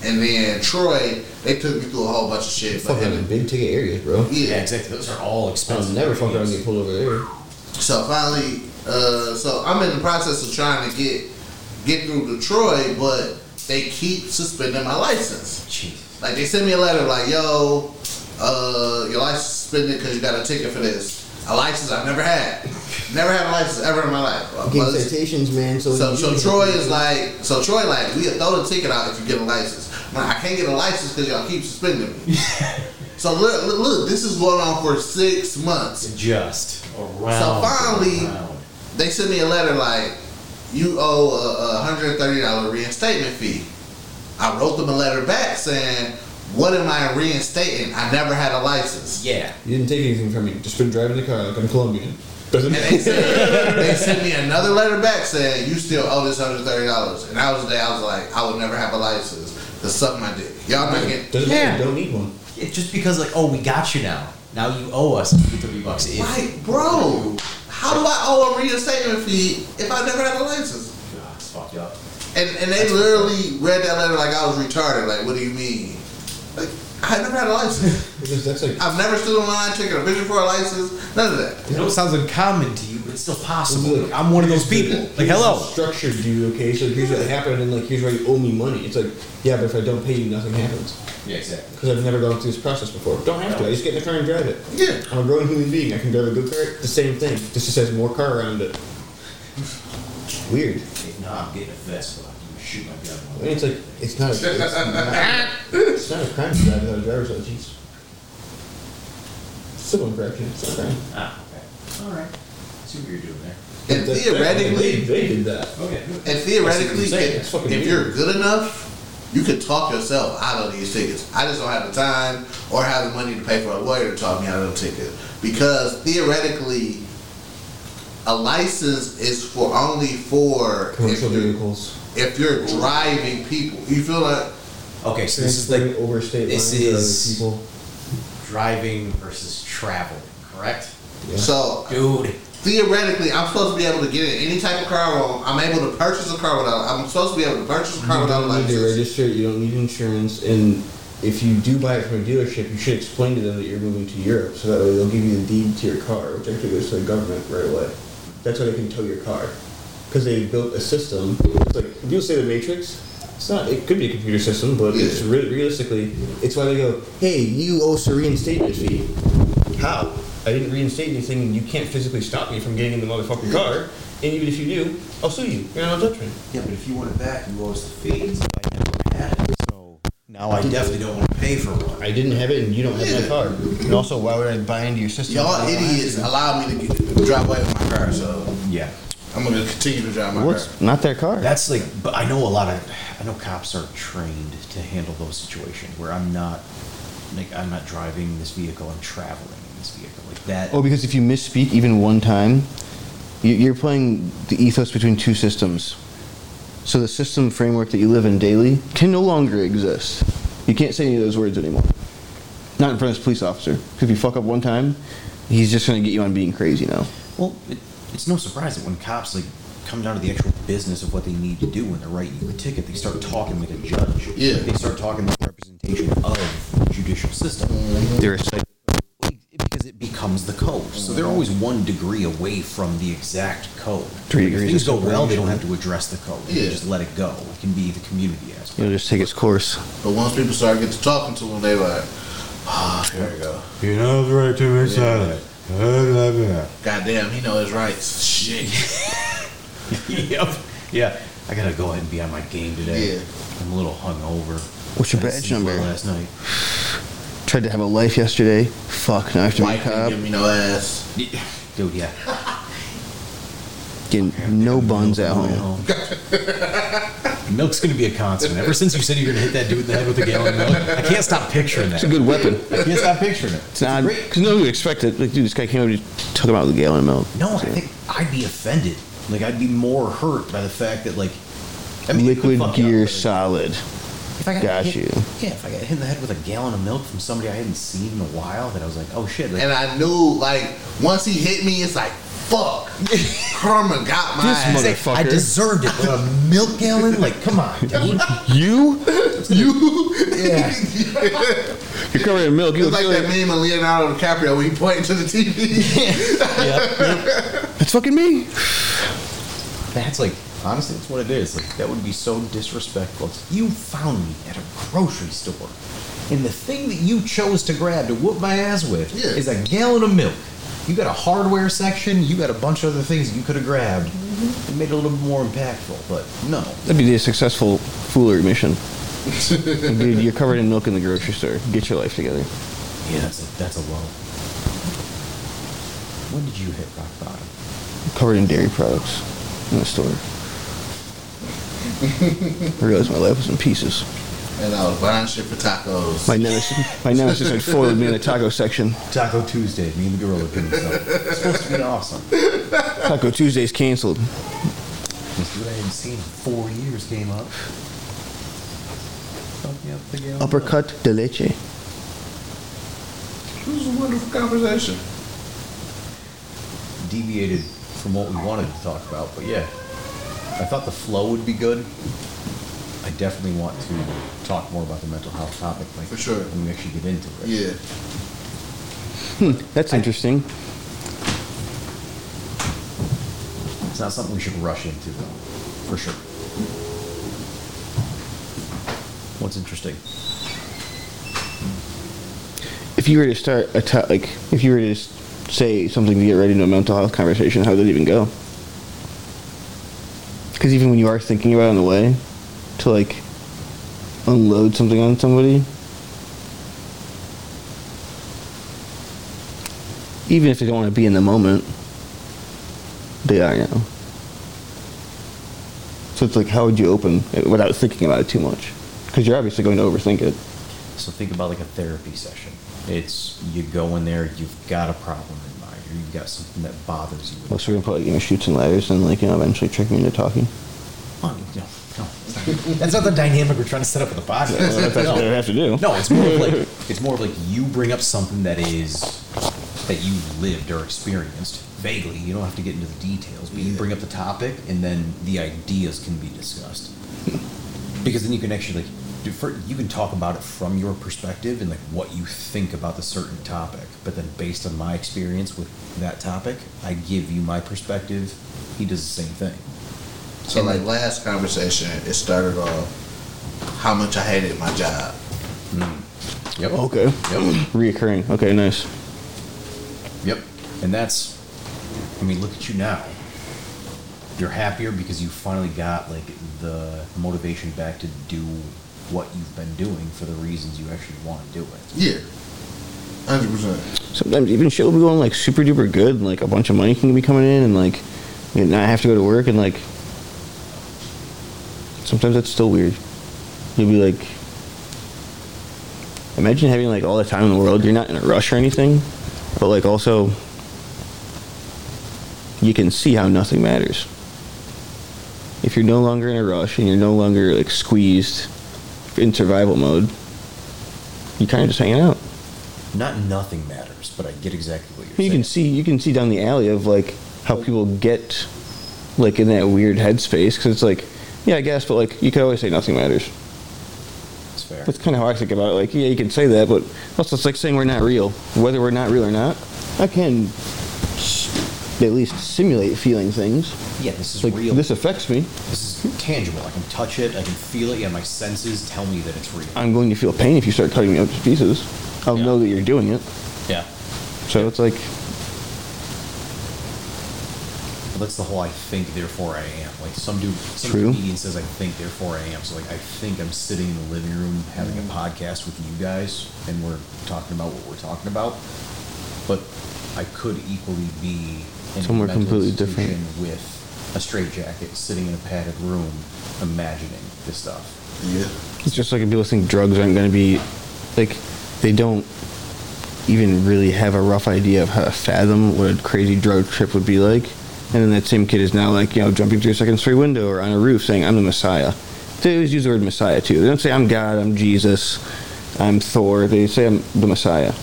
Speaker 3: and then Troy. They took me through a whole bunch of shit. But
Speaker 8: Fucking big ticket areas, bro.
Speaker 4: Yeah,
Speaker 3: yeah.
Speaker 4: exactly. Those are all
Speaker 8: I'll
Speaker 4: expensive.
Speaker 8: never fuck
Speaker 4: fucking
Speaker 8: around and get pulled over there.
Speaker 3: So finally, uh, so I'm in the process of trying to get get through Detroit, but they keep suspending my license.
Speaker 4: Jesus.
Speaker 3: Like they sent me a letter like, yo, uh, your license suspended because you got a ticket for this. A license I've never had. Never had a license ever in my life.
Speaker 12: Getting
Speaker 3: But-
Speaker 12: citations, man. So,
Speaker 3: so,
Speaker 12: you
Speaker 3: so
Speaker 12: can-
Speaker 3: Troy is like, so Troy like, we throw the ticket out if you get a license. I'm like, I can't get a license because y'all keep suspending me. so look, look, look, this is going on for six months.
Speaker 4: Just around.
Speaker 3: So finally-
Speaker 4: around.
Speaker 3: They sent me a letter like, you owe a- a hundred and thirty dollar reinstatement fee. I wrote them a letter back saying, what am I reinstating? I never had a license.
Speaker 4: Yeah.
Speaker 8: You didn't take anything from me. Just been driving the car like I'm Colombian. Doesn't
Speaker 3: And they said they sent me another letter back saying you still owe this hundred thirty dollars. And that was the day I was like, I would never have a license to suck my dick. Y'all not getting
Speaker 8: Doesn't
Speaker 4: Yeah.
Speaker 8: matter. Don't need one.
Speaker 4: It's just because like, oh, we got you now. Now you owe us 30 bucks. If-
Speaker 3: like, bro. How do I owe a reinstatement fee if I never had a license?
Speaker 4: God, it's fucked up.
Speaker 3: And and they literally read that letter like I was retarded. Like, what do you mean? Like, I never had a license.
Speaker 8: Because that's like
Speaker 3: I've never stood in line taking a picture for a license. None of that.
Speaker 4: I know it sounds uncommon to you, but it's still possible.
Speaker 8: Look,
Speaker 4: Like, I'm one of those people. Like, hello.
Speaker 8: Structured you, okay? So here's what happened, and like here's why you owe me money. It's like, yeah, but if I don't pay you, nothing happens.
Speaker 4: Yeah, exactly.
Speaker 8: Because I've never gone through this process before. Don't have to. I just get in the car and drive it.
Speaker 3: Yeah.
Speaker 8: I'm a grown human being. I can drive a go kart. The same thing. This just has more car around it. Weird.
Speaker 4: No, I'm getting a vest, but I'm gonna shoot my gun.
Speaker 8: I mean, it's like it's not. A, it's, not it's not a crime to drive without a driver's license. Civil infraction. It's not a crime.
Speaker 4: Ah, okay. All right. See what you're doing there.
Speaker 3: And
Speaker 8: That- that-
Speaker 3: theoretically,
Speaker 8: they, they did that.
Speaker 4: Okay. good.
Speaker 3: And theoretically,
Speaker 8: That's what I'm saying. That's
Speaker 3: if,
Speaker 8: fucking
Speaker 3: if
Speaker 8: weird.
Speaker 3: you're good enough, you could talk yourself out of these tickets. I just don't have the time or have the money to pay for a lawyer to talk me out of the ticket. Because theoretically, a license is for only for if
Speaker 8: Commercial
Speaker 3: you're,
Speaker 8: vehicles.
Speaker 3: if you're driving people. You feel like
Speaker 4: Okay, so this is like
Speaker 8: Transferring over state
Speaker 4: this
Speaker 8: lines to other
Speaker 4: is-
Speaker 8: people.
Speaker 4: driving versus traveling, correct?
Speaker 8: Yeah.
Speaker 3: so.
Speaker 4: Dude.
Speaker 3: Theoretically, I'm supposed to be able to get in any type of car loan. I'm able to purchase a car without. I'm supposed to be able to purchase a car
Speaker 8: You
Speaker 3: without a
Speaker 8: don't need to
Speaker 3: license.
Speaker 8: register. it, You don't need insurance. And if you do buy it from a dealership, you should explain to them that you're moving to Europe, so that way they'll give you the deed to your car, which actually goes to the government right away. That's how they can tow your car, because they built a system. It's like people say the Matrix. It's not. It could be a computer system, but it's re- realistically, it's why they go, "Hey, you owe us a reinstatement fee." How? I didn't reinstate anything, and you can't physically stop me from getting in the motherfucking car. And even if you do, I'll sue you. You're not a judgment.
Speaker 4: Yeah, but if you want it back, you owe us the fees. I never had it, so now I definitely don't want to pay for one.
Speaker 8: I didn't have it, and you don't have my car. And also, why would I buy into your system?
Speaker 3: Y'all idiots allow me to get, drive away with my car, so
Speaker 4: Yeah.
Speaker 3: I'm gonna continue to drive my car.
Speaker 5: What's not their car?
Speaker 4: That's like, but I know a lot of, I know cops are trained to handle those situations where I'm not, like, I'm not driving this vehicle, I'm traveling in this vehicle. Like that.
Speaker 5: Oh, because if you misspeak even one time, you- you're playing the ethos between two systems. So the system framework that you live in daily can no longer exist. You can't say any of those words anymore. Not in front of this police officer. 'Cause if you fuck up one time, he's just going to get you on being crazy now.
Speaker 4: Well, it, it's no surprise that when cops like come down to the actual business of what they need to do when they're writing you a ticket, they start talking like a judge.
Speaker 3: Yeah.
Speaker 4: They start talking like representation of the judicial system. They're a site- because it becomes the code. So they're always one degree away from the exact code.
Speaker 5: Three
Speaker 4: Like, if
Speaker 5: degrees
Speaker 4: things go
Speaker 5: of
Speaker 4: well, they don't
Speaker 5: separation.
Speaker 4: have to address the code. They can
Speaker 3: Yeah.
Speaker 4: just let it go. It can be the community aspect.
Speaker 5: It'll just take its course.
Speaker 3: But once people start getting to talking to them, they like, ah, here we go.
Speaker 13: You know the right to be silent.
Speaker 3: Goddamn, he know his rights. Shit.
Speaker 4: yep. Yeah. I gotta go ahead and be on my game today.
Speaker 3: Yeah.
Speaker 4: I'm a little hungover.
Speaker 5: What's your
Speaker 4: I didn't
Speaker 5: badge
Speaker 4: sleep well
Speaker 5: number?
Speaker 4: Last night.
Speaker 5: Tried to have a life yesterday. Fuck, now I have to be a
Speaker 3: Mike
Speaker 5: cop.
Speaker 3: didn't give me no ass.
Speaker 4: Dude, yeah.
Speaker 5: Getting no buns at home.
Speaker 4: Milk's gonna be a constant. Ever since you said you were gonna hit that dude in the head with a gallon of milk, I can't stop picturing that.
Speaker 5: It's a good weapon.
Speaker 4: I can't stop picturing it.
Speaker 5: It's not, because no one would expect it. Like, dude, this guy came over to talk about the gallon of milk.
Speaker 4: No, I think I'd be offended. Like I'd be more hurt by the fact that like I mean, it could
Speaker 5: liquid
Speaker 4: fuck you up,
Speaker 5: gear
Speaker 4: but-
Speaker 5: solid.
Speaker 4: If I got,
Speaker 5: Got
Speaker 4: hit,
Speaker 5: you.
Speaker 4: Yeah, if I got hit in the head with a gallon of milk from somebody I hadn't seen in a while, that I was like, oh shit. Like,
Speaker 3: And I knew, like, once he hit me, it's like, fuck. Karma got my
Speaker 5: This
Speaker 3: ass.
Speaker 5: mother-
Speaker 4: I
Speaker 5: Motherfucker.
Speaker 4: deserved it. With a milk gallon? Like, come on. dude.
Speaker 5: You?
Speaker 3: you.
Speaker 4: Yeah.
Speaker 5: You're covered in milk. You
Speaker 3: It's
Speaker 5: look
Speaker 3: like
Speaker 5: like
Speaker 3: that meme of Leonardo DiCaprio when he pointing to the TV.
Speaker 5: That's fucking me.
Speaker 4: That's like, honestly, that's what it is. Like, that would be so disrespectful. You found me at a grocery store, and the thing that you chose to grab to whoop my ass with
Speaker 3: Yeah.
Speaker 4: is a gallon of milk. You got a hardware section, you got a bunch of other things you could have grabbed. It made it a little more impactful, but no.
Speaker 5: That'd be a successful foolery mission. Dude, you're covered in milk in the grocery store. Get your life together.
Speaker 4: Yeah, that's a, that's a low. When did you hit rock bottom?
Speaker 5: Covered in dairy products in the store. I realized my life was in pieces.
Speaker 3: and I was buying shit for tacos.
Speaker 5: My nemesis, my nemesis had foiled me in the taco section.
Speaker 4: Taco Tuesday, me and the gorilla doing something. It's supposed to be awesome.
Speaker 5: Taco Tuesday's canceled.
Speaker 4: This dude I hadn't seen in four years came up. Fuck me up the gallon.
Speaker 5: Uppercut de leche.
Speaker 3: This was a wonderful conversation.
Speaker 4: Deviated from what we wanted to talk about, but yeah. I thought the flow would be good. I definitely want to talk more about the mental health topic. Like,
Speaker 3: For sure.
Speaker 4: When we actually get into it.
Speaker 3: Yeah.
Speaker 5: Hmm, That's interesting.
Speaker 4: It's not something we should rush into, though, for sure. What's interesting?
Speaker 5: If you were to start a to- like, if you were to s- say something to get ready to a mental health conversation, how would it even go? Because even when you are thinking about it on the way, to like unload something on somebody, even if they don't want to be in the moment, they are now. So it's like, how would you open it without thinking about it too much? Because you're obviously going to overthink it.
Speaker 4: So think about like a therapy session. It's you go in there, you've got a problem in mind, or you've got something that bothers you.
Speaker 5: Well, so we're gonna play like, you know, shoots and ladders and like you know eventually trick me into talking.
Speaker 4: Oh, no, no. That's not the dynamic we're trying to set up with the podcast.
Speaker 5: I have to do.
Speaker 4: No, it's more of like it's more of like you bring up something that is that you lived or experienced vaguely. You don't have to get into the details, but you bring up the topic, and then the ideas can be discussed. Because then you can actually like defer, you can talk about it from your perspective and like what you think about the certain topic. But then based on my experience with that topic, I give you my perspective. He does the same thing.
Speaker 3: So, like, last conversation, it started off how much I hated my job.
Speaker 4: Yep.
Speaker 5: Okay.
Speaker 4: Yep.
Speaker 5: Reoccurring. Okay, nice.
Speaker 4: Yep. And that's, I mean, look at you now. You're happier because you finally got like the motivation back to do what you've been doing for the reasons you actually want to do it.
Speaker 3: Yeah. 100%.
Speaker 5: Sometimes even shit will be going like super duper good, and like a bunch of money can be coming in, and like you know, I have to go to work, and like sometimes that's still weird. You'll be like, imagine having like all the time in the world. You're not in a rush or anything, but like also you can see how nothing matters. If you're no longer in a rush and you're no longer like squeezed in survival mode, you kind of just hanging out.
Speaker 4: Not nothing matters, but I get exactly what you're
Speaker 5: You
Speaker 4: saying.
Speaker 5: can see you can see down the alley of like how people get like in that weird headspace because it's like yeah I guess but like you could always say nothing matters.
Speaker 4: It's fair.
Speaker 5: That's kind of how I think about it. Like yeah you can say that but also it's like saying we're not real whether we're not real or not. I can s- at least simulate feeling things.
Speaker 4: Yeah, this is
Speaker 5: Like
Speaker 4: real.
Speaker 5: this affects me.
Speaker 4: this is tangible. I can touch it. I can feel it. Yeah, my senses tell me that it's real.
Speaker 5: I'm going to feel pain if you start cutting me up to pieces. I'll
Speaker 4: Yeah.
Speaker 5: know that you're doing it.
Speaker 4: Yeah.
Speaker 5: So it's like
Speaker 4: Well, that's the whole I think, therefore I am. Like some dude, some
Speaker 5: True.
Speaker 4: comedian says, I think, therefore I am. So like, I think I'm sitting in the living room having a
Speaker 5: Mm.
Speaker 4: podcast with you guys, and we're talking about what we're talking about. But I could equally be in
Speaker 5: Somewhere
Speaker 4: a mental
Speaker 5: completely different.
Speaker 4: institution with a straitjacket, sitting in a padded room, imagining this stuff.
Speaker 3: Yeah.
Speaker 5: It's just like people think drugs aren't going to be, like, they don't even really have a rough idea of how to fathom what a crazy drug trip would be like. And then that same kid is now like, you know, jumping through a second story window or on a roof saying, I'm the Messiah. They always use the word Messiah too. They don't say, I'm God, I'm Jesus, I'm Thor. They say, I'm the Messiah.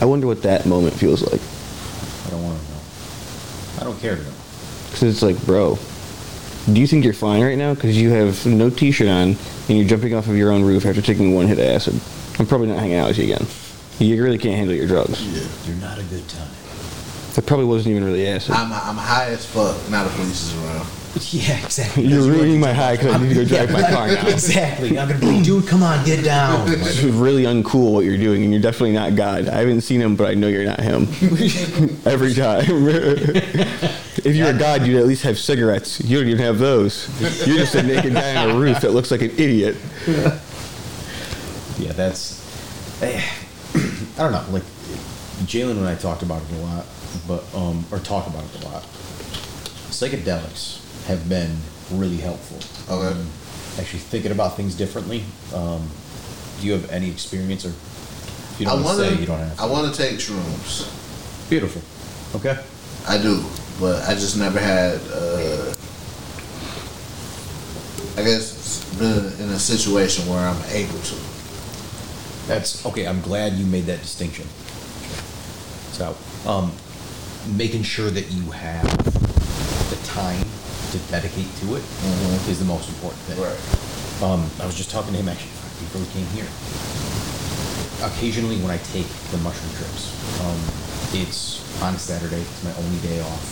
Speaker 5: I wonder what that moment feels like.
Speaker 7: I don't want to know. I don't care to know.
Speaker 5: Because it's like, bro, do you think you're fine right now? Because you have no t shirt on and you're jumping off of your own roof after taking one hit of acid. I'm probably not hanging out with you again. You really can't handle your drugs.
Speaker 7: You're not a good time.
Speaker 5: That probably wasn't even really acid.
Speaker 3: I'm, I'm high as fuck. Now the police is around.
Speaker 7: Yeah, exactly.
Speaker 5: You're ruining my high because I need to go drive my car now.
Speaker 7: Exactly. I'm gonna be like, dude, come on, get down.
Speaker 5: This is really uncool what you're doing, and you're definitely not God. I haven't seen him, but I know you're not him. Every time. if you're a God, you'd at least have cigarettes. You don't even have those. You're just a naked guy on a roof that looks like an idiot.
Speaker 7: yeah, that's. eh, I don't know. Like Jalen and I talked about it a lot, but um, or talk about it a lot. Psychedelics have been really helpful.
Speaker 3: Okay.
Speaker 7: Um, actually, thinking about things differently. Um, do you have any experience, or if you
Speaker 3: I
Speaker 7: don't want
Speaker 3: wanna,
Speaker 7: to say you don't have?
Speaker 3: I want to take shrooms.
Speaker 7: Beautiful. Okay.
Speaker 3: I do, but I just never had. Uh, I guess been in a situation where I'm able to.
Speaker 7: That's okay. I'm glad you made that distinction. So, um, making sure that you have the time to dedicate to it is the most important thing. Um, I was just talking to him actually before we came here. Occasionally, when I take the mushroom trips, um, it's on a Saturday. It's my only day off,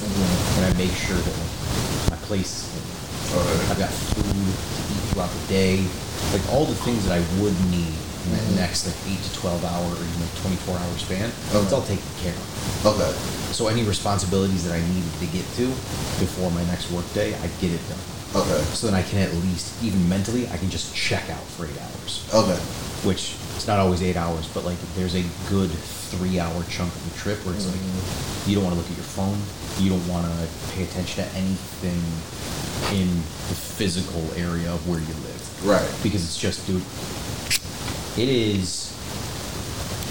Speaker 7: and I make sure that like, my place, like, I've got food to eat throughout the day, like all the things that I would need in that next like eight to twelve hour or even like twenty four hour span. It's all taken care of.
Speaker 3: Okay.
Speaker 7: So any responsibilities that I needed to get to before my next work day, I get it done.
Speaker 3: Okay.
Speaker 7: So then I can at least, even mentally, I can just check out for eight hours,
Speaker 3: Okay.
Speaker 7: which it's not always eight hours, but like there's a good three hour chunk of the trip where it's like you don't want to look at your phone, you don't want to pay attention to anything in the physical area of where you live
Speaker 3: Right.
Speaker 7: because it's just dude it is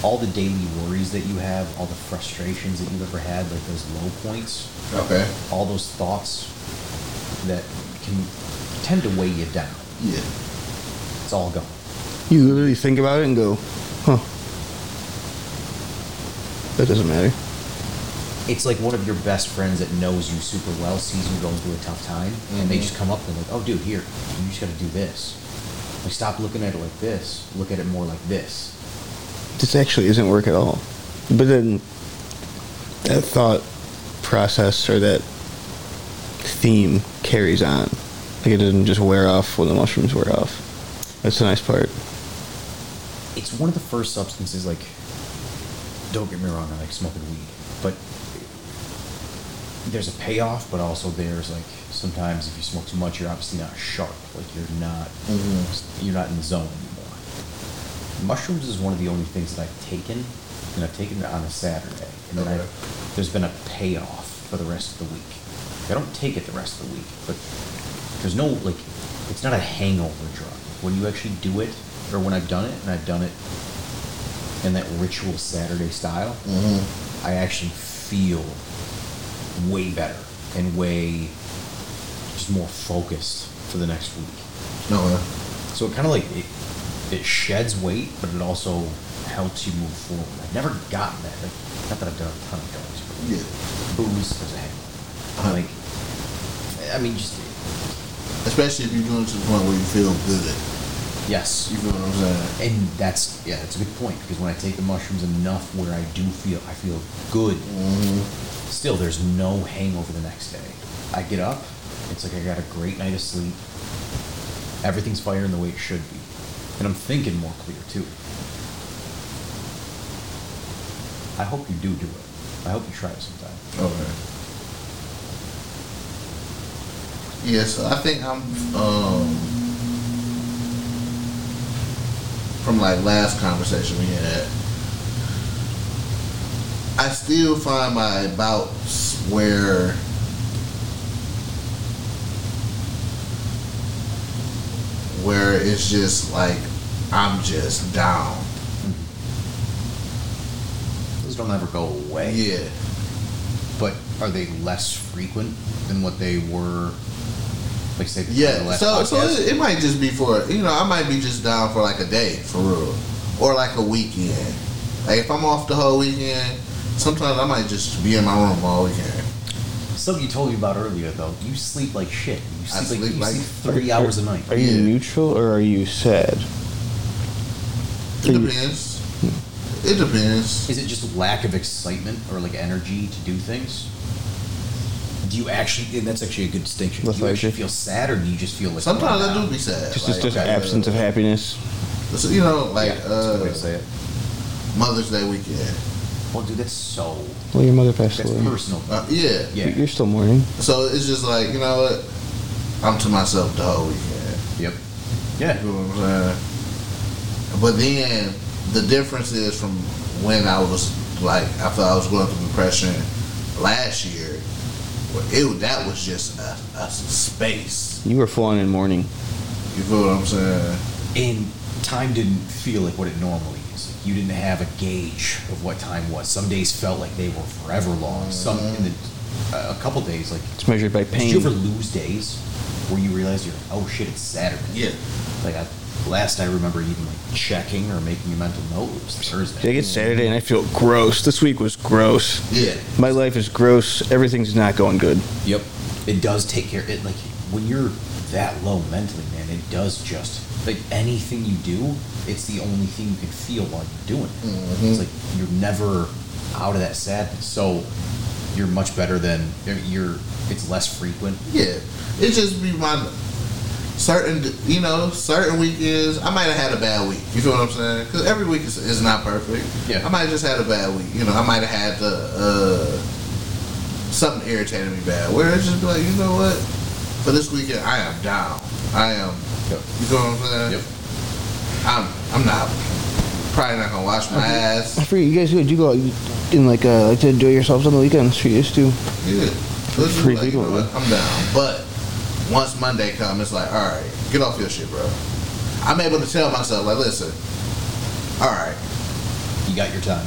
Speaker 7: all the daily worries that you have all the frustrations that you've ever had like those low points
Speaker 3: Okay.
Speaker 7: all those thoughts that can tend to weigh you down
Speaker 3: Yeah.
Speaker 7: it's all gone
Speaker 5: You literally think about it and go, huh. That doesn't matter.
Speaker 7: it's like one of your best friends that knows you super well sees you going through a tough time and they just come up and they're like oh dude here you just got to do this like stop looking at it like this look at it more like this
Speaker 5: This actually isn't work at all. But then that thought process or that theme carries on. Like it doesn't just wear off when the mushrooms wear off. That's the nice part.
Speaker 7: it's one of the first substances like don't get me wrong i like smoking weed but there's a payoff but also there's like sometimes if you smoke too much you're obviously not sharp like you're not you're not in the zone anymore mushrooms is one of the only things that i've taken and i've taken it on a saturday and then I've, there's been a payoff for the rest of the week i don't take it the rest of the week but there's no like it's not a hangover drug when you actually do it or when i've done it and i've done it in that ritual saturday style
Speaker 3: Mm-hmm.
Speaker 7: i actually feel way better and way just more focused for the next week
Speaker 3: No. uh,
Speaker 7: so it kind of like it, it sheds weight but it also helps you move forward i've never gotten that like, not that i've done a ton of drugs but
Speaker 3: Yeah.
Speaker 7: booze is a hangover like i mean just
Speaker 3: Especially if you're doing it to the point where you feel good.
Speaker 7: yes
Speaker 3: You feel what I'm saying?
Speaker 7: And that's yeah, that's a good point because when I take the mushrooms enough, where I do feel I feel good.
Speaker 3: Mm-hmm.
Speaker 7: Still, there's no hangover the next day. I get up, it's like I got a great night of sleep. Everything's firing the way it should be, and I'm thinking more clear too. I hope you do do it. I hope you try it sometime.
Speaker 3: Okay. Yeah, so I think I'm um from like last conversation we had. I still find my bouts where where it's just like I'm just down.
Speaker 7: Those don't ever go away.
Speaker 3: Yeah.
Speaker 7: but are they less frequent than what they were? Like say, before the
Speaker 3: Yeah,
Speaker 7: last
Speaker 3: so so
Speaker 7: podcast?
Speaker 3: it, it might just be for you know I might be just down for like a day for real, or like a weekend. Like if I'm off the whole weekend, sometimes I might just be in my room all weekend.
Speaker 7: Something you told me about earlier, though, you sleep like shit. You
Speaker 3: I
Speaker 7: sleep, like,
Speaker 3: sleep
Speaker 7: you
Speaker 3: like-
Speaker 7: sleep three hours a night.
Speaker 5: Are you
Speaker 3: Yeah.
Speaker 5: neutral or are you sad?
Speaker 3: It
Speaker 5: Hmm.
Speaker 3: depends. It depends.
Speaker 7: Is it just lack of excitement or like energy to do things? Do you actually? And that's actually a good distinction. Do you
Speaker 5: Lethargy.
Speaker 7: actually feel sad, or do you just feel like
Speaker 3: Sometimes
Speaker 7: worn
Speaker 3: I do
Speaker 7: out?
Speaker 3: be sad.
Speaker 5: Just
Speaker 3: like,
Speaker 5: just, just
Speaker 3: uh,
Speaker 5: absence of happiness.
Speaker 3: so, you know, like
Speaker 7: Yeah, that's a good way
Speaker 3: uh,
Speaker 7: to say it.
Speaker 3: Mother's Day weekend.
Speaker 7: Well, dude, that's so
Speaker 5: Well, your mother passed
Speaker 7: that's
Speaker 5: away.
Speaker 7: personal.
Speaker 3: Uh, yeah.
Speaker 5: You-
Speaker 7: Yeah.
Speaker 5: You're still mourning.
Speaker 3: So it's just like you know what, I'm to myself the whole weekend.
Speaker 7: Yep. Yeah.
Speaker 3: You know what I'm saying? But then the difference is from when I was like I felt I was going through depression last year. well, It that was just a, a space.
Speaker 5: You were full on in mourning.
Speaker 3: You feel what I'm saying?
Speaker 7: And time didn't feel like what it normally is. You didn't have a gauge of what time was. Some days felt like they were forever long. Some
Speaker 3: Mm-hmm.
Speaker 7: in the, uh, a couple days, like
Speaker 5: It's measured by
Speaker 7: Did you ever
Speaker 5: pain.
Speaker 7: lose days where you realize you're like, oh shit, it's Saturday?
Speaker 3: Yeah.
Speaker 7: Like I, last I remember even like checking or making a mental note it was Thursday.
Speaker 5: Like it's Saturday and I feel gross. This week was gross.
Speaker 3: Yeah.
Speaker 5: My life is gross. Everything's not going good.
Speaker 7: Yep. It does take care. It like when you're that low mentally, man. It does just like anything you do. It's the only thing you can feel while you're doing it. It's like you're never out of that sadness. So you're much better than you're. It's less frequent.
Speaker 3: Yeah, it just be my certain, you know, certain weekends. I might have had a bad week. You feel what I'm saying? Because every week is, is not perfect.
Speaker 7: Yeah.
Speaker 3: I might have just had a bad week. You know, I might have had the uh, something irritated me bad. Where it's just like, you know what? For this weekend, I am down. I am.
Speaker 7: Yep.
Speaker 3: You feel what I'm saying?
Speaker 7: Yep.
Speaker 3: I'm. I'm not. Probably not gonna wash my
Speaker 5: I
Speaker 3: ass.
Speaker 5: forget you guys do do go out and like uh, like to enjoy yourselves on the weekends. You used to.
Speaker 3: Yeah. This is
Speaker 5: Free
Speaker 3: like, you know
Speaker 5: people,
Speaker 3: what? I'm down. But once Monday comes, it's like, all right, get off your shit, bro. I'm able to tell myself, like, listen, all right,
Speaker 7: You got your time.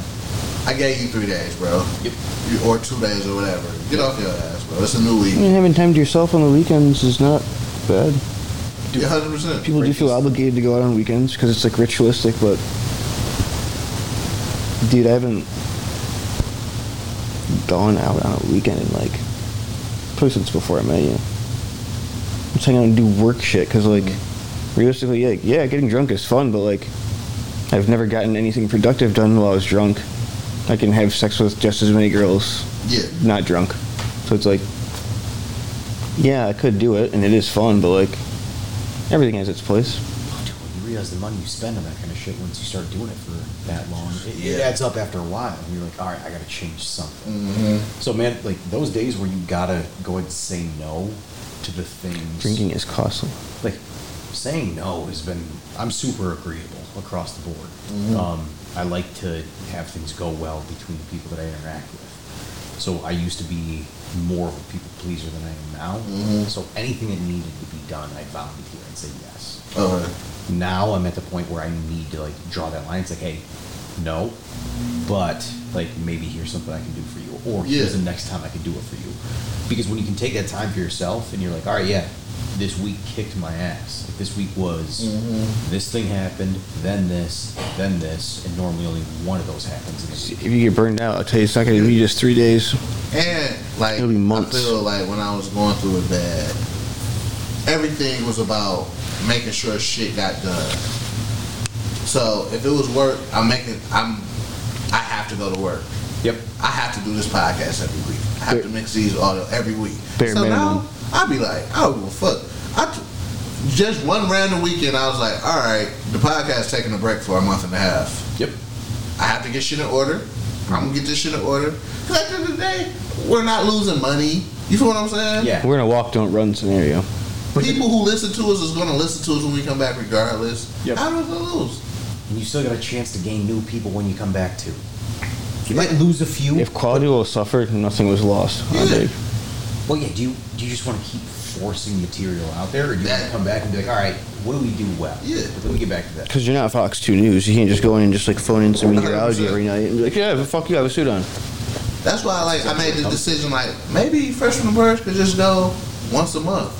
Speaker 3: I gave you three days, bro.
Speaker 7: Yep.
Speaker 3: You- Or two days or whatever. Get off your ass, bro. It's a new
Speaker 5: I
Speaker 3: week.
Speaker 5: mean, having time to yourself on the weekends is not bad.
Speaker 3: Yeah, 100%.
Speaker 5: People do feel obligated to go out on weekends because it's like ritualistic, but dude, I haven't gone out on a weekend in like probably since before I met you. I'm just hanging out and do work shit because like realistically, yeah, yeah, getting drunk is fun, but like I've never gotten anything productive done while I was drunk. I can have sex with just as many girls
Speaker 3: Yeah.
Speaker 5: not drunk. So it's like, yeah, I could do it, and it is fun, but like, everything has its place.
Speaker 7: Oh, dude, when you realize the money you spend on that kind of shit once you start doing it for that long, it, it
Speaker 3: Yeah.
Speaker 7: adds up after a while. And you're like, all right, I gotta change something.
Speaker 3: hmm
Speaker 7: So, man, like those days where you gotta go and say no to the things.
Speaker 5: Drinking is costly.
Speaker 7: Like, saying no has been, I'm super agreeable across the board. Um, I like to have things go well between the people that I interact with. So I used to be more of a people pleaser than I am now. So anything that needed to be done, I volunteer and say yes
Speaker 3: Uh,
Speaker 7: now I'm at the point where I need to like draw that line. It's like, hey, no, but like maybe here's something I can do for you, or here's
Speaker 3: Yeah.
Speaker 7: the next time I can do it for you. Because when you can take that time for yourself and you're like, all right, yeah, this week kicked my ass. Like, this week was this thing happened, then this, then this, and normally only one of those happens. in a week.
Speaker 5: If you get burned out, I'll tell you, it's not going to be just three days.
Speaker 3: and, like,
Speaker 5: It'll be months.
Speaker 3: I feel like when I was going through it bad, everything was about making sure shit got done. So if it was work, I'm making, I'm, I have to go to work.
Speaker 7: Yep.
Speaker 3: I have to do this podcast every week. I have
Speaker 5: Bare-
Speaker 3: to mix these audio every week.
Speaker 5: Bare
Speaker 3: so now
Speaker 5: minimum.
Speaker 3: I'd be like, I don't give a fuck. I t- just one random weekend, I was like, all right, the podcast taking a break for a month and a half.
Speaker 7: Yep.
Speaker 3: I have to get shit in order. I'm gonna get this shit in order. 'Cause at the end of the day, we're not losing money. You feel what I'm saying?
Speaker 7: Yeah.
Speaker 5: We're in a walk, don't run scenario.
Speaker 3: People who listen to us is gonna listen to us when we come back, regardless.
Speaker 7: Yep.
Speaker 3: How does it lose?
Speaker 7: And you still got a chance to gain new people when you come back too. You might lose a few.
Speaker 5: If quality will suffer, nothing was lost. I
Speaker 3: Yeah.
Speaker 5: think.
Speaker 7: Well, yeah. Do you do you just want to keep forcing material out there, or do you want to
Speaker 3: That-
Speaker 7: come back and be like, all right, what do we do well?
Speaker 3: Yeah.
Speaker 7: Let me get back to that.
Speaker 5: Because you're not Fox 2 News. You can't just go in and just like phone in some meteorology
Speaker 3: 100%.
Speaker 5: every night and be like, yeah, fuck you, I have a suit on.
Speaker 3: That's why, like, I made the decision, like, maybe Freshman and Birds could just go once a month.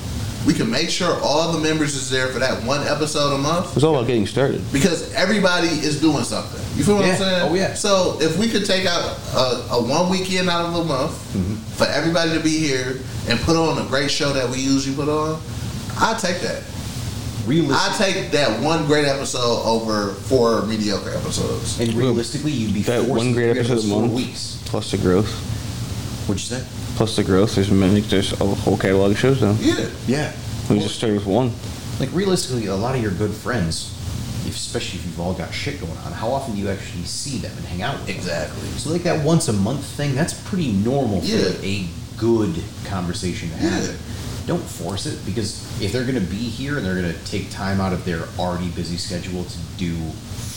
Speaker 3: We can make sure all the members is there for that one episode a month
Speaker 5: It's all about getting started.
Speaker 3: because everybody is doing something. You feel what
Speaker 14: Yeah.
Speaker 3: I'm saying?
Speaker 14: Oh, yeah.
Speaker 3: So if we could take out a, a one weekend out of the month
Speaker 14: Mm-hmm.
Speaker 3: for everybody to be here and put on a great show that we usually put on, I take that. I
Speaker 7: Realistic,
Speaker 3: take that one great episode over four mediocre episodes.
Speaker 7: and realistically, you'd be
Speaker 5: That
Speaker 7: forced
Speaker 5: one
Speaker 7: to
Speaker 5: great
Speaker 7: do it
Speaker 5: episode a
Speaker 7: for four
Speaker 5: month.
Speaker 7: weeks.
Speaker 5: Plus the growth.
Speaker 7: What'd you say?
Speaker 5: Plus the growth. There's many, there's a whole catalog of shows now.
Speaker 3: Yeah.
Speaker 7: Yeah.
Speaker 5: We just started with one.
Speaker 7: Like realistically, a lot of your good friends, if, especially if you've all got shit going on, how often do you actually see them and hang out with them?
Speaker 3: Exactly.
Speaker 7: So like that once a month thing, that's pretty normal
Speaker 3: Yeah.
Speaker 7: for a good conversation to have.
Speaker 3: Yeah.
Speaker 7: Don't force it because if they're going to be here and they're going to take time out of their already busy schedule to do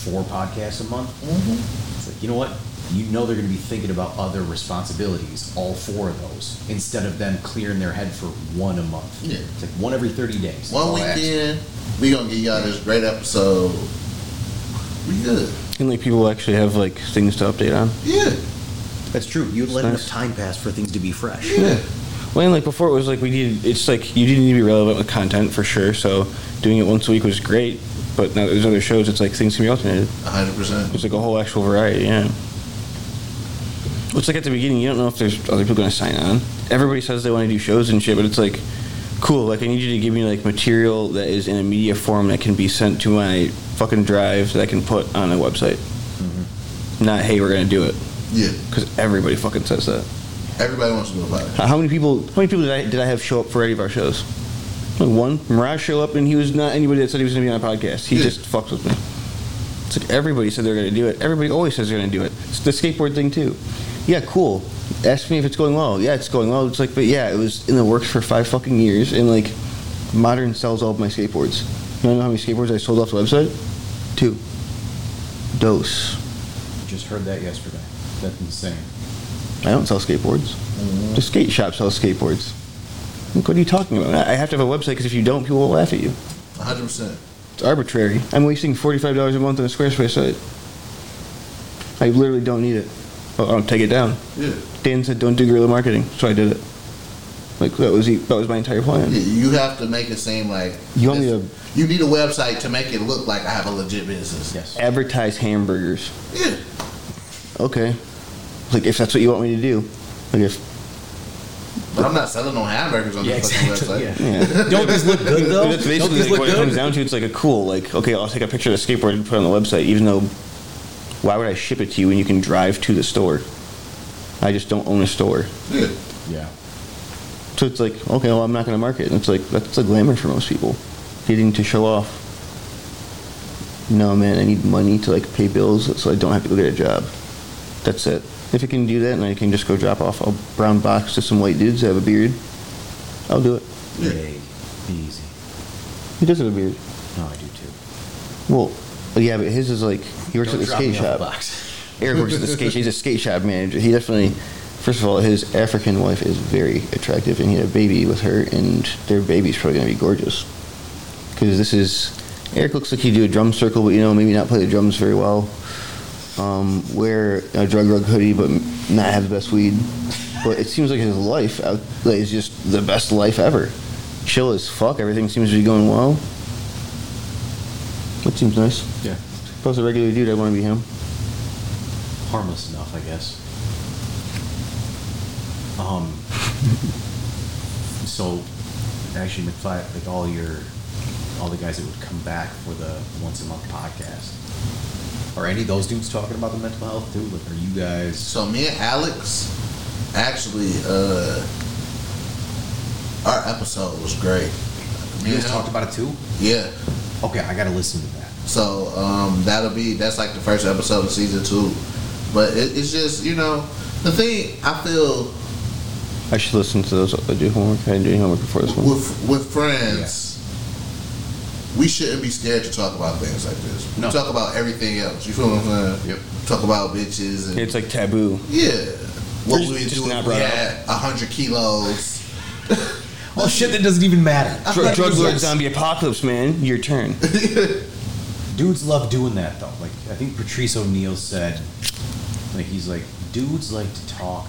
Speaker 7: four podcasts a month,
Speaker 14: Mm-hmm.
Speaker 7: it's like you know what? You know they're going to be thinking about other responsibilities, all four of those, instead of them clearing their head for one a month.
Speaker 3: Yeah.
Speaker 7: It's like one every thirty days.
Speaker 3: One
Speaker 7: All that.
Speaker 3: weekend, we gonna give y'all this great episode. We good.
Speaker 5: And like people actually have like things to update on.
Speaker 3: Yeah.
Speaker 7: That's true. You let
Speaker 5: Nice.
Speaker 7: enough time pass for things to be fresh.
Speaker 3: Yeah.
Speaker 5: Well, and like before, it was like we needed. It's like you didn't need to be relevant with content for sure. So doing it once a week was great. But now there's other shows. It's like things can be alternated.
Speaker 3: hundred percent.
Speaker 5: It's like a whole actual variety. Yeah. It's like at the beginning, you don't know if there's other people going to sign on. Everybody says they want to do shows and shit, but it's like, cool. Like I need you to give me like material that is in a media form that can be sent to my fucking drive that I can put on a website. Not hey, we're going to do it
Speaker 3: Yeah.
Speaker 5: because everybody fucking says that.
Speaker 3: Everybody wants to know about it.
Speaker 5: How how many people? How many people did I did I have show up for any of our shows? Like one. Mirage show up, and he was not anybody that said he was going to be on a podcast. He
Speaker 3: Yeah.
Speaker 5: just fucked with me. It's like everybody said they're going to do it. Everybody always says they're going to do it. It's the skateboard thing too. Yeah, cool. Ask me if it's going well. Yeah, it's going well. It's like, but yeah, it was in the works for five fucking years, and like, Modern sells all of my skateboards. You wanna know how many skateboards I sold off the website? Two. Dose.
Speaker 7: Just heard that yesterday. That's insane.
Speaker 5: I don't sell skateboards.
Speaker 3: Mm-hmm.
Speaker 5: The skate shop sells skateboards. Like, what are you talking about? I I have to have a website because if you don't, people will laugh at you.
Speaker 3: hundred percent.
Speaker 5: It's arbitrary. I'm wasting forty-five dollars a month on a Squarespace site. I literally don't need it. Oh, I'll take it down.
Speaker 3: Yeah.
Speaker 5: Dan said, "Don't do guerrilla marketing," so I did it. Like that was the- that was my entire
Speaker 3: Yeah,
Speaker 5: plan.
Speaker 3: You have to make it seem like
Speaker 5: You want me to
Speaker 3: you need a website to make it look like I have a legit business.
Speaker 7: Yes.
Speaker 5: advertise hamburgers?
Speaker 3: Yeah.
Speaker 5: Okay. Like if that's what you want me to do. Like if
Speaker 3: But I'm not selling no hamburgers on
Speaker 7: Yeah,
Speaker 3: this fucking
Speaker 7: exactly.
Speaker 3: website.
Speaker 7: Yeah.
Speaker 5: yeah.
Speaker 7: Don't these look good though?
Speaker 5: That's basically like what it comes down to. It's like a cool, like, okay, I'll take a picture of the skateboard and put it on the website, even though why would I ship it to you when you can drive to the store? I just don't own a store.
Speaker 3: Yeah.
Speaker 7: Yeah.
Speaker 5: So it's like, okay, well, I'm not going to market. And it's like, that's the glamour for most people, getting to show off. No, man, I need money to, like, pay bills so I don't have to go get a job. That's it. If I can do that and I can just go drop off a brown box to some white dudes that have a beard, I'll do it.
Speaker 7: Yay. Be easy.
Speaker 5: He does have a beard.
Speaker 7: No, I do too.
Speaker 5: Well, yeah, but his is like, he works
Speaker 7: Don't
Speaker 5: at the
Speaker 7: drop
Speaker 5: skate
Speaker 7: me off a
Speaker 5: shop.
Speaker 7: box.
Speaker 5: Eric works at the skate. He's a skate shop manager. He definitely, first of all, his African wife is very attractive, and he had a baby with her, and their baby's probably gonna be gorgeous. Because this is Eric looks like he do a drum circle, but you know maybe not play the drums very well. Um, wear a drug rug hoodie, but not have the best weed. But it seems like his life out, like, is just the best life ever. Chill as fuck. Everything seems to be going well. That seems nice.
Speaker 7: Yeah.
Speaker 5: If I was a regular dude, I'd want to be him.
Speaker 7: Harmless enough, I guess. Um. so, actually, McFly, like all your, all the guys that would come back for the once a month podcast. Are any of those dudes talking about the mental health too? Like, are you guys?
Speaker 3: So me and Alex, actually, uh, our episode was great. Me and
Speaker 7: You guys
Speaker 3: him-
Speaker 7: talked about it too?
Speaker 3: yeah.
Speaker 7: Okay, I gotta listen to that.
Speaker 3: So um, that'll be that's like the first episode of season two. But it, it's just you know the thing I feel
Speaker 5: I should listen to those. I do homework. I didn't do any homework before this one.
Speaker 3: with with friends. We shouldn't be scared to talk about things like this. We
Speaker 7: No.
Speaker 3: talk about everything else. You feel what I'm saying?
Speaker 7: Yep.
Speaker 3: Talk about bitches and
Speaker 5: It's like taboo.
Speaker 3: yeah. What
Speaker 5: It's
Speaker 3: would we
Speaker 5: just
Speaker 3: do
Speaker 5: not
Speaker 3: if we
Speaker 5: brought up.
Speaker 3: had hundred kilos?
Speaker 7: Oh shit, that doesn't even matter.
Speaker 5: Drug, drug lord zombie apocalypse, man. Your turn.
Speaker 7: Dudes love doing that though. Like I think Patrice O'Neill said, like he's like, dudes like to talk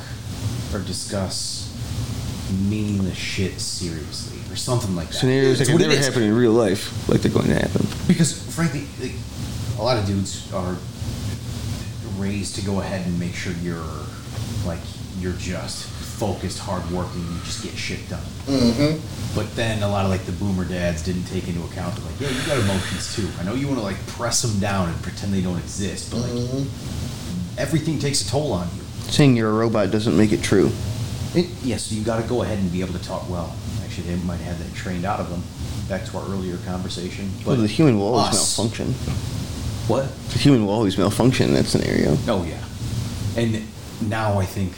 Speaker 7: or discuss meaningless shit seriously or something like that.
Speaker 5: Scenarios that
Speaker 7: It's
Speaker 5: could
Speaker 7: what it
Speaker 5: never
Speaker 7: is.
Speaker 5: happen in real life, like they're going to happen.
Speaker 7: Because frankly, like, a lot of dudes are raised to go ahead and make sure you're like you're just focused, hardworking, you just get shit done. Mm-hmm. But then a lot of like the boomer dads didn't take into account that like yeah, you got emotions too. I know you want to like press them down and pretend they don't exist, but like everything takes a toll on you.
Speaker 5: Saying you're a robot doesn't make it true.
Speaker 7: It, yeah, so you got to go ahead and be able to talk well. Actually, they might have that trained out of them. Back to our earlier conversation, but
Speaker 5: Well, the human will always
Speaker 7: us-
Speaker 5: malfunction.
Speaker 7: What?
Speaker 5: The human will always malfunction in that scenario.
Speaker 7: Oh yeah, and now I think,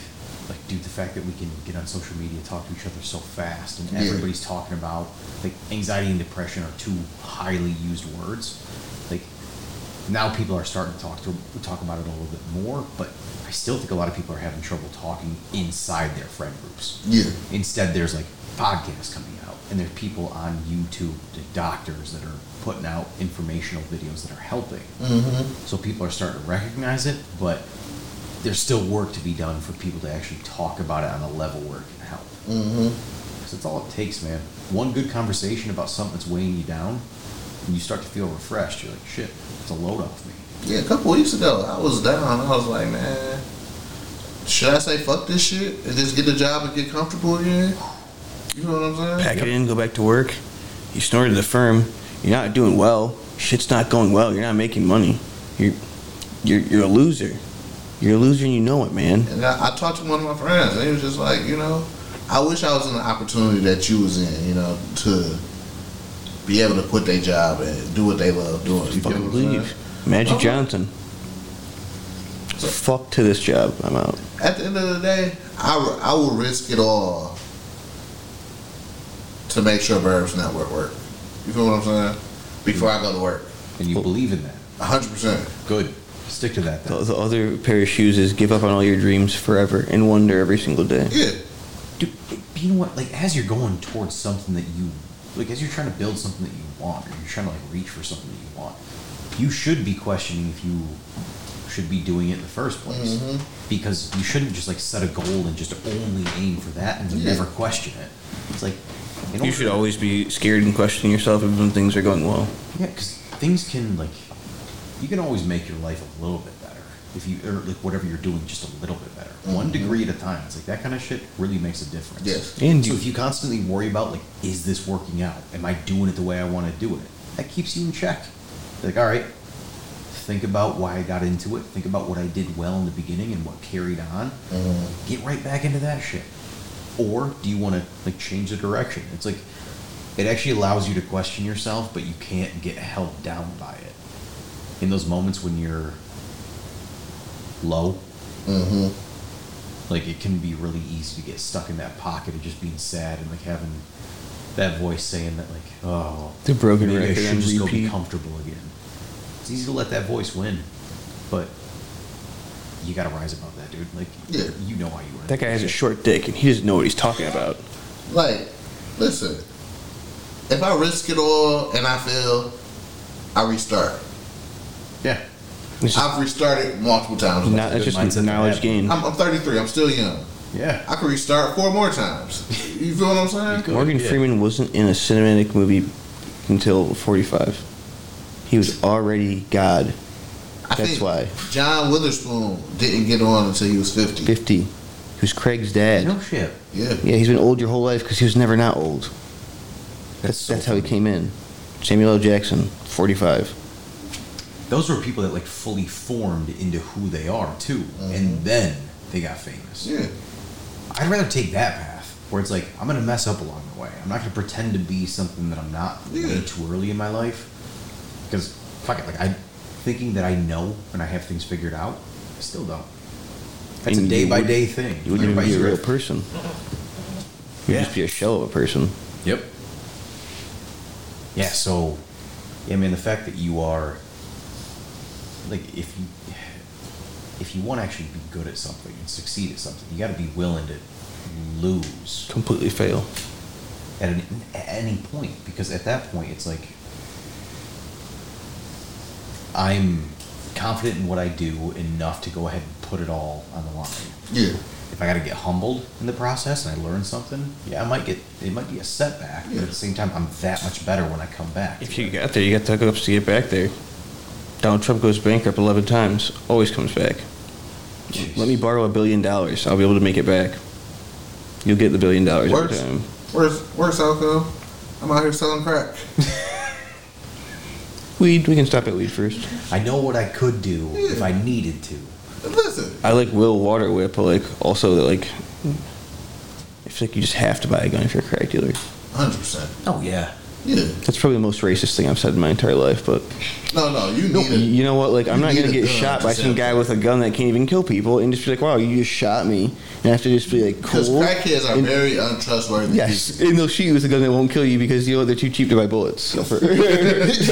Speaker 7: like, dude, the fact that we can get on social media, talk to each other so fast, and everybody's talking about like anxiety and depression are two highly used words. Like, now people are starting to talk to talk about it a little bit more, but I still think a lot of people are having trouble talking inside their friend groups.
Speaker 3: Yeah.
Speaker 7: Instead, there's like podcasts coming out, and there's people on YouTube, the doctors that are putting out informational videos that are helping. So people are starting to recognize it, but there's still work to be done for people to actually talk about it on a level where it can help. Because it's all it takes, man. One good conversation about something that's weighing you down, and you start to feel refreshed. You're like, shit, it's a load off me.
Speaker 3: Yeah, a couple weeks ago, I was down. I was like, man, should I say fuck this shit and just get a job and get comfortable again? You know what I'm saying?
Speaker 5: Pack it in, go back to work. You snorted the firm. You're not doing well. Shit's not going well. You're not making money. You're you're, you're a loser. You're a loser and you know it, man.
Speaker 3: And I, I talked to one of my friends, and he was just like, you know, I wish I was in the opportunity that you was in, you know, to be able to quit their job and do what they love doing. You get what
Speaker 5: Fucking
Speaker 3: I'm saying?
Speaker 5: leave. Magic
Speaker 3: Oh.
Speaker 5: Johnson. Fuck to this job. I'm out.
Speaker 3: At the end of the day, I, I will risk it all to make sure Burbs Network work. You feel what I'm saying? Before I go to work.
Speaker 7: And you believe in that.
Speaker 3: 100%.
Speaker 7: Good. Stick to that. Then.
Speaker 5: The, the other pair of shoes is give up on all your dreams forever and wonder every single day.
Speaker 3: Yeah.
Speaker 7: Dude, you know what? Like, as you're going towards something that you, like, as you're trying to build something that you want, or you're trying to, like, reach for something that you want, you should be questioning if you should be doing it in the first place. Because you shouldn't just, like, set a goal and just only aim for that and never question it. It's like, you, know,
Speaker 5: You should always be scared and question yourself if when things are going well.
Speaker 7: Yeah, because things can, like, you can always make your life a little bit better if you, or, like, whatever you're doing just a little bit better. One degree at a time. It's like, that kind of shit really makes a difference.
Speaker 3: Yes.
Speaker 5: And
Speaker 7: So
Speaker 5: you
Speaker 7: if you constantly worry about like, is this working out? Am I doing it the way I want to do it? That keeps you in check. Like, all right, think about why I got into it. Think about what I did well in the beginning and what carried on. Get right back into that shit. Or do you want to like change the direction? It's like it actually allows you to question yourself, but you can't get held down by it. In those moments when you're low, like it can be really easy to get stuck in that pocket of just being sad and like having that voice saying that like oh
Speaker 5: The broken
Speaker 7: maybe
Speaker 5: record
Speaker 7: I should
Speaker 5: on
Speaker 7: just go be
Speaker 5: repeat.
Speaker 7: comfortable again. It's easy to let that voice win, but you got to rise above that, dude. Like
Speaker 3: Yeah.
Speaker 7: you know why you were.
Speaker 5: That guy has a short dick and he doesn't know what he's talking about.
Speaker 3: Like, listen, if I risk it all and I fail, I restart.
Speaker 7: Yeah.
Speaker 5: It's just
Speaker 3: I've restarted multiple times.
Speaker 5: not,
Speaker 7: good
Speaker 5: it's
Speaker 7: mindset
Speaker 5: just
Speaker 7: to
Speaker 5: knowledge
Speaker 7: have.
Speaker 5: gain.
Speaker 3: I'm, I'm 33. I'm still young.
Speaker 7: Yeah.
Speaker 3: I could restart four more times. You feel what I'm saying?
Speaker 5: Morgan
Speaker 7: yeah.
Speaker 5: Freeman wasn't in a cinematic movie until 45. He was already God.
Speaker 3: I
Speaker 5: That's
Speaker 3: think
Speaker 5: why.
Speaker 3: John Witherspoon didn't get on until he was 50.
Speaker 5: 50. He was Craig's dad.
Speaker 7: No shit.
Speaker 3: Yeah.
Speaker 5: Yeah, he's been old your whole life because he was never not old. That's, that's,
Speaker 7: so
Speaker 5: how he came in. Samuel L. Jackson, 45.
Speaker 7: Those were people that like fully formed into who they are too, and then they got famous.
Speaker 3: Yeah.
Speaker 7: I'd rather take that path where it's like I'm gonna mess up along the way. I'm not gonna pretend to be something that I'm not way
Speaker 3: Yeah.
Speaker 7: too early in my life. Because fuck it, like I thinking that I know and I have things figured out, I still don't. That's a
Speaker 5: And you
Speaker 7: day by
Speaker 5: would-
Speaker 7: day thing.
Speaker 5: You wouldn't even be
Speaker 7: Everybody's
Speaker 5: a real
Speaker 7: different.
Speaker 5: person. You'd
Speaker 7: Yeah.
Speaker 5: just be a shell of a person.
Speaker 7: Yep. Yeah, so yeah, I mean the fact that you are like if you if you want to actually be good at something and succeed at something, you got to be willing to lose
Speaker 5: Completely fail.
Speaker 7: at, an, at any point because at that point it's like I'm confident in what I do enough to go ahead and put it all on the line.
Speaker 3: Yeah.
Speaker 7: If I got to get humbled in the process and I learn something, yeah, I might get it might be a setback, but at the same time, I'm that much better when I come back.
Speaker 5: If you got there, you got the hookups to get back there. Donald Trump goes bankrupt 11 times, always comes back. Let me borrow a billion dollars. I'll be able to make it back. You'll get the billion dollars every
Speaker 3: Works.
Speaker 5: time.
Speaker 3: Where's Where's Alco? I'm out here selling crack.
Speaker 5: Weed, we can stop at weed first.
Speaker 7: I know what I could do if I needed to.
Speaker 3: Listen,
Speaker 5: I like Will Water Whip, but like also that like, I feel like you just have to buy a gun if you're a crack dealer.
Speaker 3: hundred percent.
Speaker 7: Oh yeah,
Speaker 3: Yeah.
Speaker 5: That's probably the most racist thing I've said in my entire life, but
Speaker 3: No, no. You
Speaker 5: No,
Speaker 3: need it.
Speaker 5: you know what? Like, I'm
Speaker 3: you
Speaker 5: not
Speaker 3: need
Speaker 5: gonna
Speaker 3: a
Speaker 5: get
Speaker 3: gun
Speaker 5: shot
Speaker 3: to
Speaker 5: by some
Speaker 3: sell.
Speaker 5: guy with a gun that can't even kill people, and just be like, "Wow, you just shot me," and I have to just be like,
Speaker 3: Because
Speaker 5: "Cool."
Speaker 3: crackheads are
Speaker 5: and,
Speaker 3: very untrustworthy.
Speaker 5: yes, and they'll shoot you with a gun that won't kill you because you know what, they're too cheap to buy bullets. So for-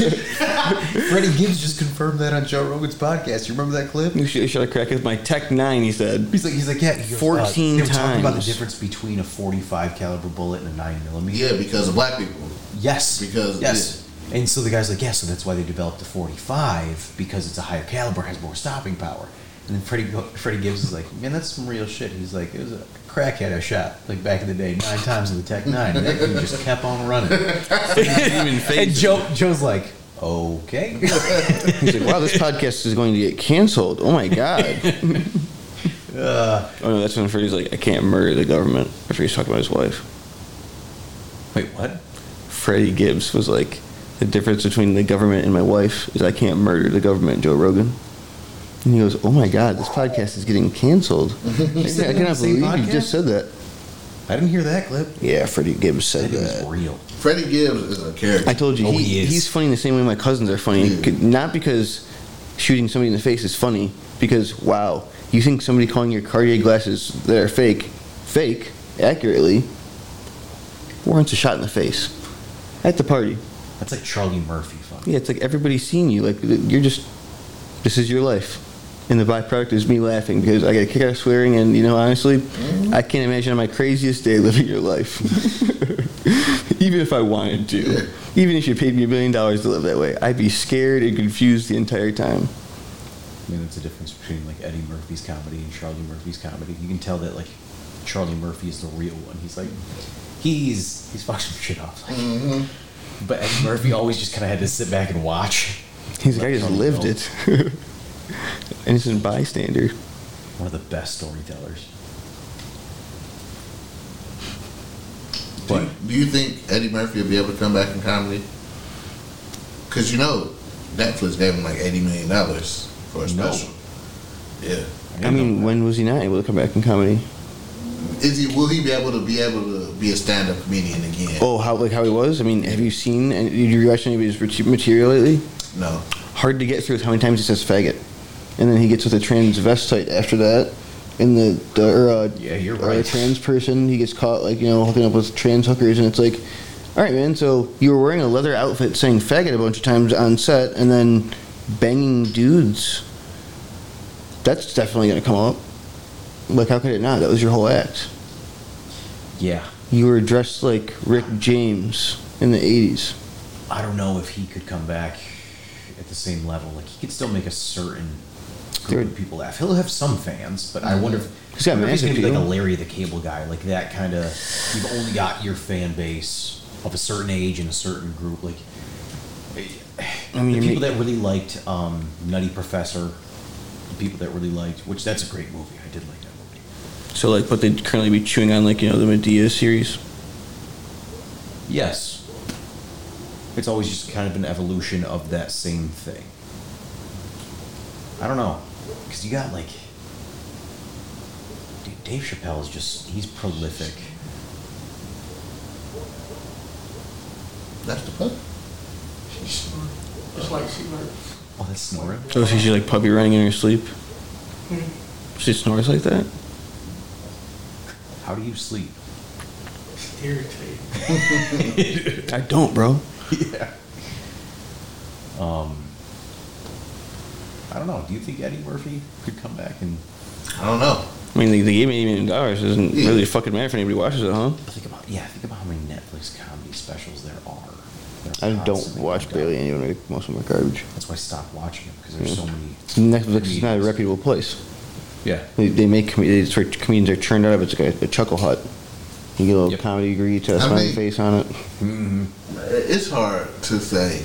Speaker 7: Freddie Gibbs just confirmed that on Joe Rogan's podcast. You remember that clip?
Speaker 5: you should shot a crack with my Tech Nine. He said,
Speaker 7: He's like, he's like, yeah. He goes,
Speaker 5: 14
Speaker 7: they were Talking about the
Speaker 5: times.
Speaker 7: difference between a 45 caliber bullet and a 9 millimeter.
Speaker 3: Yeah, because of black people.
Speaker 7: Yes.
Speaker 3: Because-
Speaker 7: yes. And so the guy's like, yeah. So that's why they developed the 45 because it's a higher caliber, has more stopping power. And then Freddie, Go- Freddie Gibbs is like, man, that's some real shit. He's like, it was a crackhead I shot like back in the day, nine times in the Tech Nine. And that dude just kept on running. and Joe, Joe's like, okay.
Speaker 5: "He's like, wow, this podcast is going to get canceled. Oh my god."
Speaker 7: Uh,
Speaker 5: oh no, that's when Freddie's like, "I can't murder the government." After he's talking about his wife,
Speaker 7: Wait, what?
Speaker 5: Freddie Gibbs was like, "The difference between the government and my wife is I can't murder the government." Joe Rogan. And he goes, "Oh my God, this podcast is getting canceled." I,
Speaker 7: said
Speaker 5: I
Speaker 7: that on the
Speaker 5: cannot
Speaker 7: same
Speaker 5: believe you just
Speaker 7: podcast?
Speaker 5: said that.
Speaker 7: I didn't hear that clip.
Speaker 5: Yeah, Freddie Gibbs
Speaker 7: That
Speaker 5: said
Speaker 7: dude was
Speaker 5: that.
Speaker 7: real.
Speaker 3: Freddie Gibbs is a character.
Speaker 5: I told you
Speaker 7: Oh,
Speaker 5: he,
Speaker 7: he is.
Speaker 5: he's funny the same way my cousins are funny. C- Not because shooting somebody in the face is funny, because wow, you think somebody calling your Cartier glasses that are fake, fake accurately, warrants a shot in the face at the party.
Speaker 7: That's like Charlie Murphy. Fucking.
Speaker 5: Yeah, it's like everybody's seen you. Like th- you're just, this is your life, and the byproduct is me laughing because I got a kick out of swearing. And you know, honestly, I can't imagine on my craziest day living your life, even if I wanted to. Even if you paid me a billion dollars to live that way, I'd be scared and confused the entire time.
Speaker 7: I mean, that's the difference between like Eddie Murphy's comedy and Charlie Murphy's comedy. You can tell that like Charlie Murphy is the real one. He's like, he's he's fucking shit up. Like, But Eddie Murphy always just kind of had to sit back and watch.
Speaker 5: He's like, I just
Speaker 7: Charlie
Speaker 5: lived
Speaker 7: Murphy,
Speaker 5: it. Innocent bystander.
Speaker 7: One of the best storytellers. But
Speaker 3: Do you think Eddie Murphy will be able to come back in comedy? Because you know, Netflix gave him like eighty million dollars for a
Speaker 7: No.
Speaker 3: special. Yeah.
Speaker 5: I mean, when was he not able to come back in comedy?
Speaker 3: Is he? Will he be able to be able to be a stand-up comedian again?
Speaker 5: Oh, how like how he was? I mean, have you seen? and Did you watch any of his mat- material lately?
Speaker 3: No.
Speaker 5: hard to get through with how many times he says faggot, and then he gets with a transvestite after that, and the, the or uh,
Speaker 7: Yeah, you're
Speaker 5: or a
Speaker 7: right.
Speaker 5: trans person he gets caught like you know hooking up with trans hookers, and it's like, all right, man, so you were wearing a leather outfit saying faggot a bunch of times on set, and then banging dudes. That's definitely gonna come up. Like, how could it not? That was your whole act.
Speaker 7: yeah,
Speaker 5: You were dressed like Rick James in the '80s.
Speaker 7: I don't know if he could come back at the same level. Like he could still make a certain group of people laugh. He'll have some fans, but I wonder if
Speaker 5: He's got
Speaker 7: I wonder if he's
Speaker 5: massive
Speaker 7: gonna be like a
Speaker 5: people.
Speaker 7: Larry the Cable Guy, like that kind of. You've only got your fan base of a certain age and a certain group. Like eh,
Speaker 5: I mean,
Speaker 7: the
Speaker 5: you're
Speaker 7: people
Speaker 5: ma-
Speaker 7: that really liked um, Nutty Professor, the people that really liked, which that's a great movie. I did like that movie.
Speaker 5: so like, but they'd currently be chewing on like you know the Medea series.
Speaker 7: Yes, it's always just kind of an evolution of that same thing. I don't know, because you got like, dude, Dave Chappelle is just—he's prolific.
Speaker 3: That's the pun.
Speaker 7: Oh, that's snoring.
Speaker 5: Oh, so she like puppy running in her sleep?
Speaker 7: Hmm.
Speaker 5: She snores like that?
Speaker 7: How do you sleep?
Speaker 5: I don't, bro.
Speaker 7: I don't know. Do you think Eddie Murphy could come back and
Speaker 3: I don't know.
Speaker 5: I mean, they, they gave me eight million dollars. It doesn't
Speaker 3: Yeah.
Speaker 5: really fucking matter if anybody watches it, huh?
Speaker 7: think about? Yeah, think about how many Netflix comedy specials there are. They're
Speaker 5: I don't
Speaker 7: constantly
Speaker 5: watch
Speaker 7: coming out.
Speaker 5: barely any of it. Most of my garbage.
Speaker 3: Mm.
Speaker 7: That's why I stopped watching them because there's so many.
Speaker 5: Netflix is not a
Speaker 7: comedians.
Speaker 5: reputable place.
Speaker 7: Yeah.
Speaker 5: They, they make com- they sort of comedians are churned out of it. It's like a, a chuckle hut. You get a little
Speaker 7: Yep.
Speaker 5: comedy grease, a
Speaker 3: I
Speaker 5: smiley
Speaker 3: mean-
Speaker 5: face on it.
Speaker 3: It's hard to say.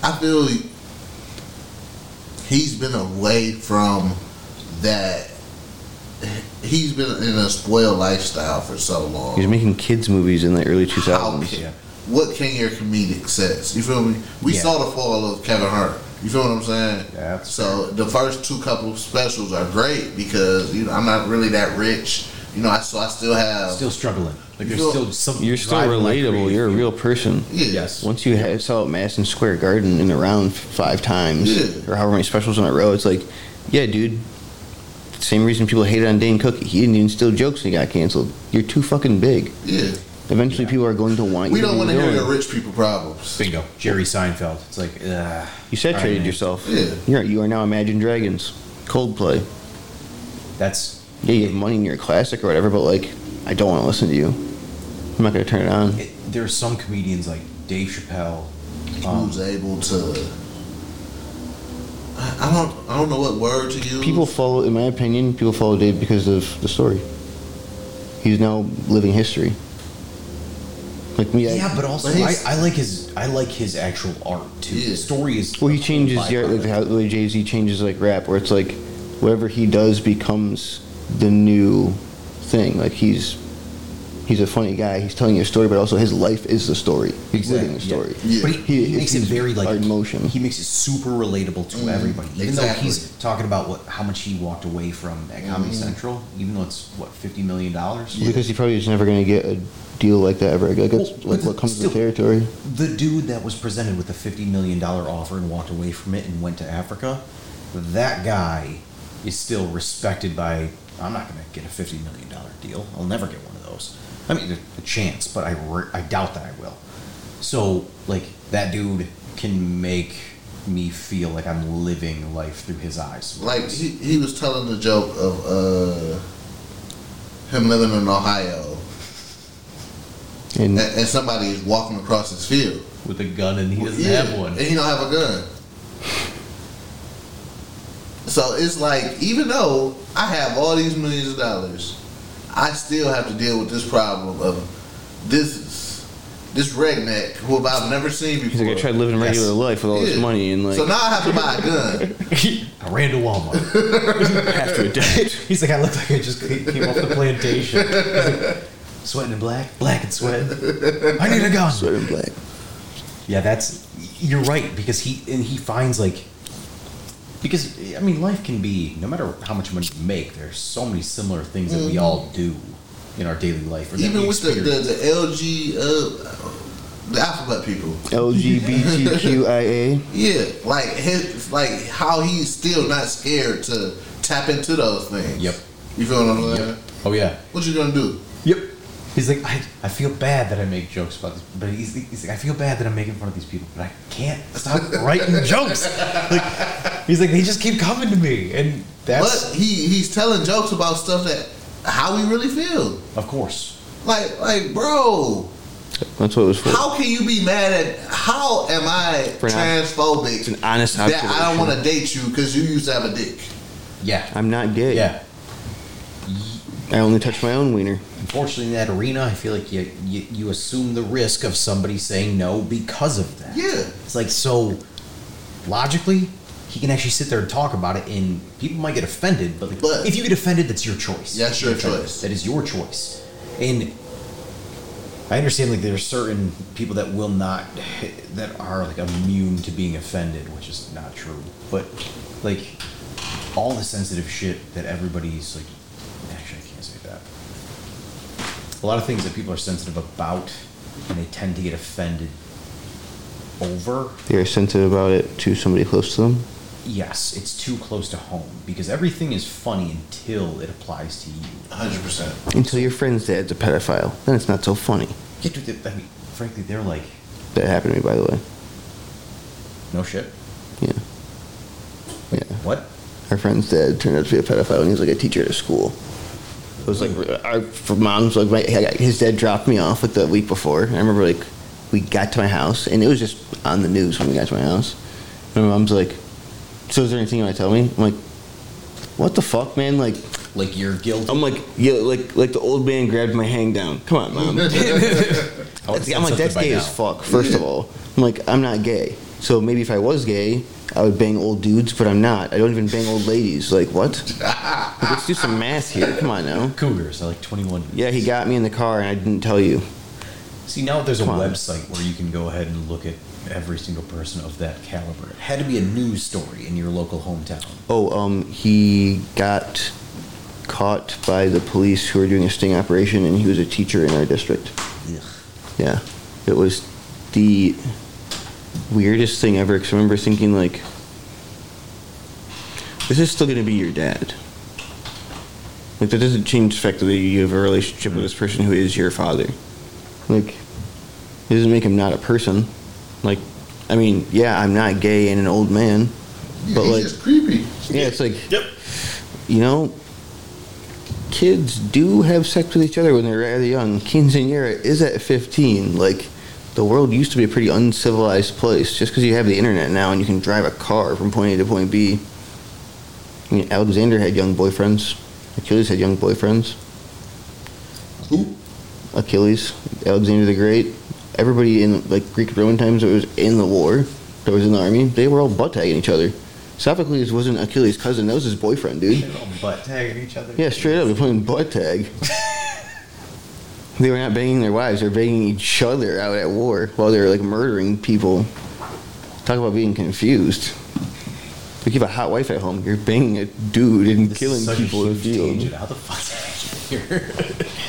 Speaker 3: I feel he's been away from that. He's been in a spoiled lifestyle for so long.
Speaker 5: He was making kids movies in the early 2000s.
Speaker 3: How can- What can your comedic says? You feel me? We
Speaker 7: Yeah.
Speaker 3: saw the fall of Kevin Hart. You feel what I'm saying?
Speaker 7: Yeah, that's
Speaker 3: so the first two couple specials are great because you know I'm not really that rich. You know, I so I still have
Speaker 7: Still struggling.
Speaker 3: Oh.
Speaker 7: Like
Speaker 3: You
Speaker 7: there's
Speaker 3: feel-
Speaker 7: still something.
Speaker 5: You're still
Speaker 7: driving my
Speaker 5: relatable.
Speaker 7: creative
Speaker 5: You're a
Speaker 7: field.
Speaker 5: real person.
Speaker 3: yeah.
Speaker 7: Yes.
Speaker 5: Once you ha sell out Madison Square Garden in around five times
Speaker 3: Yeah.
Speaker 5: or however many specials in a row, it's like, yeah, dude. Same reason people hate on Dane Cook. He didn't even steal jokes and he got canceled. You're too fucking big.
Speaker 3: Yeah.
Speaker 5: Eventually, people are going to want
Speaker 3: We
Speaker 5: you.
Speaker 3: don't
Speaker 5: want to
Speaker 3: hear
Speaker 5: be
Speaker 3: your
Speaker 5: going.
Speaker 3: rich people problems.
Speaker 7: Bingo. Jerry Seinfeld. It's like, uh,
Speaker 5: You saturated
Speaker 7: Alright, man.
Speaker 5: yourself.
Speaker 3: Yeah.
Speaker 5: You're, you are now Imagine Dragons, Coldplay.
Speaker 7: That's
Speaker 5: Yeah, you have money in your classic or whatever, but like, I don't want to listen to you. I'm not going to turn it on.
Speaker 7: it, there are some comedians like Dave Chappelle. Um,
Speaker 3: Who's able to? I I don't. I don't know what word to use.
Speaker 5: People follow, in my opinion, people follow Dave because of the story. He's now living history. Like me, I-
Speaker 7: yeah, but also
Speaker 3: But
Speaker 7: I,
Speaker 3: he's-
Speaker 7: I like his I like his actual art too.
Speaker 3: Yeah.
Speaker 7: The story is
Speaker 5: well, he changes the art, like how the way Jay Z changes like rap, where it's like whatever he does becomes the new thing. Like he's he's a funny guy. He's telling you a story, but also his life is the story. He's living the story.
Speaker 3: Yeah.
Speaker 7: But he, he makes it
Speaker 5: he's
Speaker 7: very like
Speaker 5: art in motion.
Speaker 7: He makes it super relatable to everybody, even though
Speaker 3: exactly.
Speaker 7: he's talking about what how much he walked away from at Comedy Central, even though it's what fifty million dollars.
Speaker 5: Because he probably is never going to get a deal like that ever. Like that's
Speaker 7: Well,
Speaker 5: like what comes
Speaker 7: still-
Speaker 5: with the territory.
Speaker 7: The dude that was presented with a fifty million dollar offer and walked away from it and went to Africa, that guy is still respected by. I'm not going to get a fifty million dollar deal. I'll never get one of those. I mean, there's a chance, but I re- I doubt that I will. So like that dude can make me feel like I'm living life through his eyes.
Speaker 3: like he, he was telling the joke of uh, him living in Ohio
Speaker 5: And
Speaker 3: and, and somebody is walking across his field.
Speaker 7: with a gun and he doesn't
Speaker 3: Yeah,
Speaker 7: have one.
Speaker 3: and he don't have a gun. So it's like even though I have all these millions of dollars, I still have to deal with this problem of this this redneck who I've never seen before.
Speaker 5: he's like, I tried living a regular
Speaker 7: Yes.
Speaker 5: life with all this
Speaker 3: Yeah.
Speaker 5: money and like
Speaker 3: so now I have to buy a gun.
Speaker 7: I ran to Walmart.
Speaker 5: have to adapt.
Speaker 7: He's like, I look like I just ca- came off the plantation. Sweating in black, black and sweat. I need a gun.
Speaker 5: Sweat and black.
Speaker 7: Yeah, that's you're right because he and he finds like because I mean life can be no matter how much money you make, there's so many similar things that we
Speaker 5: Mm-hmm.
Speaker 7: all do in our daily life. Or that
Speaker 3: Even
Speaker 7: we
Speaker 3: with the, the,
Speaker 7: experience.
Speaker 3: the LG uh, the alphabet people.
Speaker 5: LGBTQIA.
Speaker 3: Yeah, like his, like how he's still not scared to tap into those things.
Speaker 7: Yep.
Speaker 3: You feel what I'm saying?
Speaker 7: oh yeah.
Speaker 3: What you gonna do?
Speaker 7: Yep. He's like, I, I feel bad that I make jokes about this, but he's, he's like, I feel bad that I'm making fun of these people, but I can't stop writing jokes. Like, he's like, they just keep coming to me, and that's
Speaker 3: but he he's telling jokes about stuff that how he really feel.
Speaker 7: of course.
Speaker 3: Like like bro,
Speaker 5: That's what it was for.
Speaker 3: how can you be mad at? How am I
Speaker 5: For now.
Speaker 3: transphobic?
Speaker 5: It's an honest
Speaker 3: that I don't
Speaker 5: observation.
Speaker 3: want to date you because you used to have a dick.
Speaker 7: Yeah.
Speaker 5: I'm not gay.
Speaker 7: Yeah.
Speaker 5: I only touch my own wiener.
Speaker 7: Unfortunately, in that arena, I feel like you, you you assume the risk of somebody saying no because of that.
Speaker 3: Yeah.
Speaker 7: It's like so logically, he can actually sit there and talk about it, and people might get offended. But, like,
Speaker 3: But-
Speaker 7: if you get offended, that's your choice.
Speaker 3: Yeah, that's your
Speaker 7: If you get offended,
Speaker 3: choice.
Speaker 7: That is your choice. And I understand like there's certain people that will not that are like immune to being offended, which is not true. But like all the sensitive shit that everybody's like, actually, I can't say that a lot of things that people are sensitive about and they tend to get offended over
Speaker 5: They're sensitive about it to somebody close to them.
Speaker 7: yes it's too close to home because everything is funny until it applies to you
Speaker 3: Hundred percent.
Speaker 5: Until your friend's dad's a pedophile. Then it's not so funny.
Speaker 7: yeah dude they- i mean frankly they're like
Speaker 5: That happened to me, by the way.
Speaker 7: no shit
Speaker 5: Yeah. Yeah.
Speaker 7: what
Speaker 5: Our friend's dad turned out to be a pedophile, and he's like a teacher at a school. It was like our mom's like my, his dad dropped me off like the week before. I remember like we got to my house, and it was just on the news when we got to my house. And my mom's like, "So is there anything you want to tell me?" I'm like, what the fuck, man? Like,
Speaker 7: Like you're guilty.
Speaker 5: I'm like, yeah, like, like the old man grabbed my hang down. Come on, mom.
Speaker 7: I would've
Speaker 5: That's-
Speaker 7: said
Speaker 5: I'm like,
Speaker 7: something
Speaker 5: that's
Speaker 7: by
Speaker 5: gay
Speaker 7: now.
Speaker 5: as fuck, first of all. I'm like, I'm not gay. So maybe if I was gay, I would bang old dudes, but I'm not. I don't even bang old ladies. Like, what? Like, let's do some math here. Come on now.
Speaker 7: Cougars are like 21.
Speaker 5: Yeah, he got me in the car and I didn't tell you.
Speaker 7: See, now there's a
Speaker 5: Come on.
Speaker 7: website where you can go ahead and look at every single person of that caliber. It had to be a news story in your local hometown.
Speaker 5: Oh, um, he got caught by the police who were doing a sting operation and he was a teacher in our district. Yeah. It was the weirdest thing ever because I remember thinking, like, this is still going to be your dad. Like, that doesn't change the fact that you have a relationship with this person who is your father. Like, it doesn't make him not a person. Like, I mean, yeah, I'm not gay and an old man. But,
Speaker 3: he's
Speaker 5: like,
Speaker 3: just creepy.
Speaker 5: yeah, it's like, yep. You know, kids do have sex with each other when they're rather young. Quinceanera is at 15. Like, the world used to be a pretty uncivilized place. Just because you have the internet now and you can drive a car from point A to point B. I mean, Alexander had young boyfriends. Achilles had young boyfriends.
Speaker 3: Who?
Speaker 5: Achilles, Alexander the Great, everybody in like Greek Roman times that was in the war, that was in the army, they were all butt tagging each other. Sophocles wasn't Achilles' cousin; that was his boyfriend, dude.
Speaker 15: They're all butt tagging each other.
Speaker 5: Yeah, straight up, they're playing butt tag. they were not banging their wives; they're banging each other out at war while they're like murdering people. Talk about being confused. Like you have a hot wife at home, you're banging a dude and
Speaker 7: This is
Speaker 5: killing
Speaker 7: such a
Speaker 5: people in the
Speaker 7: huge
Speaker 5: field.
Speaker 7: tangent. How the fuck did I get here?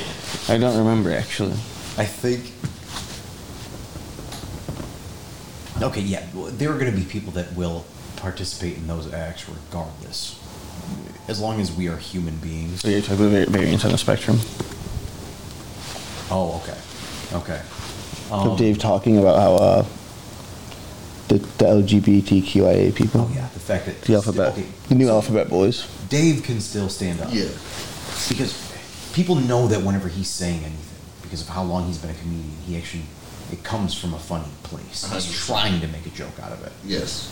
Speaker 5: I don't remember actually.
Speaker 7: I think. Okay, yeah, well, there are going to be people that will participate in those acts regardless, as long as we are human beings.
Speaker 5: So you're talking about variants on the spectrum.
Speaker 7: Oh, okay, okay.
Speaker 5: of
Speaker 7: Um,
Speaker 5: Dave talking about how uh, the, the LGBTQIA people,
Speaker 7: Oh yeah, the fact that
Speaker 5: the alphabet,
Speaker 7: okay,
Speaker 5: the new alphabet boys.
Speaker 7: Dave can still stand up.
Speaker 3: Yeah.
Speaker 7: because people know that whenever he's saying anything, because of how long he's been a comedian, he actually it comes from a funny place. He's trying to make a joke out of it,
Speaker 3: Yes.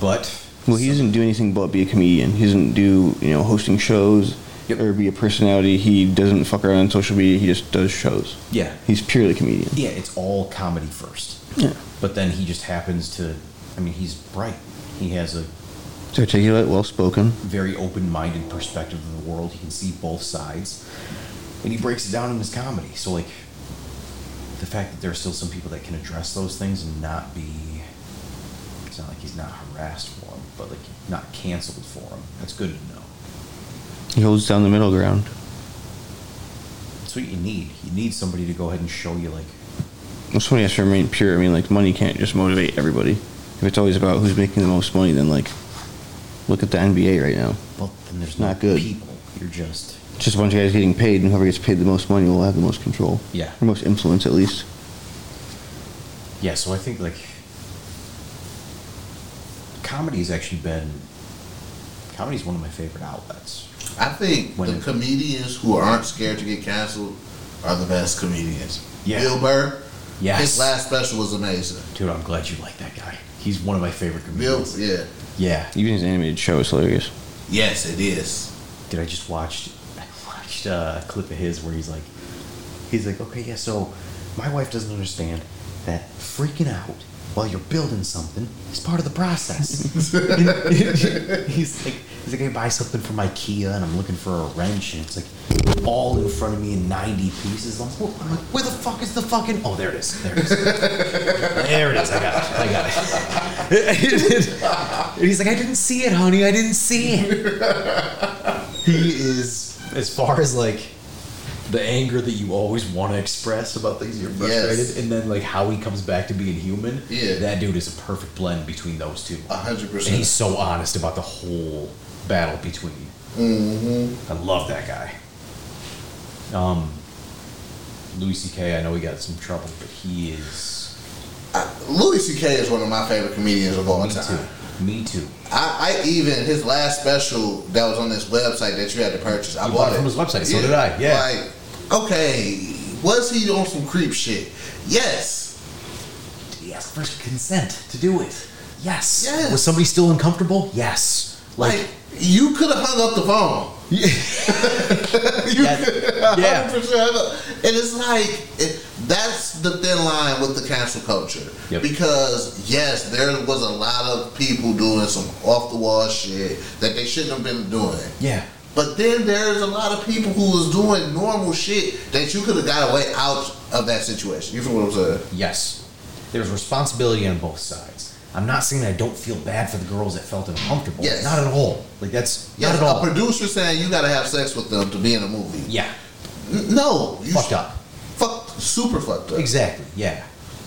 Speaker 7: but
Speaker 5: Well, he doesn't do anything but be a comedian. He doesn't do you know hosting shows
Speaker 7: Yep.
Speaker 5: or be a personality. He doesn't fuck around on social media. He just does shows.
Speaker 7: yeah,
Speaker 5: He's purely comedian.
Speaker 7: yeah, it's all comedy first.
Speaker 5: Yeah.
Speaker 7: But then he just happens to. I mean, he's bright. He has a
Speaker 5: He's articulate, well spoken.
Speaker 7: very open-minded perspective of the world. He can see both sides, and he breaks it down in his comedy. So, like, the fact that there are still some people that can address those things and not be—it's not like he's not harassed for them, but like not canceled for them. That's good to know.
Speaker 5: He holds down the middle ground.
Speaker 7: That's what you need. You need somebody to go ahead and show you, like,
Speaker 5: Well, somebody has to remain pure. I mean, like money can't just motivate everybody. If it's always about who's making the most money, then like, look at the NBA right now.
Speaker 7: well, then there's
Speaker 5: Not
Speaker 7: no
Speaker 5: good.
Speaker 7: people. You're just
Speaker 5: just a bunch of guys getting paid, and whoever gets paid the most money will have the most control.
Speaker 7: Yeah.
Speaker 5: Or most influence, at least.
Speaker 7: Yeah, so I think like comedy's actually been comedy's one of my favorite outlets.
Speaker 3: I think
Speaker 7: When-
Speaker 3: the comedians who aren't scared to get canceled are the best comedians.
Speaker 7: Yeah.
Speaker 3: Bill Burr.
Speaker 7: Yes.
Speaker 3: His last special was amazing.
Speaker 7: Dude, I'm glad you like that guy. He's one of my favorite
Speaker 3: Bill,
Speaker 7: comedians.
Speaker 3: yeah.
Speaker 7: Yeah.
Speaker 5: Even his animated show is hilarious.
Speaker 3: Yes, it is.
Speaker 7: Did I just watched I watched uh, a clip of his where he's like he's like, "Okay, yeah, so my wife doesn't understand that freaking out while you're building something is part of the process." he's like he's like, I buy something from IKEA and I'm looking for a wrench and it's like all in front of me in 90 pieces. I'm, wh- I'm like, where the fuck is the fucking? Oh, there it is. There it is. there it is. I got it. I got it. and he's like, I didn't see it, honey. I didn't see it. he is as far as like. The anger that you always want to express about things you're frustrated,
Speaker 3: Yes.
Speaker 7: and then like how he comes back to being human.
Speaker 3: Yeah.
Speaker 7: that dude is a perfect blend between those two.
Speaker 3: A hundred
Speaker 7: And he's
Speaker 3: percent.
Speaker 7: so honest about the whole battle between.
Speaker 3: Mm-hmm.
Speaker 7: I love that guy. Um, Louis C.K. I know he got some trouble, but he is
Speaker 3: I- Louis C.K. is one of my favorite comedians of all
Speaker 7: me
Speaker 3: time.
Speaker 7: too. Me too.
Speaker 3: I, I even his last special that was on this website that you had to purchase. I
Speaker 7: You
Speaker 3: bought
Speaker 7: bought it
Speaker 3: it
Speaker 7: from his website, so did I, yeah.
Speaker 3: Like, okay, was he on some creep shit? Yes.
Speaker 7: Did he ask for consent to do it? Yes.
Speaker 3: Yes.
Speaker 7: Was somebody still uncomfortable? Yes.
Speaker 3: Like, you could have hung up the phone. you could have
Speaker 4: yeah.
Speaker 3: 100% hung up. And it's like, it, that's the thin line with the cancel culture.
Speaker 4: Yep.
Speaker 3: Because, yes, there was a lot of people doing some off the wall shit that they shouldn't have been doing.
Speaker 4: Yeah.
Speaker 3: But then there's a lot of people who was doing normal shit that you could have got away out of that situation. You feel what I'm saying?
Speaker 7: Yes. There's responsibility on both sides. I'm not saying that I don't feel bad for the girls that felt uncomfortable.
Speaker 3: Yes.
Speaker 7: Not at all. Like that's
Speaker 3: Yes,
Speaker 7: not at all.
Speaker 3: a producer saying you gotta have sex with them to be in a movie.
Speaker 7: yeah.
Speaker 3: N- No, you
Speaker 7: Fucked up.
Speaker 3: Fuck, super fucked up.
Speaker 7: Exactly. Yeah.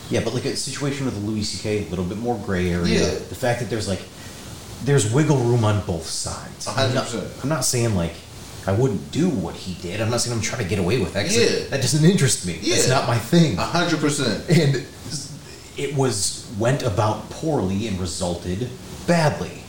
Speaker 7: Yeah, but like a situation with Louis C.K., a little bit more gray area.
Speaker 3: Yeah.
Speaker 7: The fact that there's like there's wiggle room on both sides.
Speaker 3: A hundred
Speaker 7: I'm not-
Speaker 3: percent.
Speaker 7: I'm not saying like I wouldn't do what he did. I'm not saying I'm trying to get away with that. 'cause
Speaker 3: Yeah.
Speaker 7: That doesn't interest me. That's
Speaker 3: Yeah.
Speaker 7: not my thing.
Speaker 3: A hundred percent.
Speaker 7: and it was went about poorly and resulted badly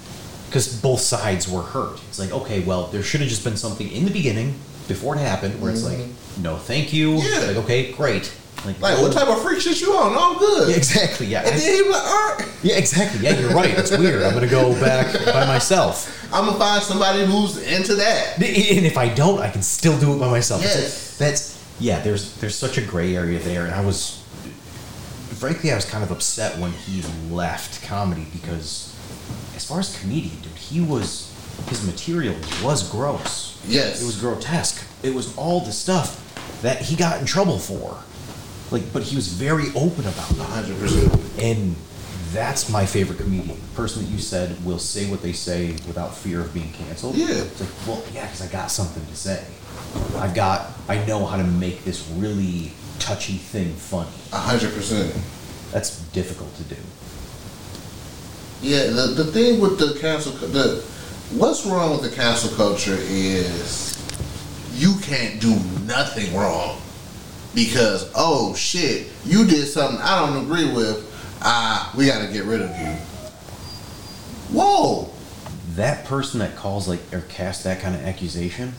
Speaker 7: because both sides were hurt. It's like, okay, well, there should have just been something in the beginning before it happened where it's like, no, thank you.
Speaker 3: Mm-hmm. Yeah.
Speaker 7: Like, okay, great. Like,
Speaker 3: Like, what type of freak shit you on? No, I'm good.
Speaker 7: Yeah, exactly. Yeah.
Speaker 3: And then he was like, all right,
Speaker 7: yeah, exactly. Yeah, you're right. It's weird. I'm gonna go back by myself.
Speaker 3: I'm gonna find somebody who's into that.
Speaker 7: And if I don't, I can still do it by myself. It's like,
Speaker 3: Yes.
Speaker 7: That's yeah. There's there's such a gray area there, and I was frankly I was kind of upset when he left comedy because as far as comedian, dude, he was his material was gross.
Speaker 3: Yes.
Speaker 7: It was grotesque. It was all the stuff that he got in trouble for. Like, but he was very open about
Speaker 3: A
Speaker 7: that.
Speaker 3: hundred percent.
Speaker 7: And that's my favorite comedian. The person that you said will say what they say without fear of being canceled.
Speaker 3: Yeah.
Speaker 7: It's like, well, yeah, because I got something to say. I've got, I know how to make this really touchy thing funny.
Speaker 3: A hundred percent.
Speaker 7: That's difficult to do.
Speaker 3: Yeah, the, the thing with the cancel, cu- the what's wrong with the cancel culture is you can't do nothing wrong because oh shit, you did something I don't agree with. Ah, we got to get rid of you. Whoa,
Speaker 7: That person that calls like or casts that kind of accusation,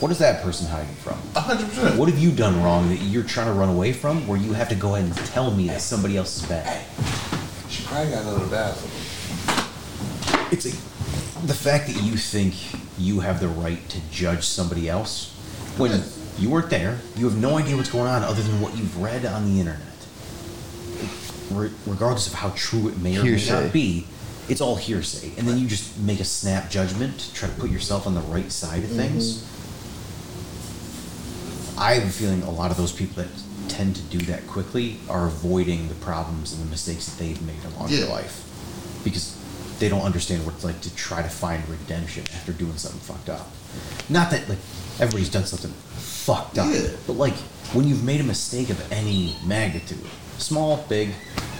Speaker 7: what is that person hiding from?
Speaker 3: a hundred percent.
Speaker 7: What have you done wrong that you're trying to run away from where you have to go ahead and tell me that somebody else is bad?
Speaker 2: She probably got another bathroom.
Speaker 7: It's like the fact that you think you have the right to judge somebody else when you weren't there. You have no idea what's going on other than what you've read on the internet. Re- regardless of how true it may or may
Speaker 5: Hearsay.
Speaker 7: not be, it's all hearsay. And then you just make a snap judgment to try to put yourself on the right side of
Speaker 2: Mm-hmm.
Speaker 7: things. I have a feeling a lot of those people that tend to do that quickly are avoiding the problems and the mistakes that they've made along
Speaker 3: Yeah.
Speaker 7: their life because they don't understand what it's like to try to find redemption after doing something fucked up. Not that like everybody's done something fucked up,
Speaker 3: Yeah.
Speaker 7: but like when you've made a mistake of any magnitude, small, big,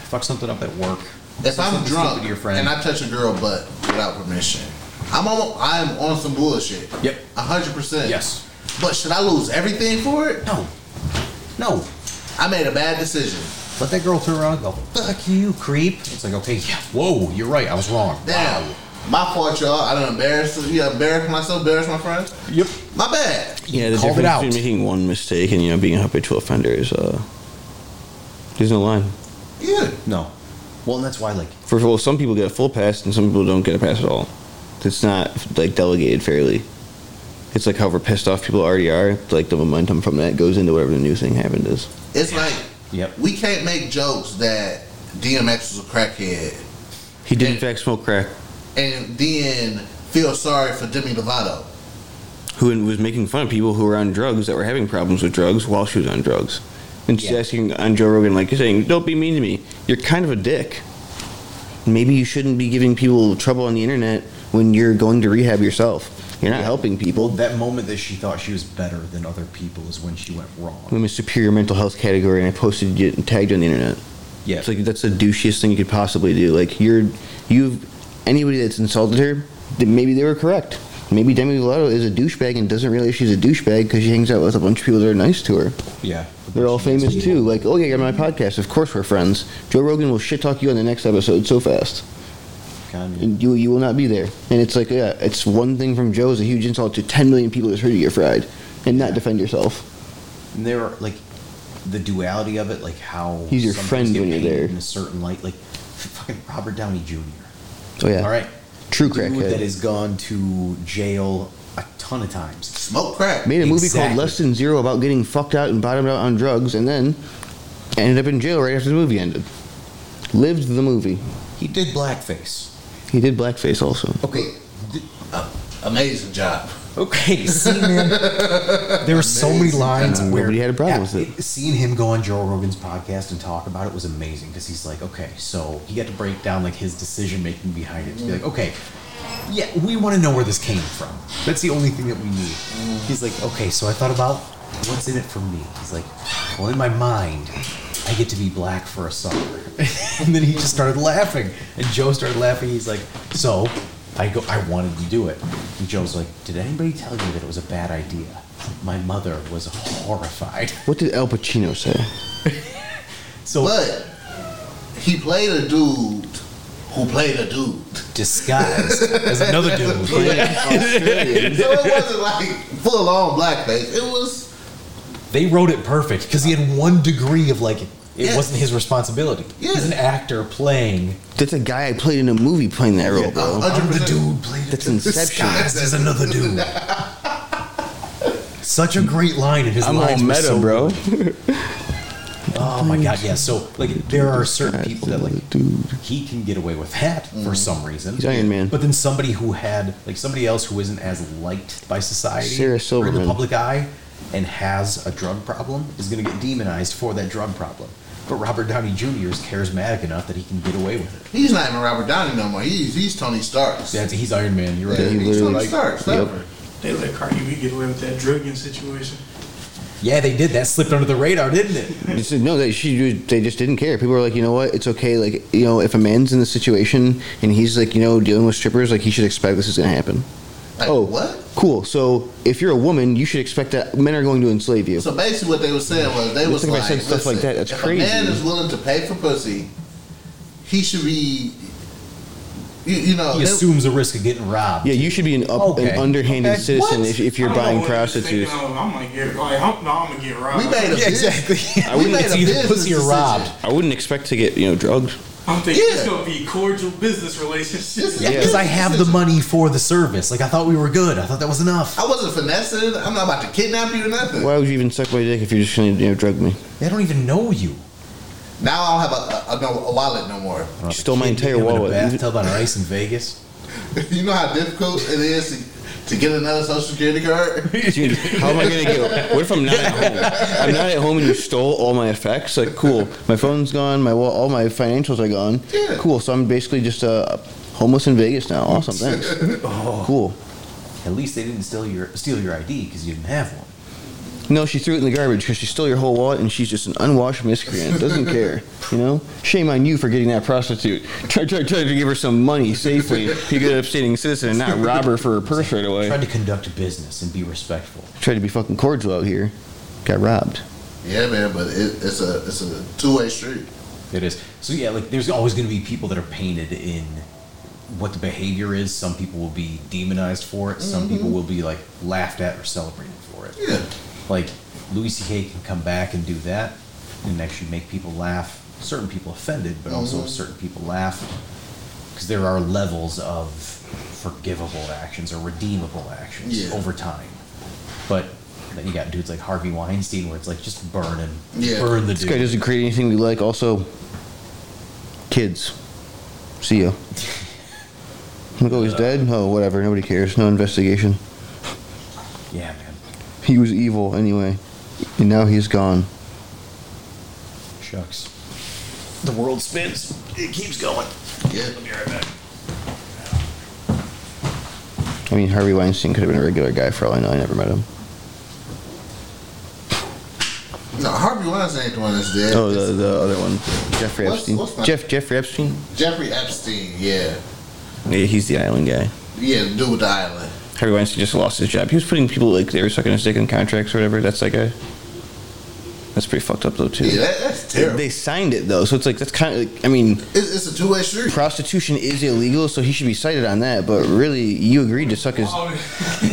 Speaker 7: fuck something up at work.
Speaker 3: If
Speaker 7: say
Speaker 3: I'm
Speaker 7: something
Speaker 3: drunk
Speaker 7: stupid to your friend,
Speaker 3: and I touch a girl butt without permission, I'm on, I'm on some bullshit.
Speaker 7: Yep.
Speaker 3: a hundred percent.
Speaker 7: yes,
Speaker 3: But should I lose everything for it?
Speaker 7: no, no,
Speaker 3: I made a bad decision.
Speaker 7: let that girl turn around and go, fuck you, creep. It's like okay, yeah, whoa, you're right, I was wrong.
Speaker 3: Damn. My fault, y'all. I done embarrassed you. Embarrassed myself. Embarrassed my friends.
Speaker 7: Yep.
Speaker 3: My bad.
Speaker 5: Yeah, the
Speaker 7: Called it
Speaker 5: difference
Speaker 7: out.
Speaker 5: between making one mistake and you know being a habitual offender is uh, there's no line.
Speaker 3: Yeah.
Speaker 7: No, well, and that's why like
Speaker 5: For well, some people get a full pass and some people don't get a pass at all. It's not like delegated fairly. It's like however pissed off people already are. Like the momentum from that goes into whatever the new thing happened is.
Speaker 3: It's like
Speaker 7: Yep.
Speaker 3: we can't make jokes that DMX was a crackhead
Speaker 5: He did in fact smoke crack.
Speaker 3: and then feel sorry for Demi Lovato.
Speaker 5: Who was making fun of people who were on drugs that were having problems with drugs while she was on drugs, and she's
Speaker 7: Yeah.
Speaker 5: asking on Joe Rogan like, saying, "Don't be mean to me. You're kind of a dick. Maybe you shouldn't be giving people trouble on the internet when you're going to rehab yourself. You're not helping people."
Speaker 7: that moment that she thought she was better than other people is when she went wrong.
Speaker 5: women's superior mental health category and I posted it and tagged on the internet.
Speaker 7: Yeah.
Speaker 5: It's like that's the douchiest thing you could possibly do. Like you're you've anybody that's insulted her, th- maybe they were correct. Maybe Demi Lovato is a douchebag and doesn't realize she's a douchebag because she hangs out with a bunch of people that are nice to her.
Speaker 7: Yeah.
Speaker 5: They're all famous too. Like, oh yeah, you're on my podcast. Of course we're friends. Joe Rogan will shit talk you on the next episode so fast,
Speaker 7: Kanye.
Speaker 5: and you you will not be there. And it's like, yeah, it's one thing from Joe is a huge insult to 10 million people that's heard you get fried, and not defend yourself.
Speaker 7: And there are like the duality of it, like how
Speaker 5: He's your
Speaker 7: some
Speaker 5: friend
Speaker 7: things get
Speaker 5: when you're
Speaker 7: painted
Speaker 5: there.
Speaker 7: in a certain light, like fucking Robert Downey Jr.
Speaker 5: Oh yeah.
Speaker 7: All right,
Speaker 5: True
Speaker 7: dude
Speaker 5: crackhead.
Speaker 7: that has gone to jail a ton of times.
Speaker 3: Smoke crack.
Speaker 5: Made a movie called
Speaker 7: Exactly.
Speaker 5: Less Than Zero about getting fucked out and bottomed out on drugs, and then ended up in jail right after the movie ended. Lived the movie.
Speaker 7: He did blackface.
Speaker 5: He did blackface also.
Speaker 7: Okay,
Speaker 3: Amazing job.
Speaker 7: Okay, see, man, there were so many lines
Speaker 5: Uh,
Speaker 7: where
Speaker 5: nobody had a problem with
Speaker 7: it- Seeing him go on Joe Rogan's podcast and talk about it was amazing because he's like, okay, so he got to break down like his decision making behind it to be like, okay, yeah, we want to know where this came from. That's the only thing that we need. He's like, okay, so I thought about what's in it for me. He's like, well, in my mind, I get to be black for a summer, and then he just started laughing, and Joe started laughing. He's like, so. I go. I wanted to do it. And Joe's like, "Did anybody tell you that it was a bad idea?" My mother was horrified.
Speaker 5: What did Al Pacino say?
Speaker 7: So
Speaker 3: But he played a dude who played a dude.
Speaker 7: disguised as another dude.
Speaker 3: Australian. so it wasn't like full on blackface. It was
Speaker 7: They wrote it perfect because he had one degree of like it
Speaker 3: Yes.
Speaker 7: wasn't his responsibility. He's an actor playing.
Speaker 5: That's a guy I played in a movie playing that role, bro.
Speaker 7: I'm the
Speaker 3: 100%.
Speaker 7: dude played
Speaker 5: That's
Speaker 7: it
Speaker 5: Inception.
Speaker 7: disguised as another dude. Such a great line in his
Speaker 5: I'm all
Speaker 7: lines were
Speaker 5: meta,
Speaker 7: so
Speaker 5: bro.
Speaker 7: Oh my god, yeah. So like there are certain
Speaker 5: That's
Speaker 7: people that like
Speaker 5: dude.
Speaker 7: he can get away with that for some reason.
Speaker 5: Mm-hmm. He's Iron Man.
Speaker 7: But then somebody who had like somebody else who isn't as liked by society
Speaker 5: Sarah
Speaker 7: or in the
Speaker 5: Silverman.
Speaker 7: public eye and has a drug problem is gonna get demonized for that drug problem. But Robert Downey Jr. is charismatic enough that he can get away with it.
Speaker 3: he's not even Robert Downey no more. He's he's Tony Stark.
Speaker 7: That's, he's Iron Man, you're right.
Speaker 5: Yeah, he
Speaker 3: he's
Speaker 5: literally-
Speaker 3: Tony Stark.
Speaker 5: Yep.
Speaker 3: Stark.
Speaker 6: They let Cardi B get away with that drugging situation.
Speaker 7: Yeah, they did. That slipped under the radar, didn't it?
Speaker 5: Just, no, they she just- they just didn't care. People were like, you know what? It's okay. Like, you know, if a man's in the situation and he's like, you know, dealing with strippers, like he should expect this is gonna happen.
Speaker 3: Like,
Speaker 5: oh,
Speaker 3: what?
Speaker 5: Cool. So if you're a woman, you should expect that men are going to enslave you.
Speaker 3: So basically, what they were saying was they
Speaker 5: Let's
Speaker 3: was
Speaker 5: think if I
Speaker 3: like,
Speaker 5: said stuff like
Speaker 3: listen,
Speaker 5: that, that's
Speaker 3: if
Speaker 5: crazy.
Speaker 3: a man is willing to pay for pussy, he should be. You, you know,
Speaker 7: He
Speaker 3: they-
Speaker 7: assumes the risk of getting robbed.
Speaker 5: Oh, yeah, you should be an up,
Speaker 7: Okay.
Speaker 5: an underhanded
Speaker 7: Okay.
Speaker 5: citizen
Speaker 7: What?
Speaker 5: if, if you're
Speaker 6: I don't know
Speaker 5: buying
Speaker 6: what he's
Speaker 5: prostitutes.
Speaker 6: thinking of. I'm gonna get like, I'm, no, I'm gonna get robbed.
Speaker 3: we made a
Speaker 7: Yeah,
Speaker 3: biz-
Speaker 7: exactly.
Speaker 3: I wouldn't- made
Speaker 7: it's
Speaker 3: a
Speaker 7: either
Speaker 3: business
Speaker 7: pussy or
Speaker 3: decision.
Speaker 7: robbed.
Speaker 5: I wouldn't expect to get you know drugged.
Speaker 6: I'm thinking
Speaker 3: Yeah.
Speaker 6: it's gonna be cordial business relationship.
Speaker 3: This is
Speaker 7: Yeah,
Speaker 3: a
Speaker 7: because I
Speaker 3: business
Speaker 7: have the
Speaker 3: decision.
Speaker 7: money for the service. Like I thought we were good. I thought that was enough.
Speaker 3: I wasn't finessing. I'm not about to kidnap you or nothing.
Speaker 5: Why would you even suck my dick if you're just gonna you know, drug me?
Speaker 7: I don't even know you.
Speaker 3: Now I don't have a, a, no- a wallet no more.
Speaker 7: You
Speaker 5: Uh, stole my entire wallet.
Speaker 7: In a bathtub on ice in Vegas.
Speaker 3: you know how difficult it is to, to get another social security card.
Speaker 5: Dude, how am I gonna get? What if I'm not at home? I'm not at home, and you stole all my effects. Like, cool. My phone's gone. My wa- all my financials are gone.
Speaker 3: Yeah.
Speaker 5: Cool. So I'm basically just uh, homeless in Vegas now. Awesome. Thanks. Cool.
Speaker 7: At least they didn't steal your steal your ID because you didn't have one.
Speaker 5: No, she threw it in the garbage because she stole your whole wallet, and she's just an unwashed miscreant. Doesn't care. You know. Shame on you for getting that prostitute. Try, try, try to give her some money safely. Be a good upstanding citizen and not rob her for her purse right away.
Speaker 7: Tried to conduct business and be respectful.
Speaker 5: Tried to be fucking cordial out here. Got robbed.
Speaker 3: yeah, man, but it, it's a it's a two way street.
Speaker 7: It is. So yeah, like there's always going to be people that are painted in what the behavior is. Some people will be demonized for it. Some people
Speaker 3: Mm-hmm.
Speaker 7: will be like laughed at or celebrated for it.
Speaker 3: Yeah.
Speaker 7: Like Louis C.K. can come back and do that and actually make people laugh. Certain people offended, but
Speaker 3: Mm-hmm.
Speaker 7: also certain people laugh because there are levels of forgivable actions or redeemable actions
Speaker 3: Yeah.
Speaker 7: over time. But then you got dudes like Harvey Weinstein where it's like just burn him,
Speaker 3: Yeah.
Speaker 7: burn the
Speaker 5: This
Speaker 7: dude.
Speaker 5: guy doesn't create anything we like. Also, kids. See ya. Look, oh, he's dead? Oh, whatever. Nobody cares. No investigation.
Speaker 7: yeah, man.
Speaker 5: He was evil anyway. And now he's gone.
Speaker 7: Shucks. The world spins. It keeps going.
Speaker 3: Yeah.
Speaker 7: I'll be right back.
Speaker 5: I mean, Harvey Weinstein could have been a regular guy for all I know. I never met him.
Speaker 3: No, Harvey Weinstein ain't the one that's dead.
Speaker 5: Oh, the, the other one. Jeffrey
Speaker 3: What's-
Speaker 5: Epstein.
Speaker 3: what's my-
Speaker 5: Jeff Jeffrey Epstein?
Speaker 3: Jeffrey Epstein. Yeah,
Speaker 5: Yeah, he's the island guy.
Speaker 3: yeah, the dude with the island.
Speaker 5: Harvey Weinstein just lost his job. He was putting people, like, they were sucking his dick in contracts or whatever. That's that guy. That's pretty fucked up, though, too.
Speaker 3: Yeah, that, that's
Speaker 5: They,
Speaker 3: terrible.
Speaker 5: they signed it, though. So it's like, that's kind of, like, I mean,
Speaker 3: it's, it's a two way street.
Speaker 5: prostitution is illegal, so he should be cited on that. But really, you agreed to suck his.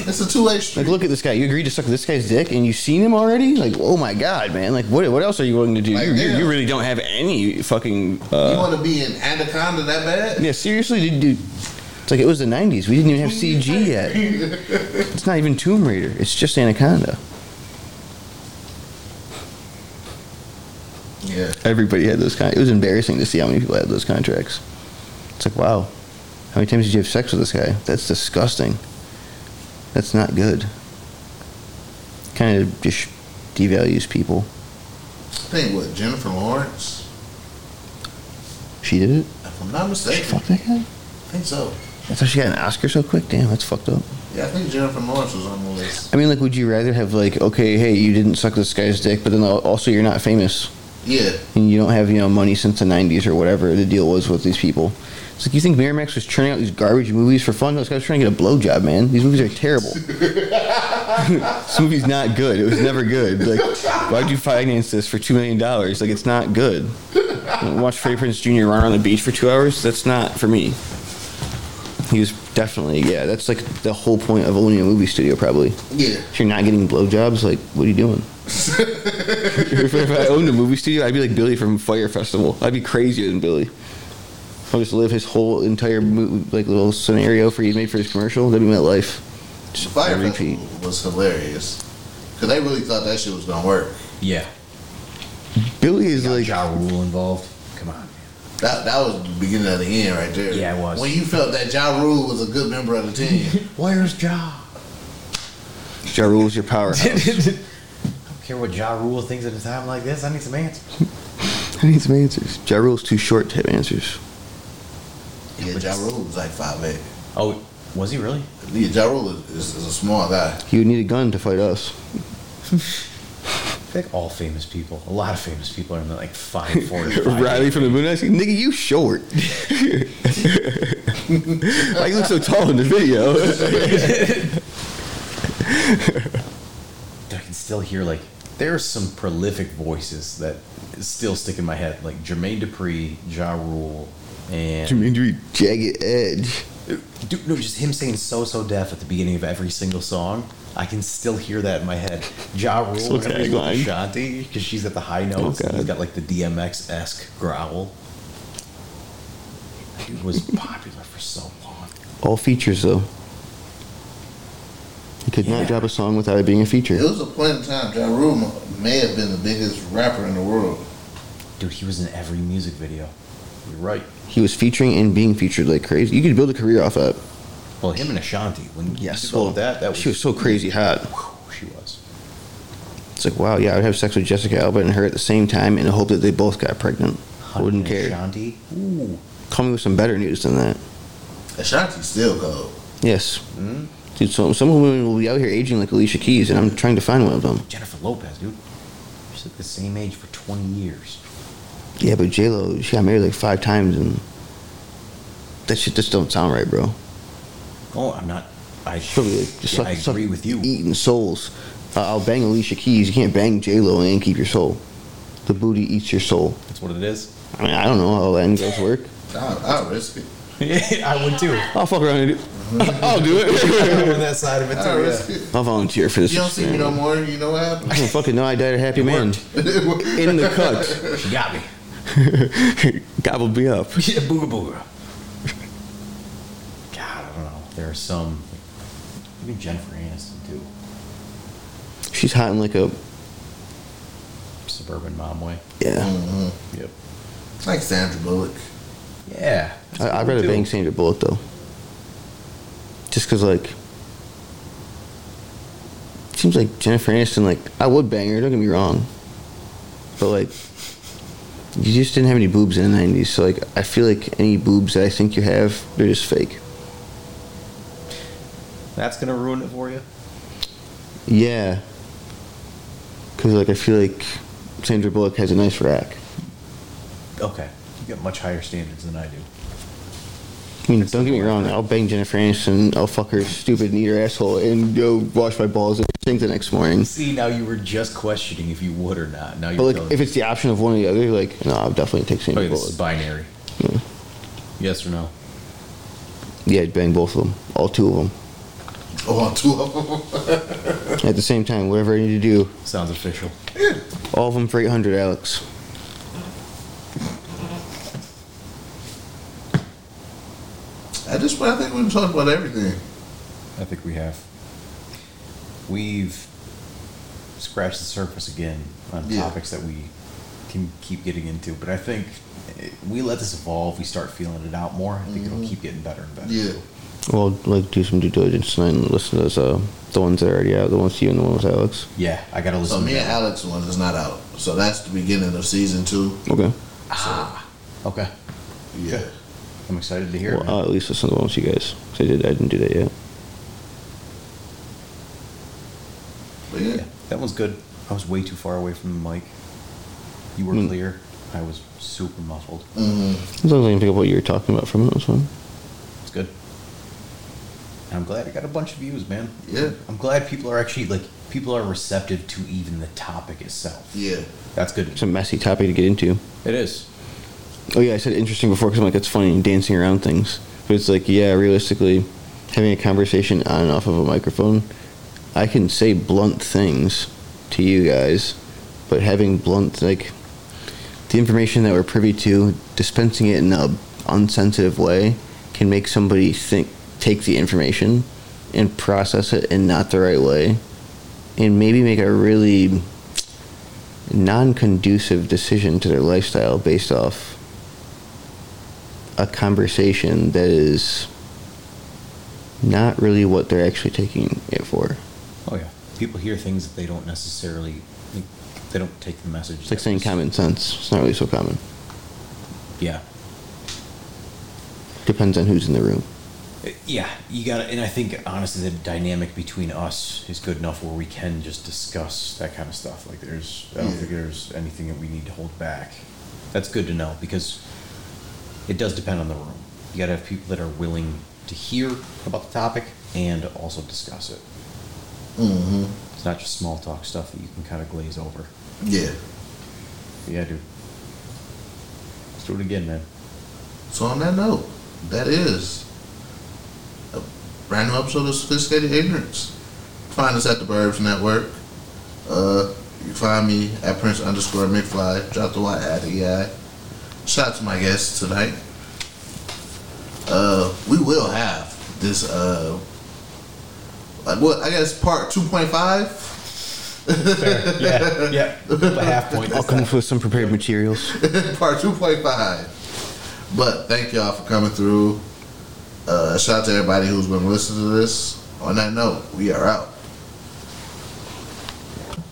Speaker 3: It's a two way
Speaker 5: Like,
Speaker 3: street.
Speaker 5: look at this guy. You agreed to suck this guy's dick, and you've seen him already. Like, oh my god, man! Like, what? What else are you willing to do?
Speaker 3: Like,
Speaker 5: you, you,
Speaker 3: damn.
Speaker 5: you really don't have any fucking.
Speaker 3: you
Speaker 5: Uh,
Speaker 3: want to be an anaconda that bad?
Speaker 5: yeah, seriously, dude. dude. It's like it was the 90s. We didn't even have CG yet. It's not even Tomb Raider. It's just Anaconda.
Speaker 3: Yeah.
Speaker 5: Everybody had those kind. It was embarrassing to see how many people had those contracts. It's like, wow, how many times did you have sex with this guy? That's disgusting. That's not good. Kind of just devalues people.
Speaker 3: I think what Jennifer Lawrence,
Speaker 5: She did it.
Speaker 3: if I'm not
Speaker 5: She
Speaker 3: mistaken,
Speaker 5: fucked that guy.
Speaker 3: I think so.
Speaker 5: I thought she got an Oscar so quick. Damn, that's fucked up.
Speaker 3: Yeah, I think Jennifer Lawrence was on the list.
Speaker 5: I mean, like, would you rather have like, okay, hey, you didn't suck this guy's dick, but then al- also you're not famous
Speaker 3: Yeah,
Speaker 5: and you don't have you know money since the '90s or whatever the deal was with these people. It's like you think Miramax was churning out these garbage movies for fun? Those guys trying to get a blowjob, man. These movies are terrible. this movie's not good. It was never good. Like, why'd you finance this for two million dollars? Like, it's not good. Watch Freddie Prince Jr. run around the beach for two hours. That's not for me. He was definitely yeah. That's like the whole point of owning a movie studio, probably.
Speaker 3: yeah.
Speaker 5: If you're not getting blowjobs, like, what are you doing? if, if I owned a movie studio, I'd be like Billy from Fire Festival. I'd be crazier than Billy. I'll just live his whole entire mo- like little scenario for he made for his commercial. That'd be my life. Just
Speaker 3: Fire
Speaker 5: on repeat.
Speaker 3: Festival was hilarious because they really thought that shit was gonna work.
Speaker 4: Yeah.
Speaker 5: Billy is
Speaker 4: Got
Speaker 5: like
Speaker 4: Ja Rule involved. Come on.
Speaker 3: That that was the beginning of the end right there.
Speaker 4: Yeah, it was.
Speaker 3: When you felt that Ja Rule was a good member of the team.
Speaker 4: Where's Ja?
Speaker 5: Ja Rule's your powerhouse.
Speaker 4: I don't care what Ja Rule thinks at a time like this. I need some answers.
Speaker 5: I need some answers. Ja Rule's too short to have answers.
Speaker 3: yeah, Ja Rule was like five eight.
Speaker 4: Oh, was he really?
Speaker 3: Yeah, Ja Rule is, is, is a small guy.
Speaker 5: He would need a gun to fight us.
Speaker 4: I think all famous people, a lot of famous people are in the like five, four, five.
Speaker 5: Riley from the Moon Eyes, nigga, you short. Why you look so tall in the video?
Speaker 4: I can still hear like there are some prolific voices that still stick in my head, like Jermaine Dupri, Ja Rule, and
Speaker 5: Jermaine Dupri, jagged edge.
Speaker 4: Dude, no, just him saying "so so deaf" at the beginning of every single song. I can still hear that in my head. Ja Rule,
Speaker 5: Still
Speaker 4: whenever he's with
Speaker 5: tagline.
Speaker 4: Ashanti, because she's at the high notes.
Speaker 5: Oh,
Speaker 4: and
Speaker 5: God.
Speaker 4: he's got like the DMX esque growl. That dude was popular for so long.
Speaker 5: All features though. He could
Speaker 4: Yeah.
Speaker 5: not drop a song without it being a feature.
Speaker 3: It was a point in time Ja Rule m- may have been the biggest rapper in the world.
Speaker 4: Dude, he was in every music video. You're right.
Speaker 5: He was featuring and being featured like crazy. You could build a career off that.
Speaker 4: Well, him and Ashanti. When
Speaker 5: Yes,
Speaker 4: well,
Speaker 5: well,
Speaker 4: that that was
Speaker 5: She was so crazy hot.
Speaker 4: whew, she was.
Speaker 5: It's like, wow, yeah, I would have sex with Jessica Alba and her at the same time in the hope that they both got pregnant. I wouldn't
Speaker 4: Him and
Speaker 5: care.
Speaker 4: Ashanti. Ooh,
Speaker 5: Call me with some better news than that.
Speaker 3: Ashanti still cold.
Speaker 5: Yes.
Speaker 4: Hmm?
Speaker 5: Dude, so, some women will be out here aging like Alicia Keys, and I'm trying to find one of them.
Speaker 4: Jennifer Lopez, dude. She's like the same age for 20 years.
Speaker 5: Yeah, but J-Lo, she got married like five times, and that shit just don't sound right, bro.
Speaker 4: Oh, I'm not. I
Speaker 5: Probably like, just
Speaker 4: yeah,
Speaker 5: suck,
Speaker 4: I
Speaker 5: suck-
Speaker 4: agree with you.
Speaker 5: Eating souls. Uh, I'll bang Alicia Keys. You can't bang J Lo and keep your soul. The booty eats your soul.
Speaker 4: That's what it is.
Speaker 5: I mean, I don't know how that guys work.
Speaker 3: I I risk it.
Speaker 4: I would too.
Speaker 5: I'll fuck around and do. I'll do it.
Speaker 4: I'm on that side of it
Speaker 3: I risk
Speaker 4: too.
Speaker 3: it.
Speaker 5: I'll volunteer for this.
Speaker 3: You don't see me no
Speaker 5: experiment.
Speaker 3: more. You know what happened?
Speaker 5: I don't fucking know. I died a happy man in the cut.
Speaker 4: Yeah. She got me.
Speaker 5: Gobbled me up.
Speaker 4: Yeah, booga booga. God, I don't know. There are some. Even Jennifer Aniston too.
Speaker 5: She's hot in like a
Speaker 4: Suburban mom way.
Speaker 5: yeah.
Speaker 3: hmm
Speaker 4: Yep.
Speaker 3: Like Sandra Bullock.
Speaker 4: Yeah.
Speaker 5: I, I'd rather bang Sandra Bullock though. Just cause like. Seems like Jennifer Aniston. Like I would bang her. Don't get me wrong. But like, you just didn't have any boobs in the '90s. So like, I feel like any boobs that I think you have, they're just fake.
Speaker 4: That's gonna ruin it for you.
Speaker 5: Yeah. Cause like I feel like Sandra Bullock has a nice rack.
Speaker 4: Okay. You got much higher standards than I do.
Speaker 5: I mean, don't get me wrong. I'll bang Jennifer Aniston. I'll fuck her stupid, neat her asshole, and go wash my balls in the sink the next morning.
Speaker 4: See, now you were just questioning if you would or not. Now you're
Speaker 5: But like,
Speaker 4: telling
Speaker 5: if it's the option of one or the other, like, no, I'll definitely take Sandra
Speaker 4: Okay, Oh, this is
Speaker 5: Bullock.
Speaker 4: binary.
Speaker 5: Yeah.
Speaker 4: Yes or no?
Speaker 5: Yeah, I'd bang both of them, all two of them
Speaker 3: Oh, two of them.
Speaker 5: at the same time. Whatever I need to do,
Speaker 4: Sounds official.
Speaker 5: all of them for eight hundred, Alex.
Speaker 3: At this point, I think we've talked about everything.
Speaker 4: I think we have. We've scratched the surface again on
Speaker 3: Yeah.
Speaker 4: topics that we can keep getting into, but I think eh, we let this evolve. We start feeling it out more. I think it'll keep getting better and better.
Speaker 3: Mm-hmm. Yeah.
Speaker 5: Well, like do some due diligence tonight and listen to those, uh, the ones that are already out, the ones you and the one with Alex.
Speaker 4: Yeah, I gotta listen.
Speaker 3: So me
Speaker 4: to
Speaker 3: and
Speaker 4: that.
Speaker 3: Alex one is not out. So that's the beginning of season two.
Speaker 5: Okay.
Speaker 4: Okay,
Speaker 3: Yeah.
Speaker 4: I'm excited to hear.
Speaker 5: Well,
Speaker 4: it. man.
Speaker 5: I'll at least listen to the ones you guys. 'cause I did. I didn't do that yet.
Speaker 3: But yeah.
Speaker 4: yeah, that one's good. I was way too far away from the mic. You
Speaker 3: Hmm.
Speaker 4: were clear. I was super muffled.
Speaker 5: As long as I can pick up what you were talking about from it, that's fine.
Speaker 4: It's good. And I'm glad I got a bunch of views, man.
Speaker 3: Yeah.
Speaker 4: I'm glad people are actually like people are receptive to even the topic itself.
Speaker 3: Yeah.
Speaker 4: That's good.
Speaker 5: It's a messy topic to get into.
Speaker 4: It is.
Speaker 5: Oh yeah, I said interesting before because I'm like that's funny dancing around things, but it's like yeah, realistically, having a conversation on and off of a microphone, I can say blunt things to you guys, but having blunt like the information that we're privy to, dispensing it in a unsensitive way can make somebody think take the information and process it in not the right way, and maybe make a really non-conducive decision to their lifestyle based off a conversation that is not really what they're actually taking it for.
Speaker 4: Oh yeah. People hear things that they don't necessarily like, they don't take the message.
Speaker 5: It's like
Speaker 4: that
Speaker 5: saying
Speaker 4: was-
Speaker 5: common sense. It's not really so common.
Speaker 4: Yeah.
Speaker 5: Depends on who's in the room.
Speaker 4: Uh, Yeah, you got to and I think honestly the dynamic between us is good enough where we can just discuss that kind of stuff. Like there's I don't think there's anything that we need to hold back. That's good to know because it does depend on the room. You got to have people that are willing to hear about the topic and also discuss it.
Speaker 3: Mm-hmm.
Speaker 4: It's not just small talk stuff that you can kind of glaze over.
Speaker 3: Yeah.
Speaker 4: But yeah, dude. Let's do it again, man.
Speaker 3: So on that note, that is a brand new episode of Sophisticated Ignorance. Find us at the Burbs Network. Uh, you can find me at Prince underscore McFly. Drop the Y at EI. Shout out to my guests tonight. Uh, we will have this. Uh, like what I guess part two point five.
Speaker 4: yeah, yeah. A half point.
Speaker 5: I'll come up with some prepared materials.
Speaker 3: part 2.5. But thank y'all for coming through. Uh, shout out to everybody who's been listening to this. On that note, we are out.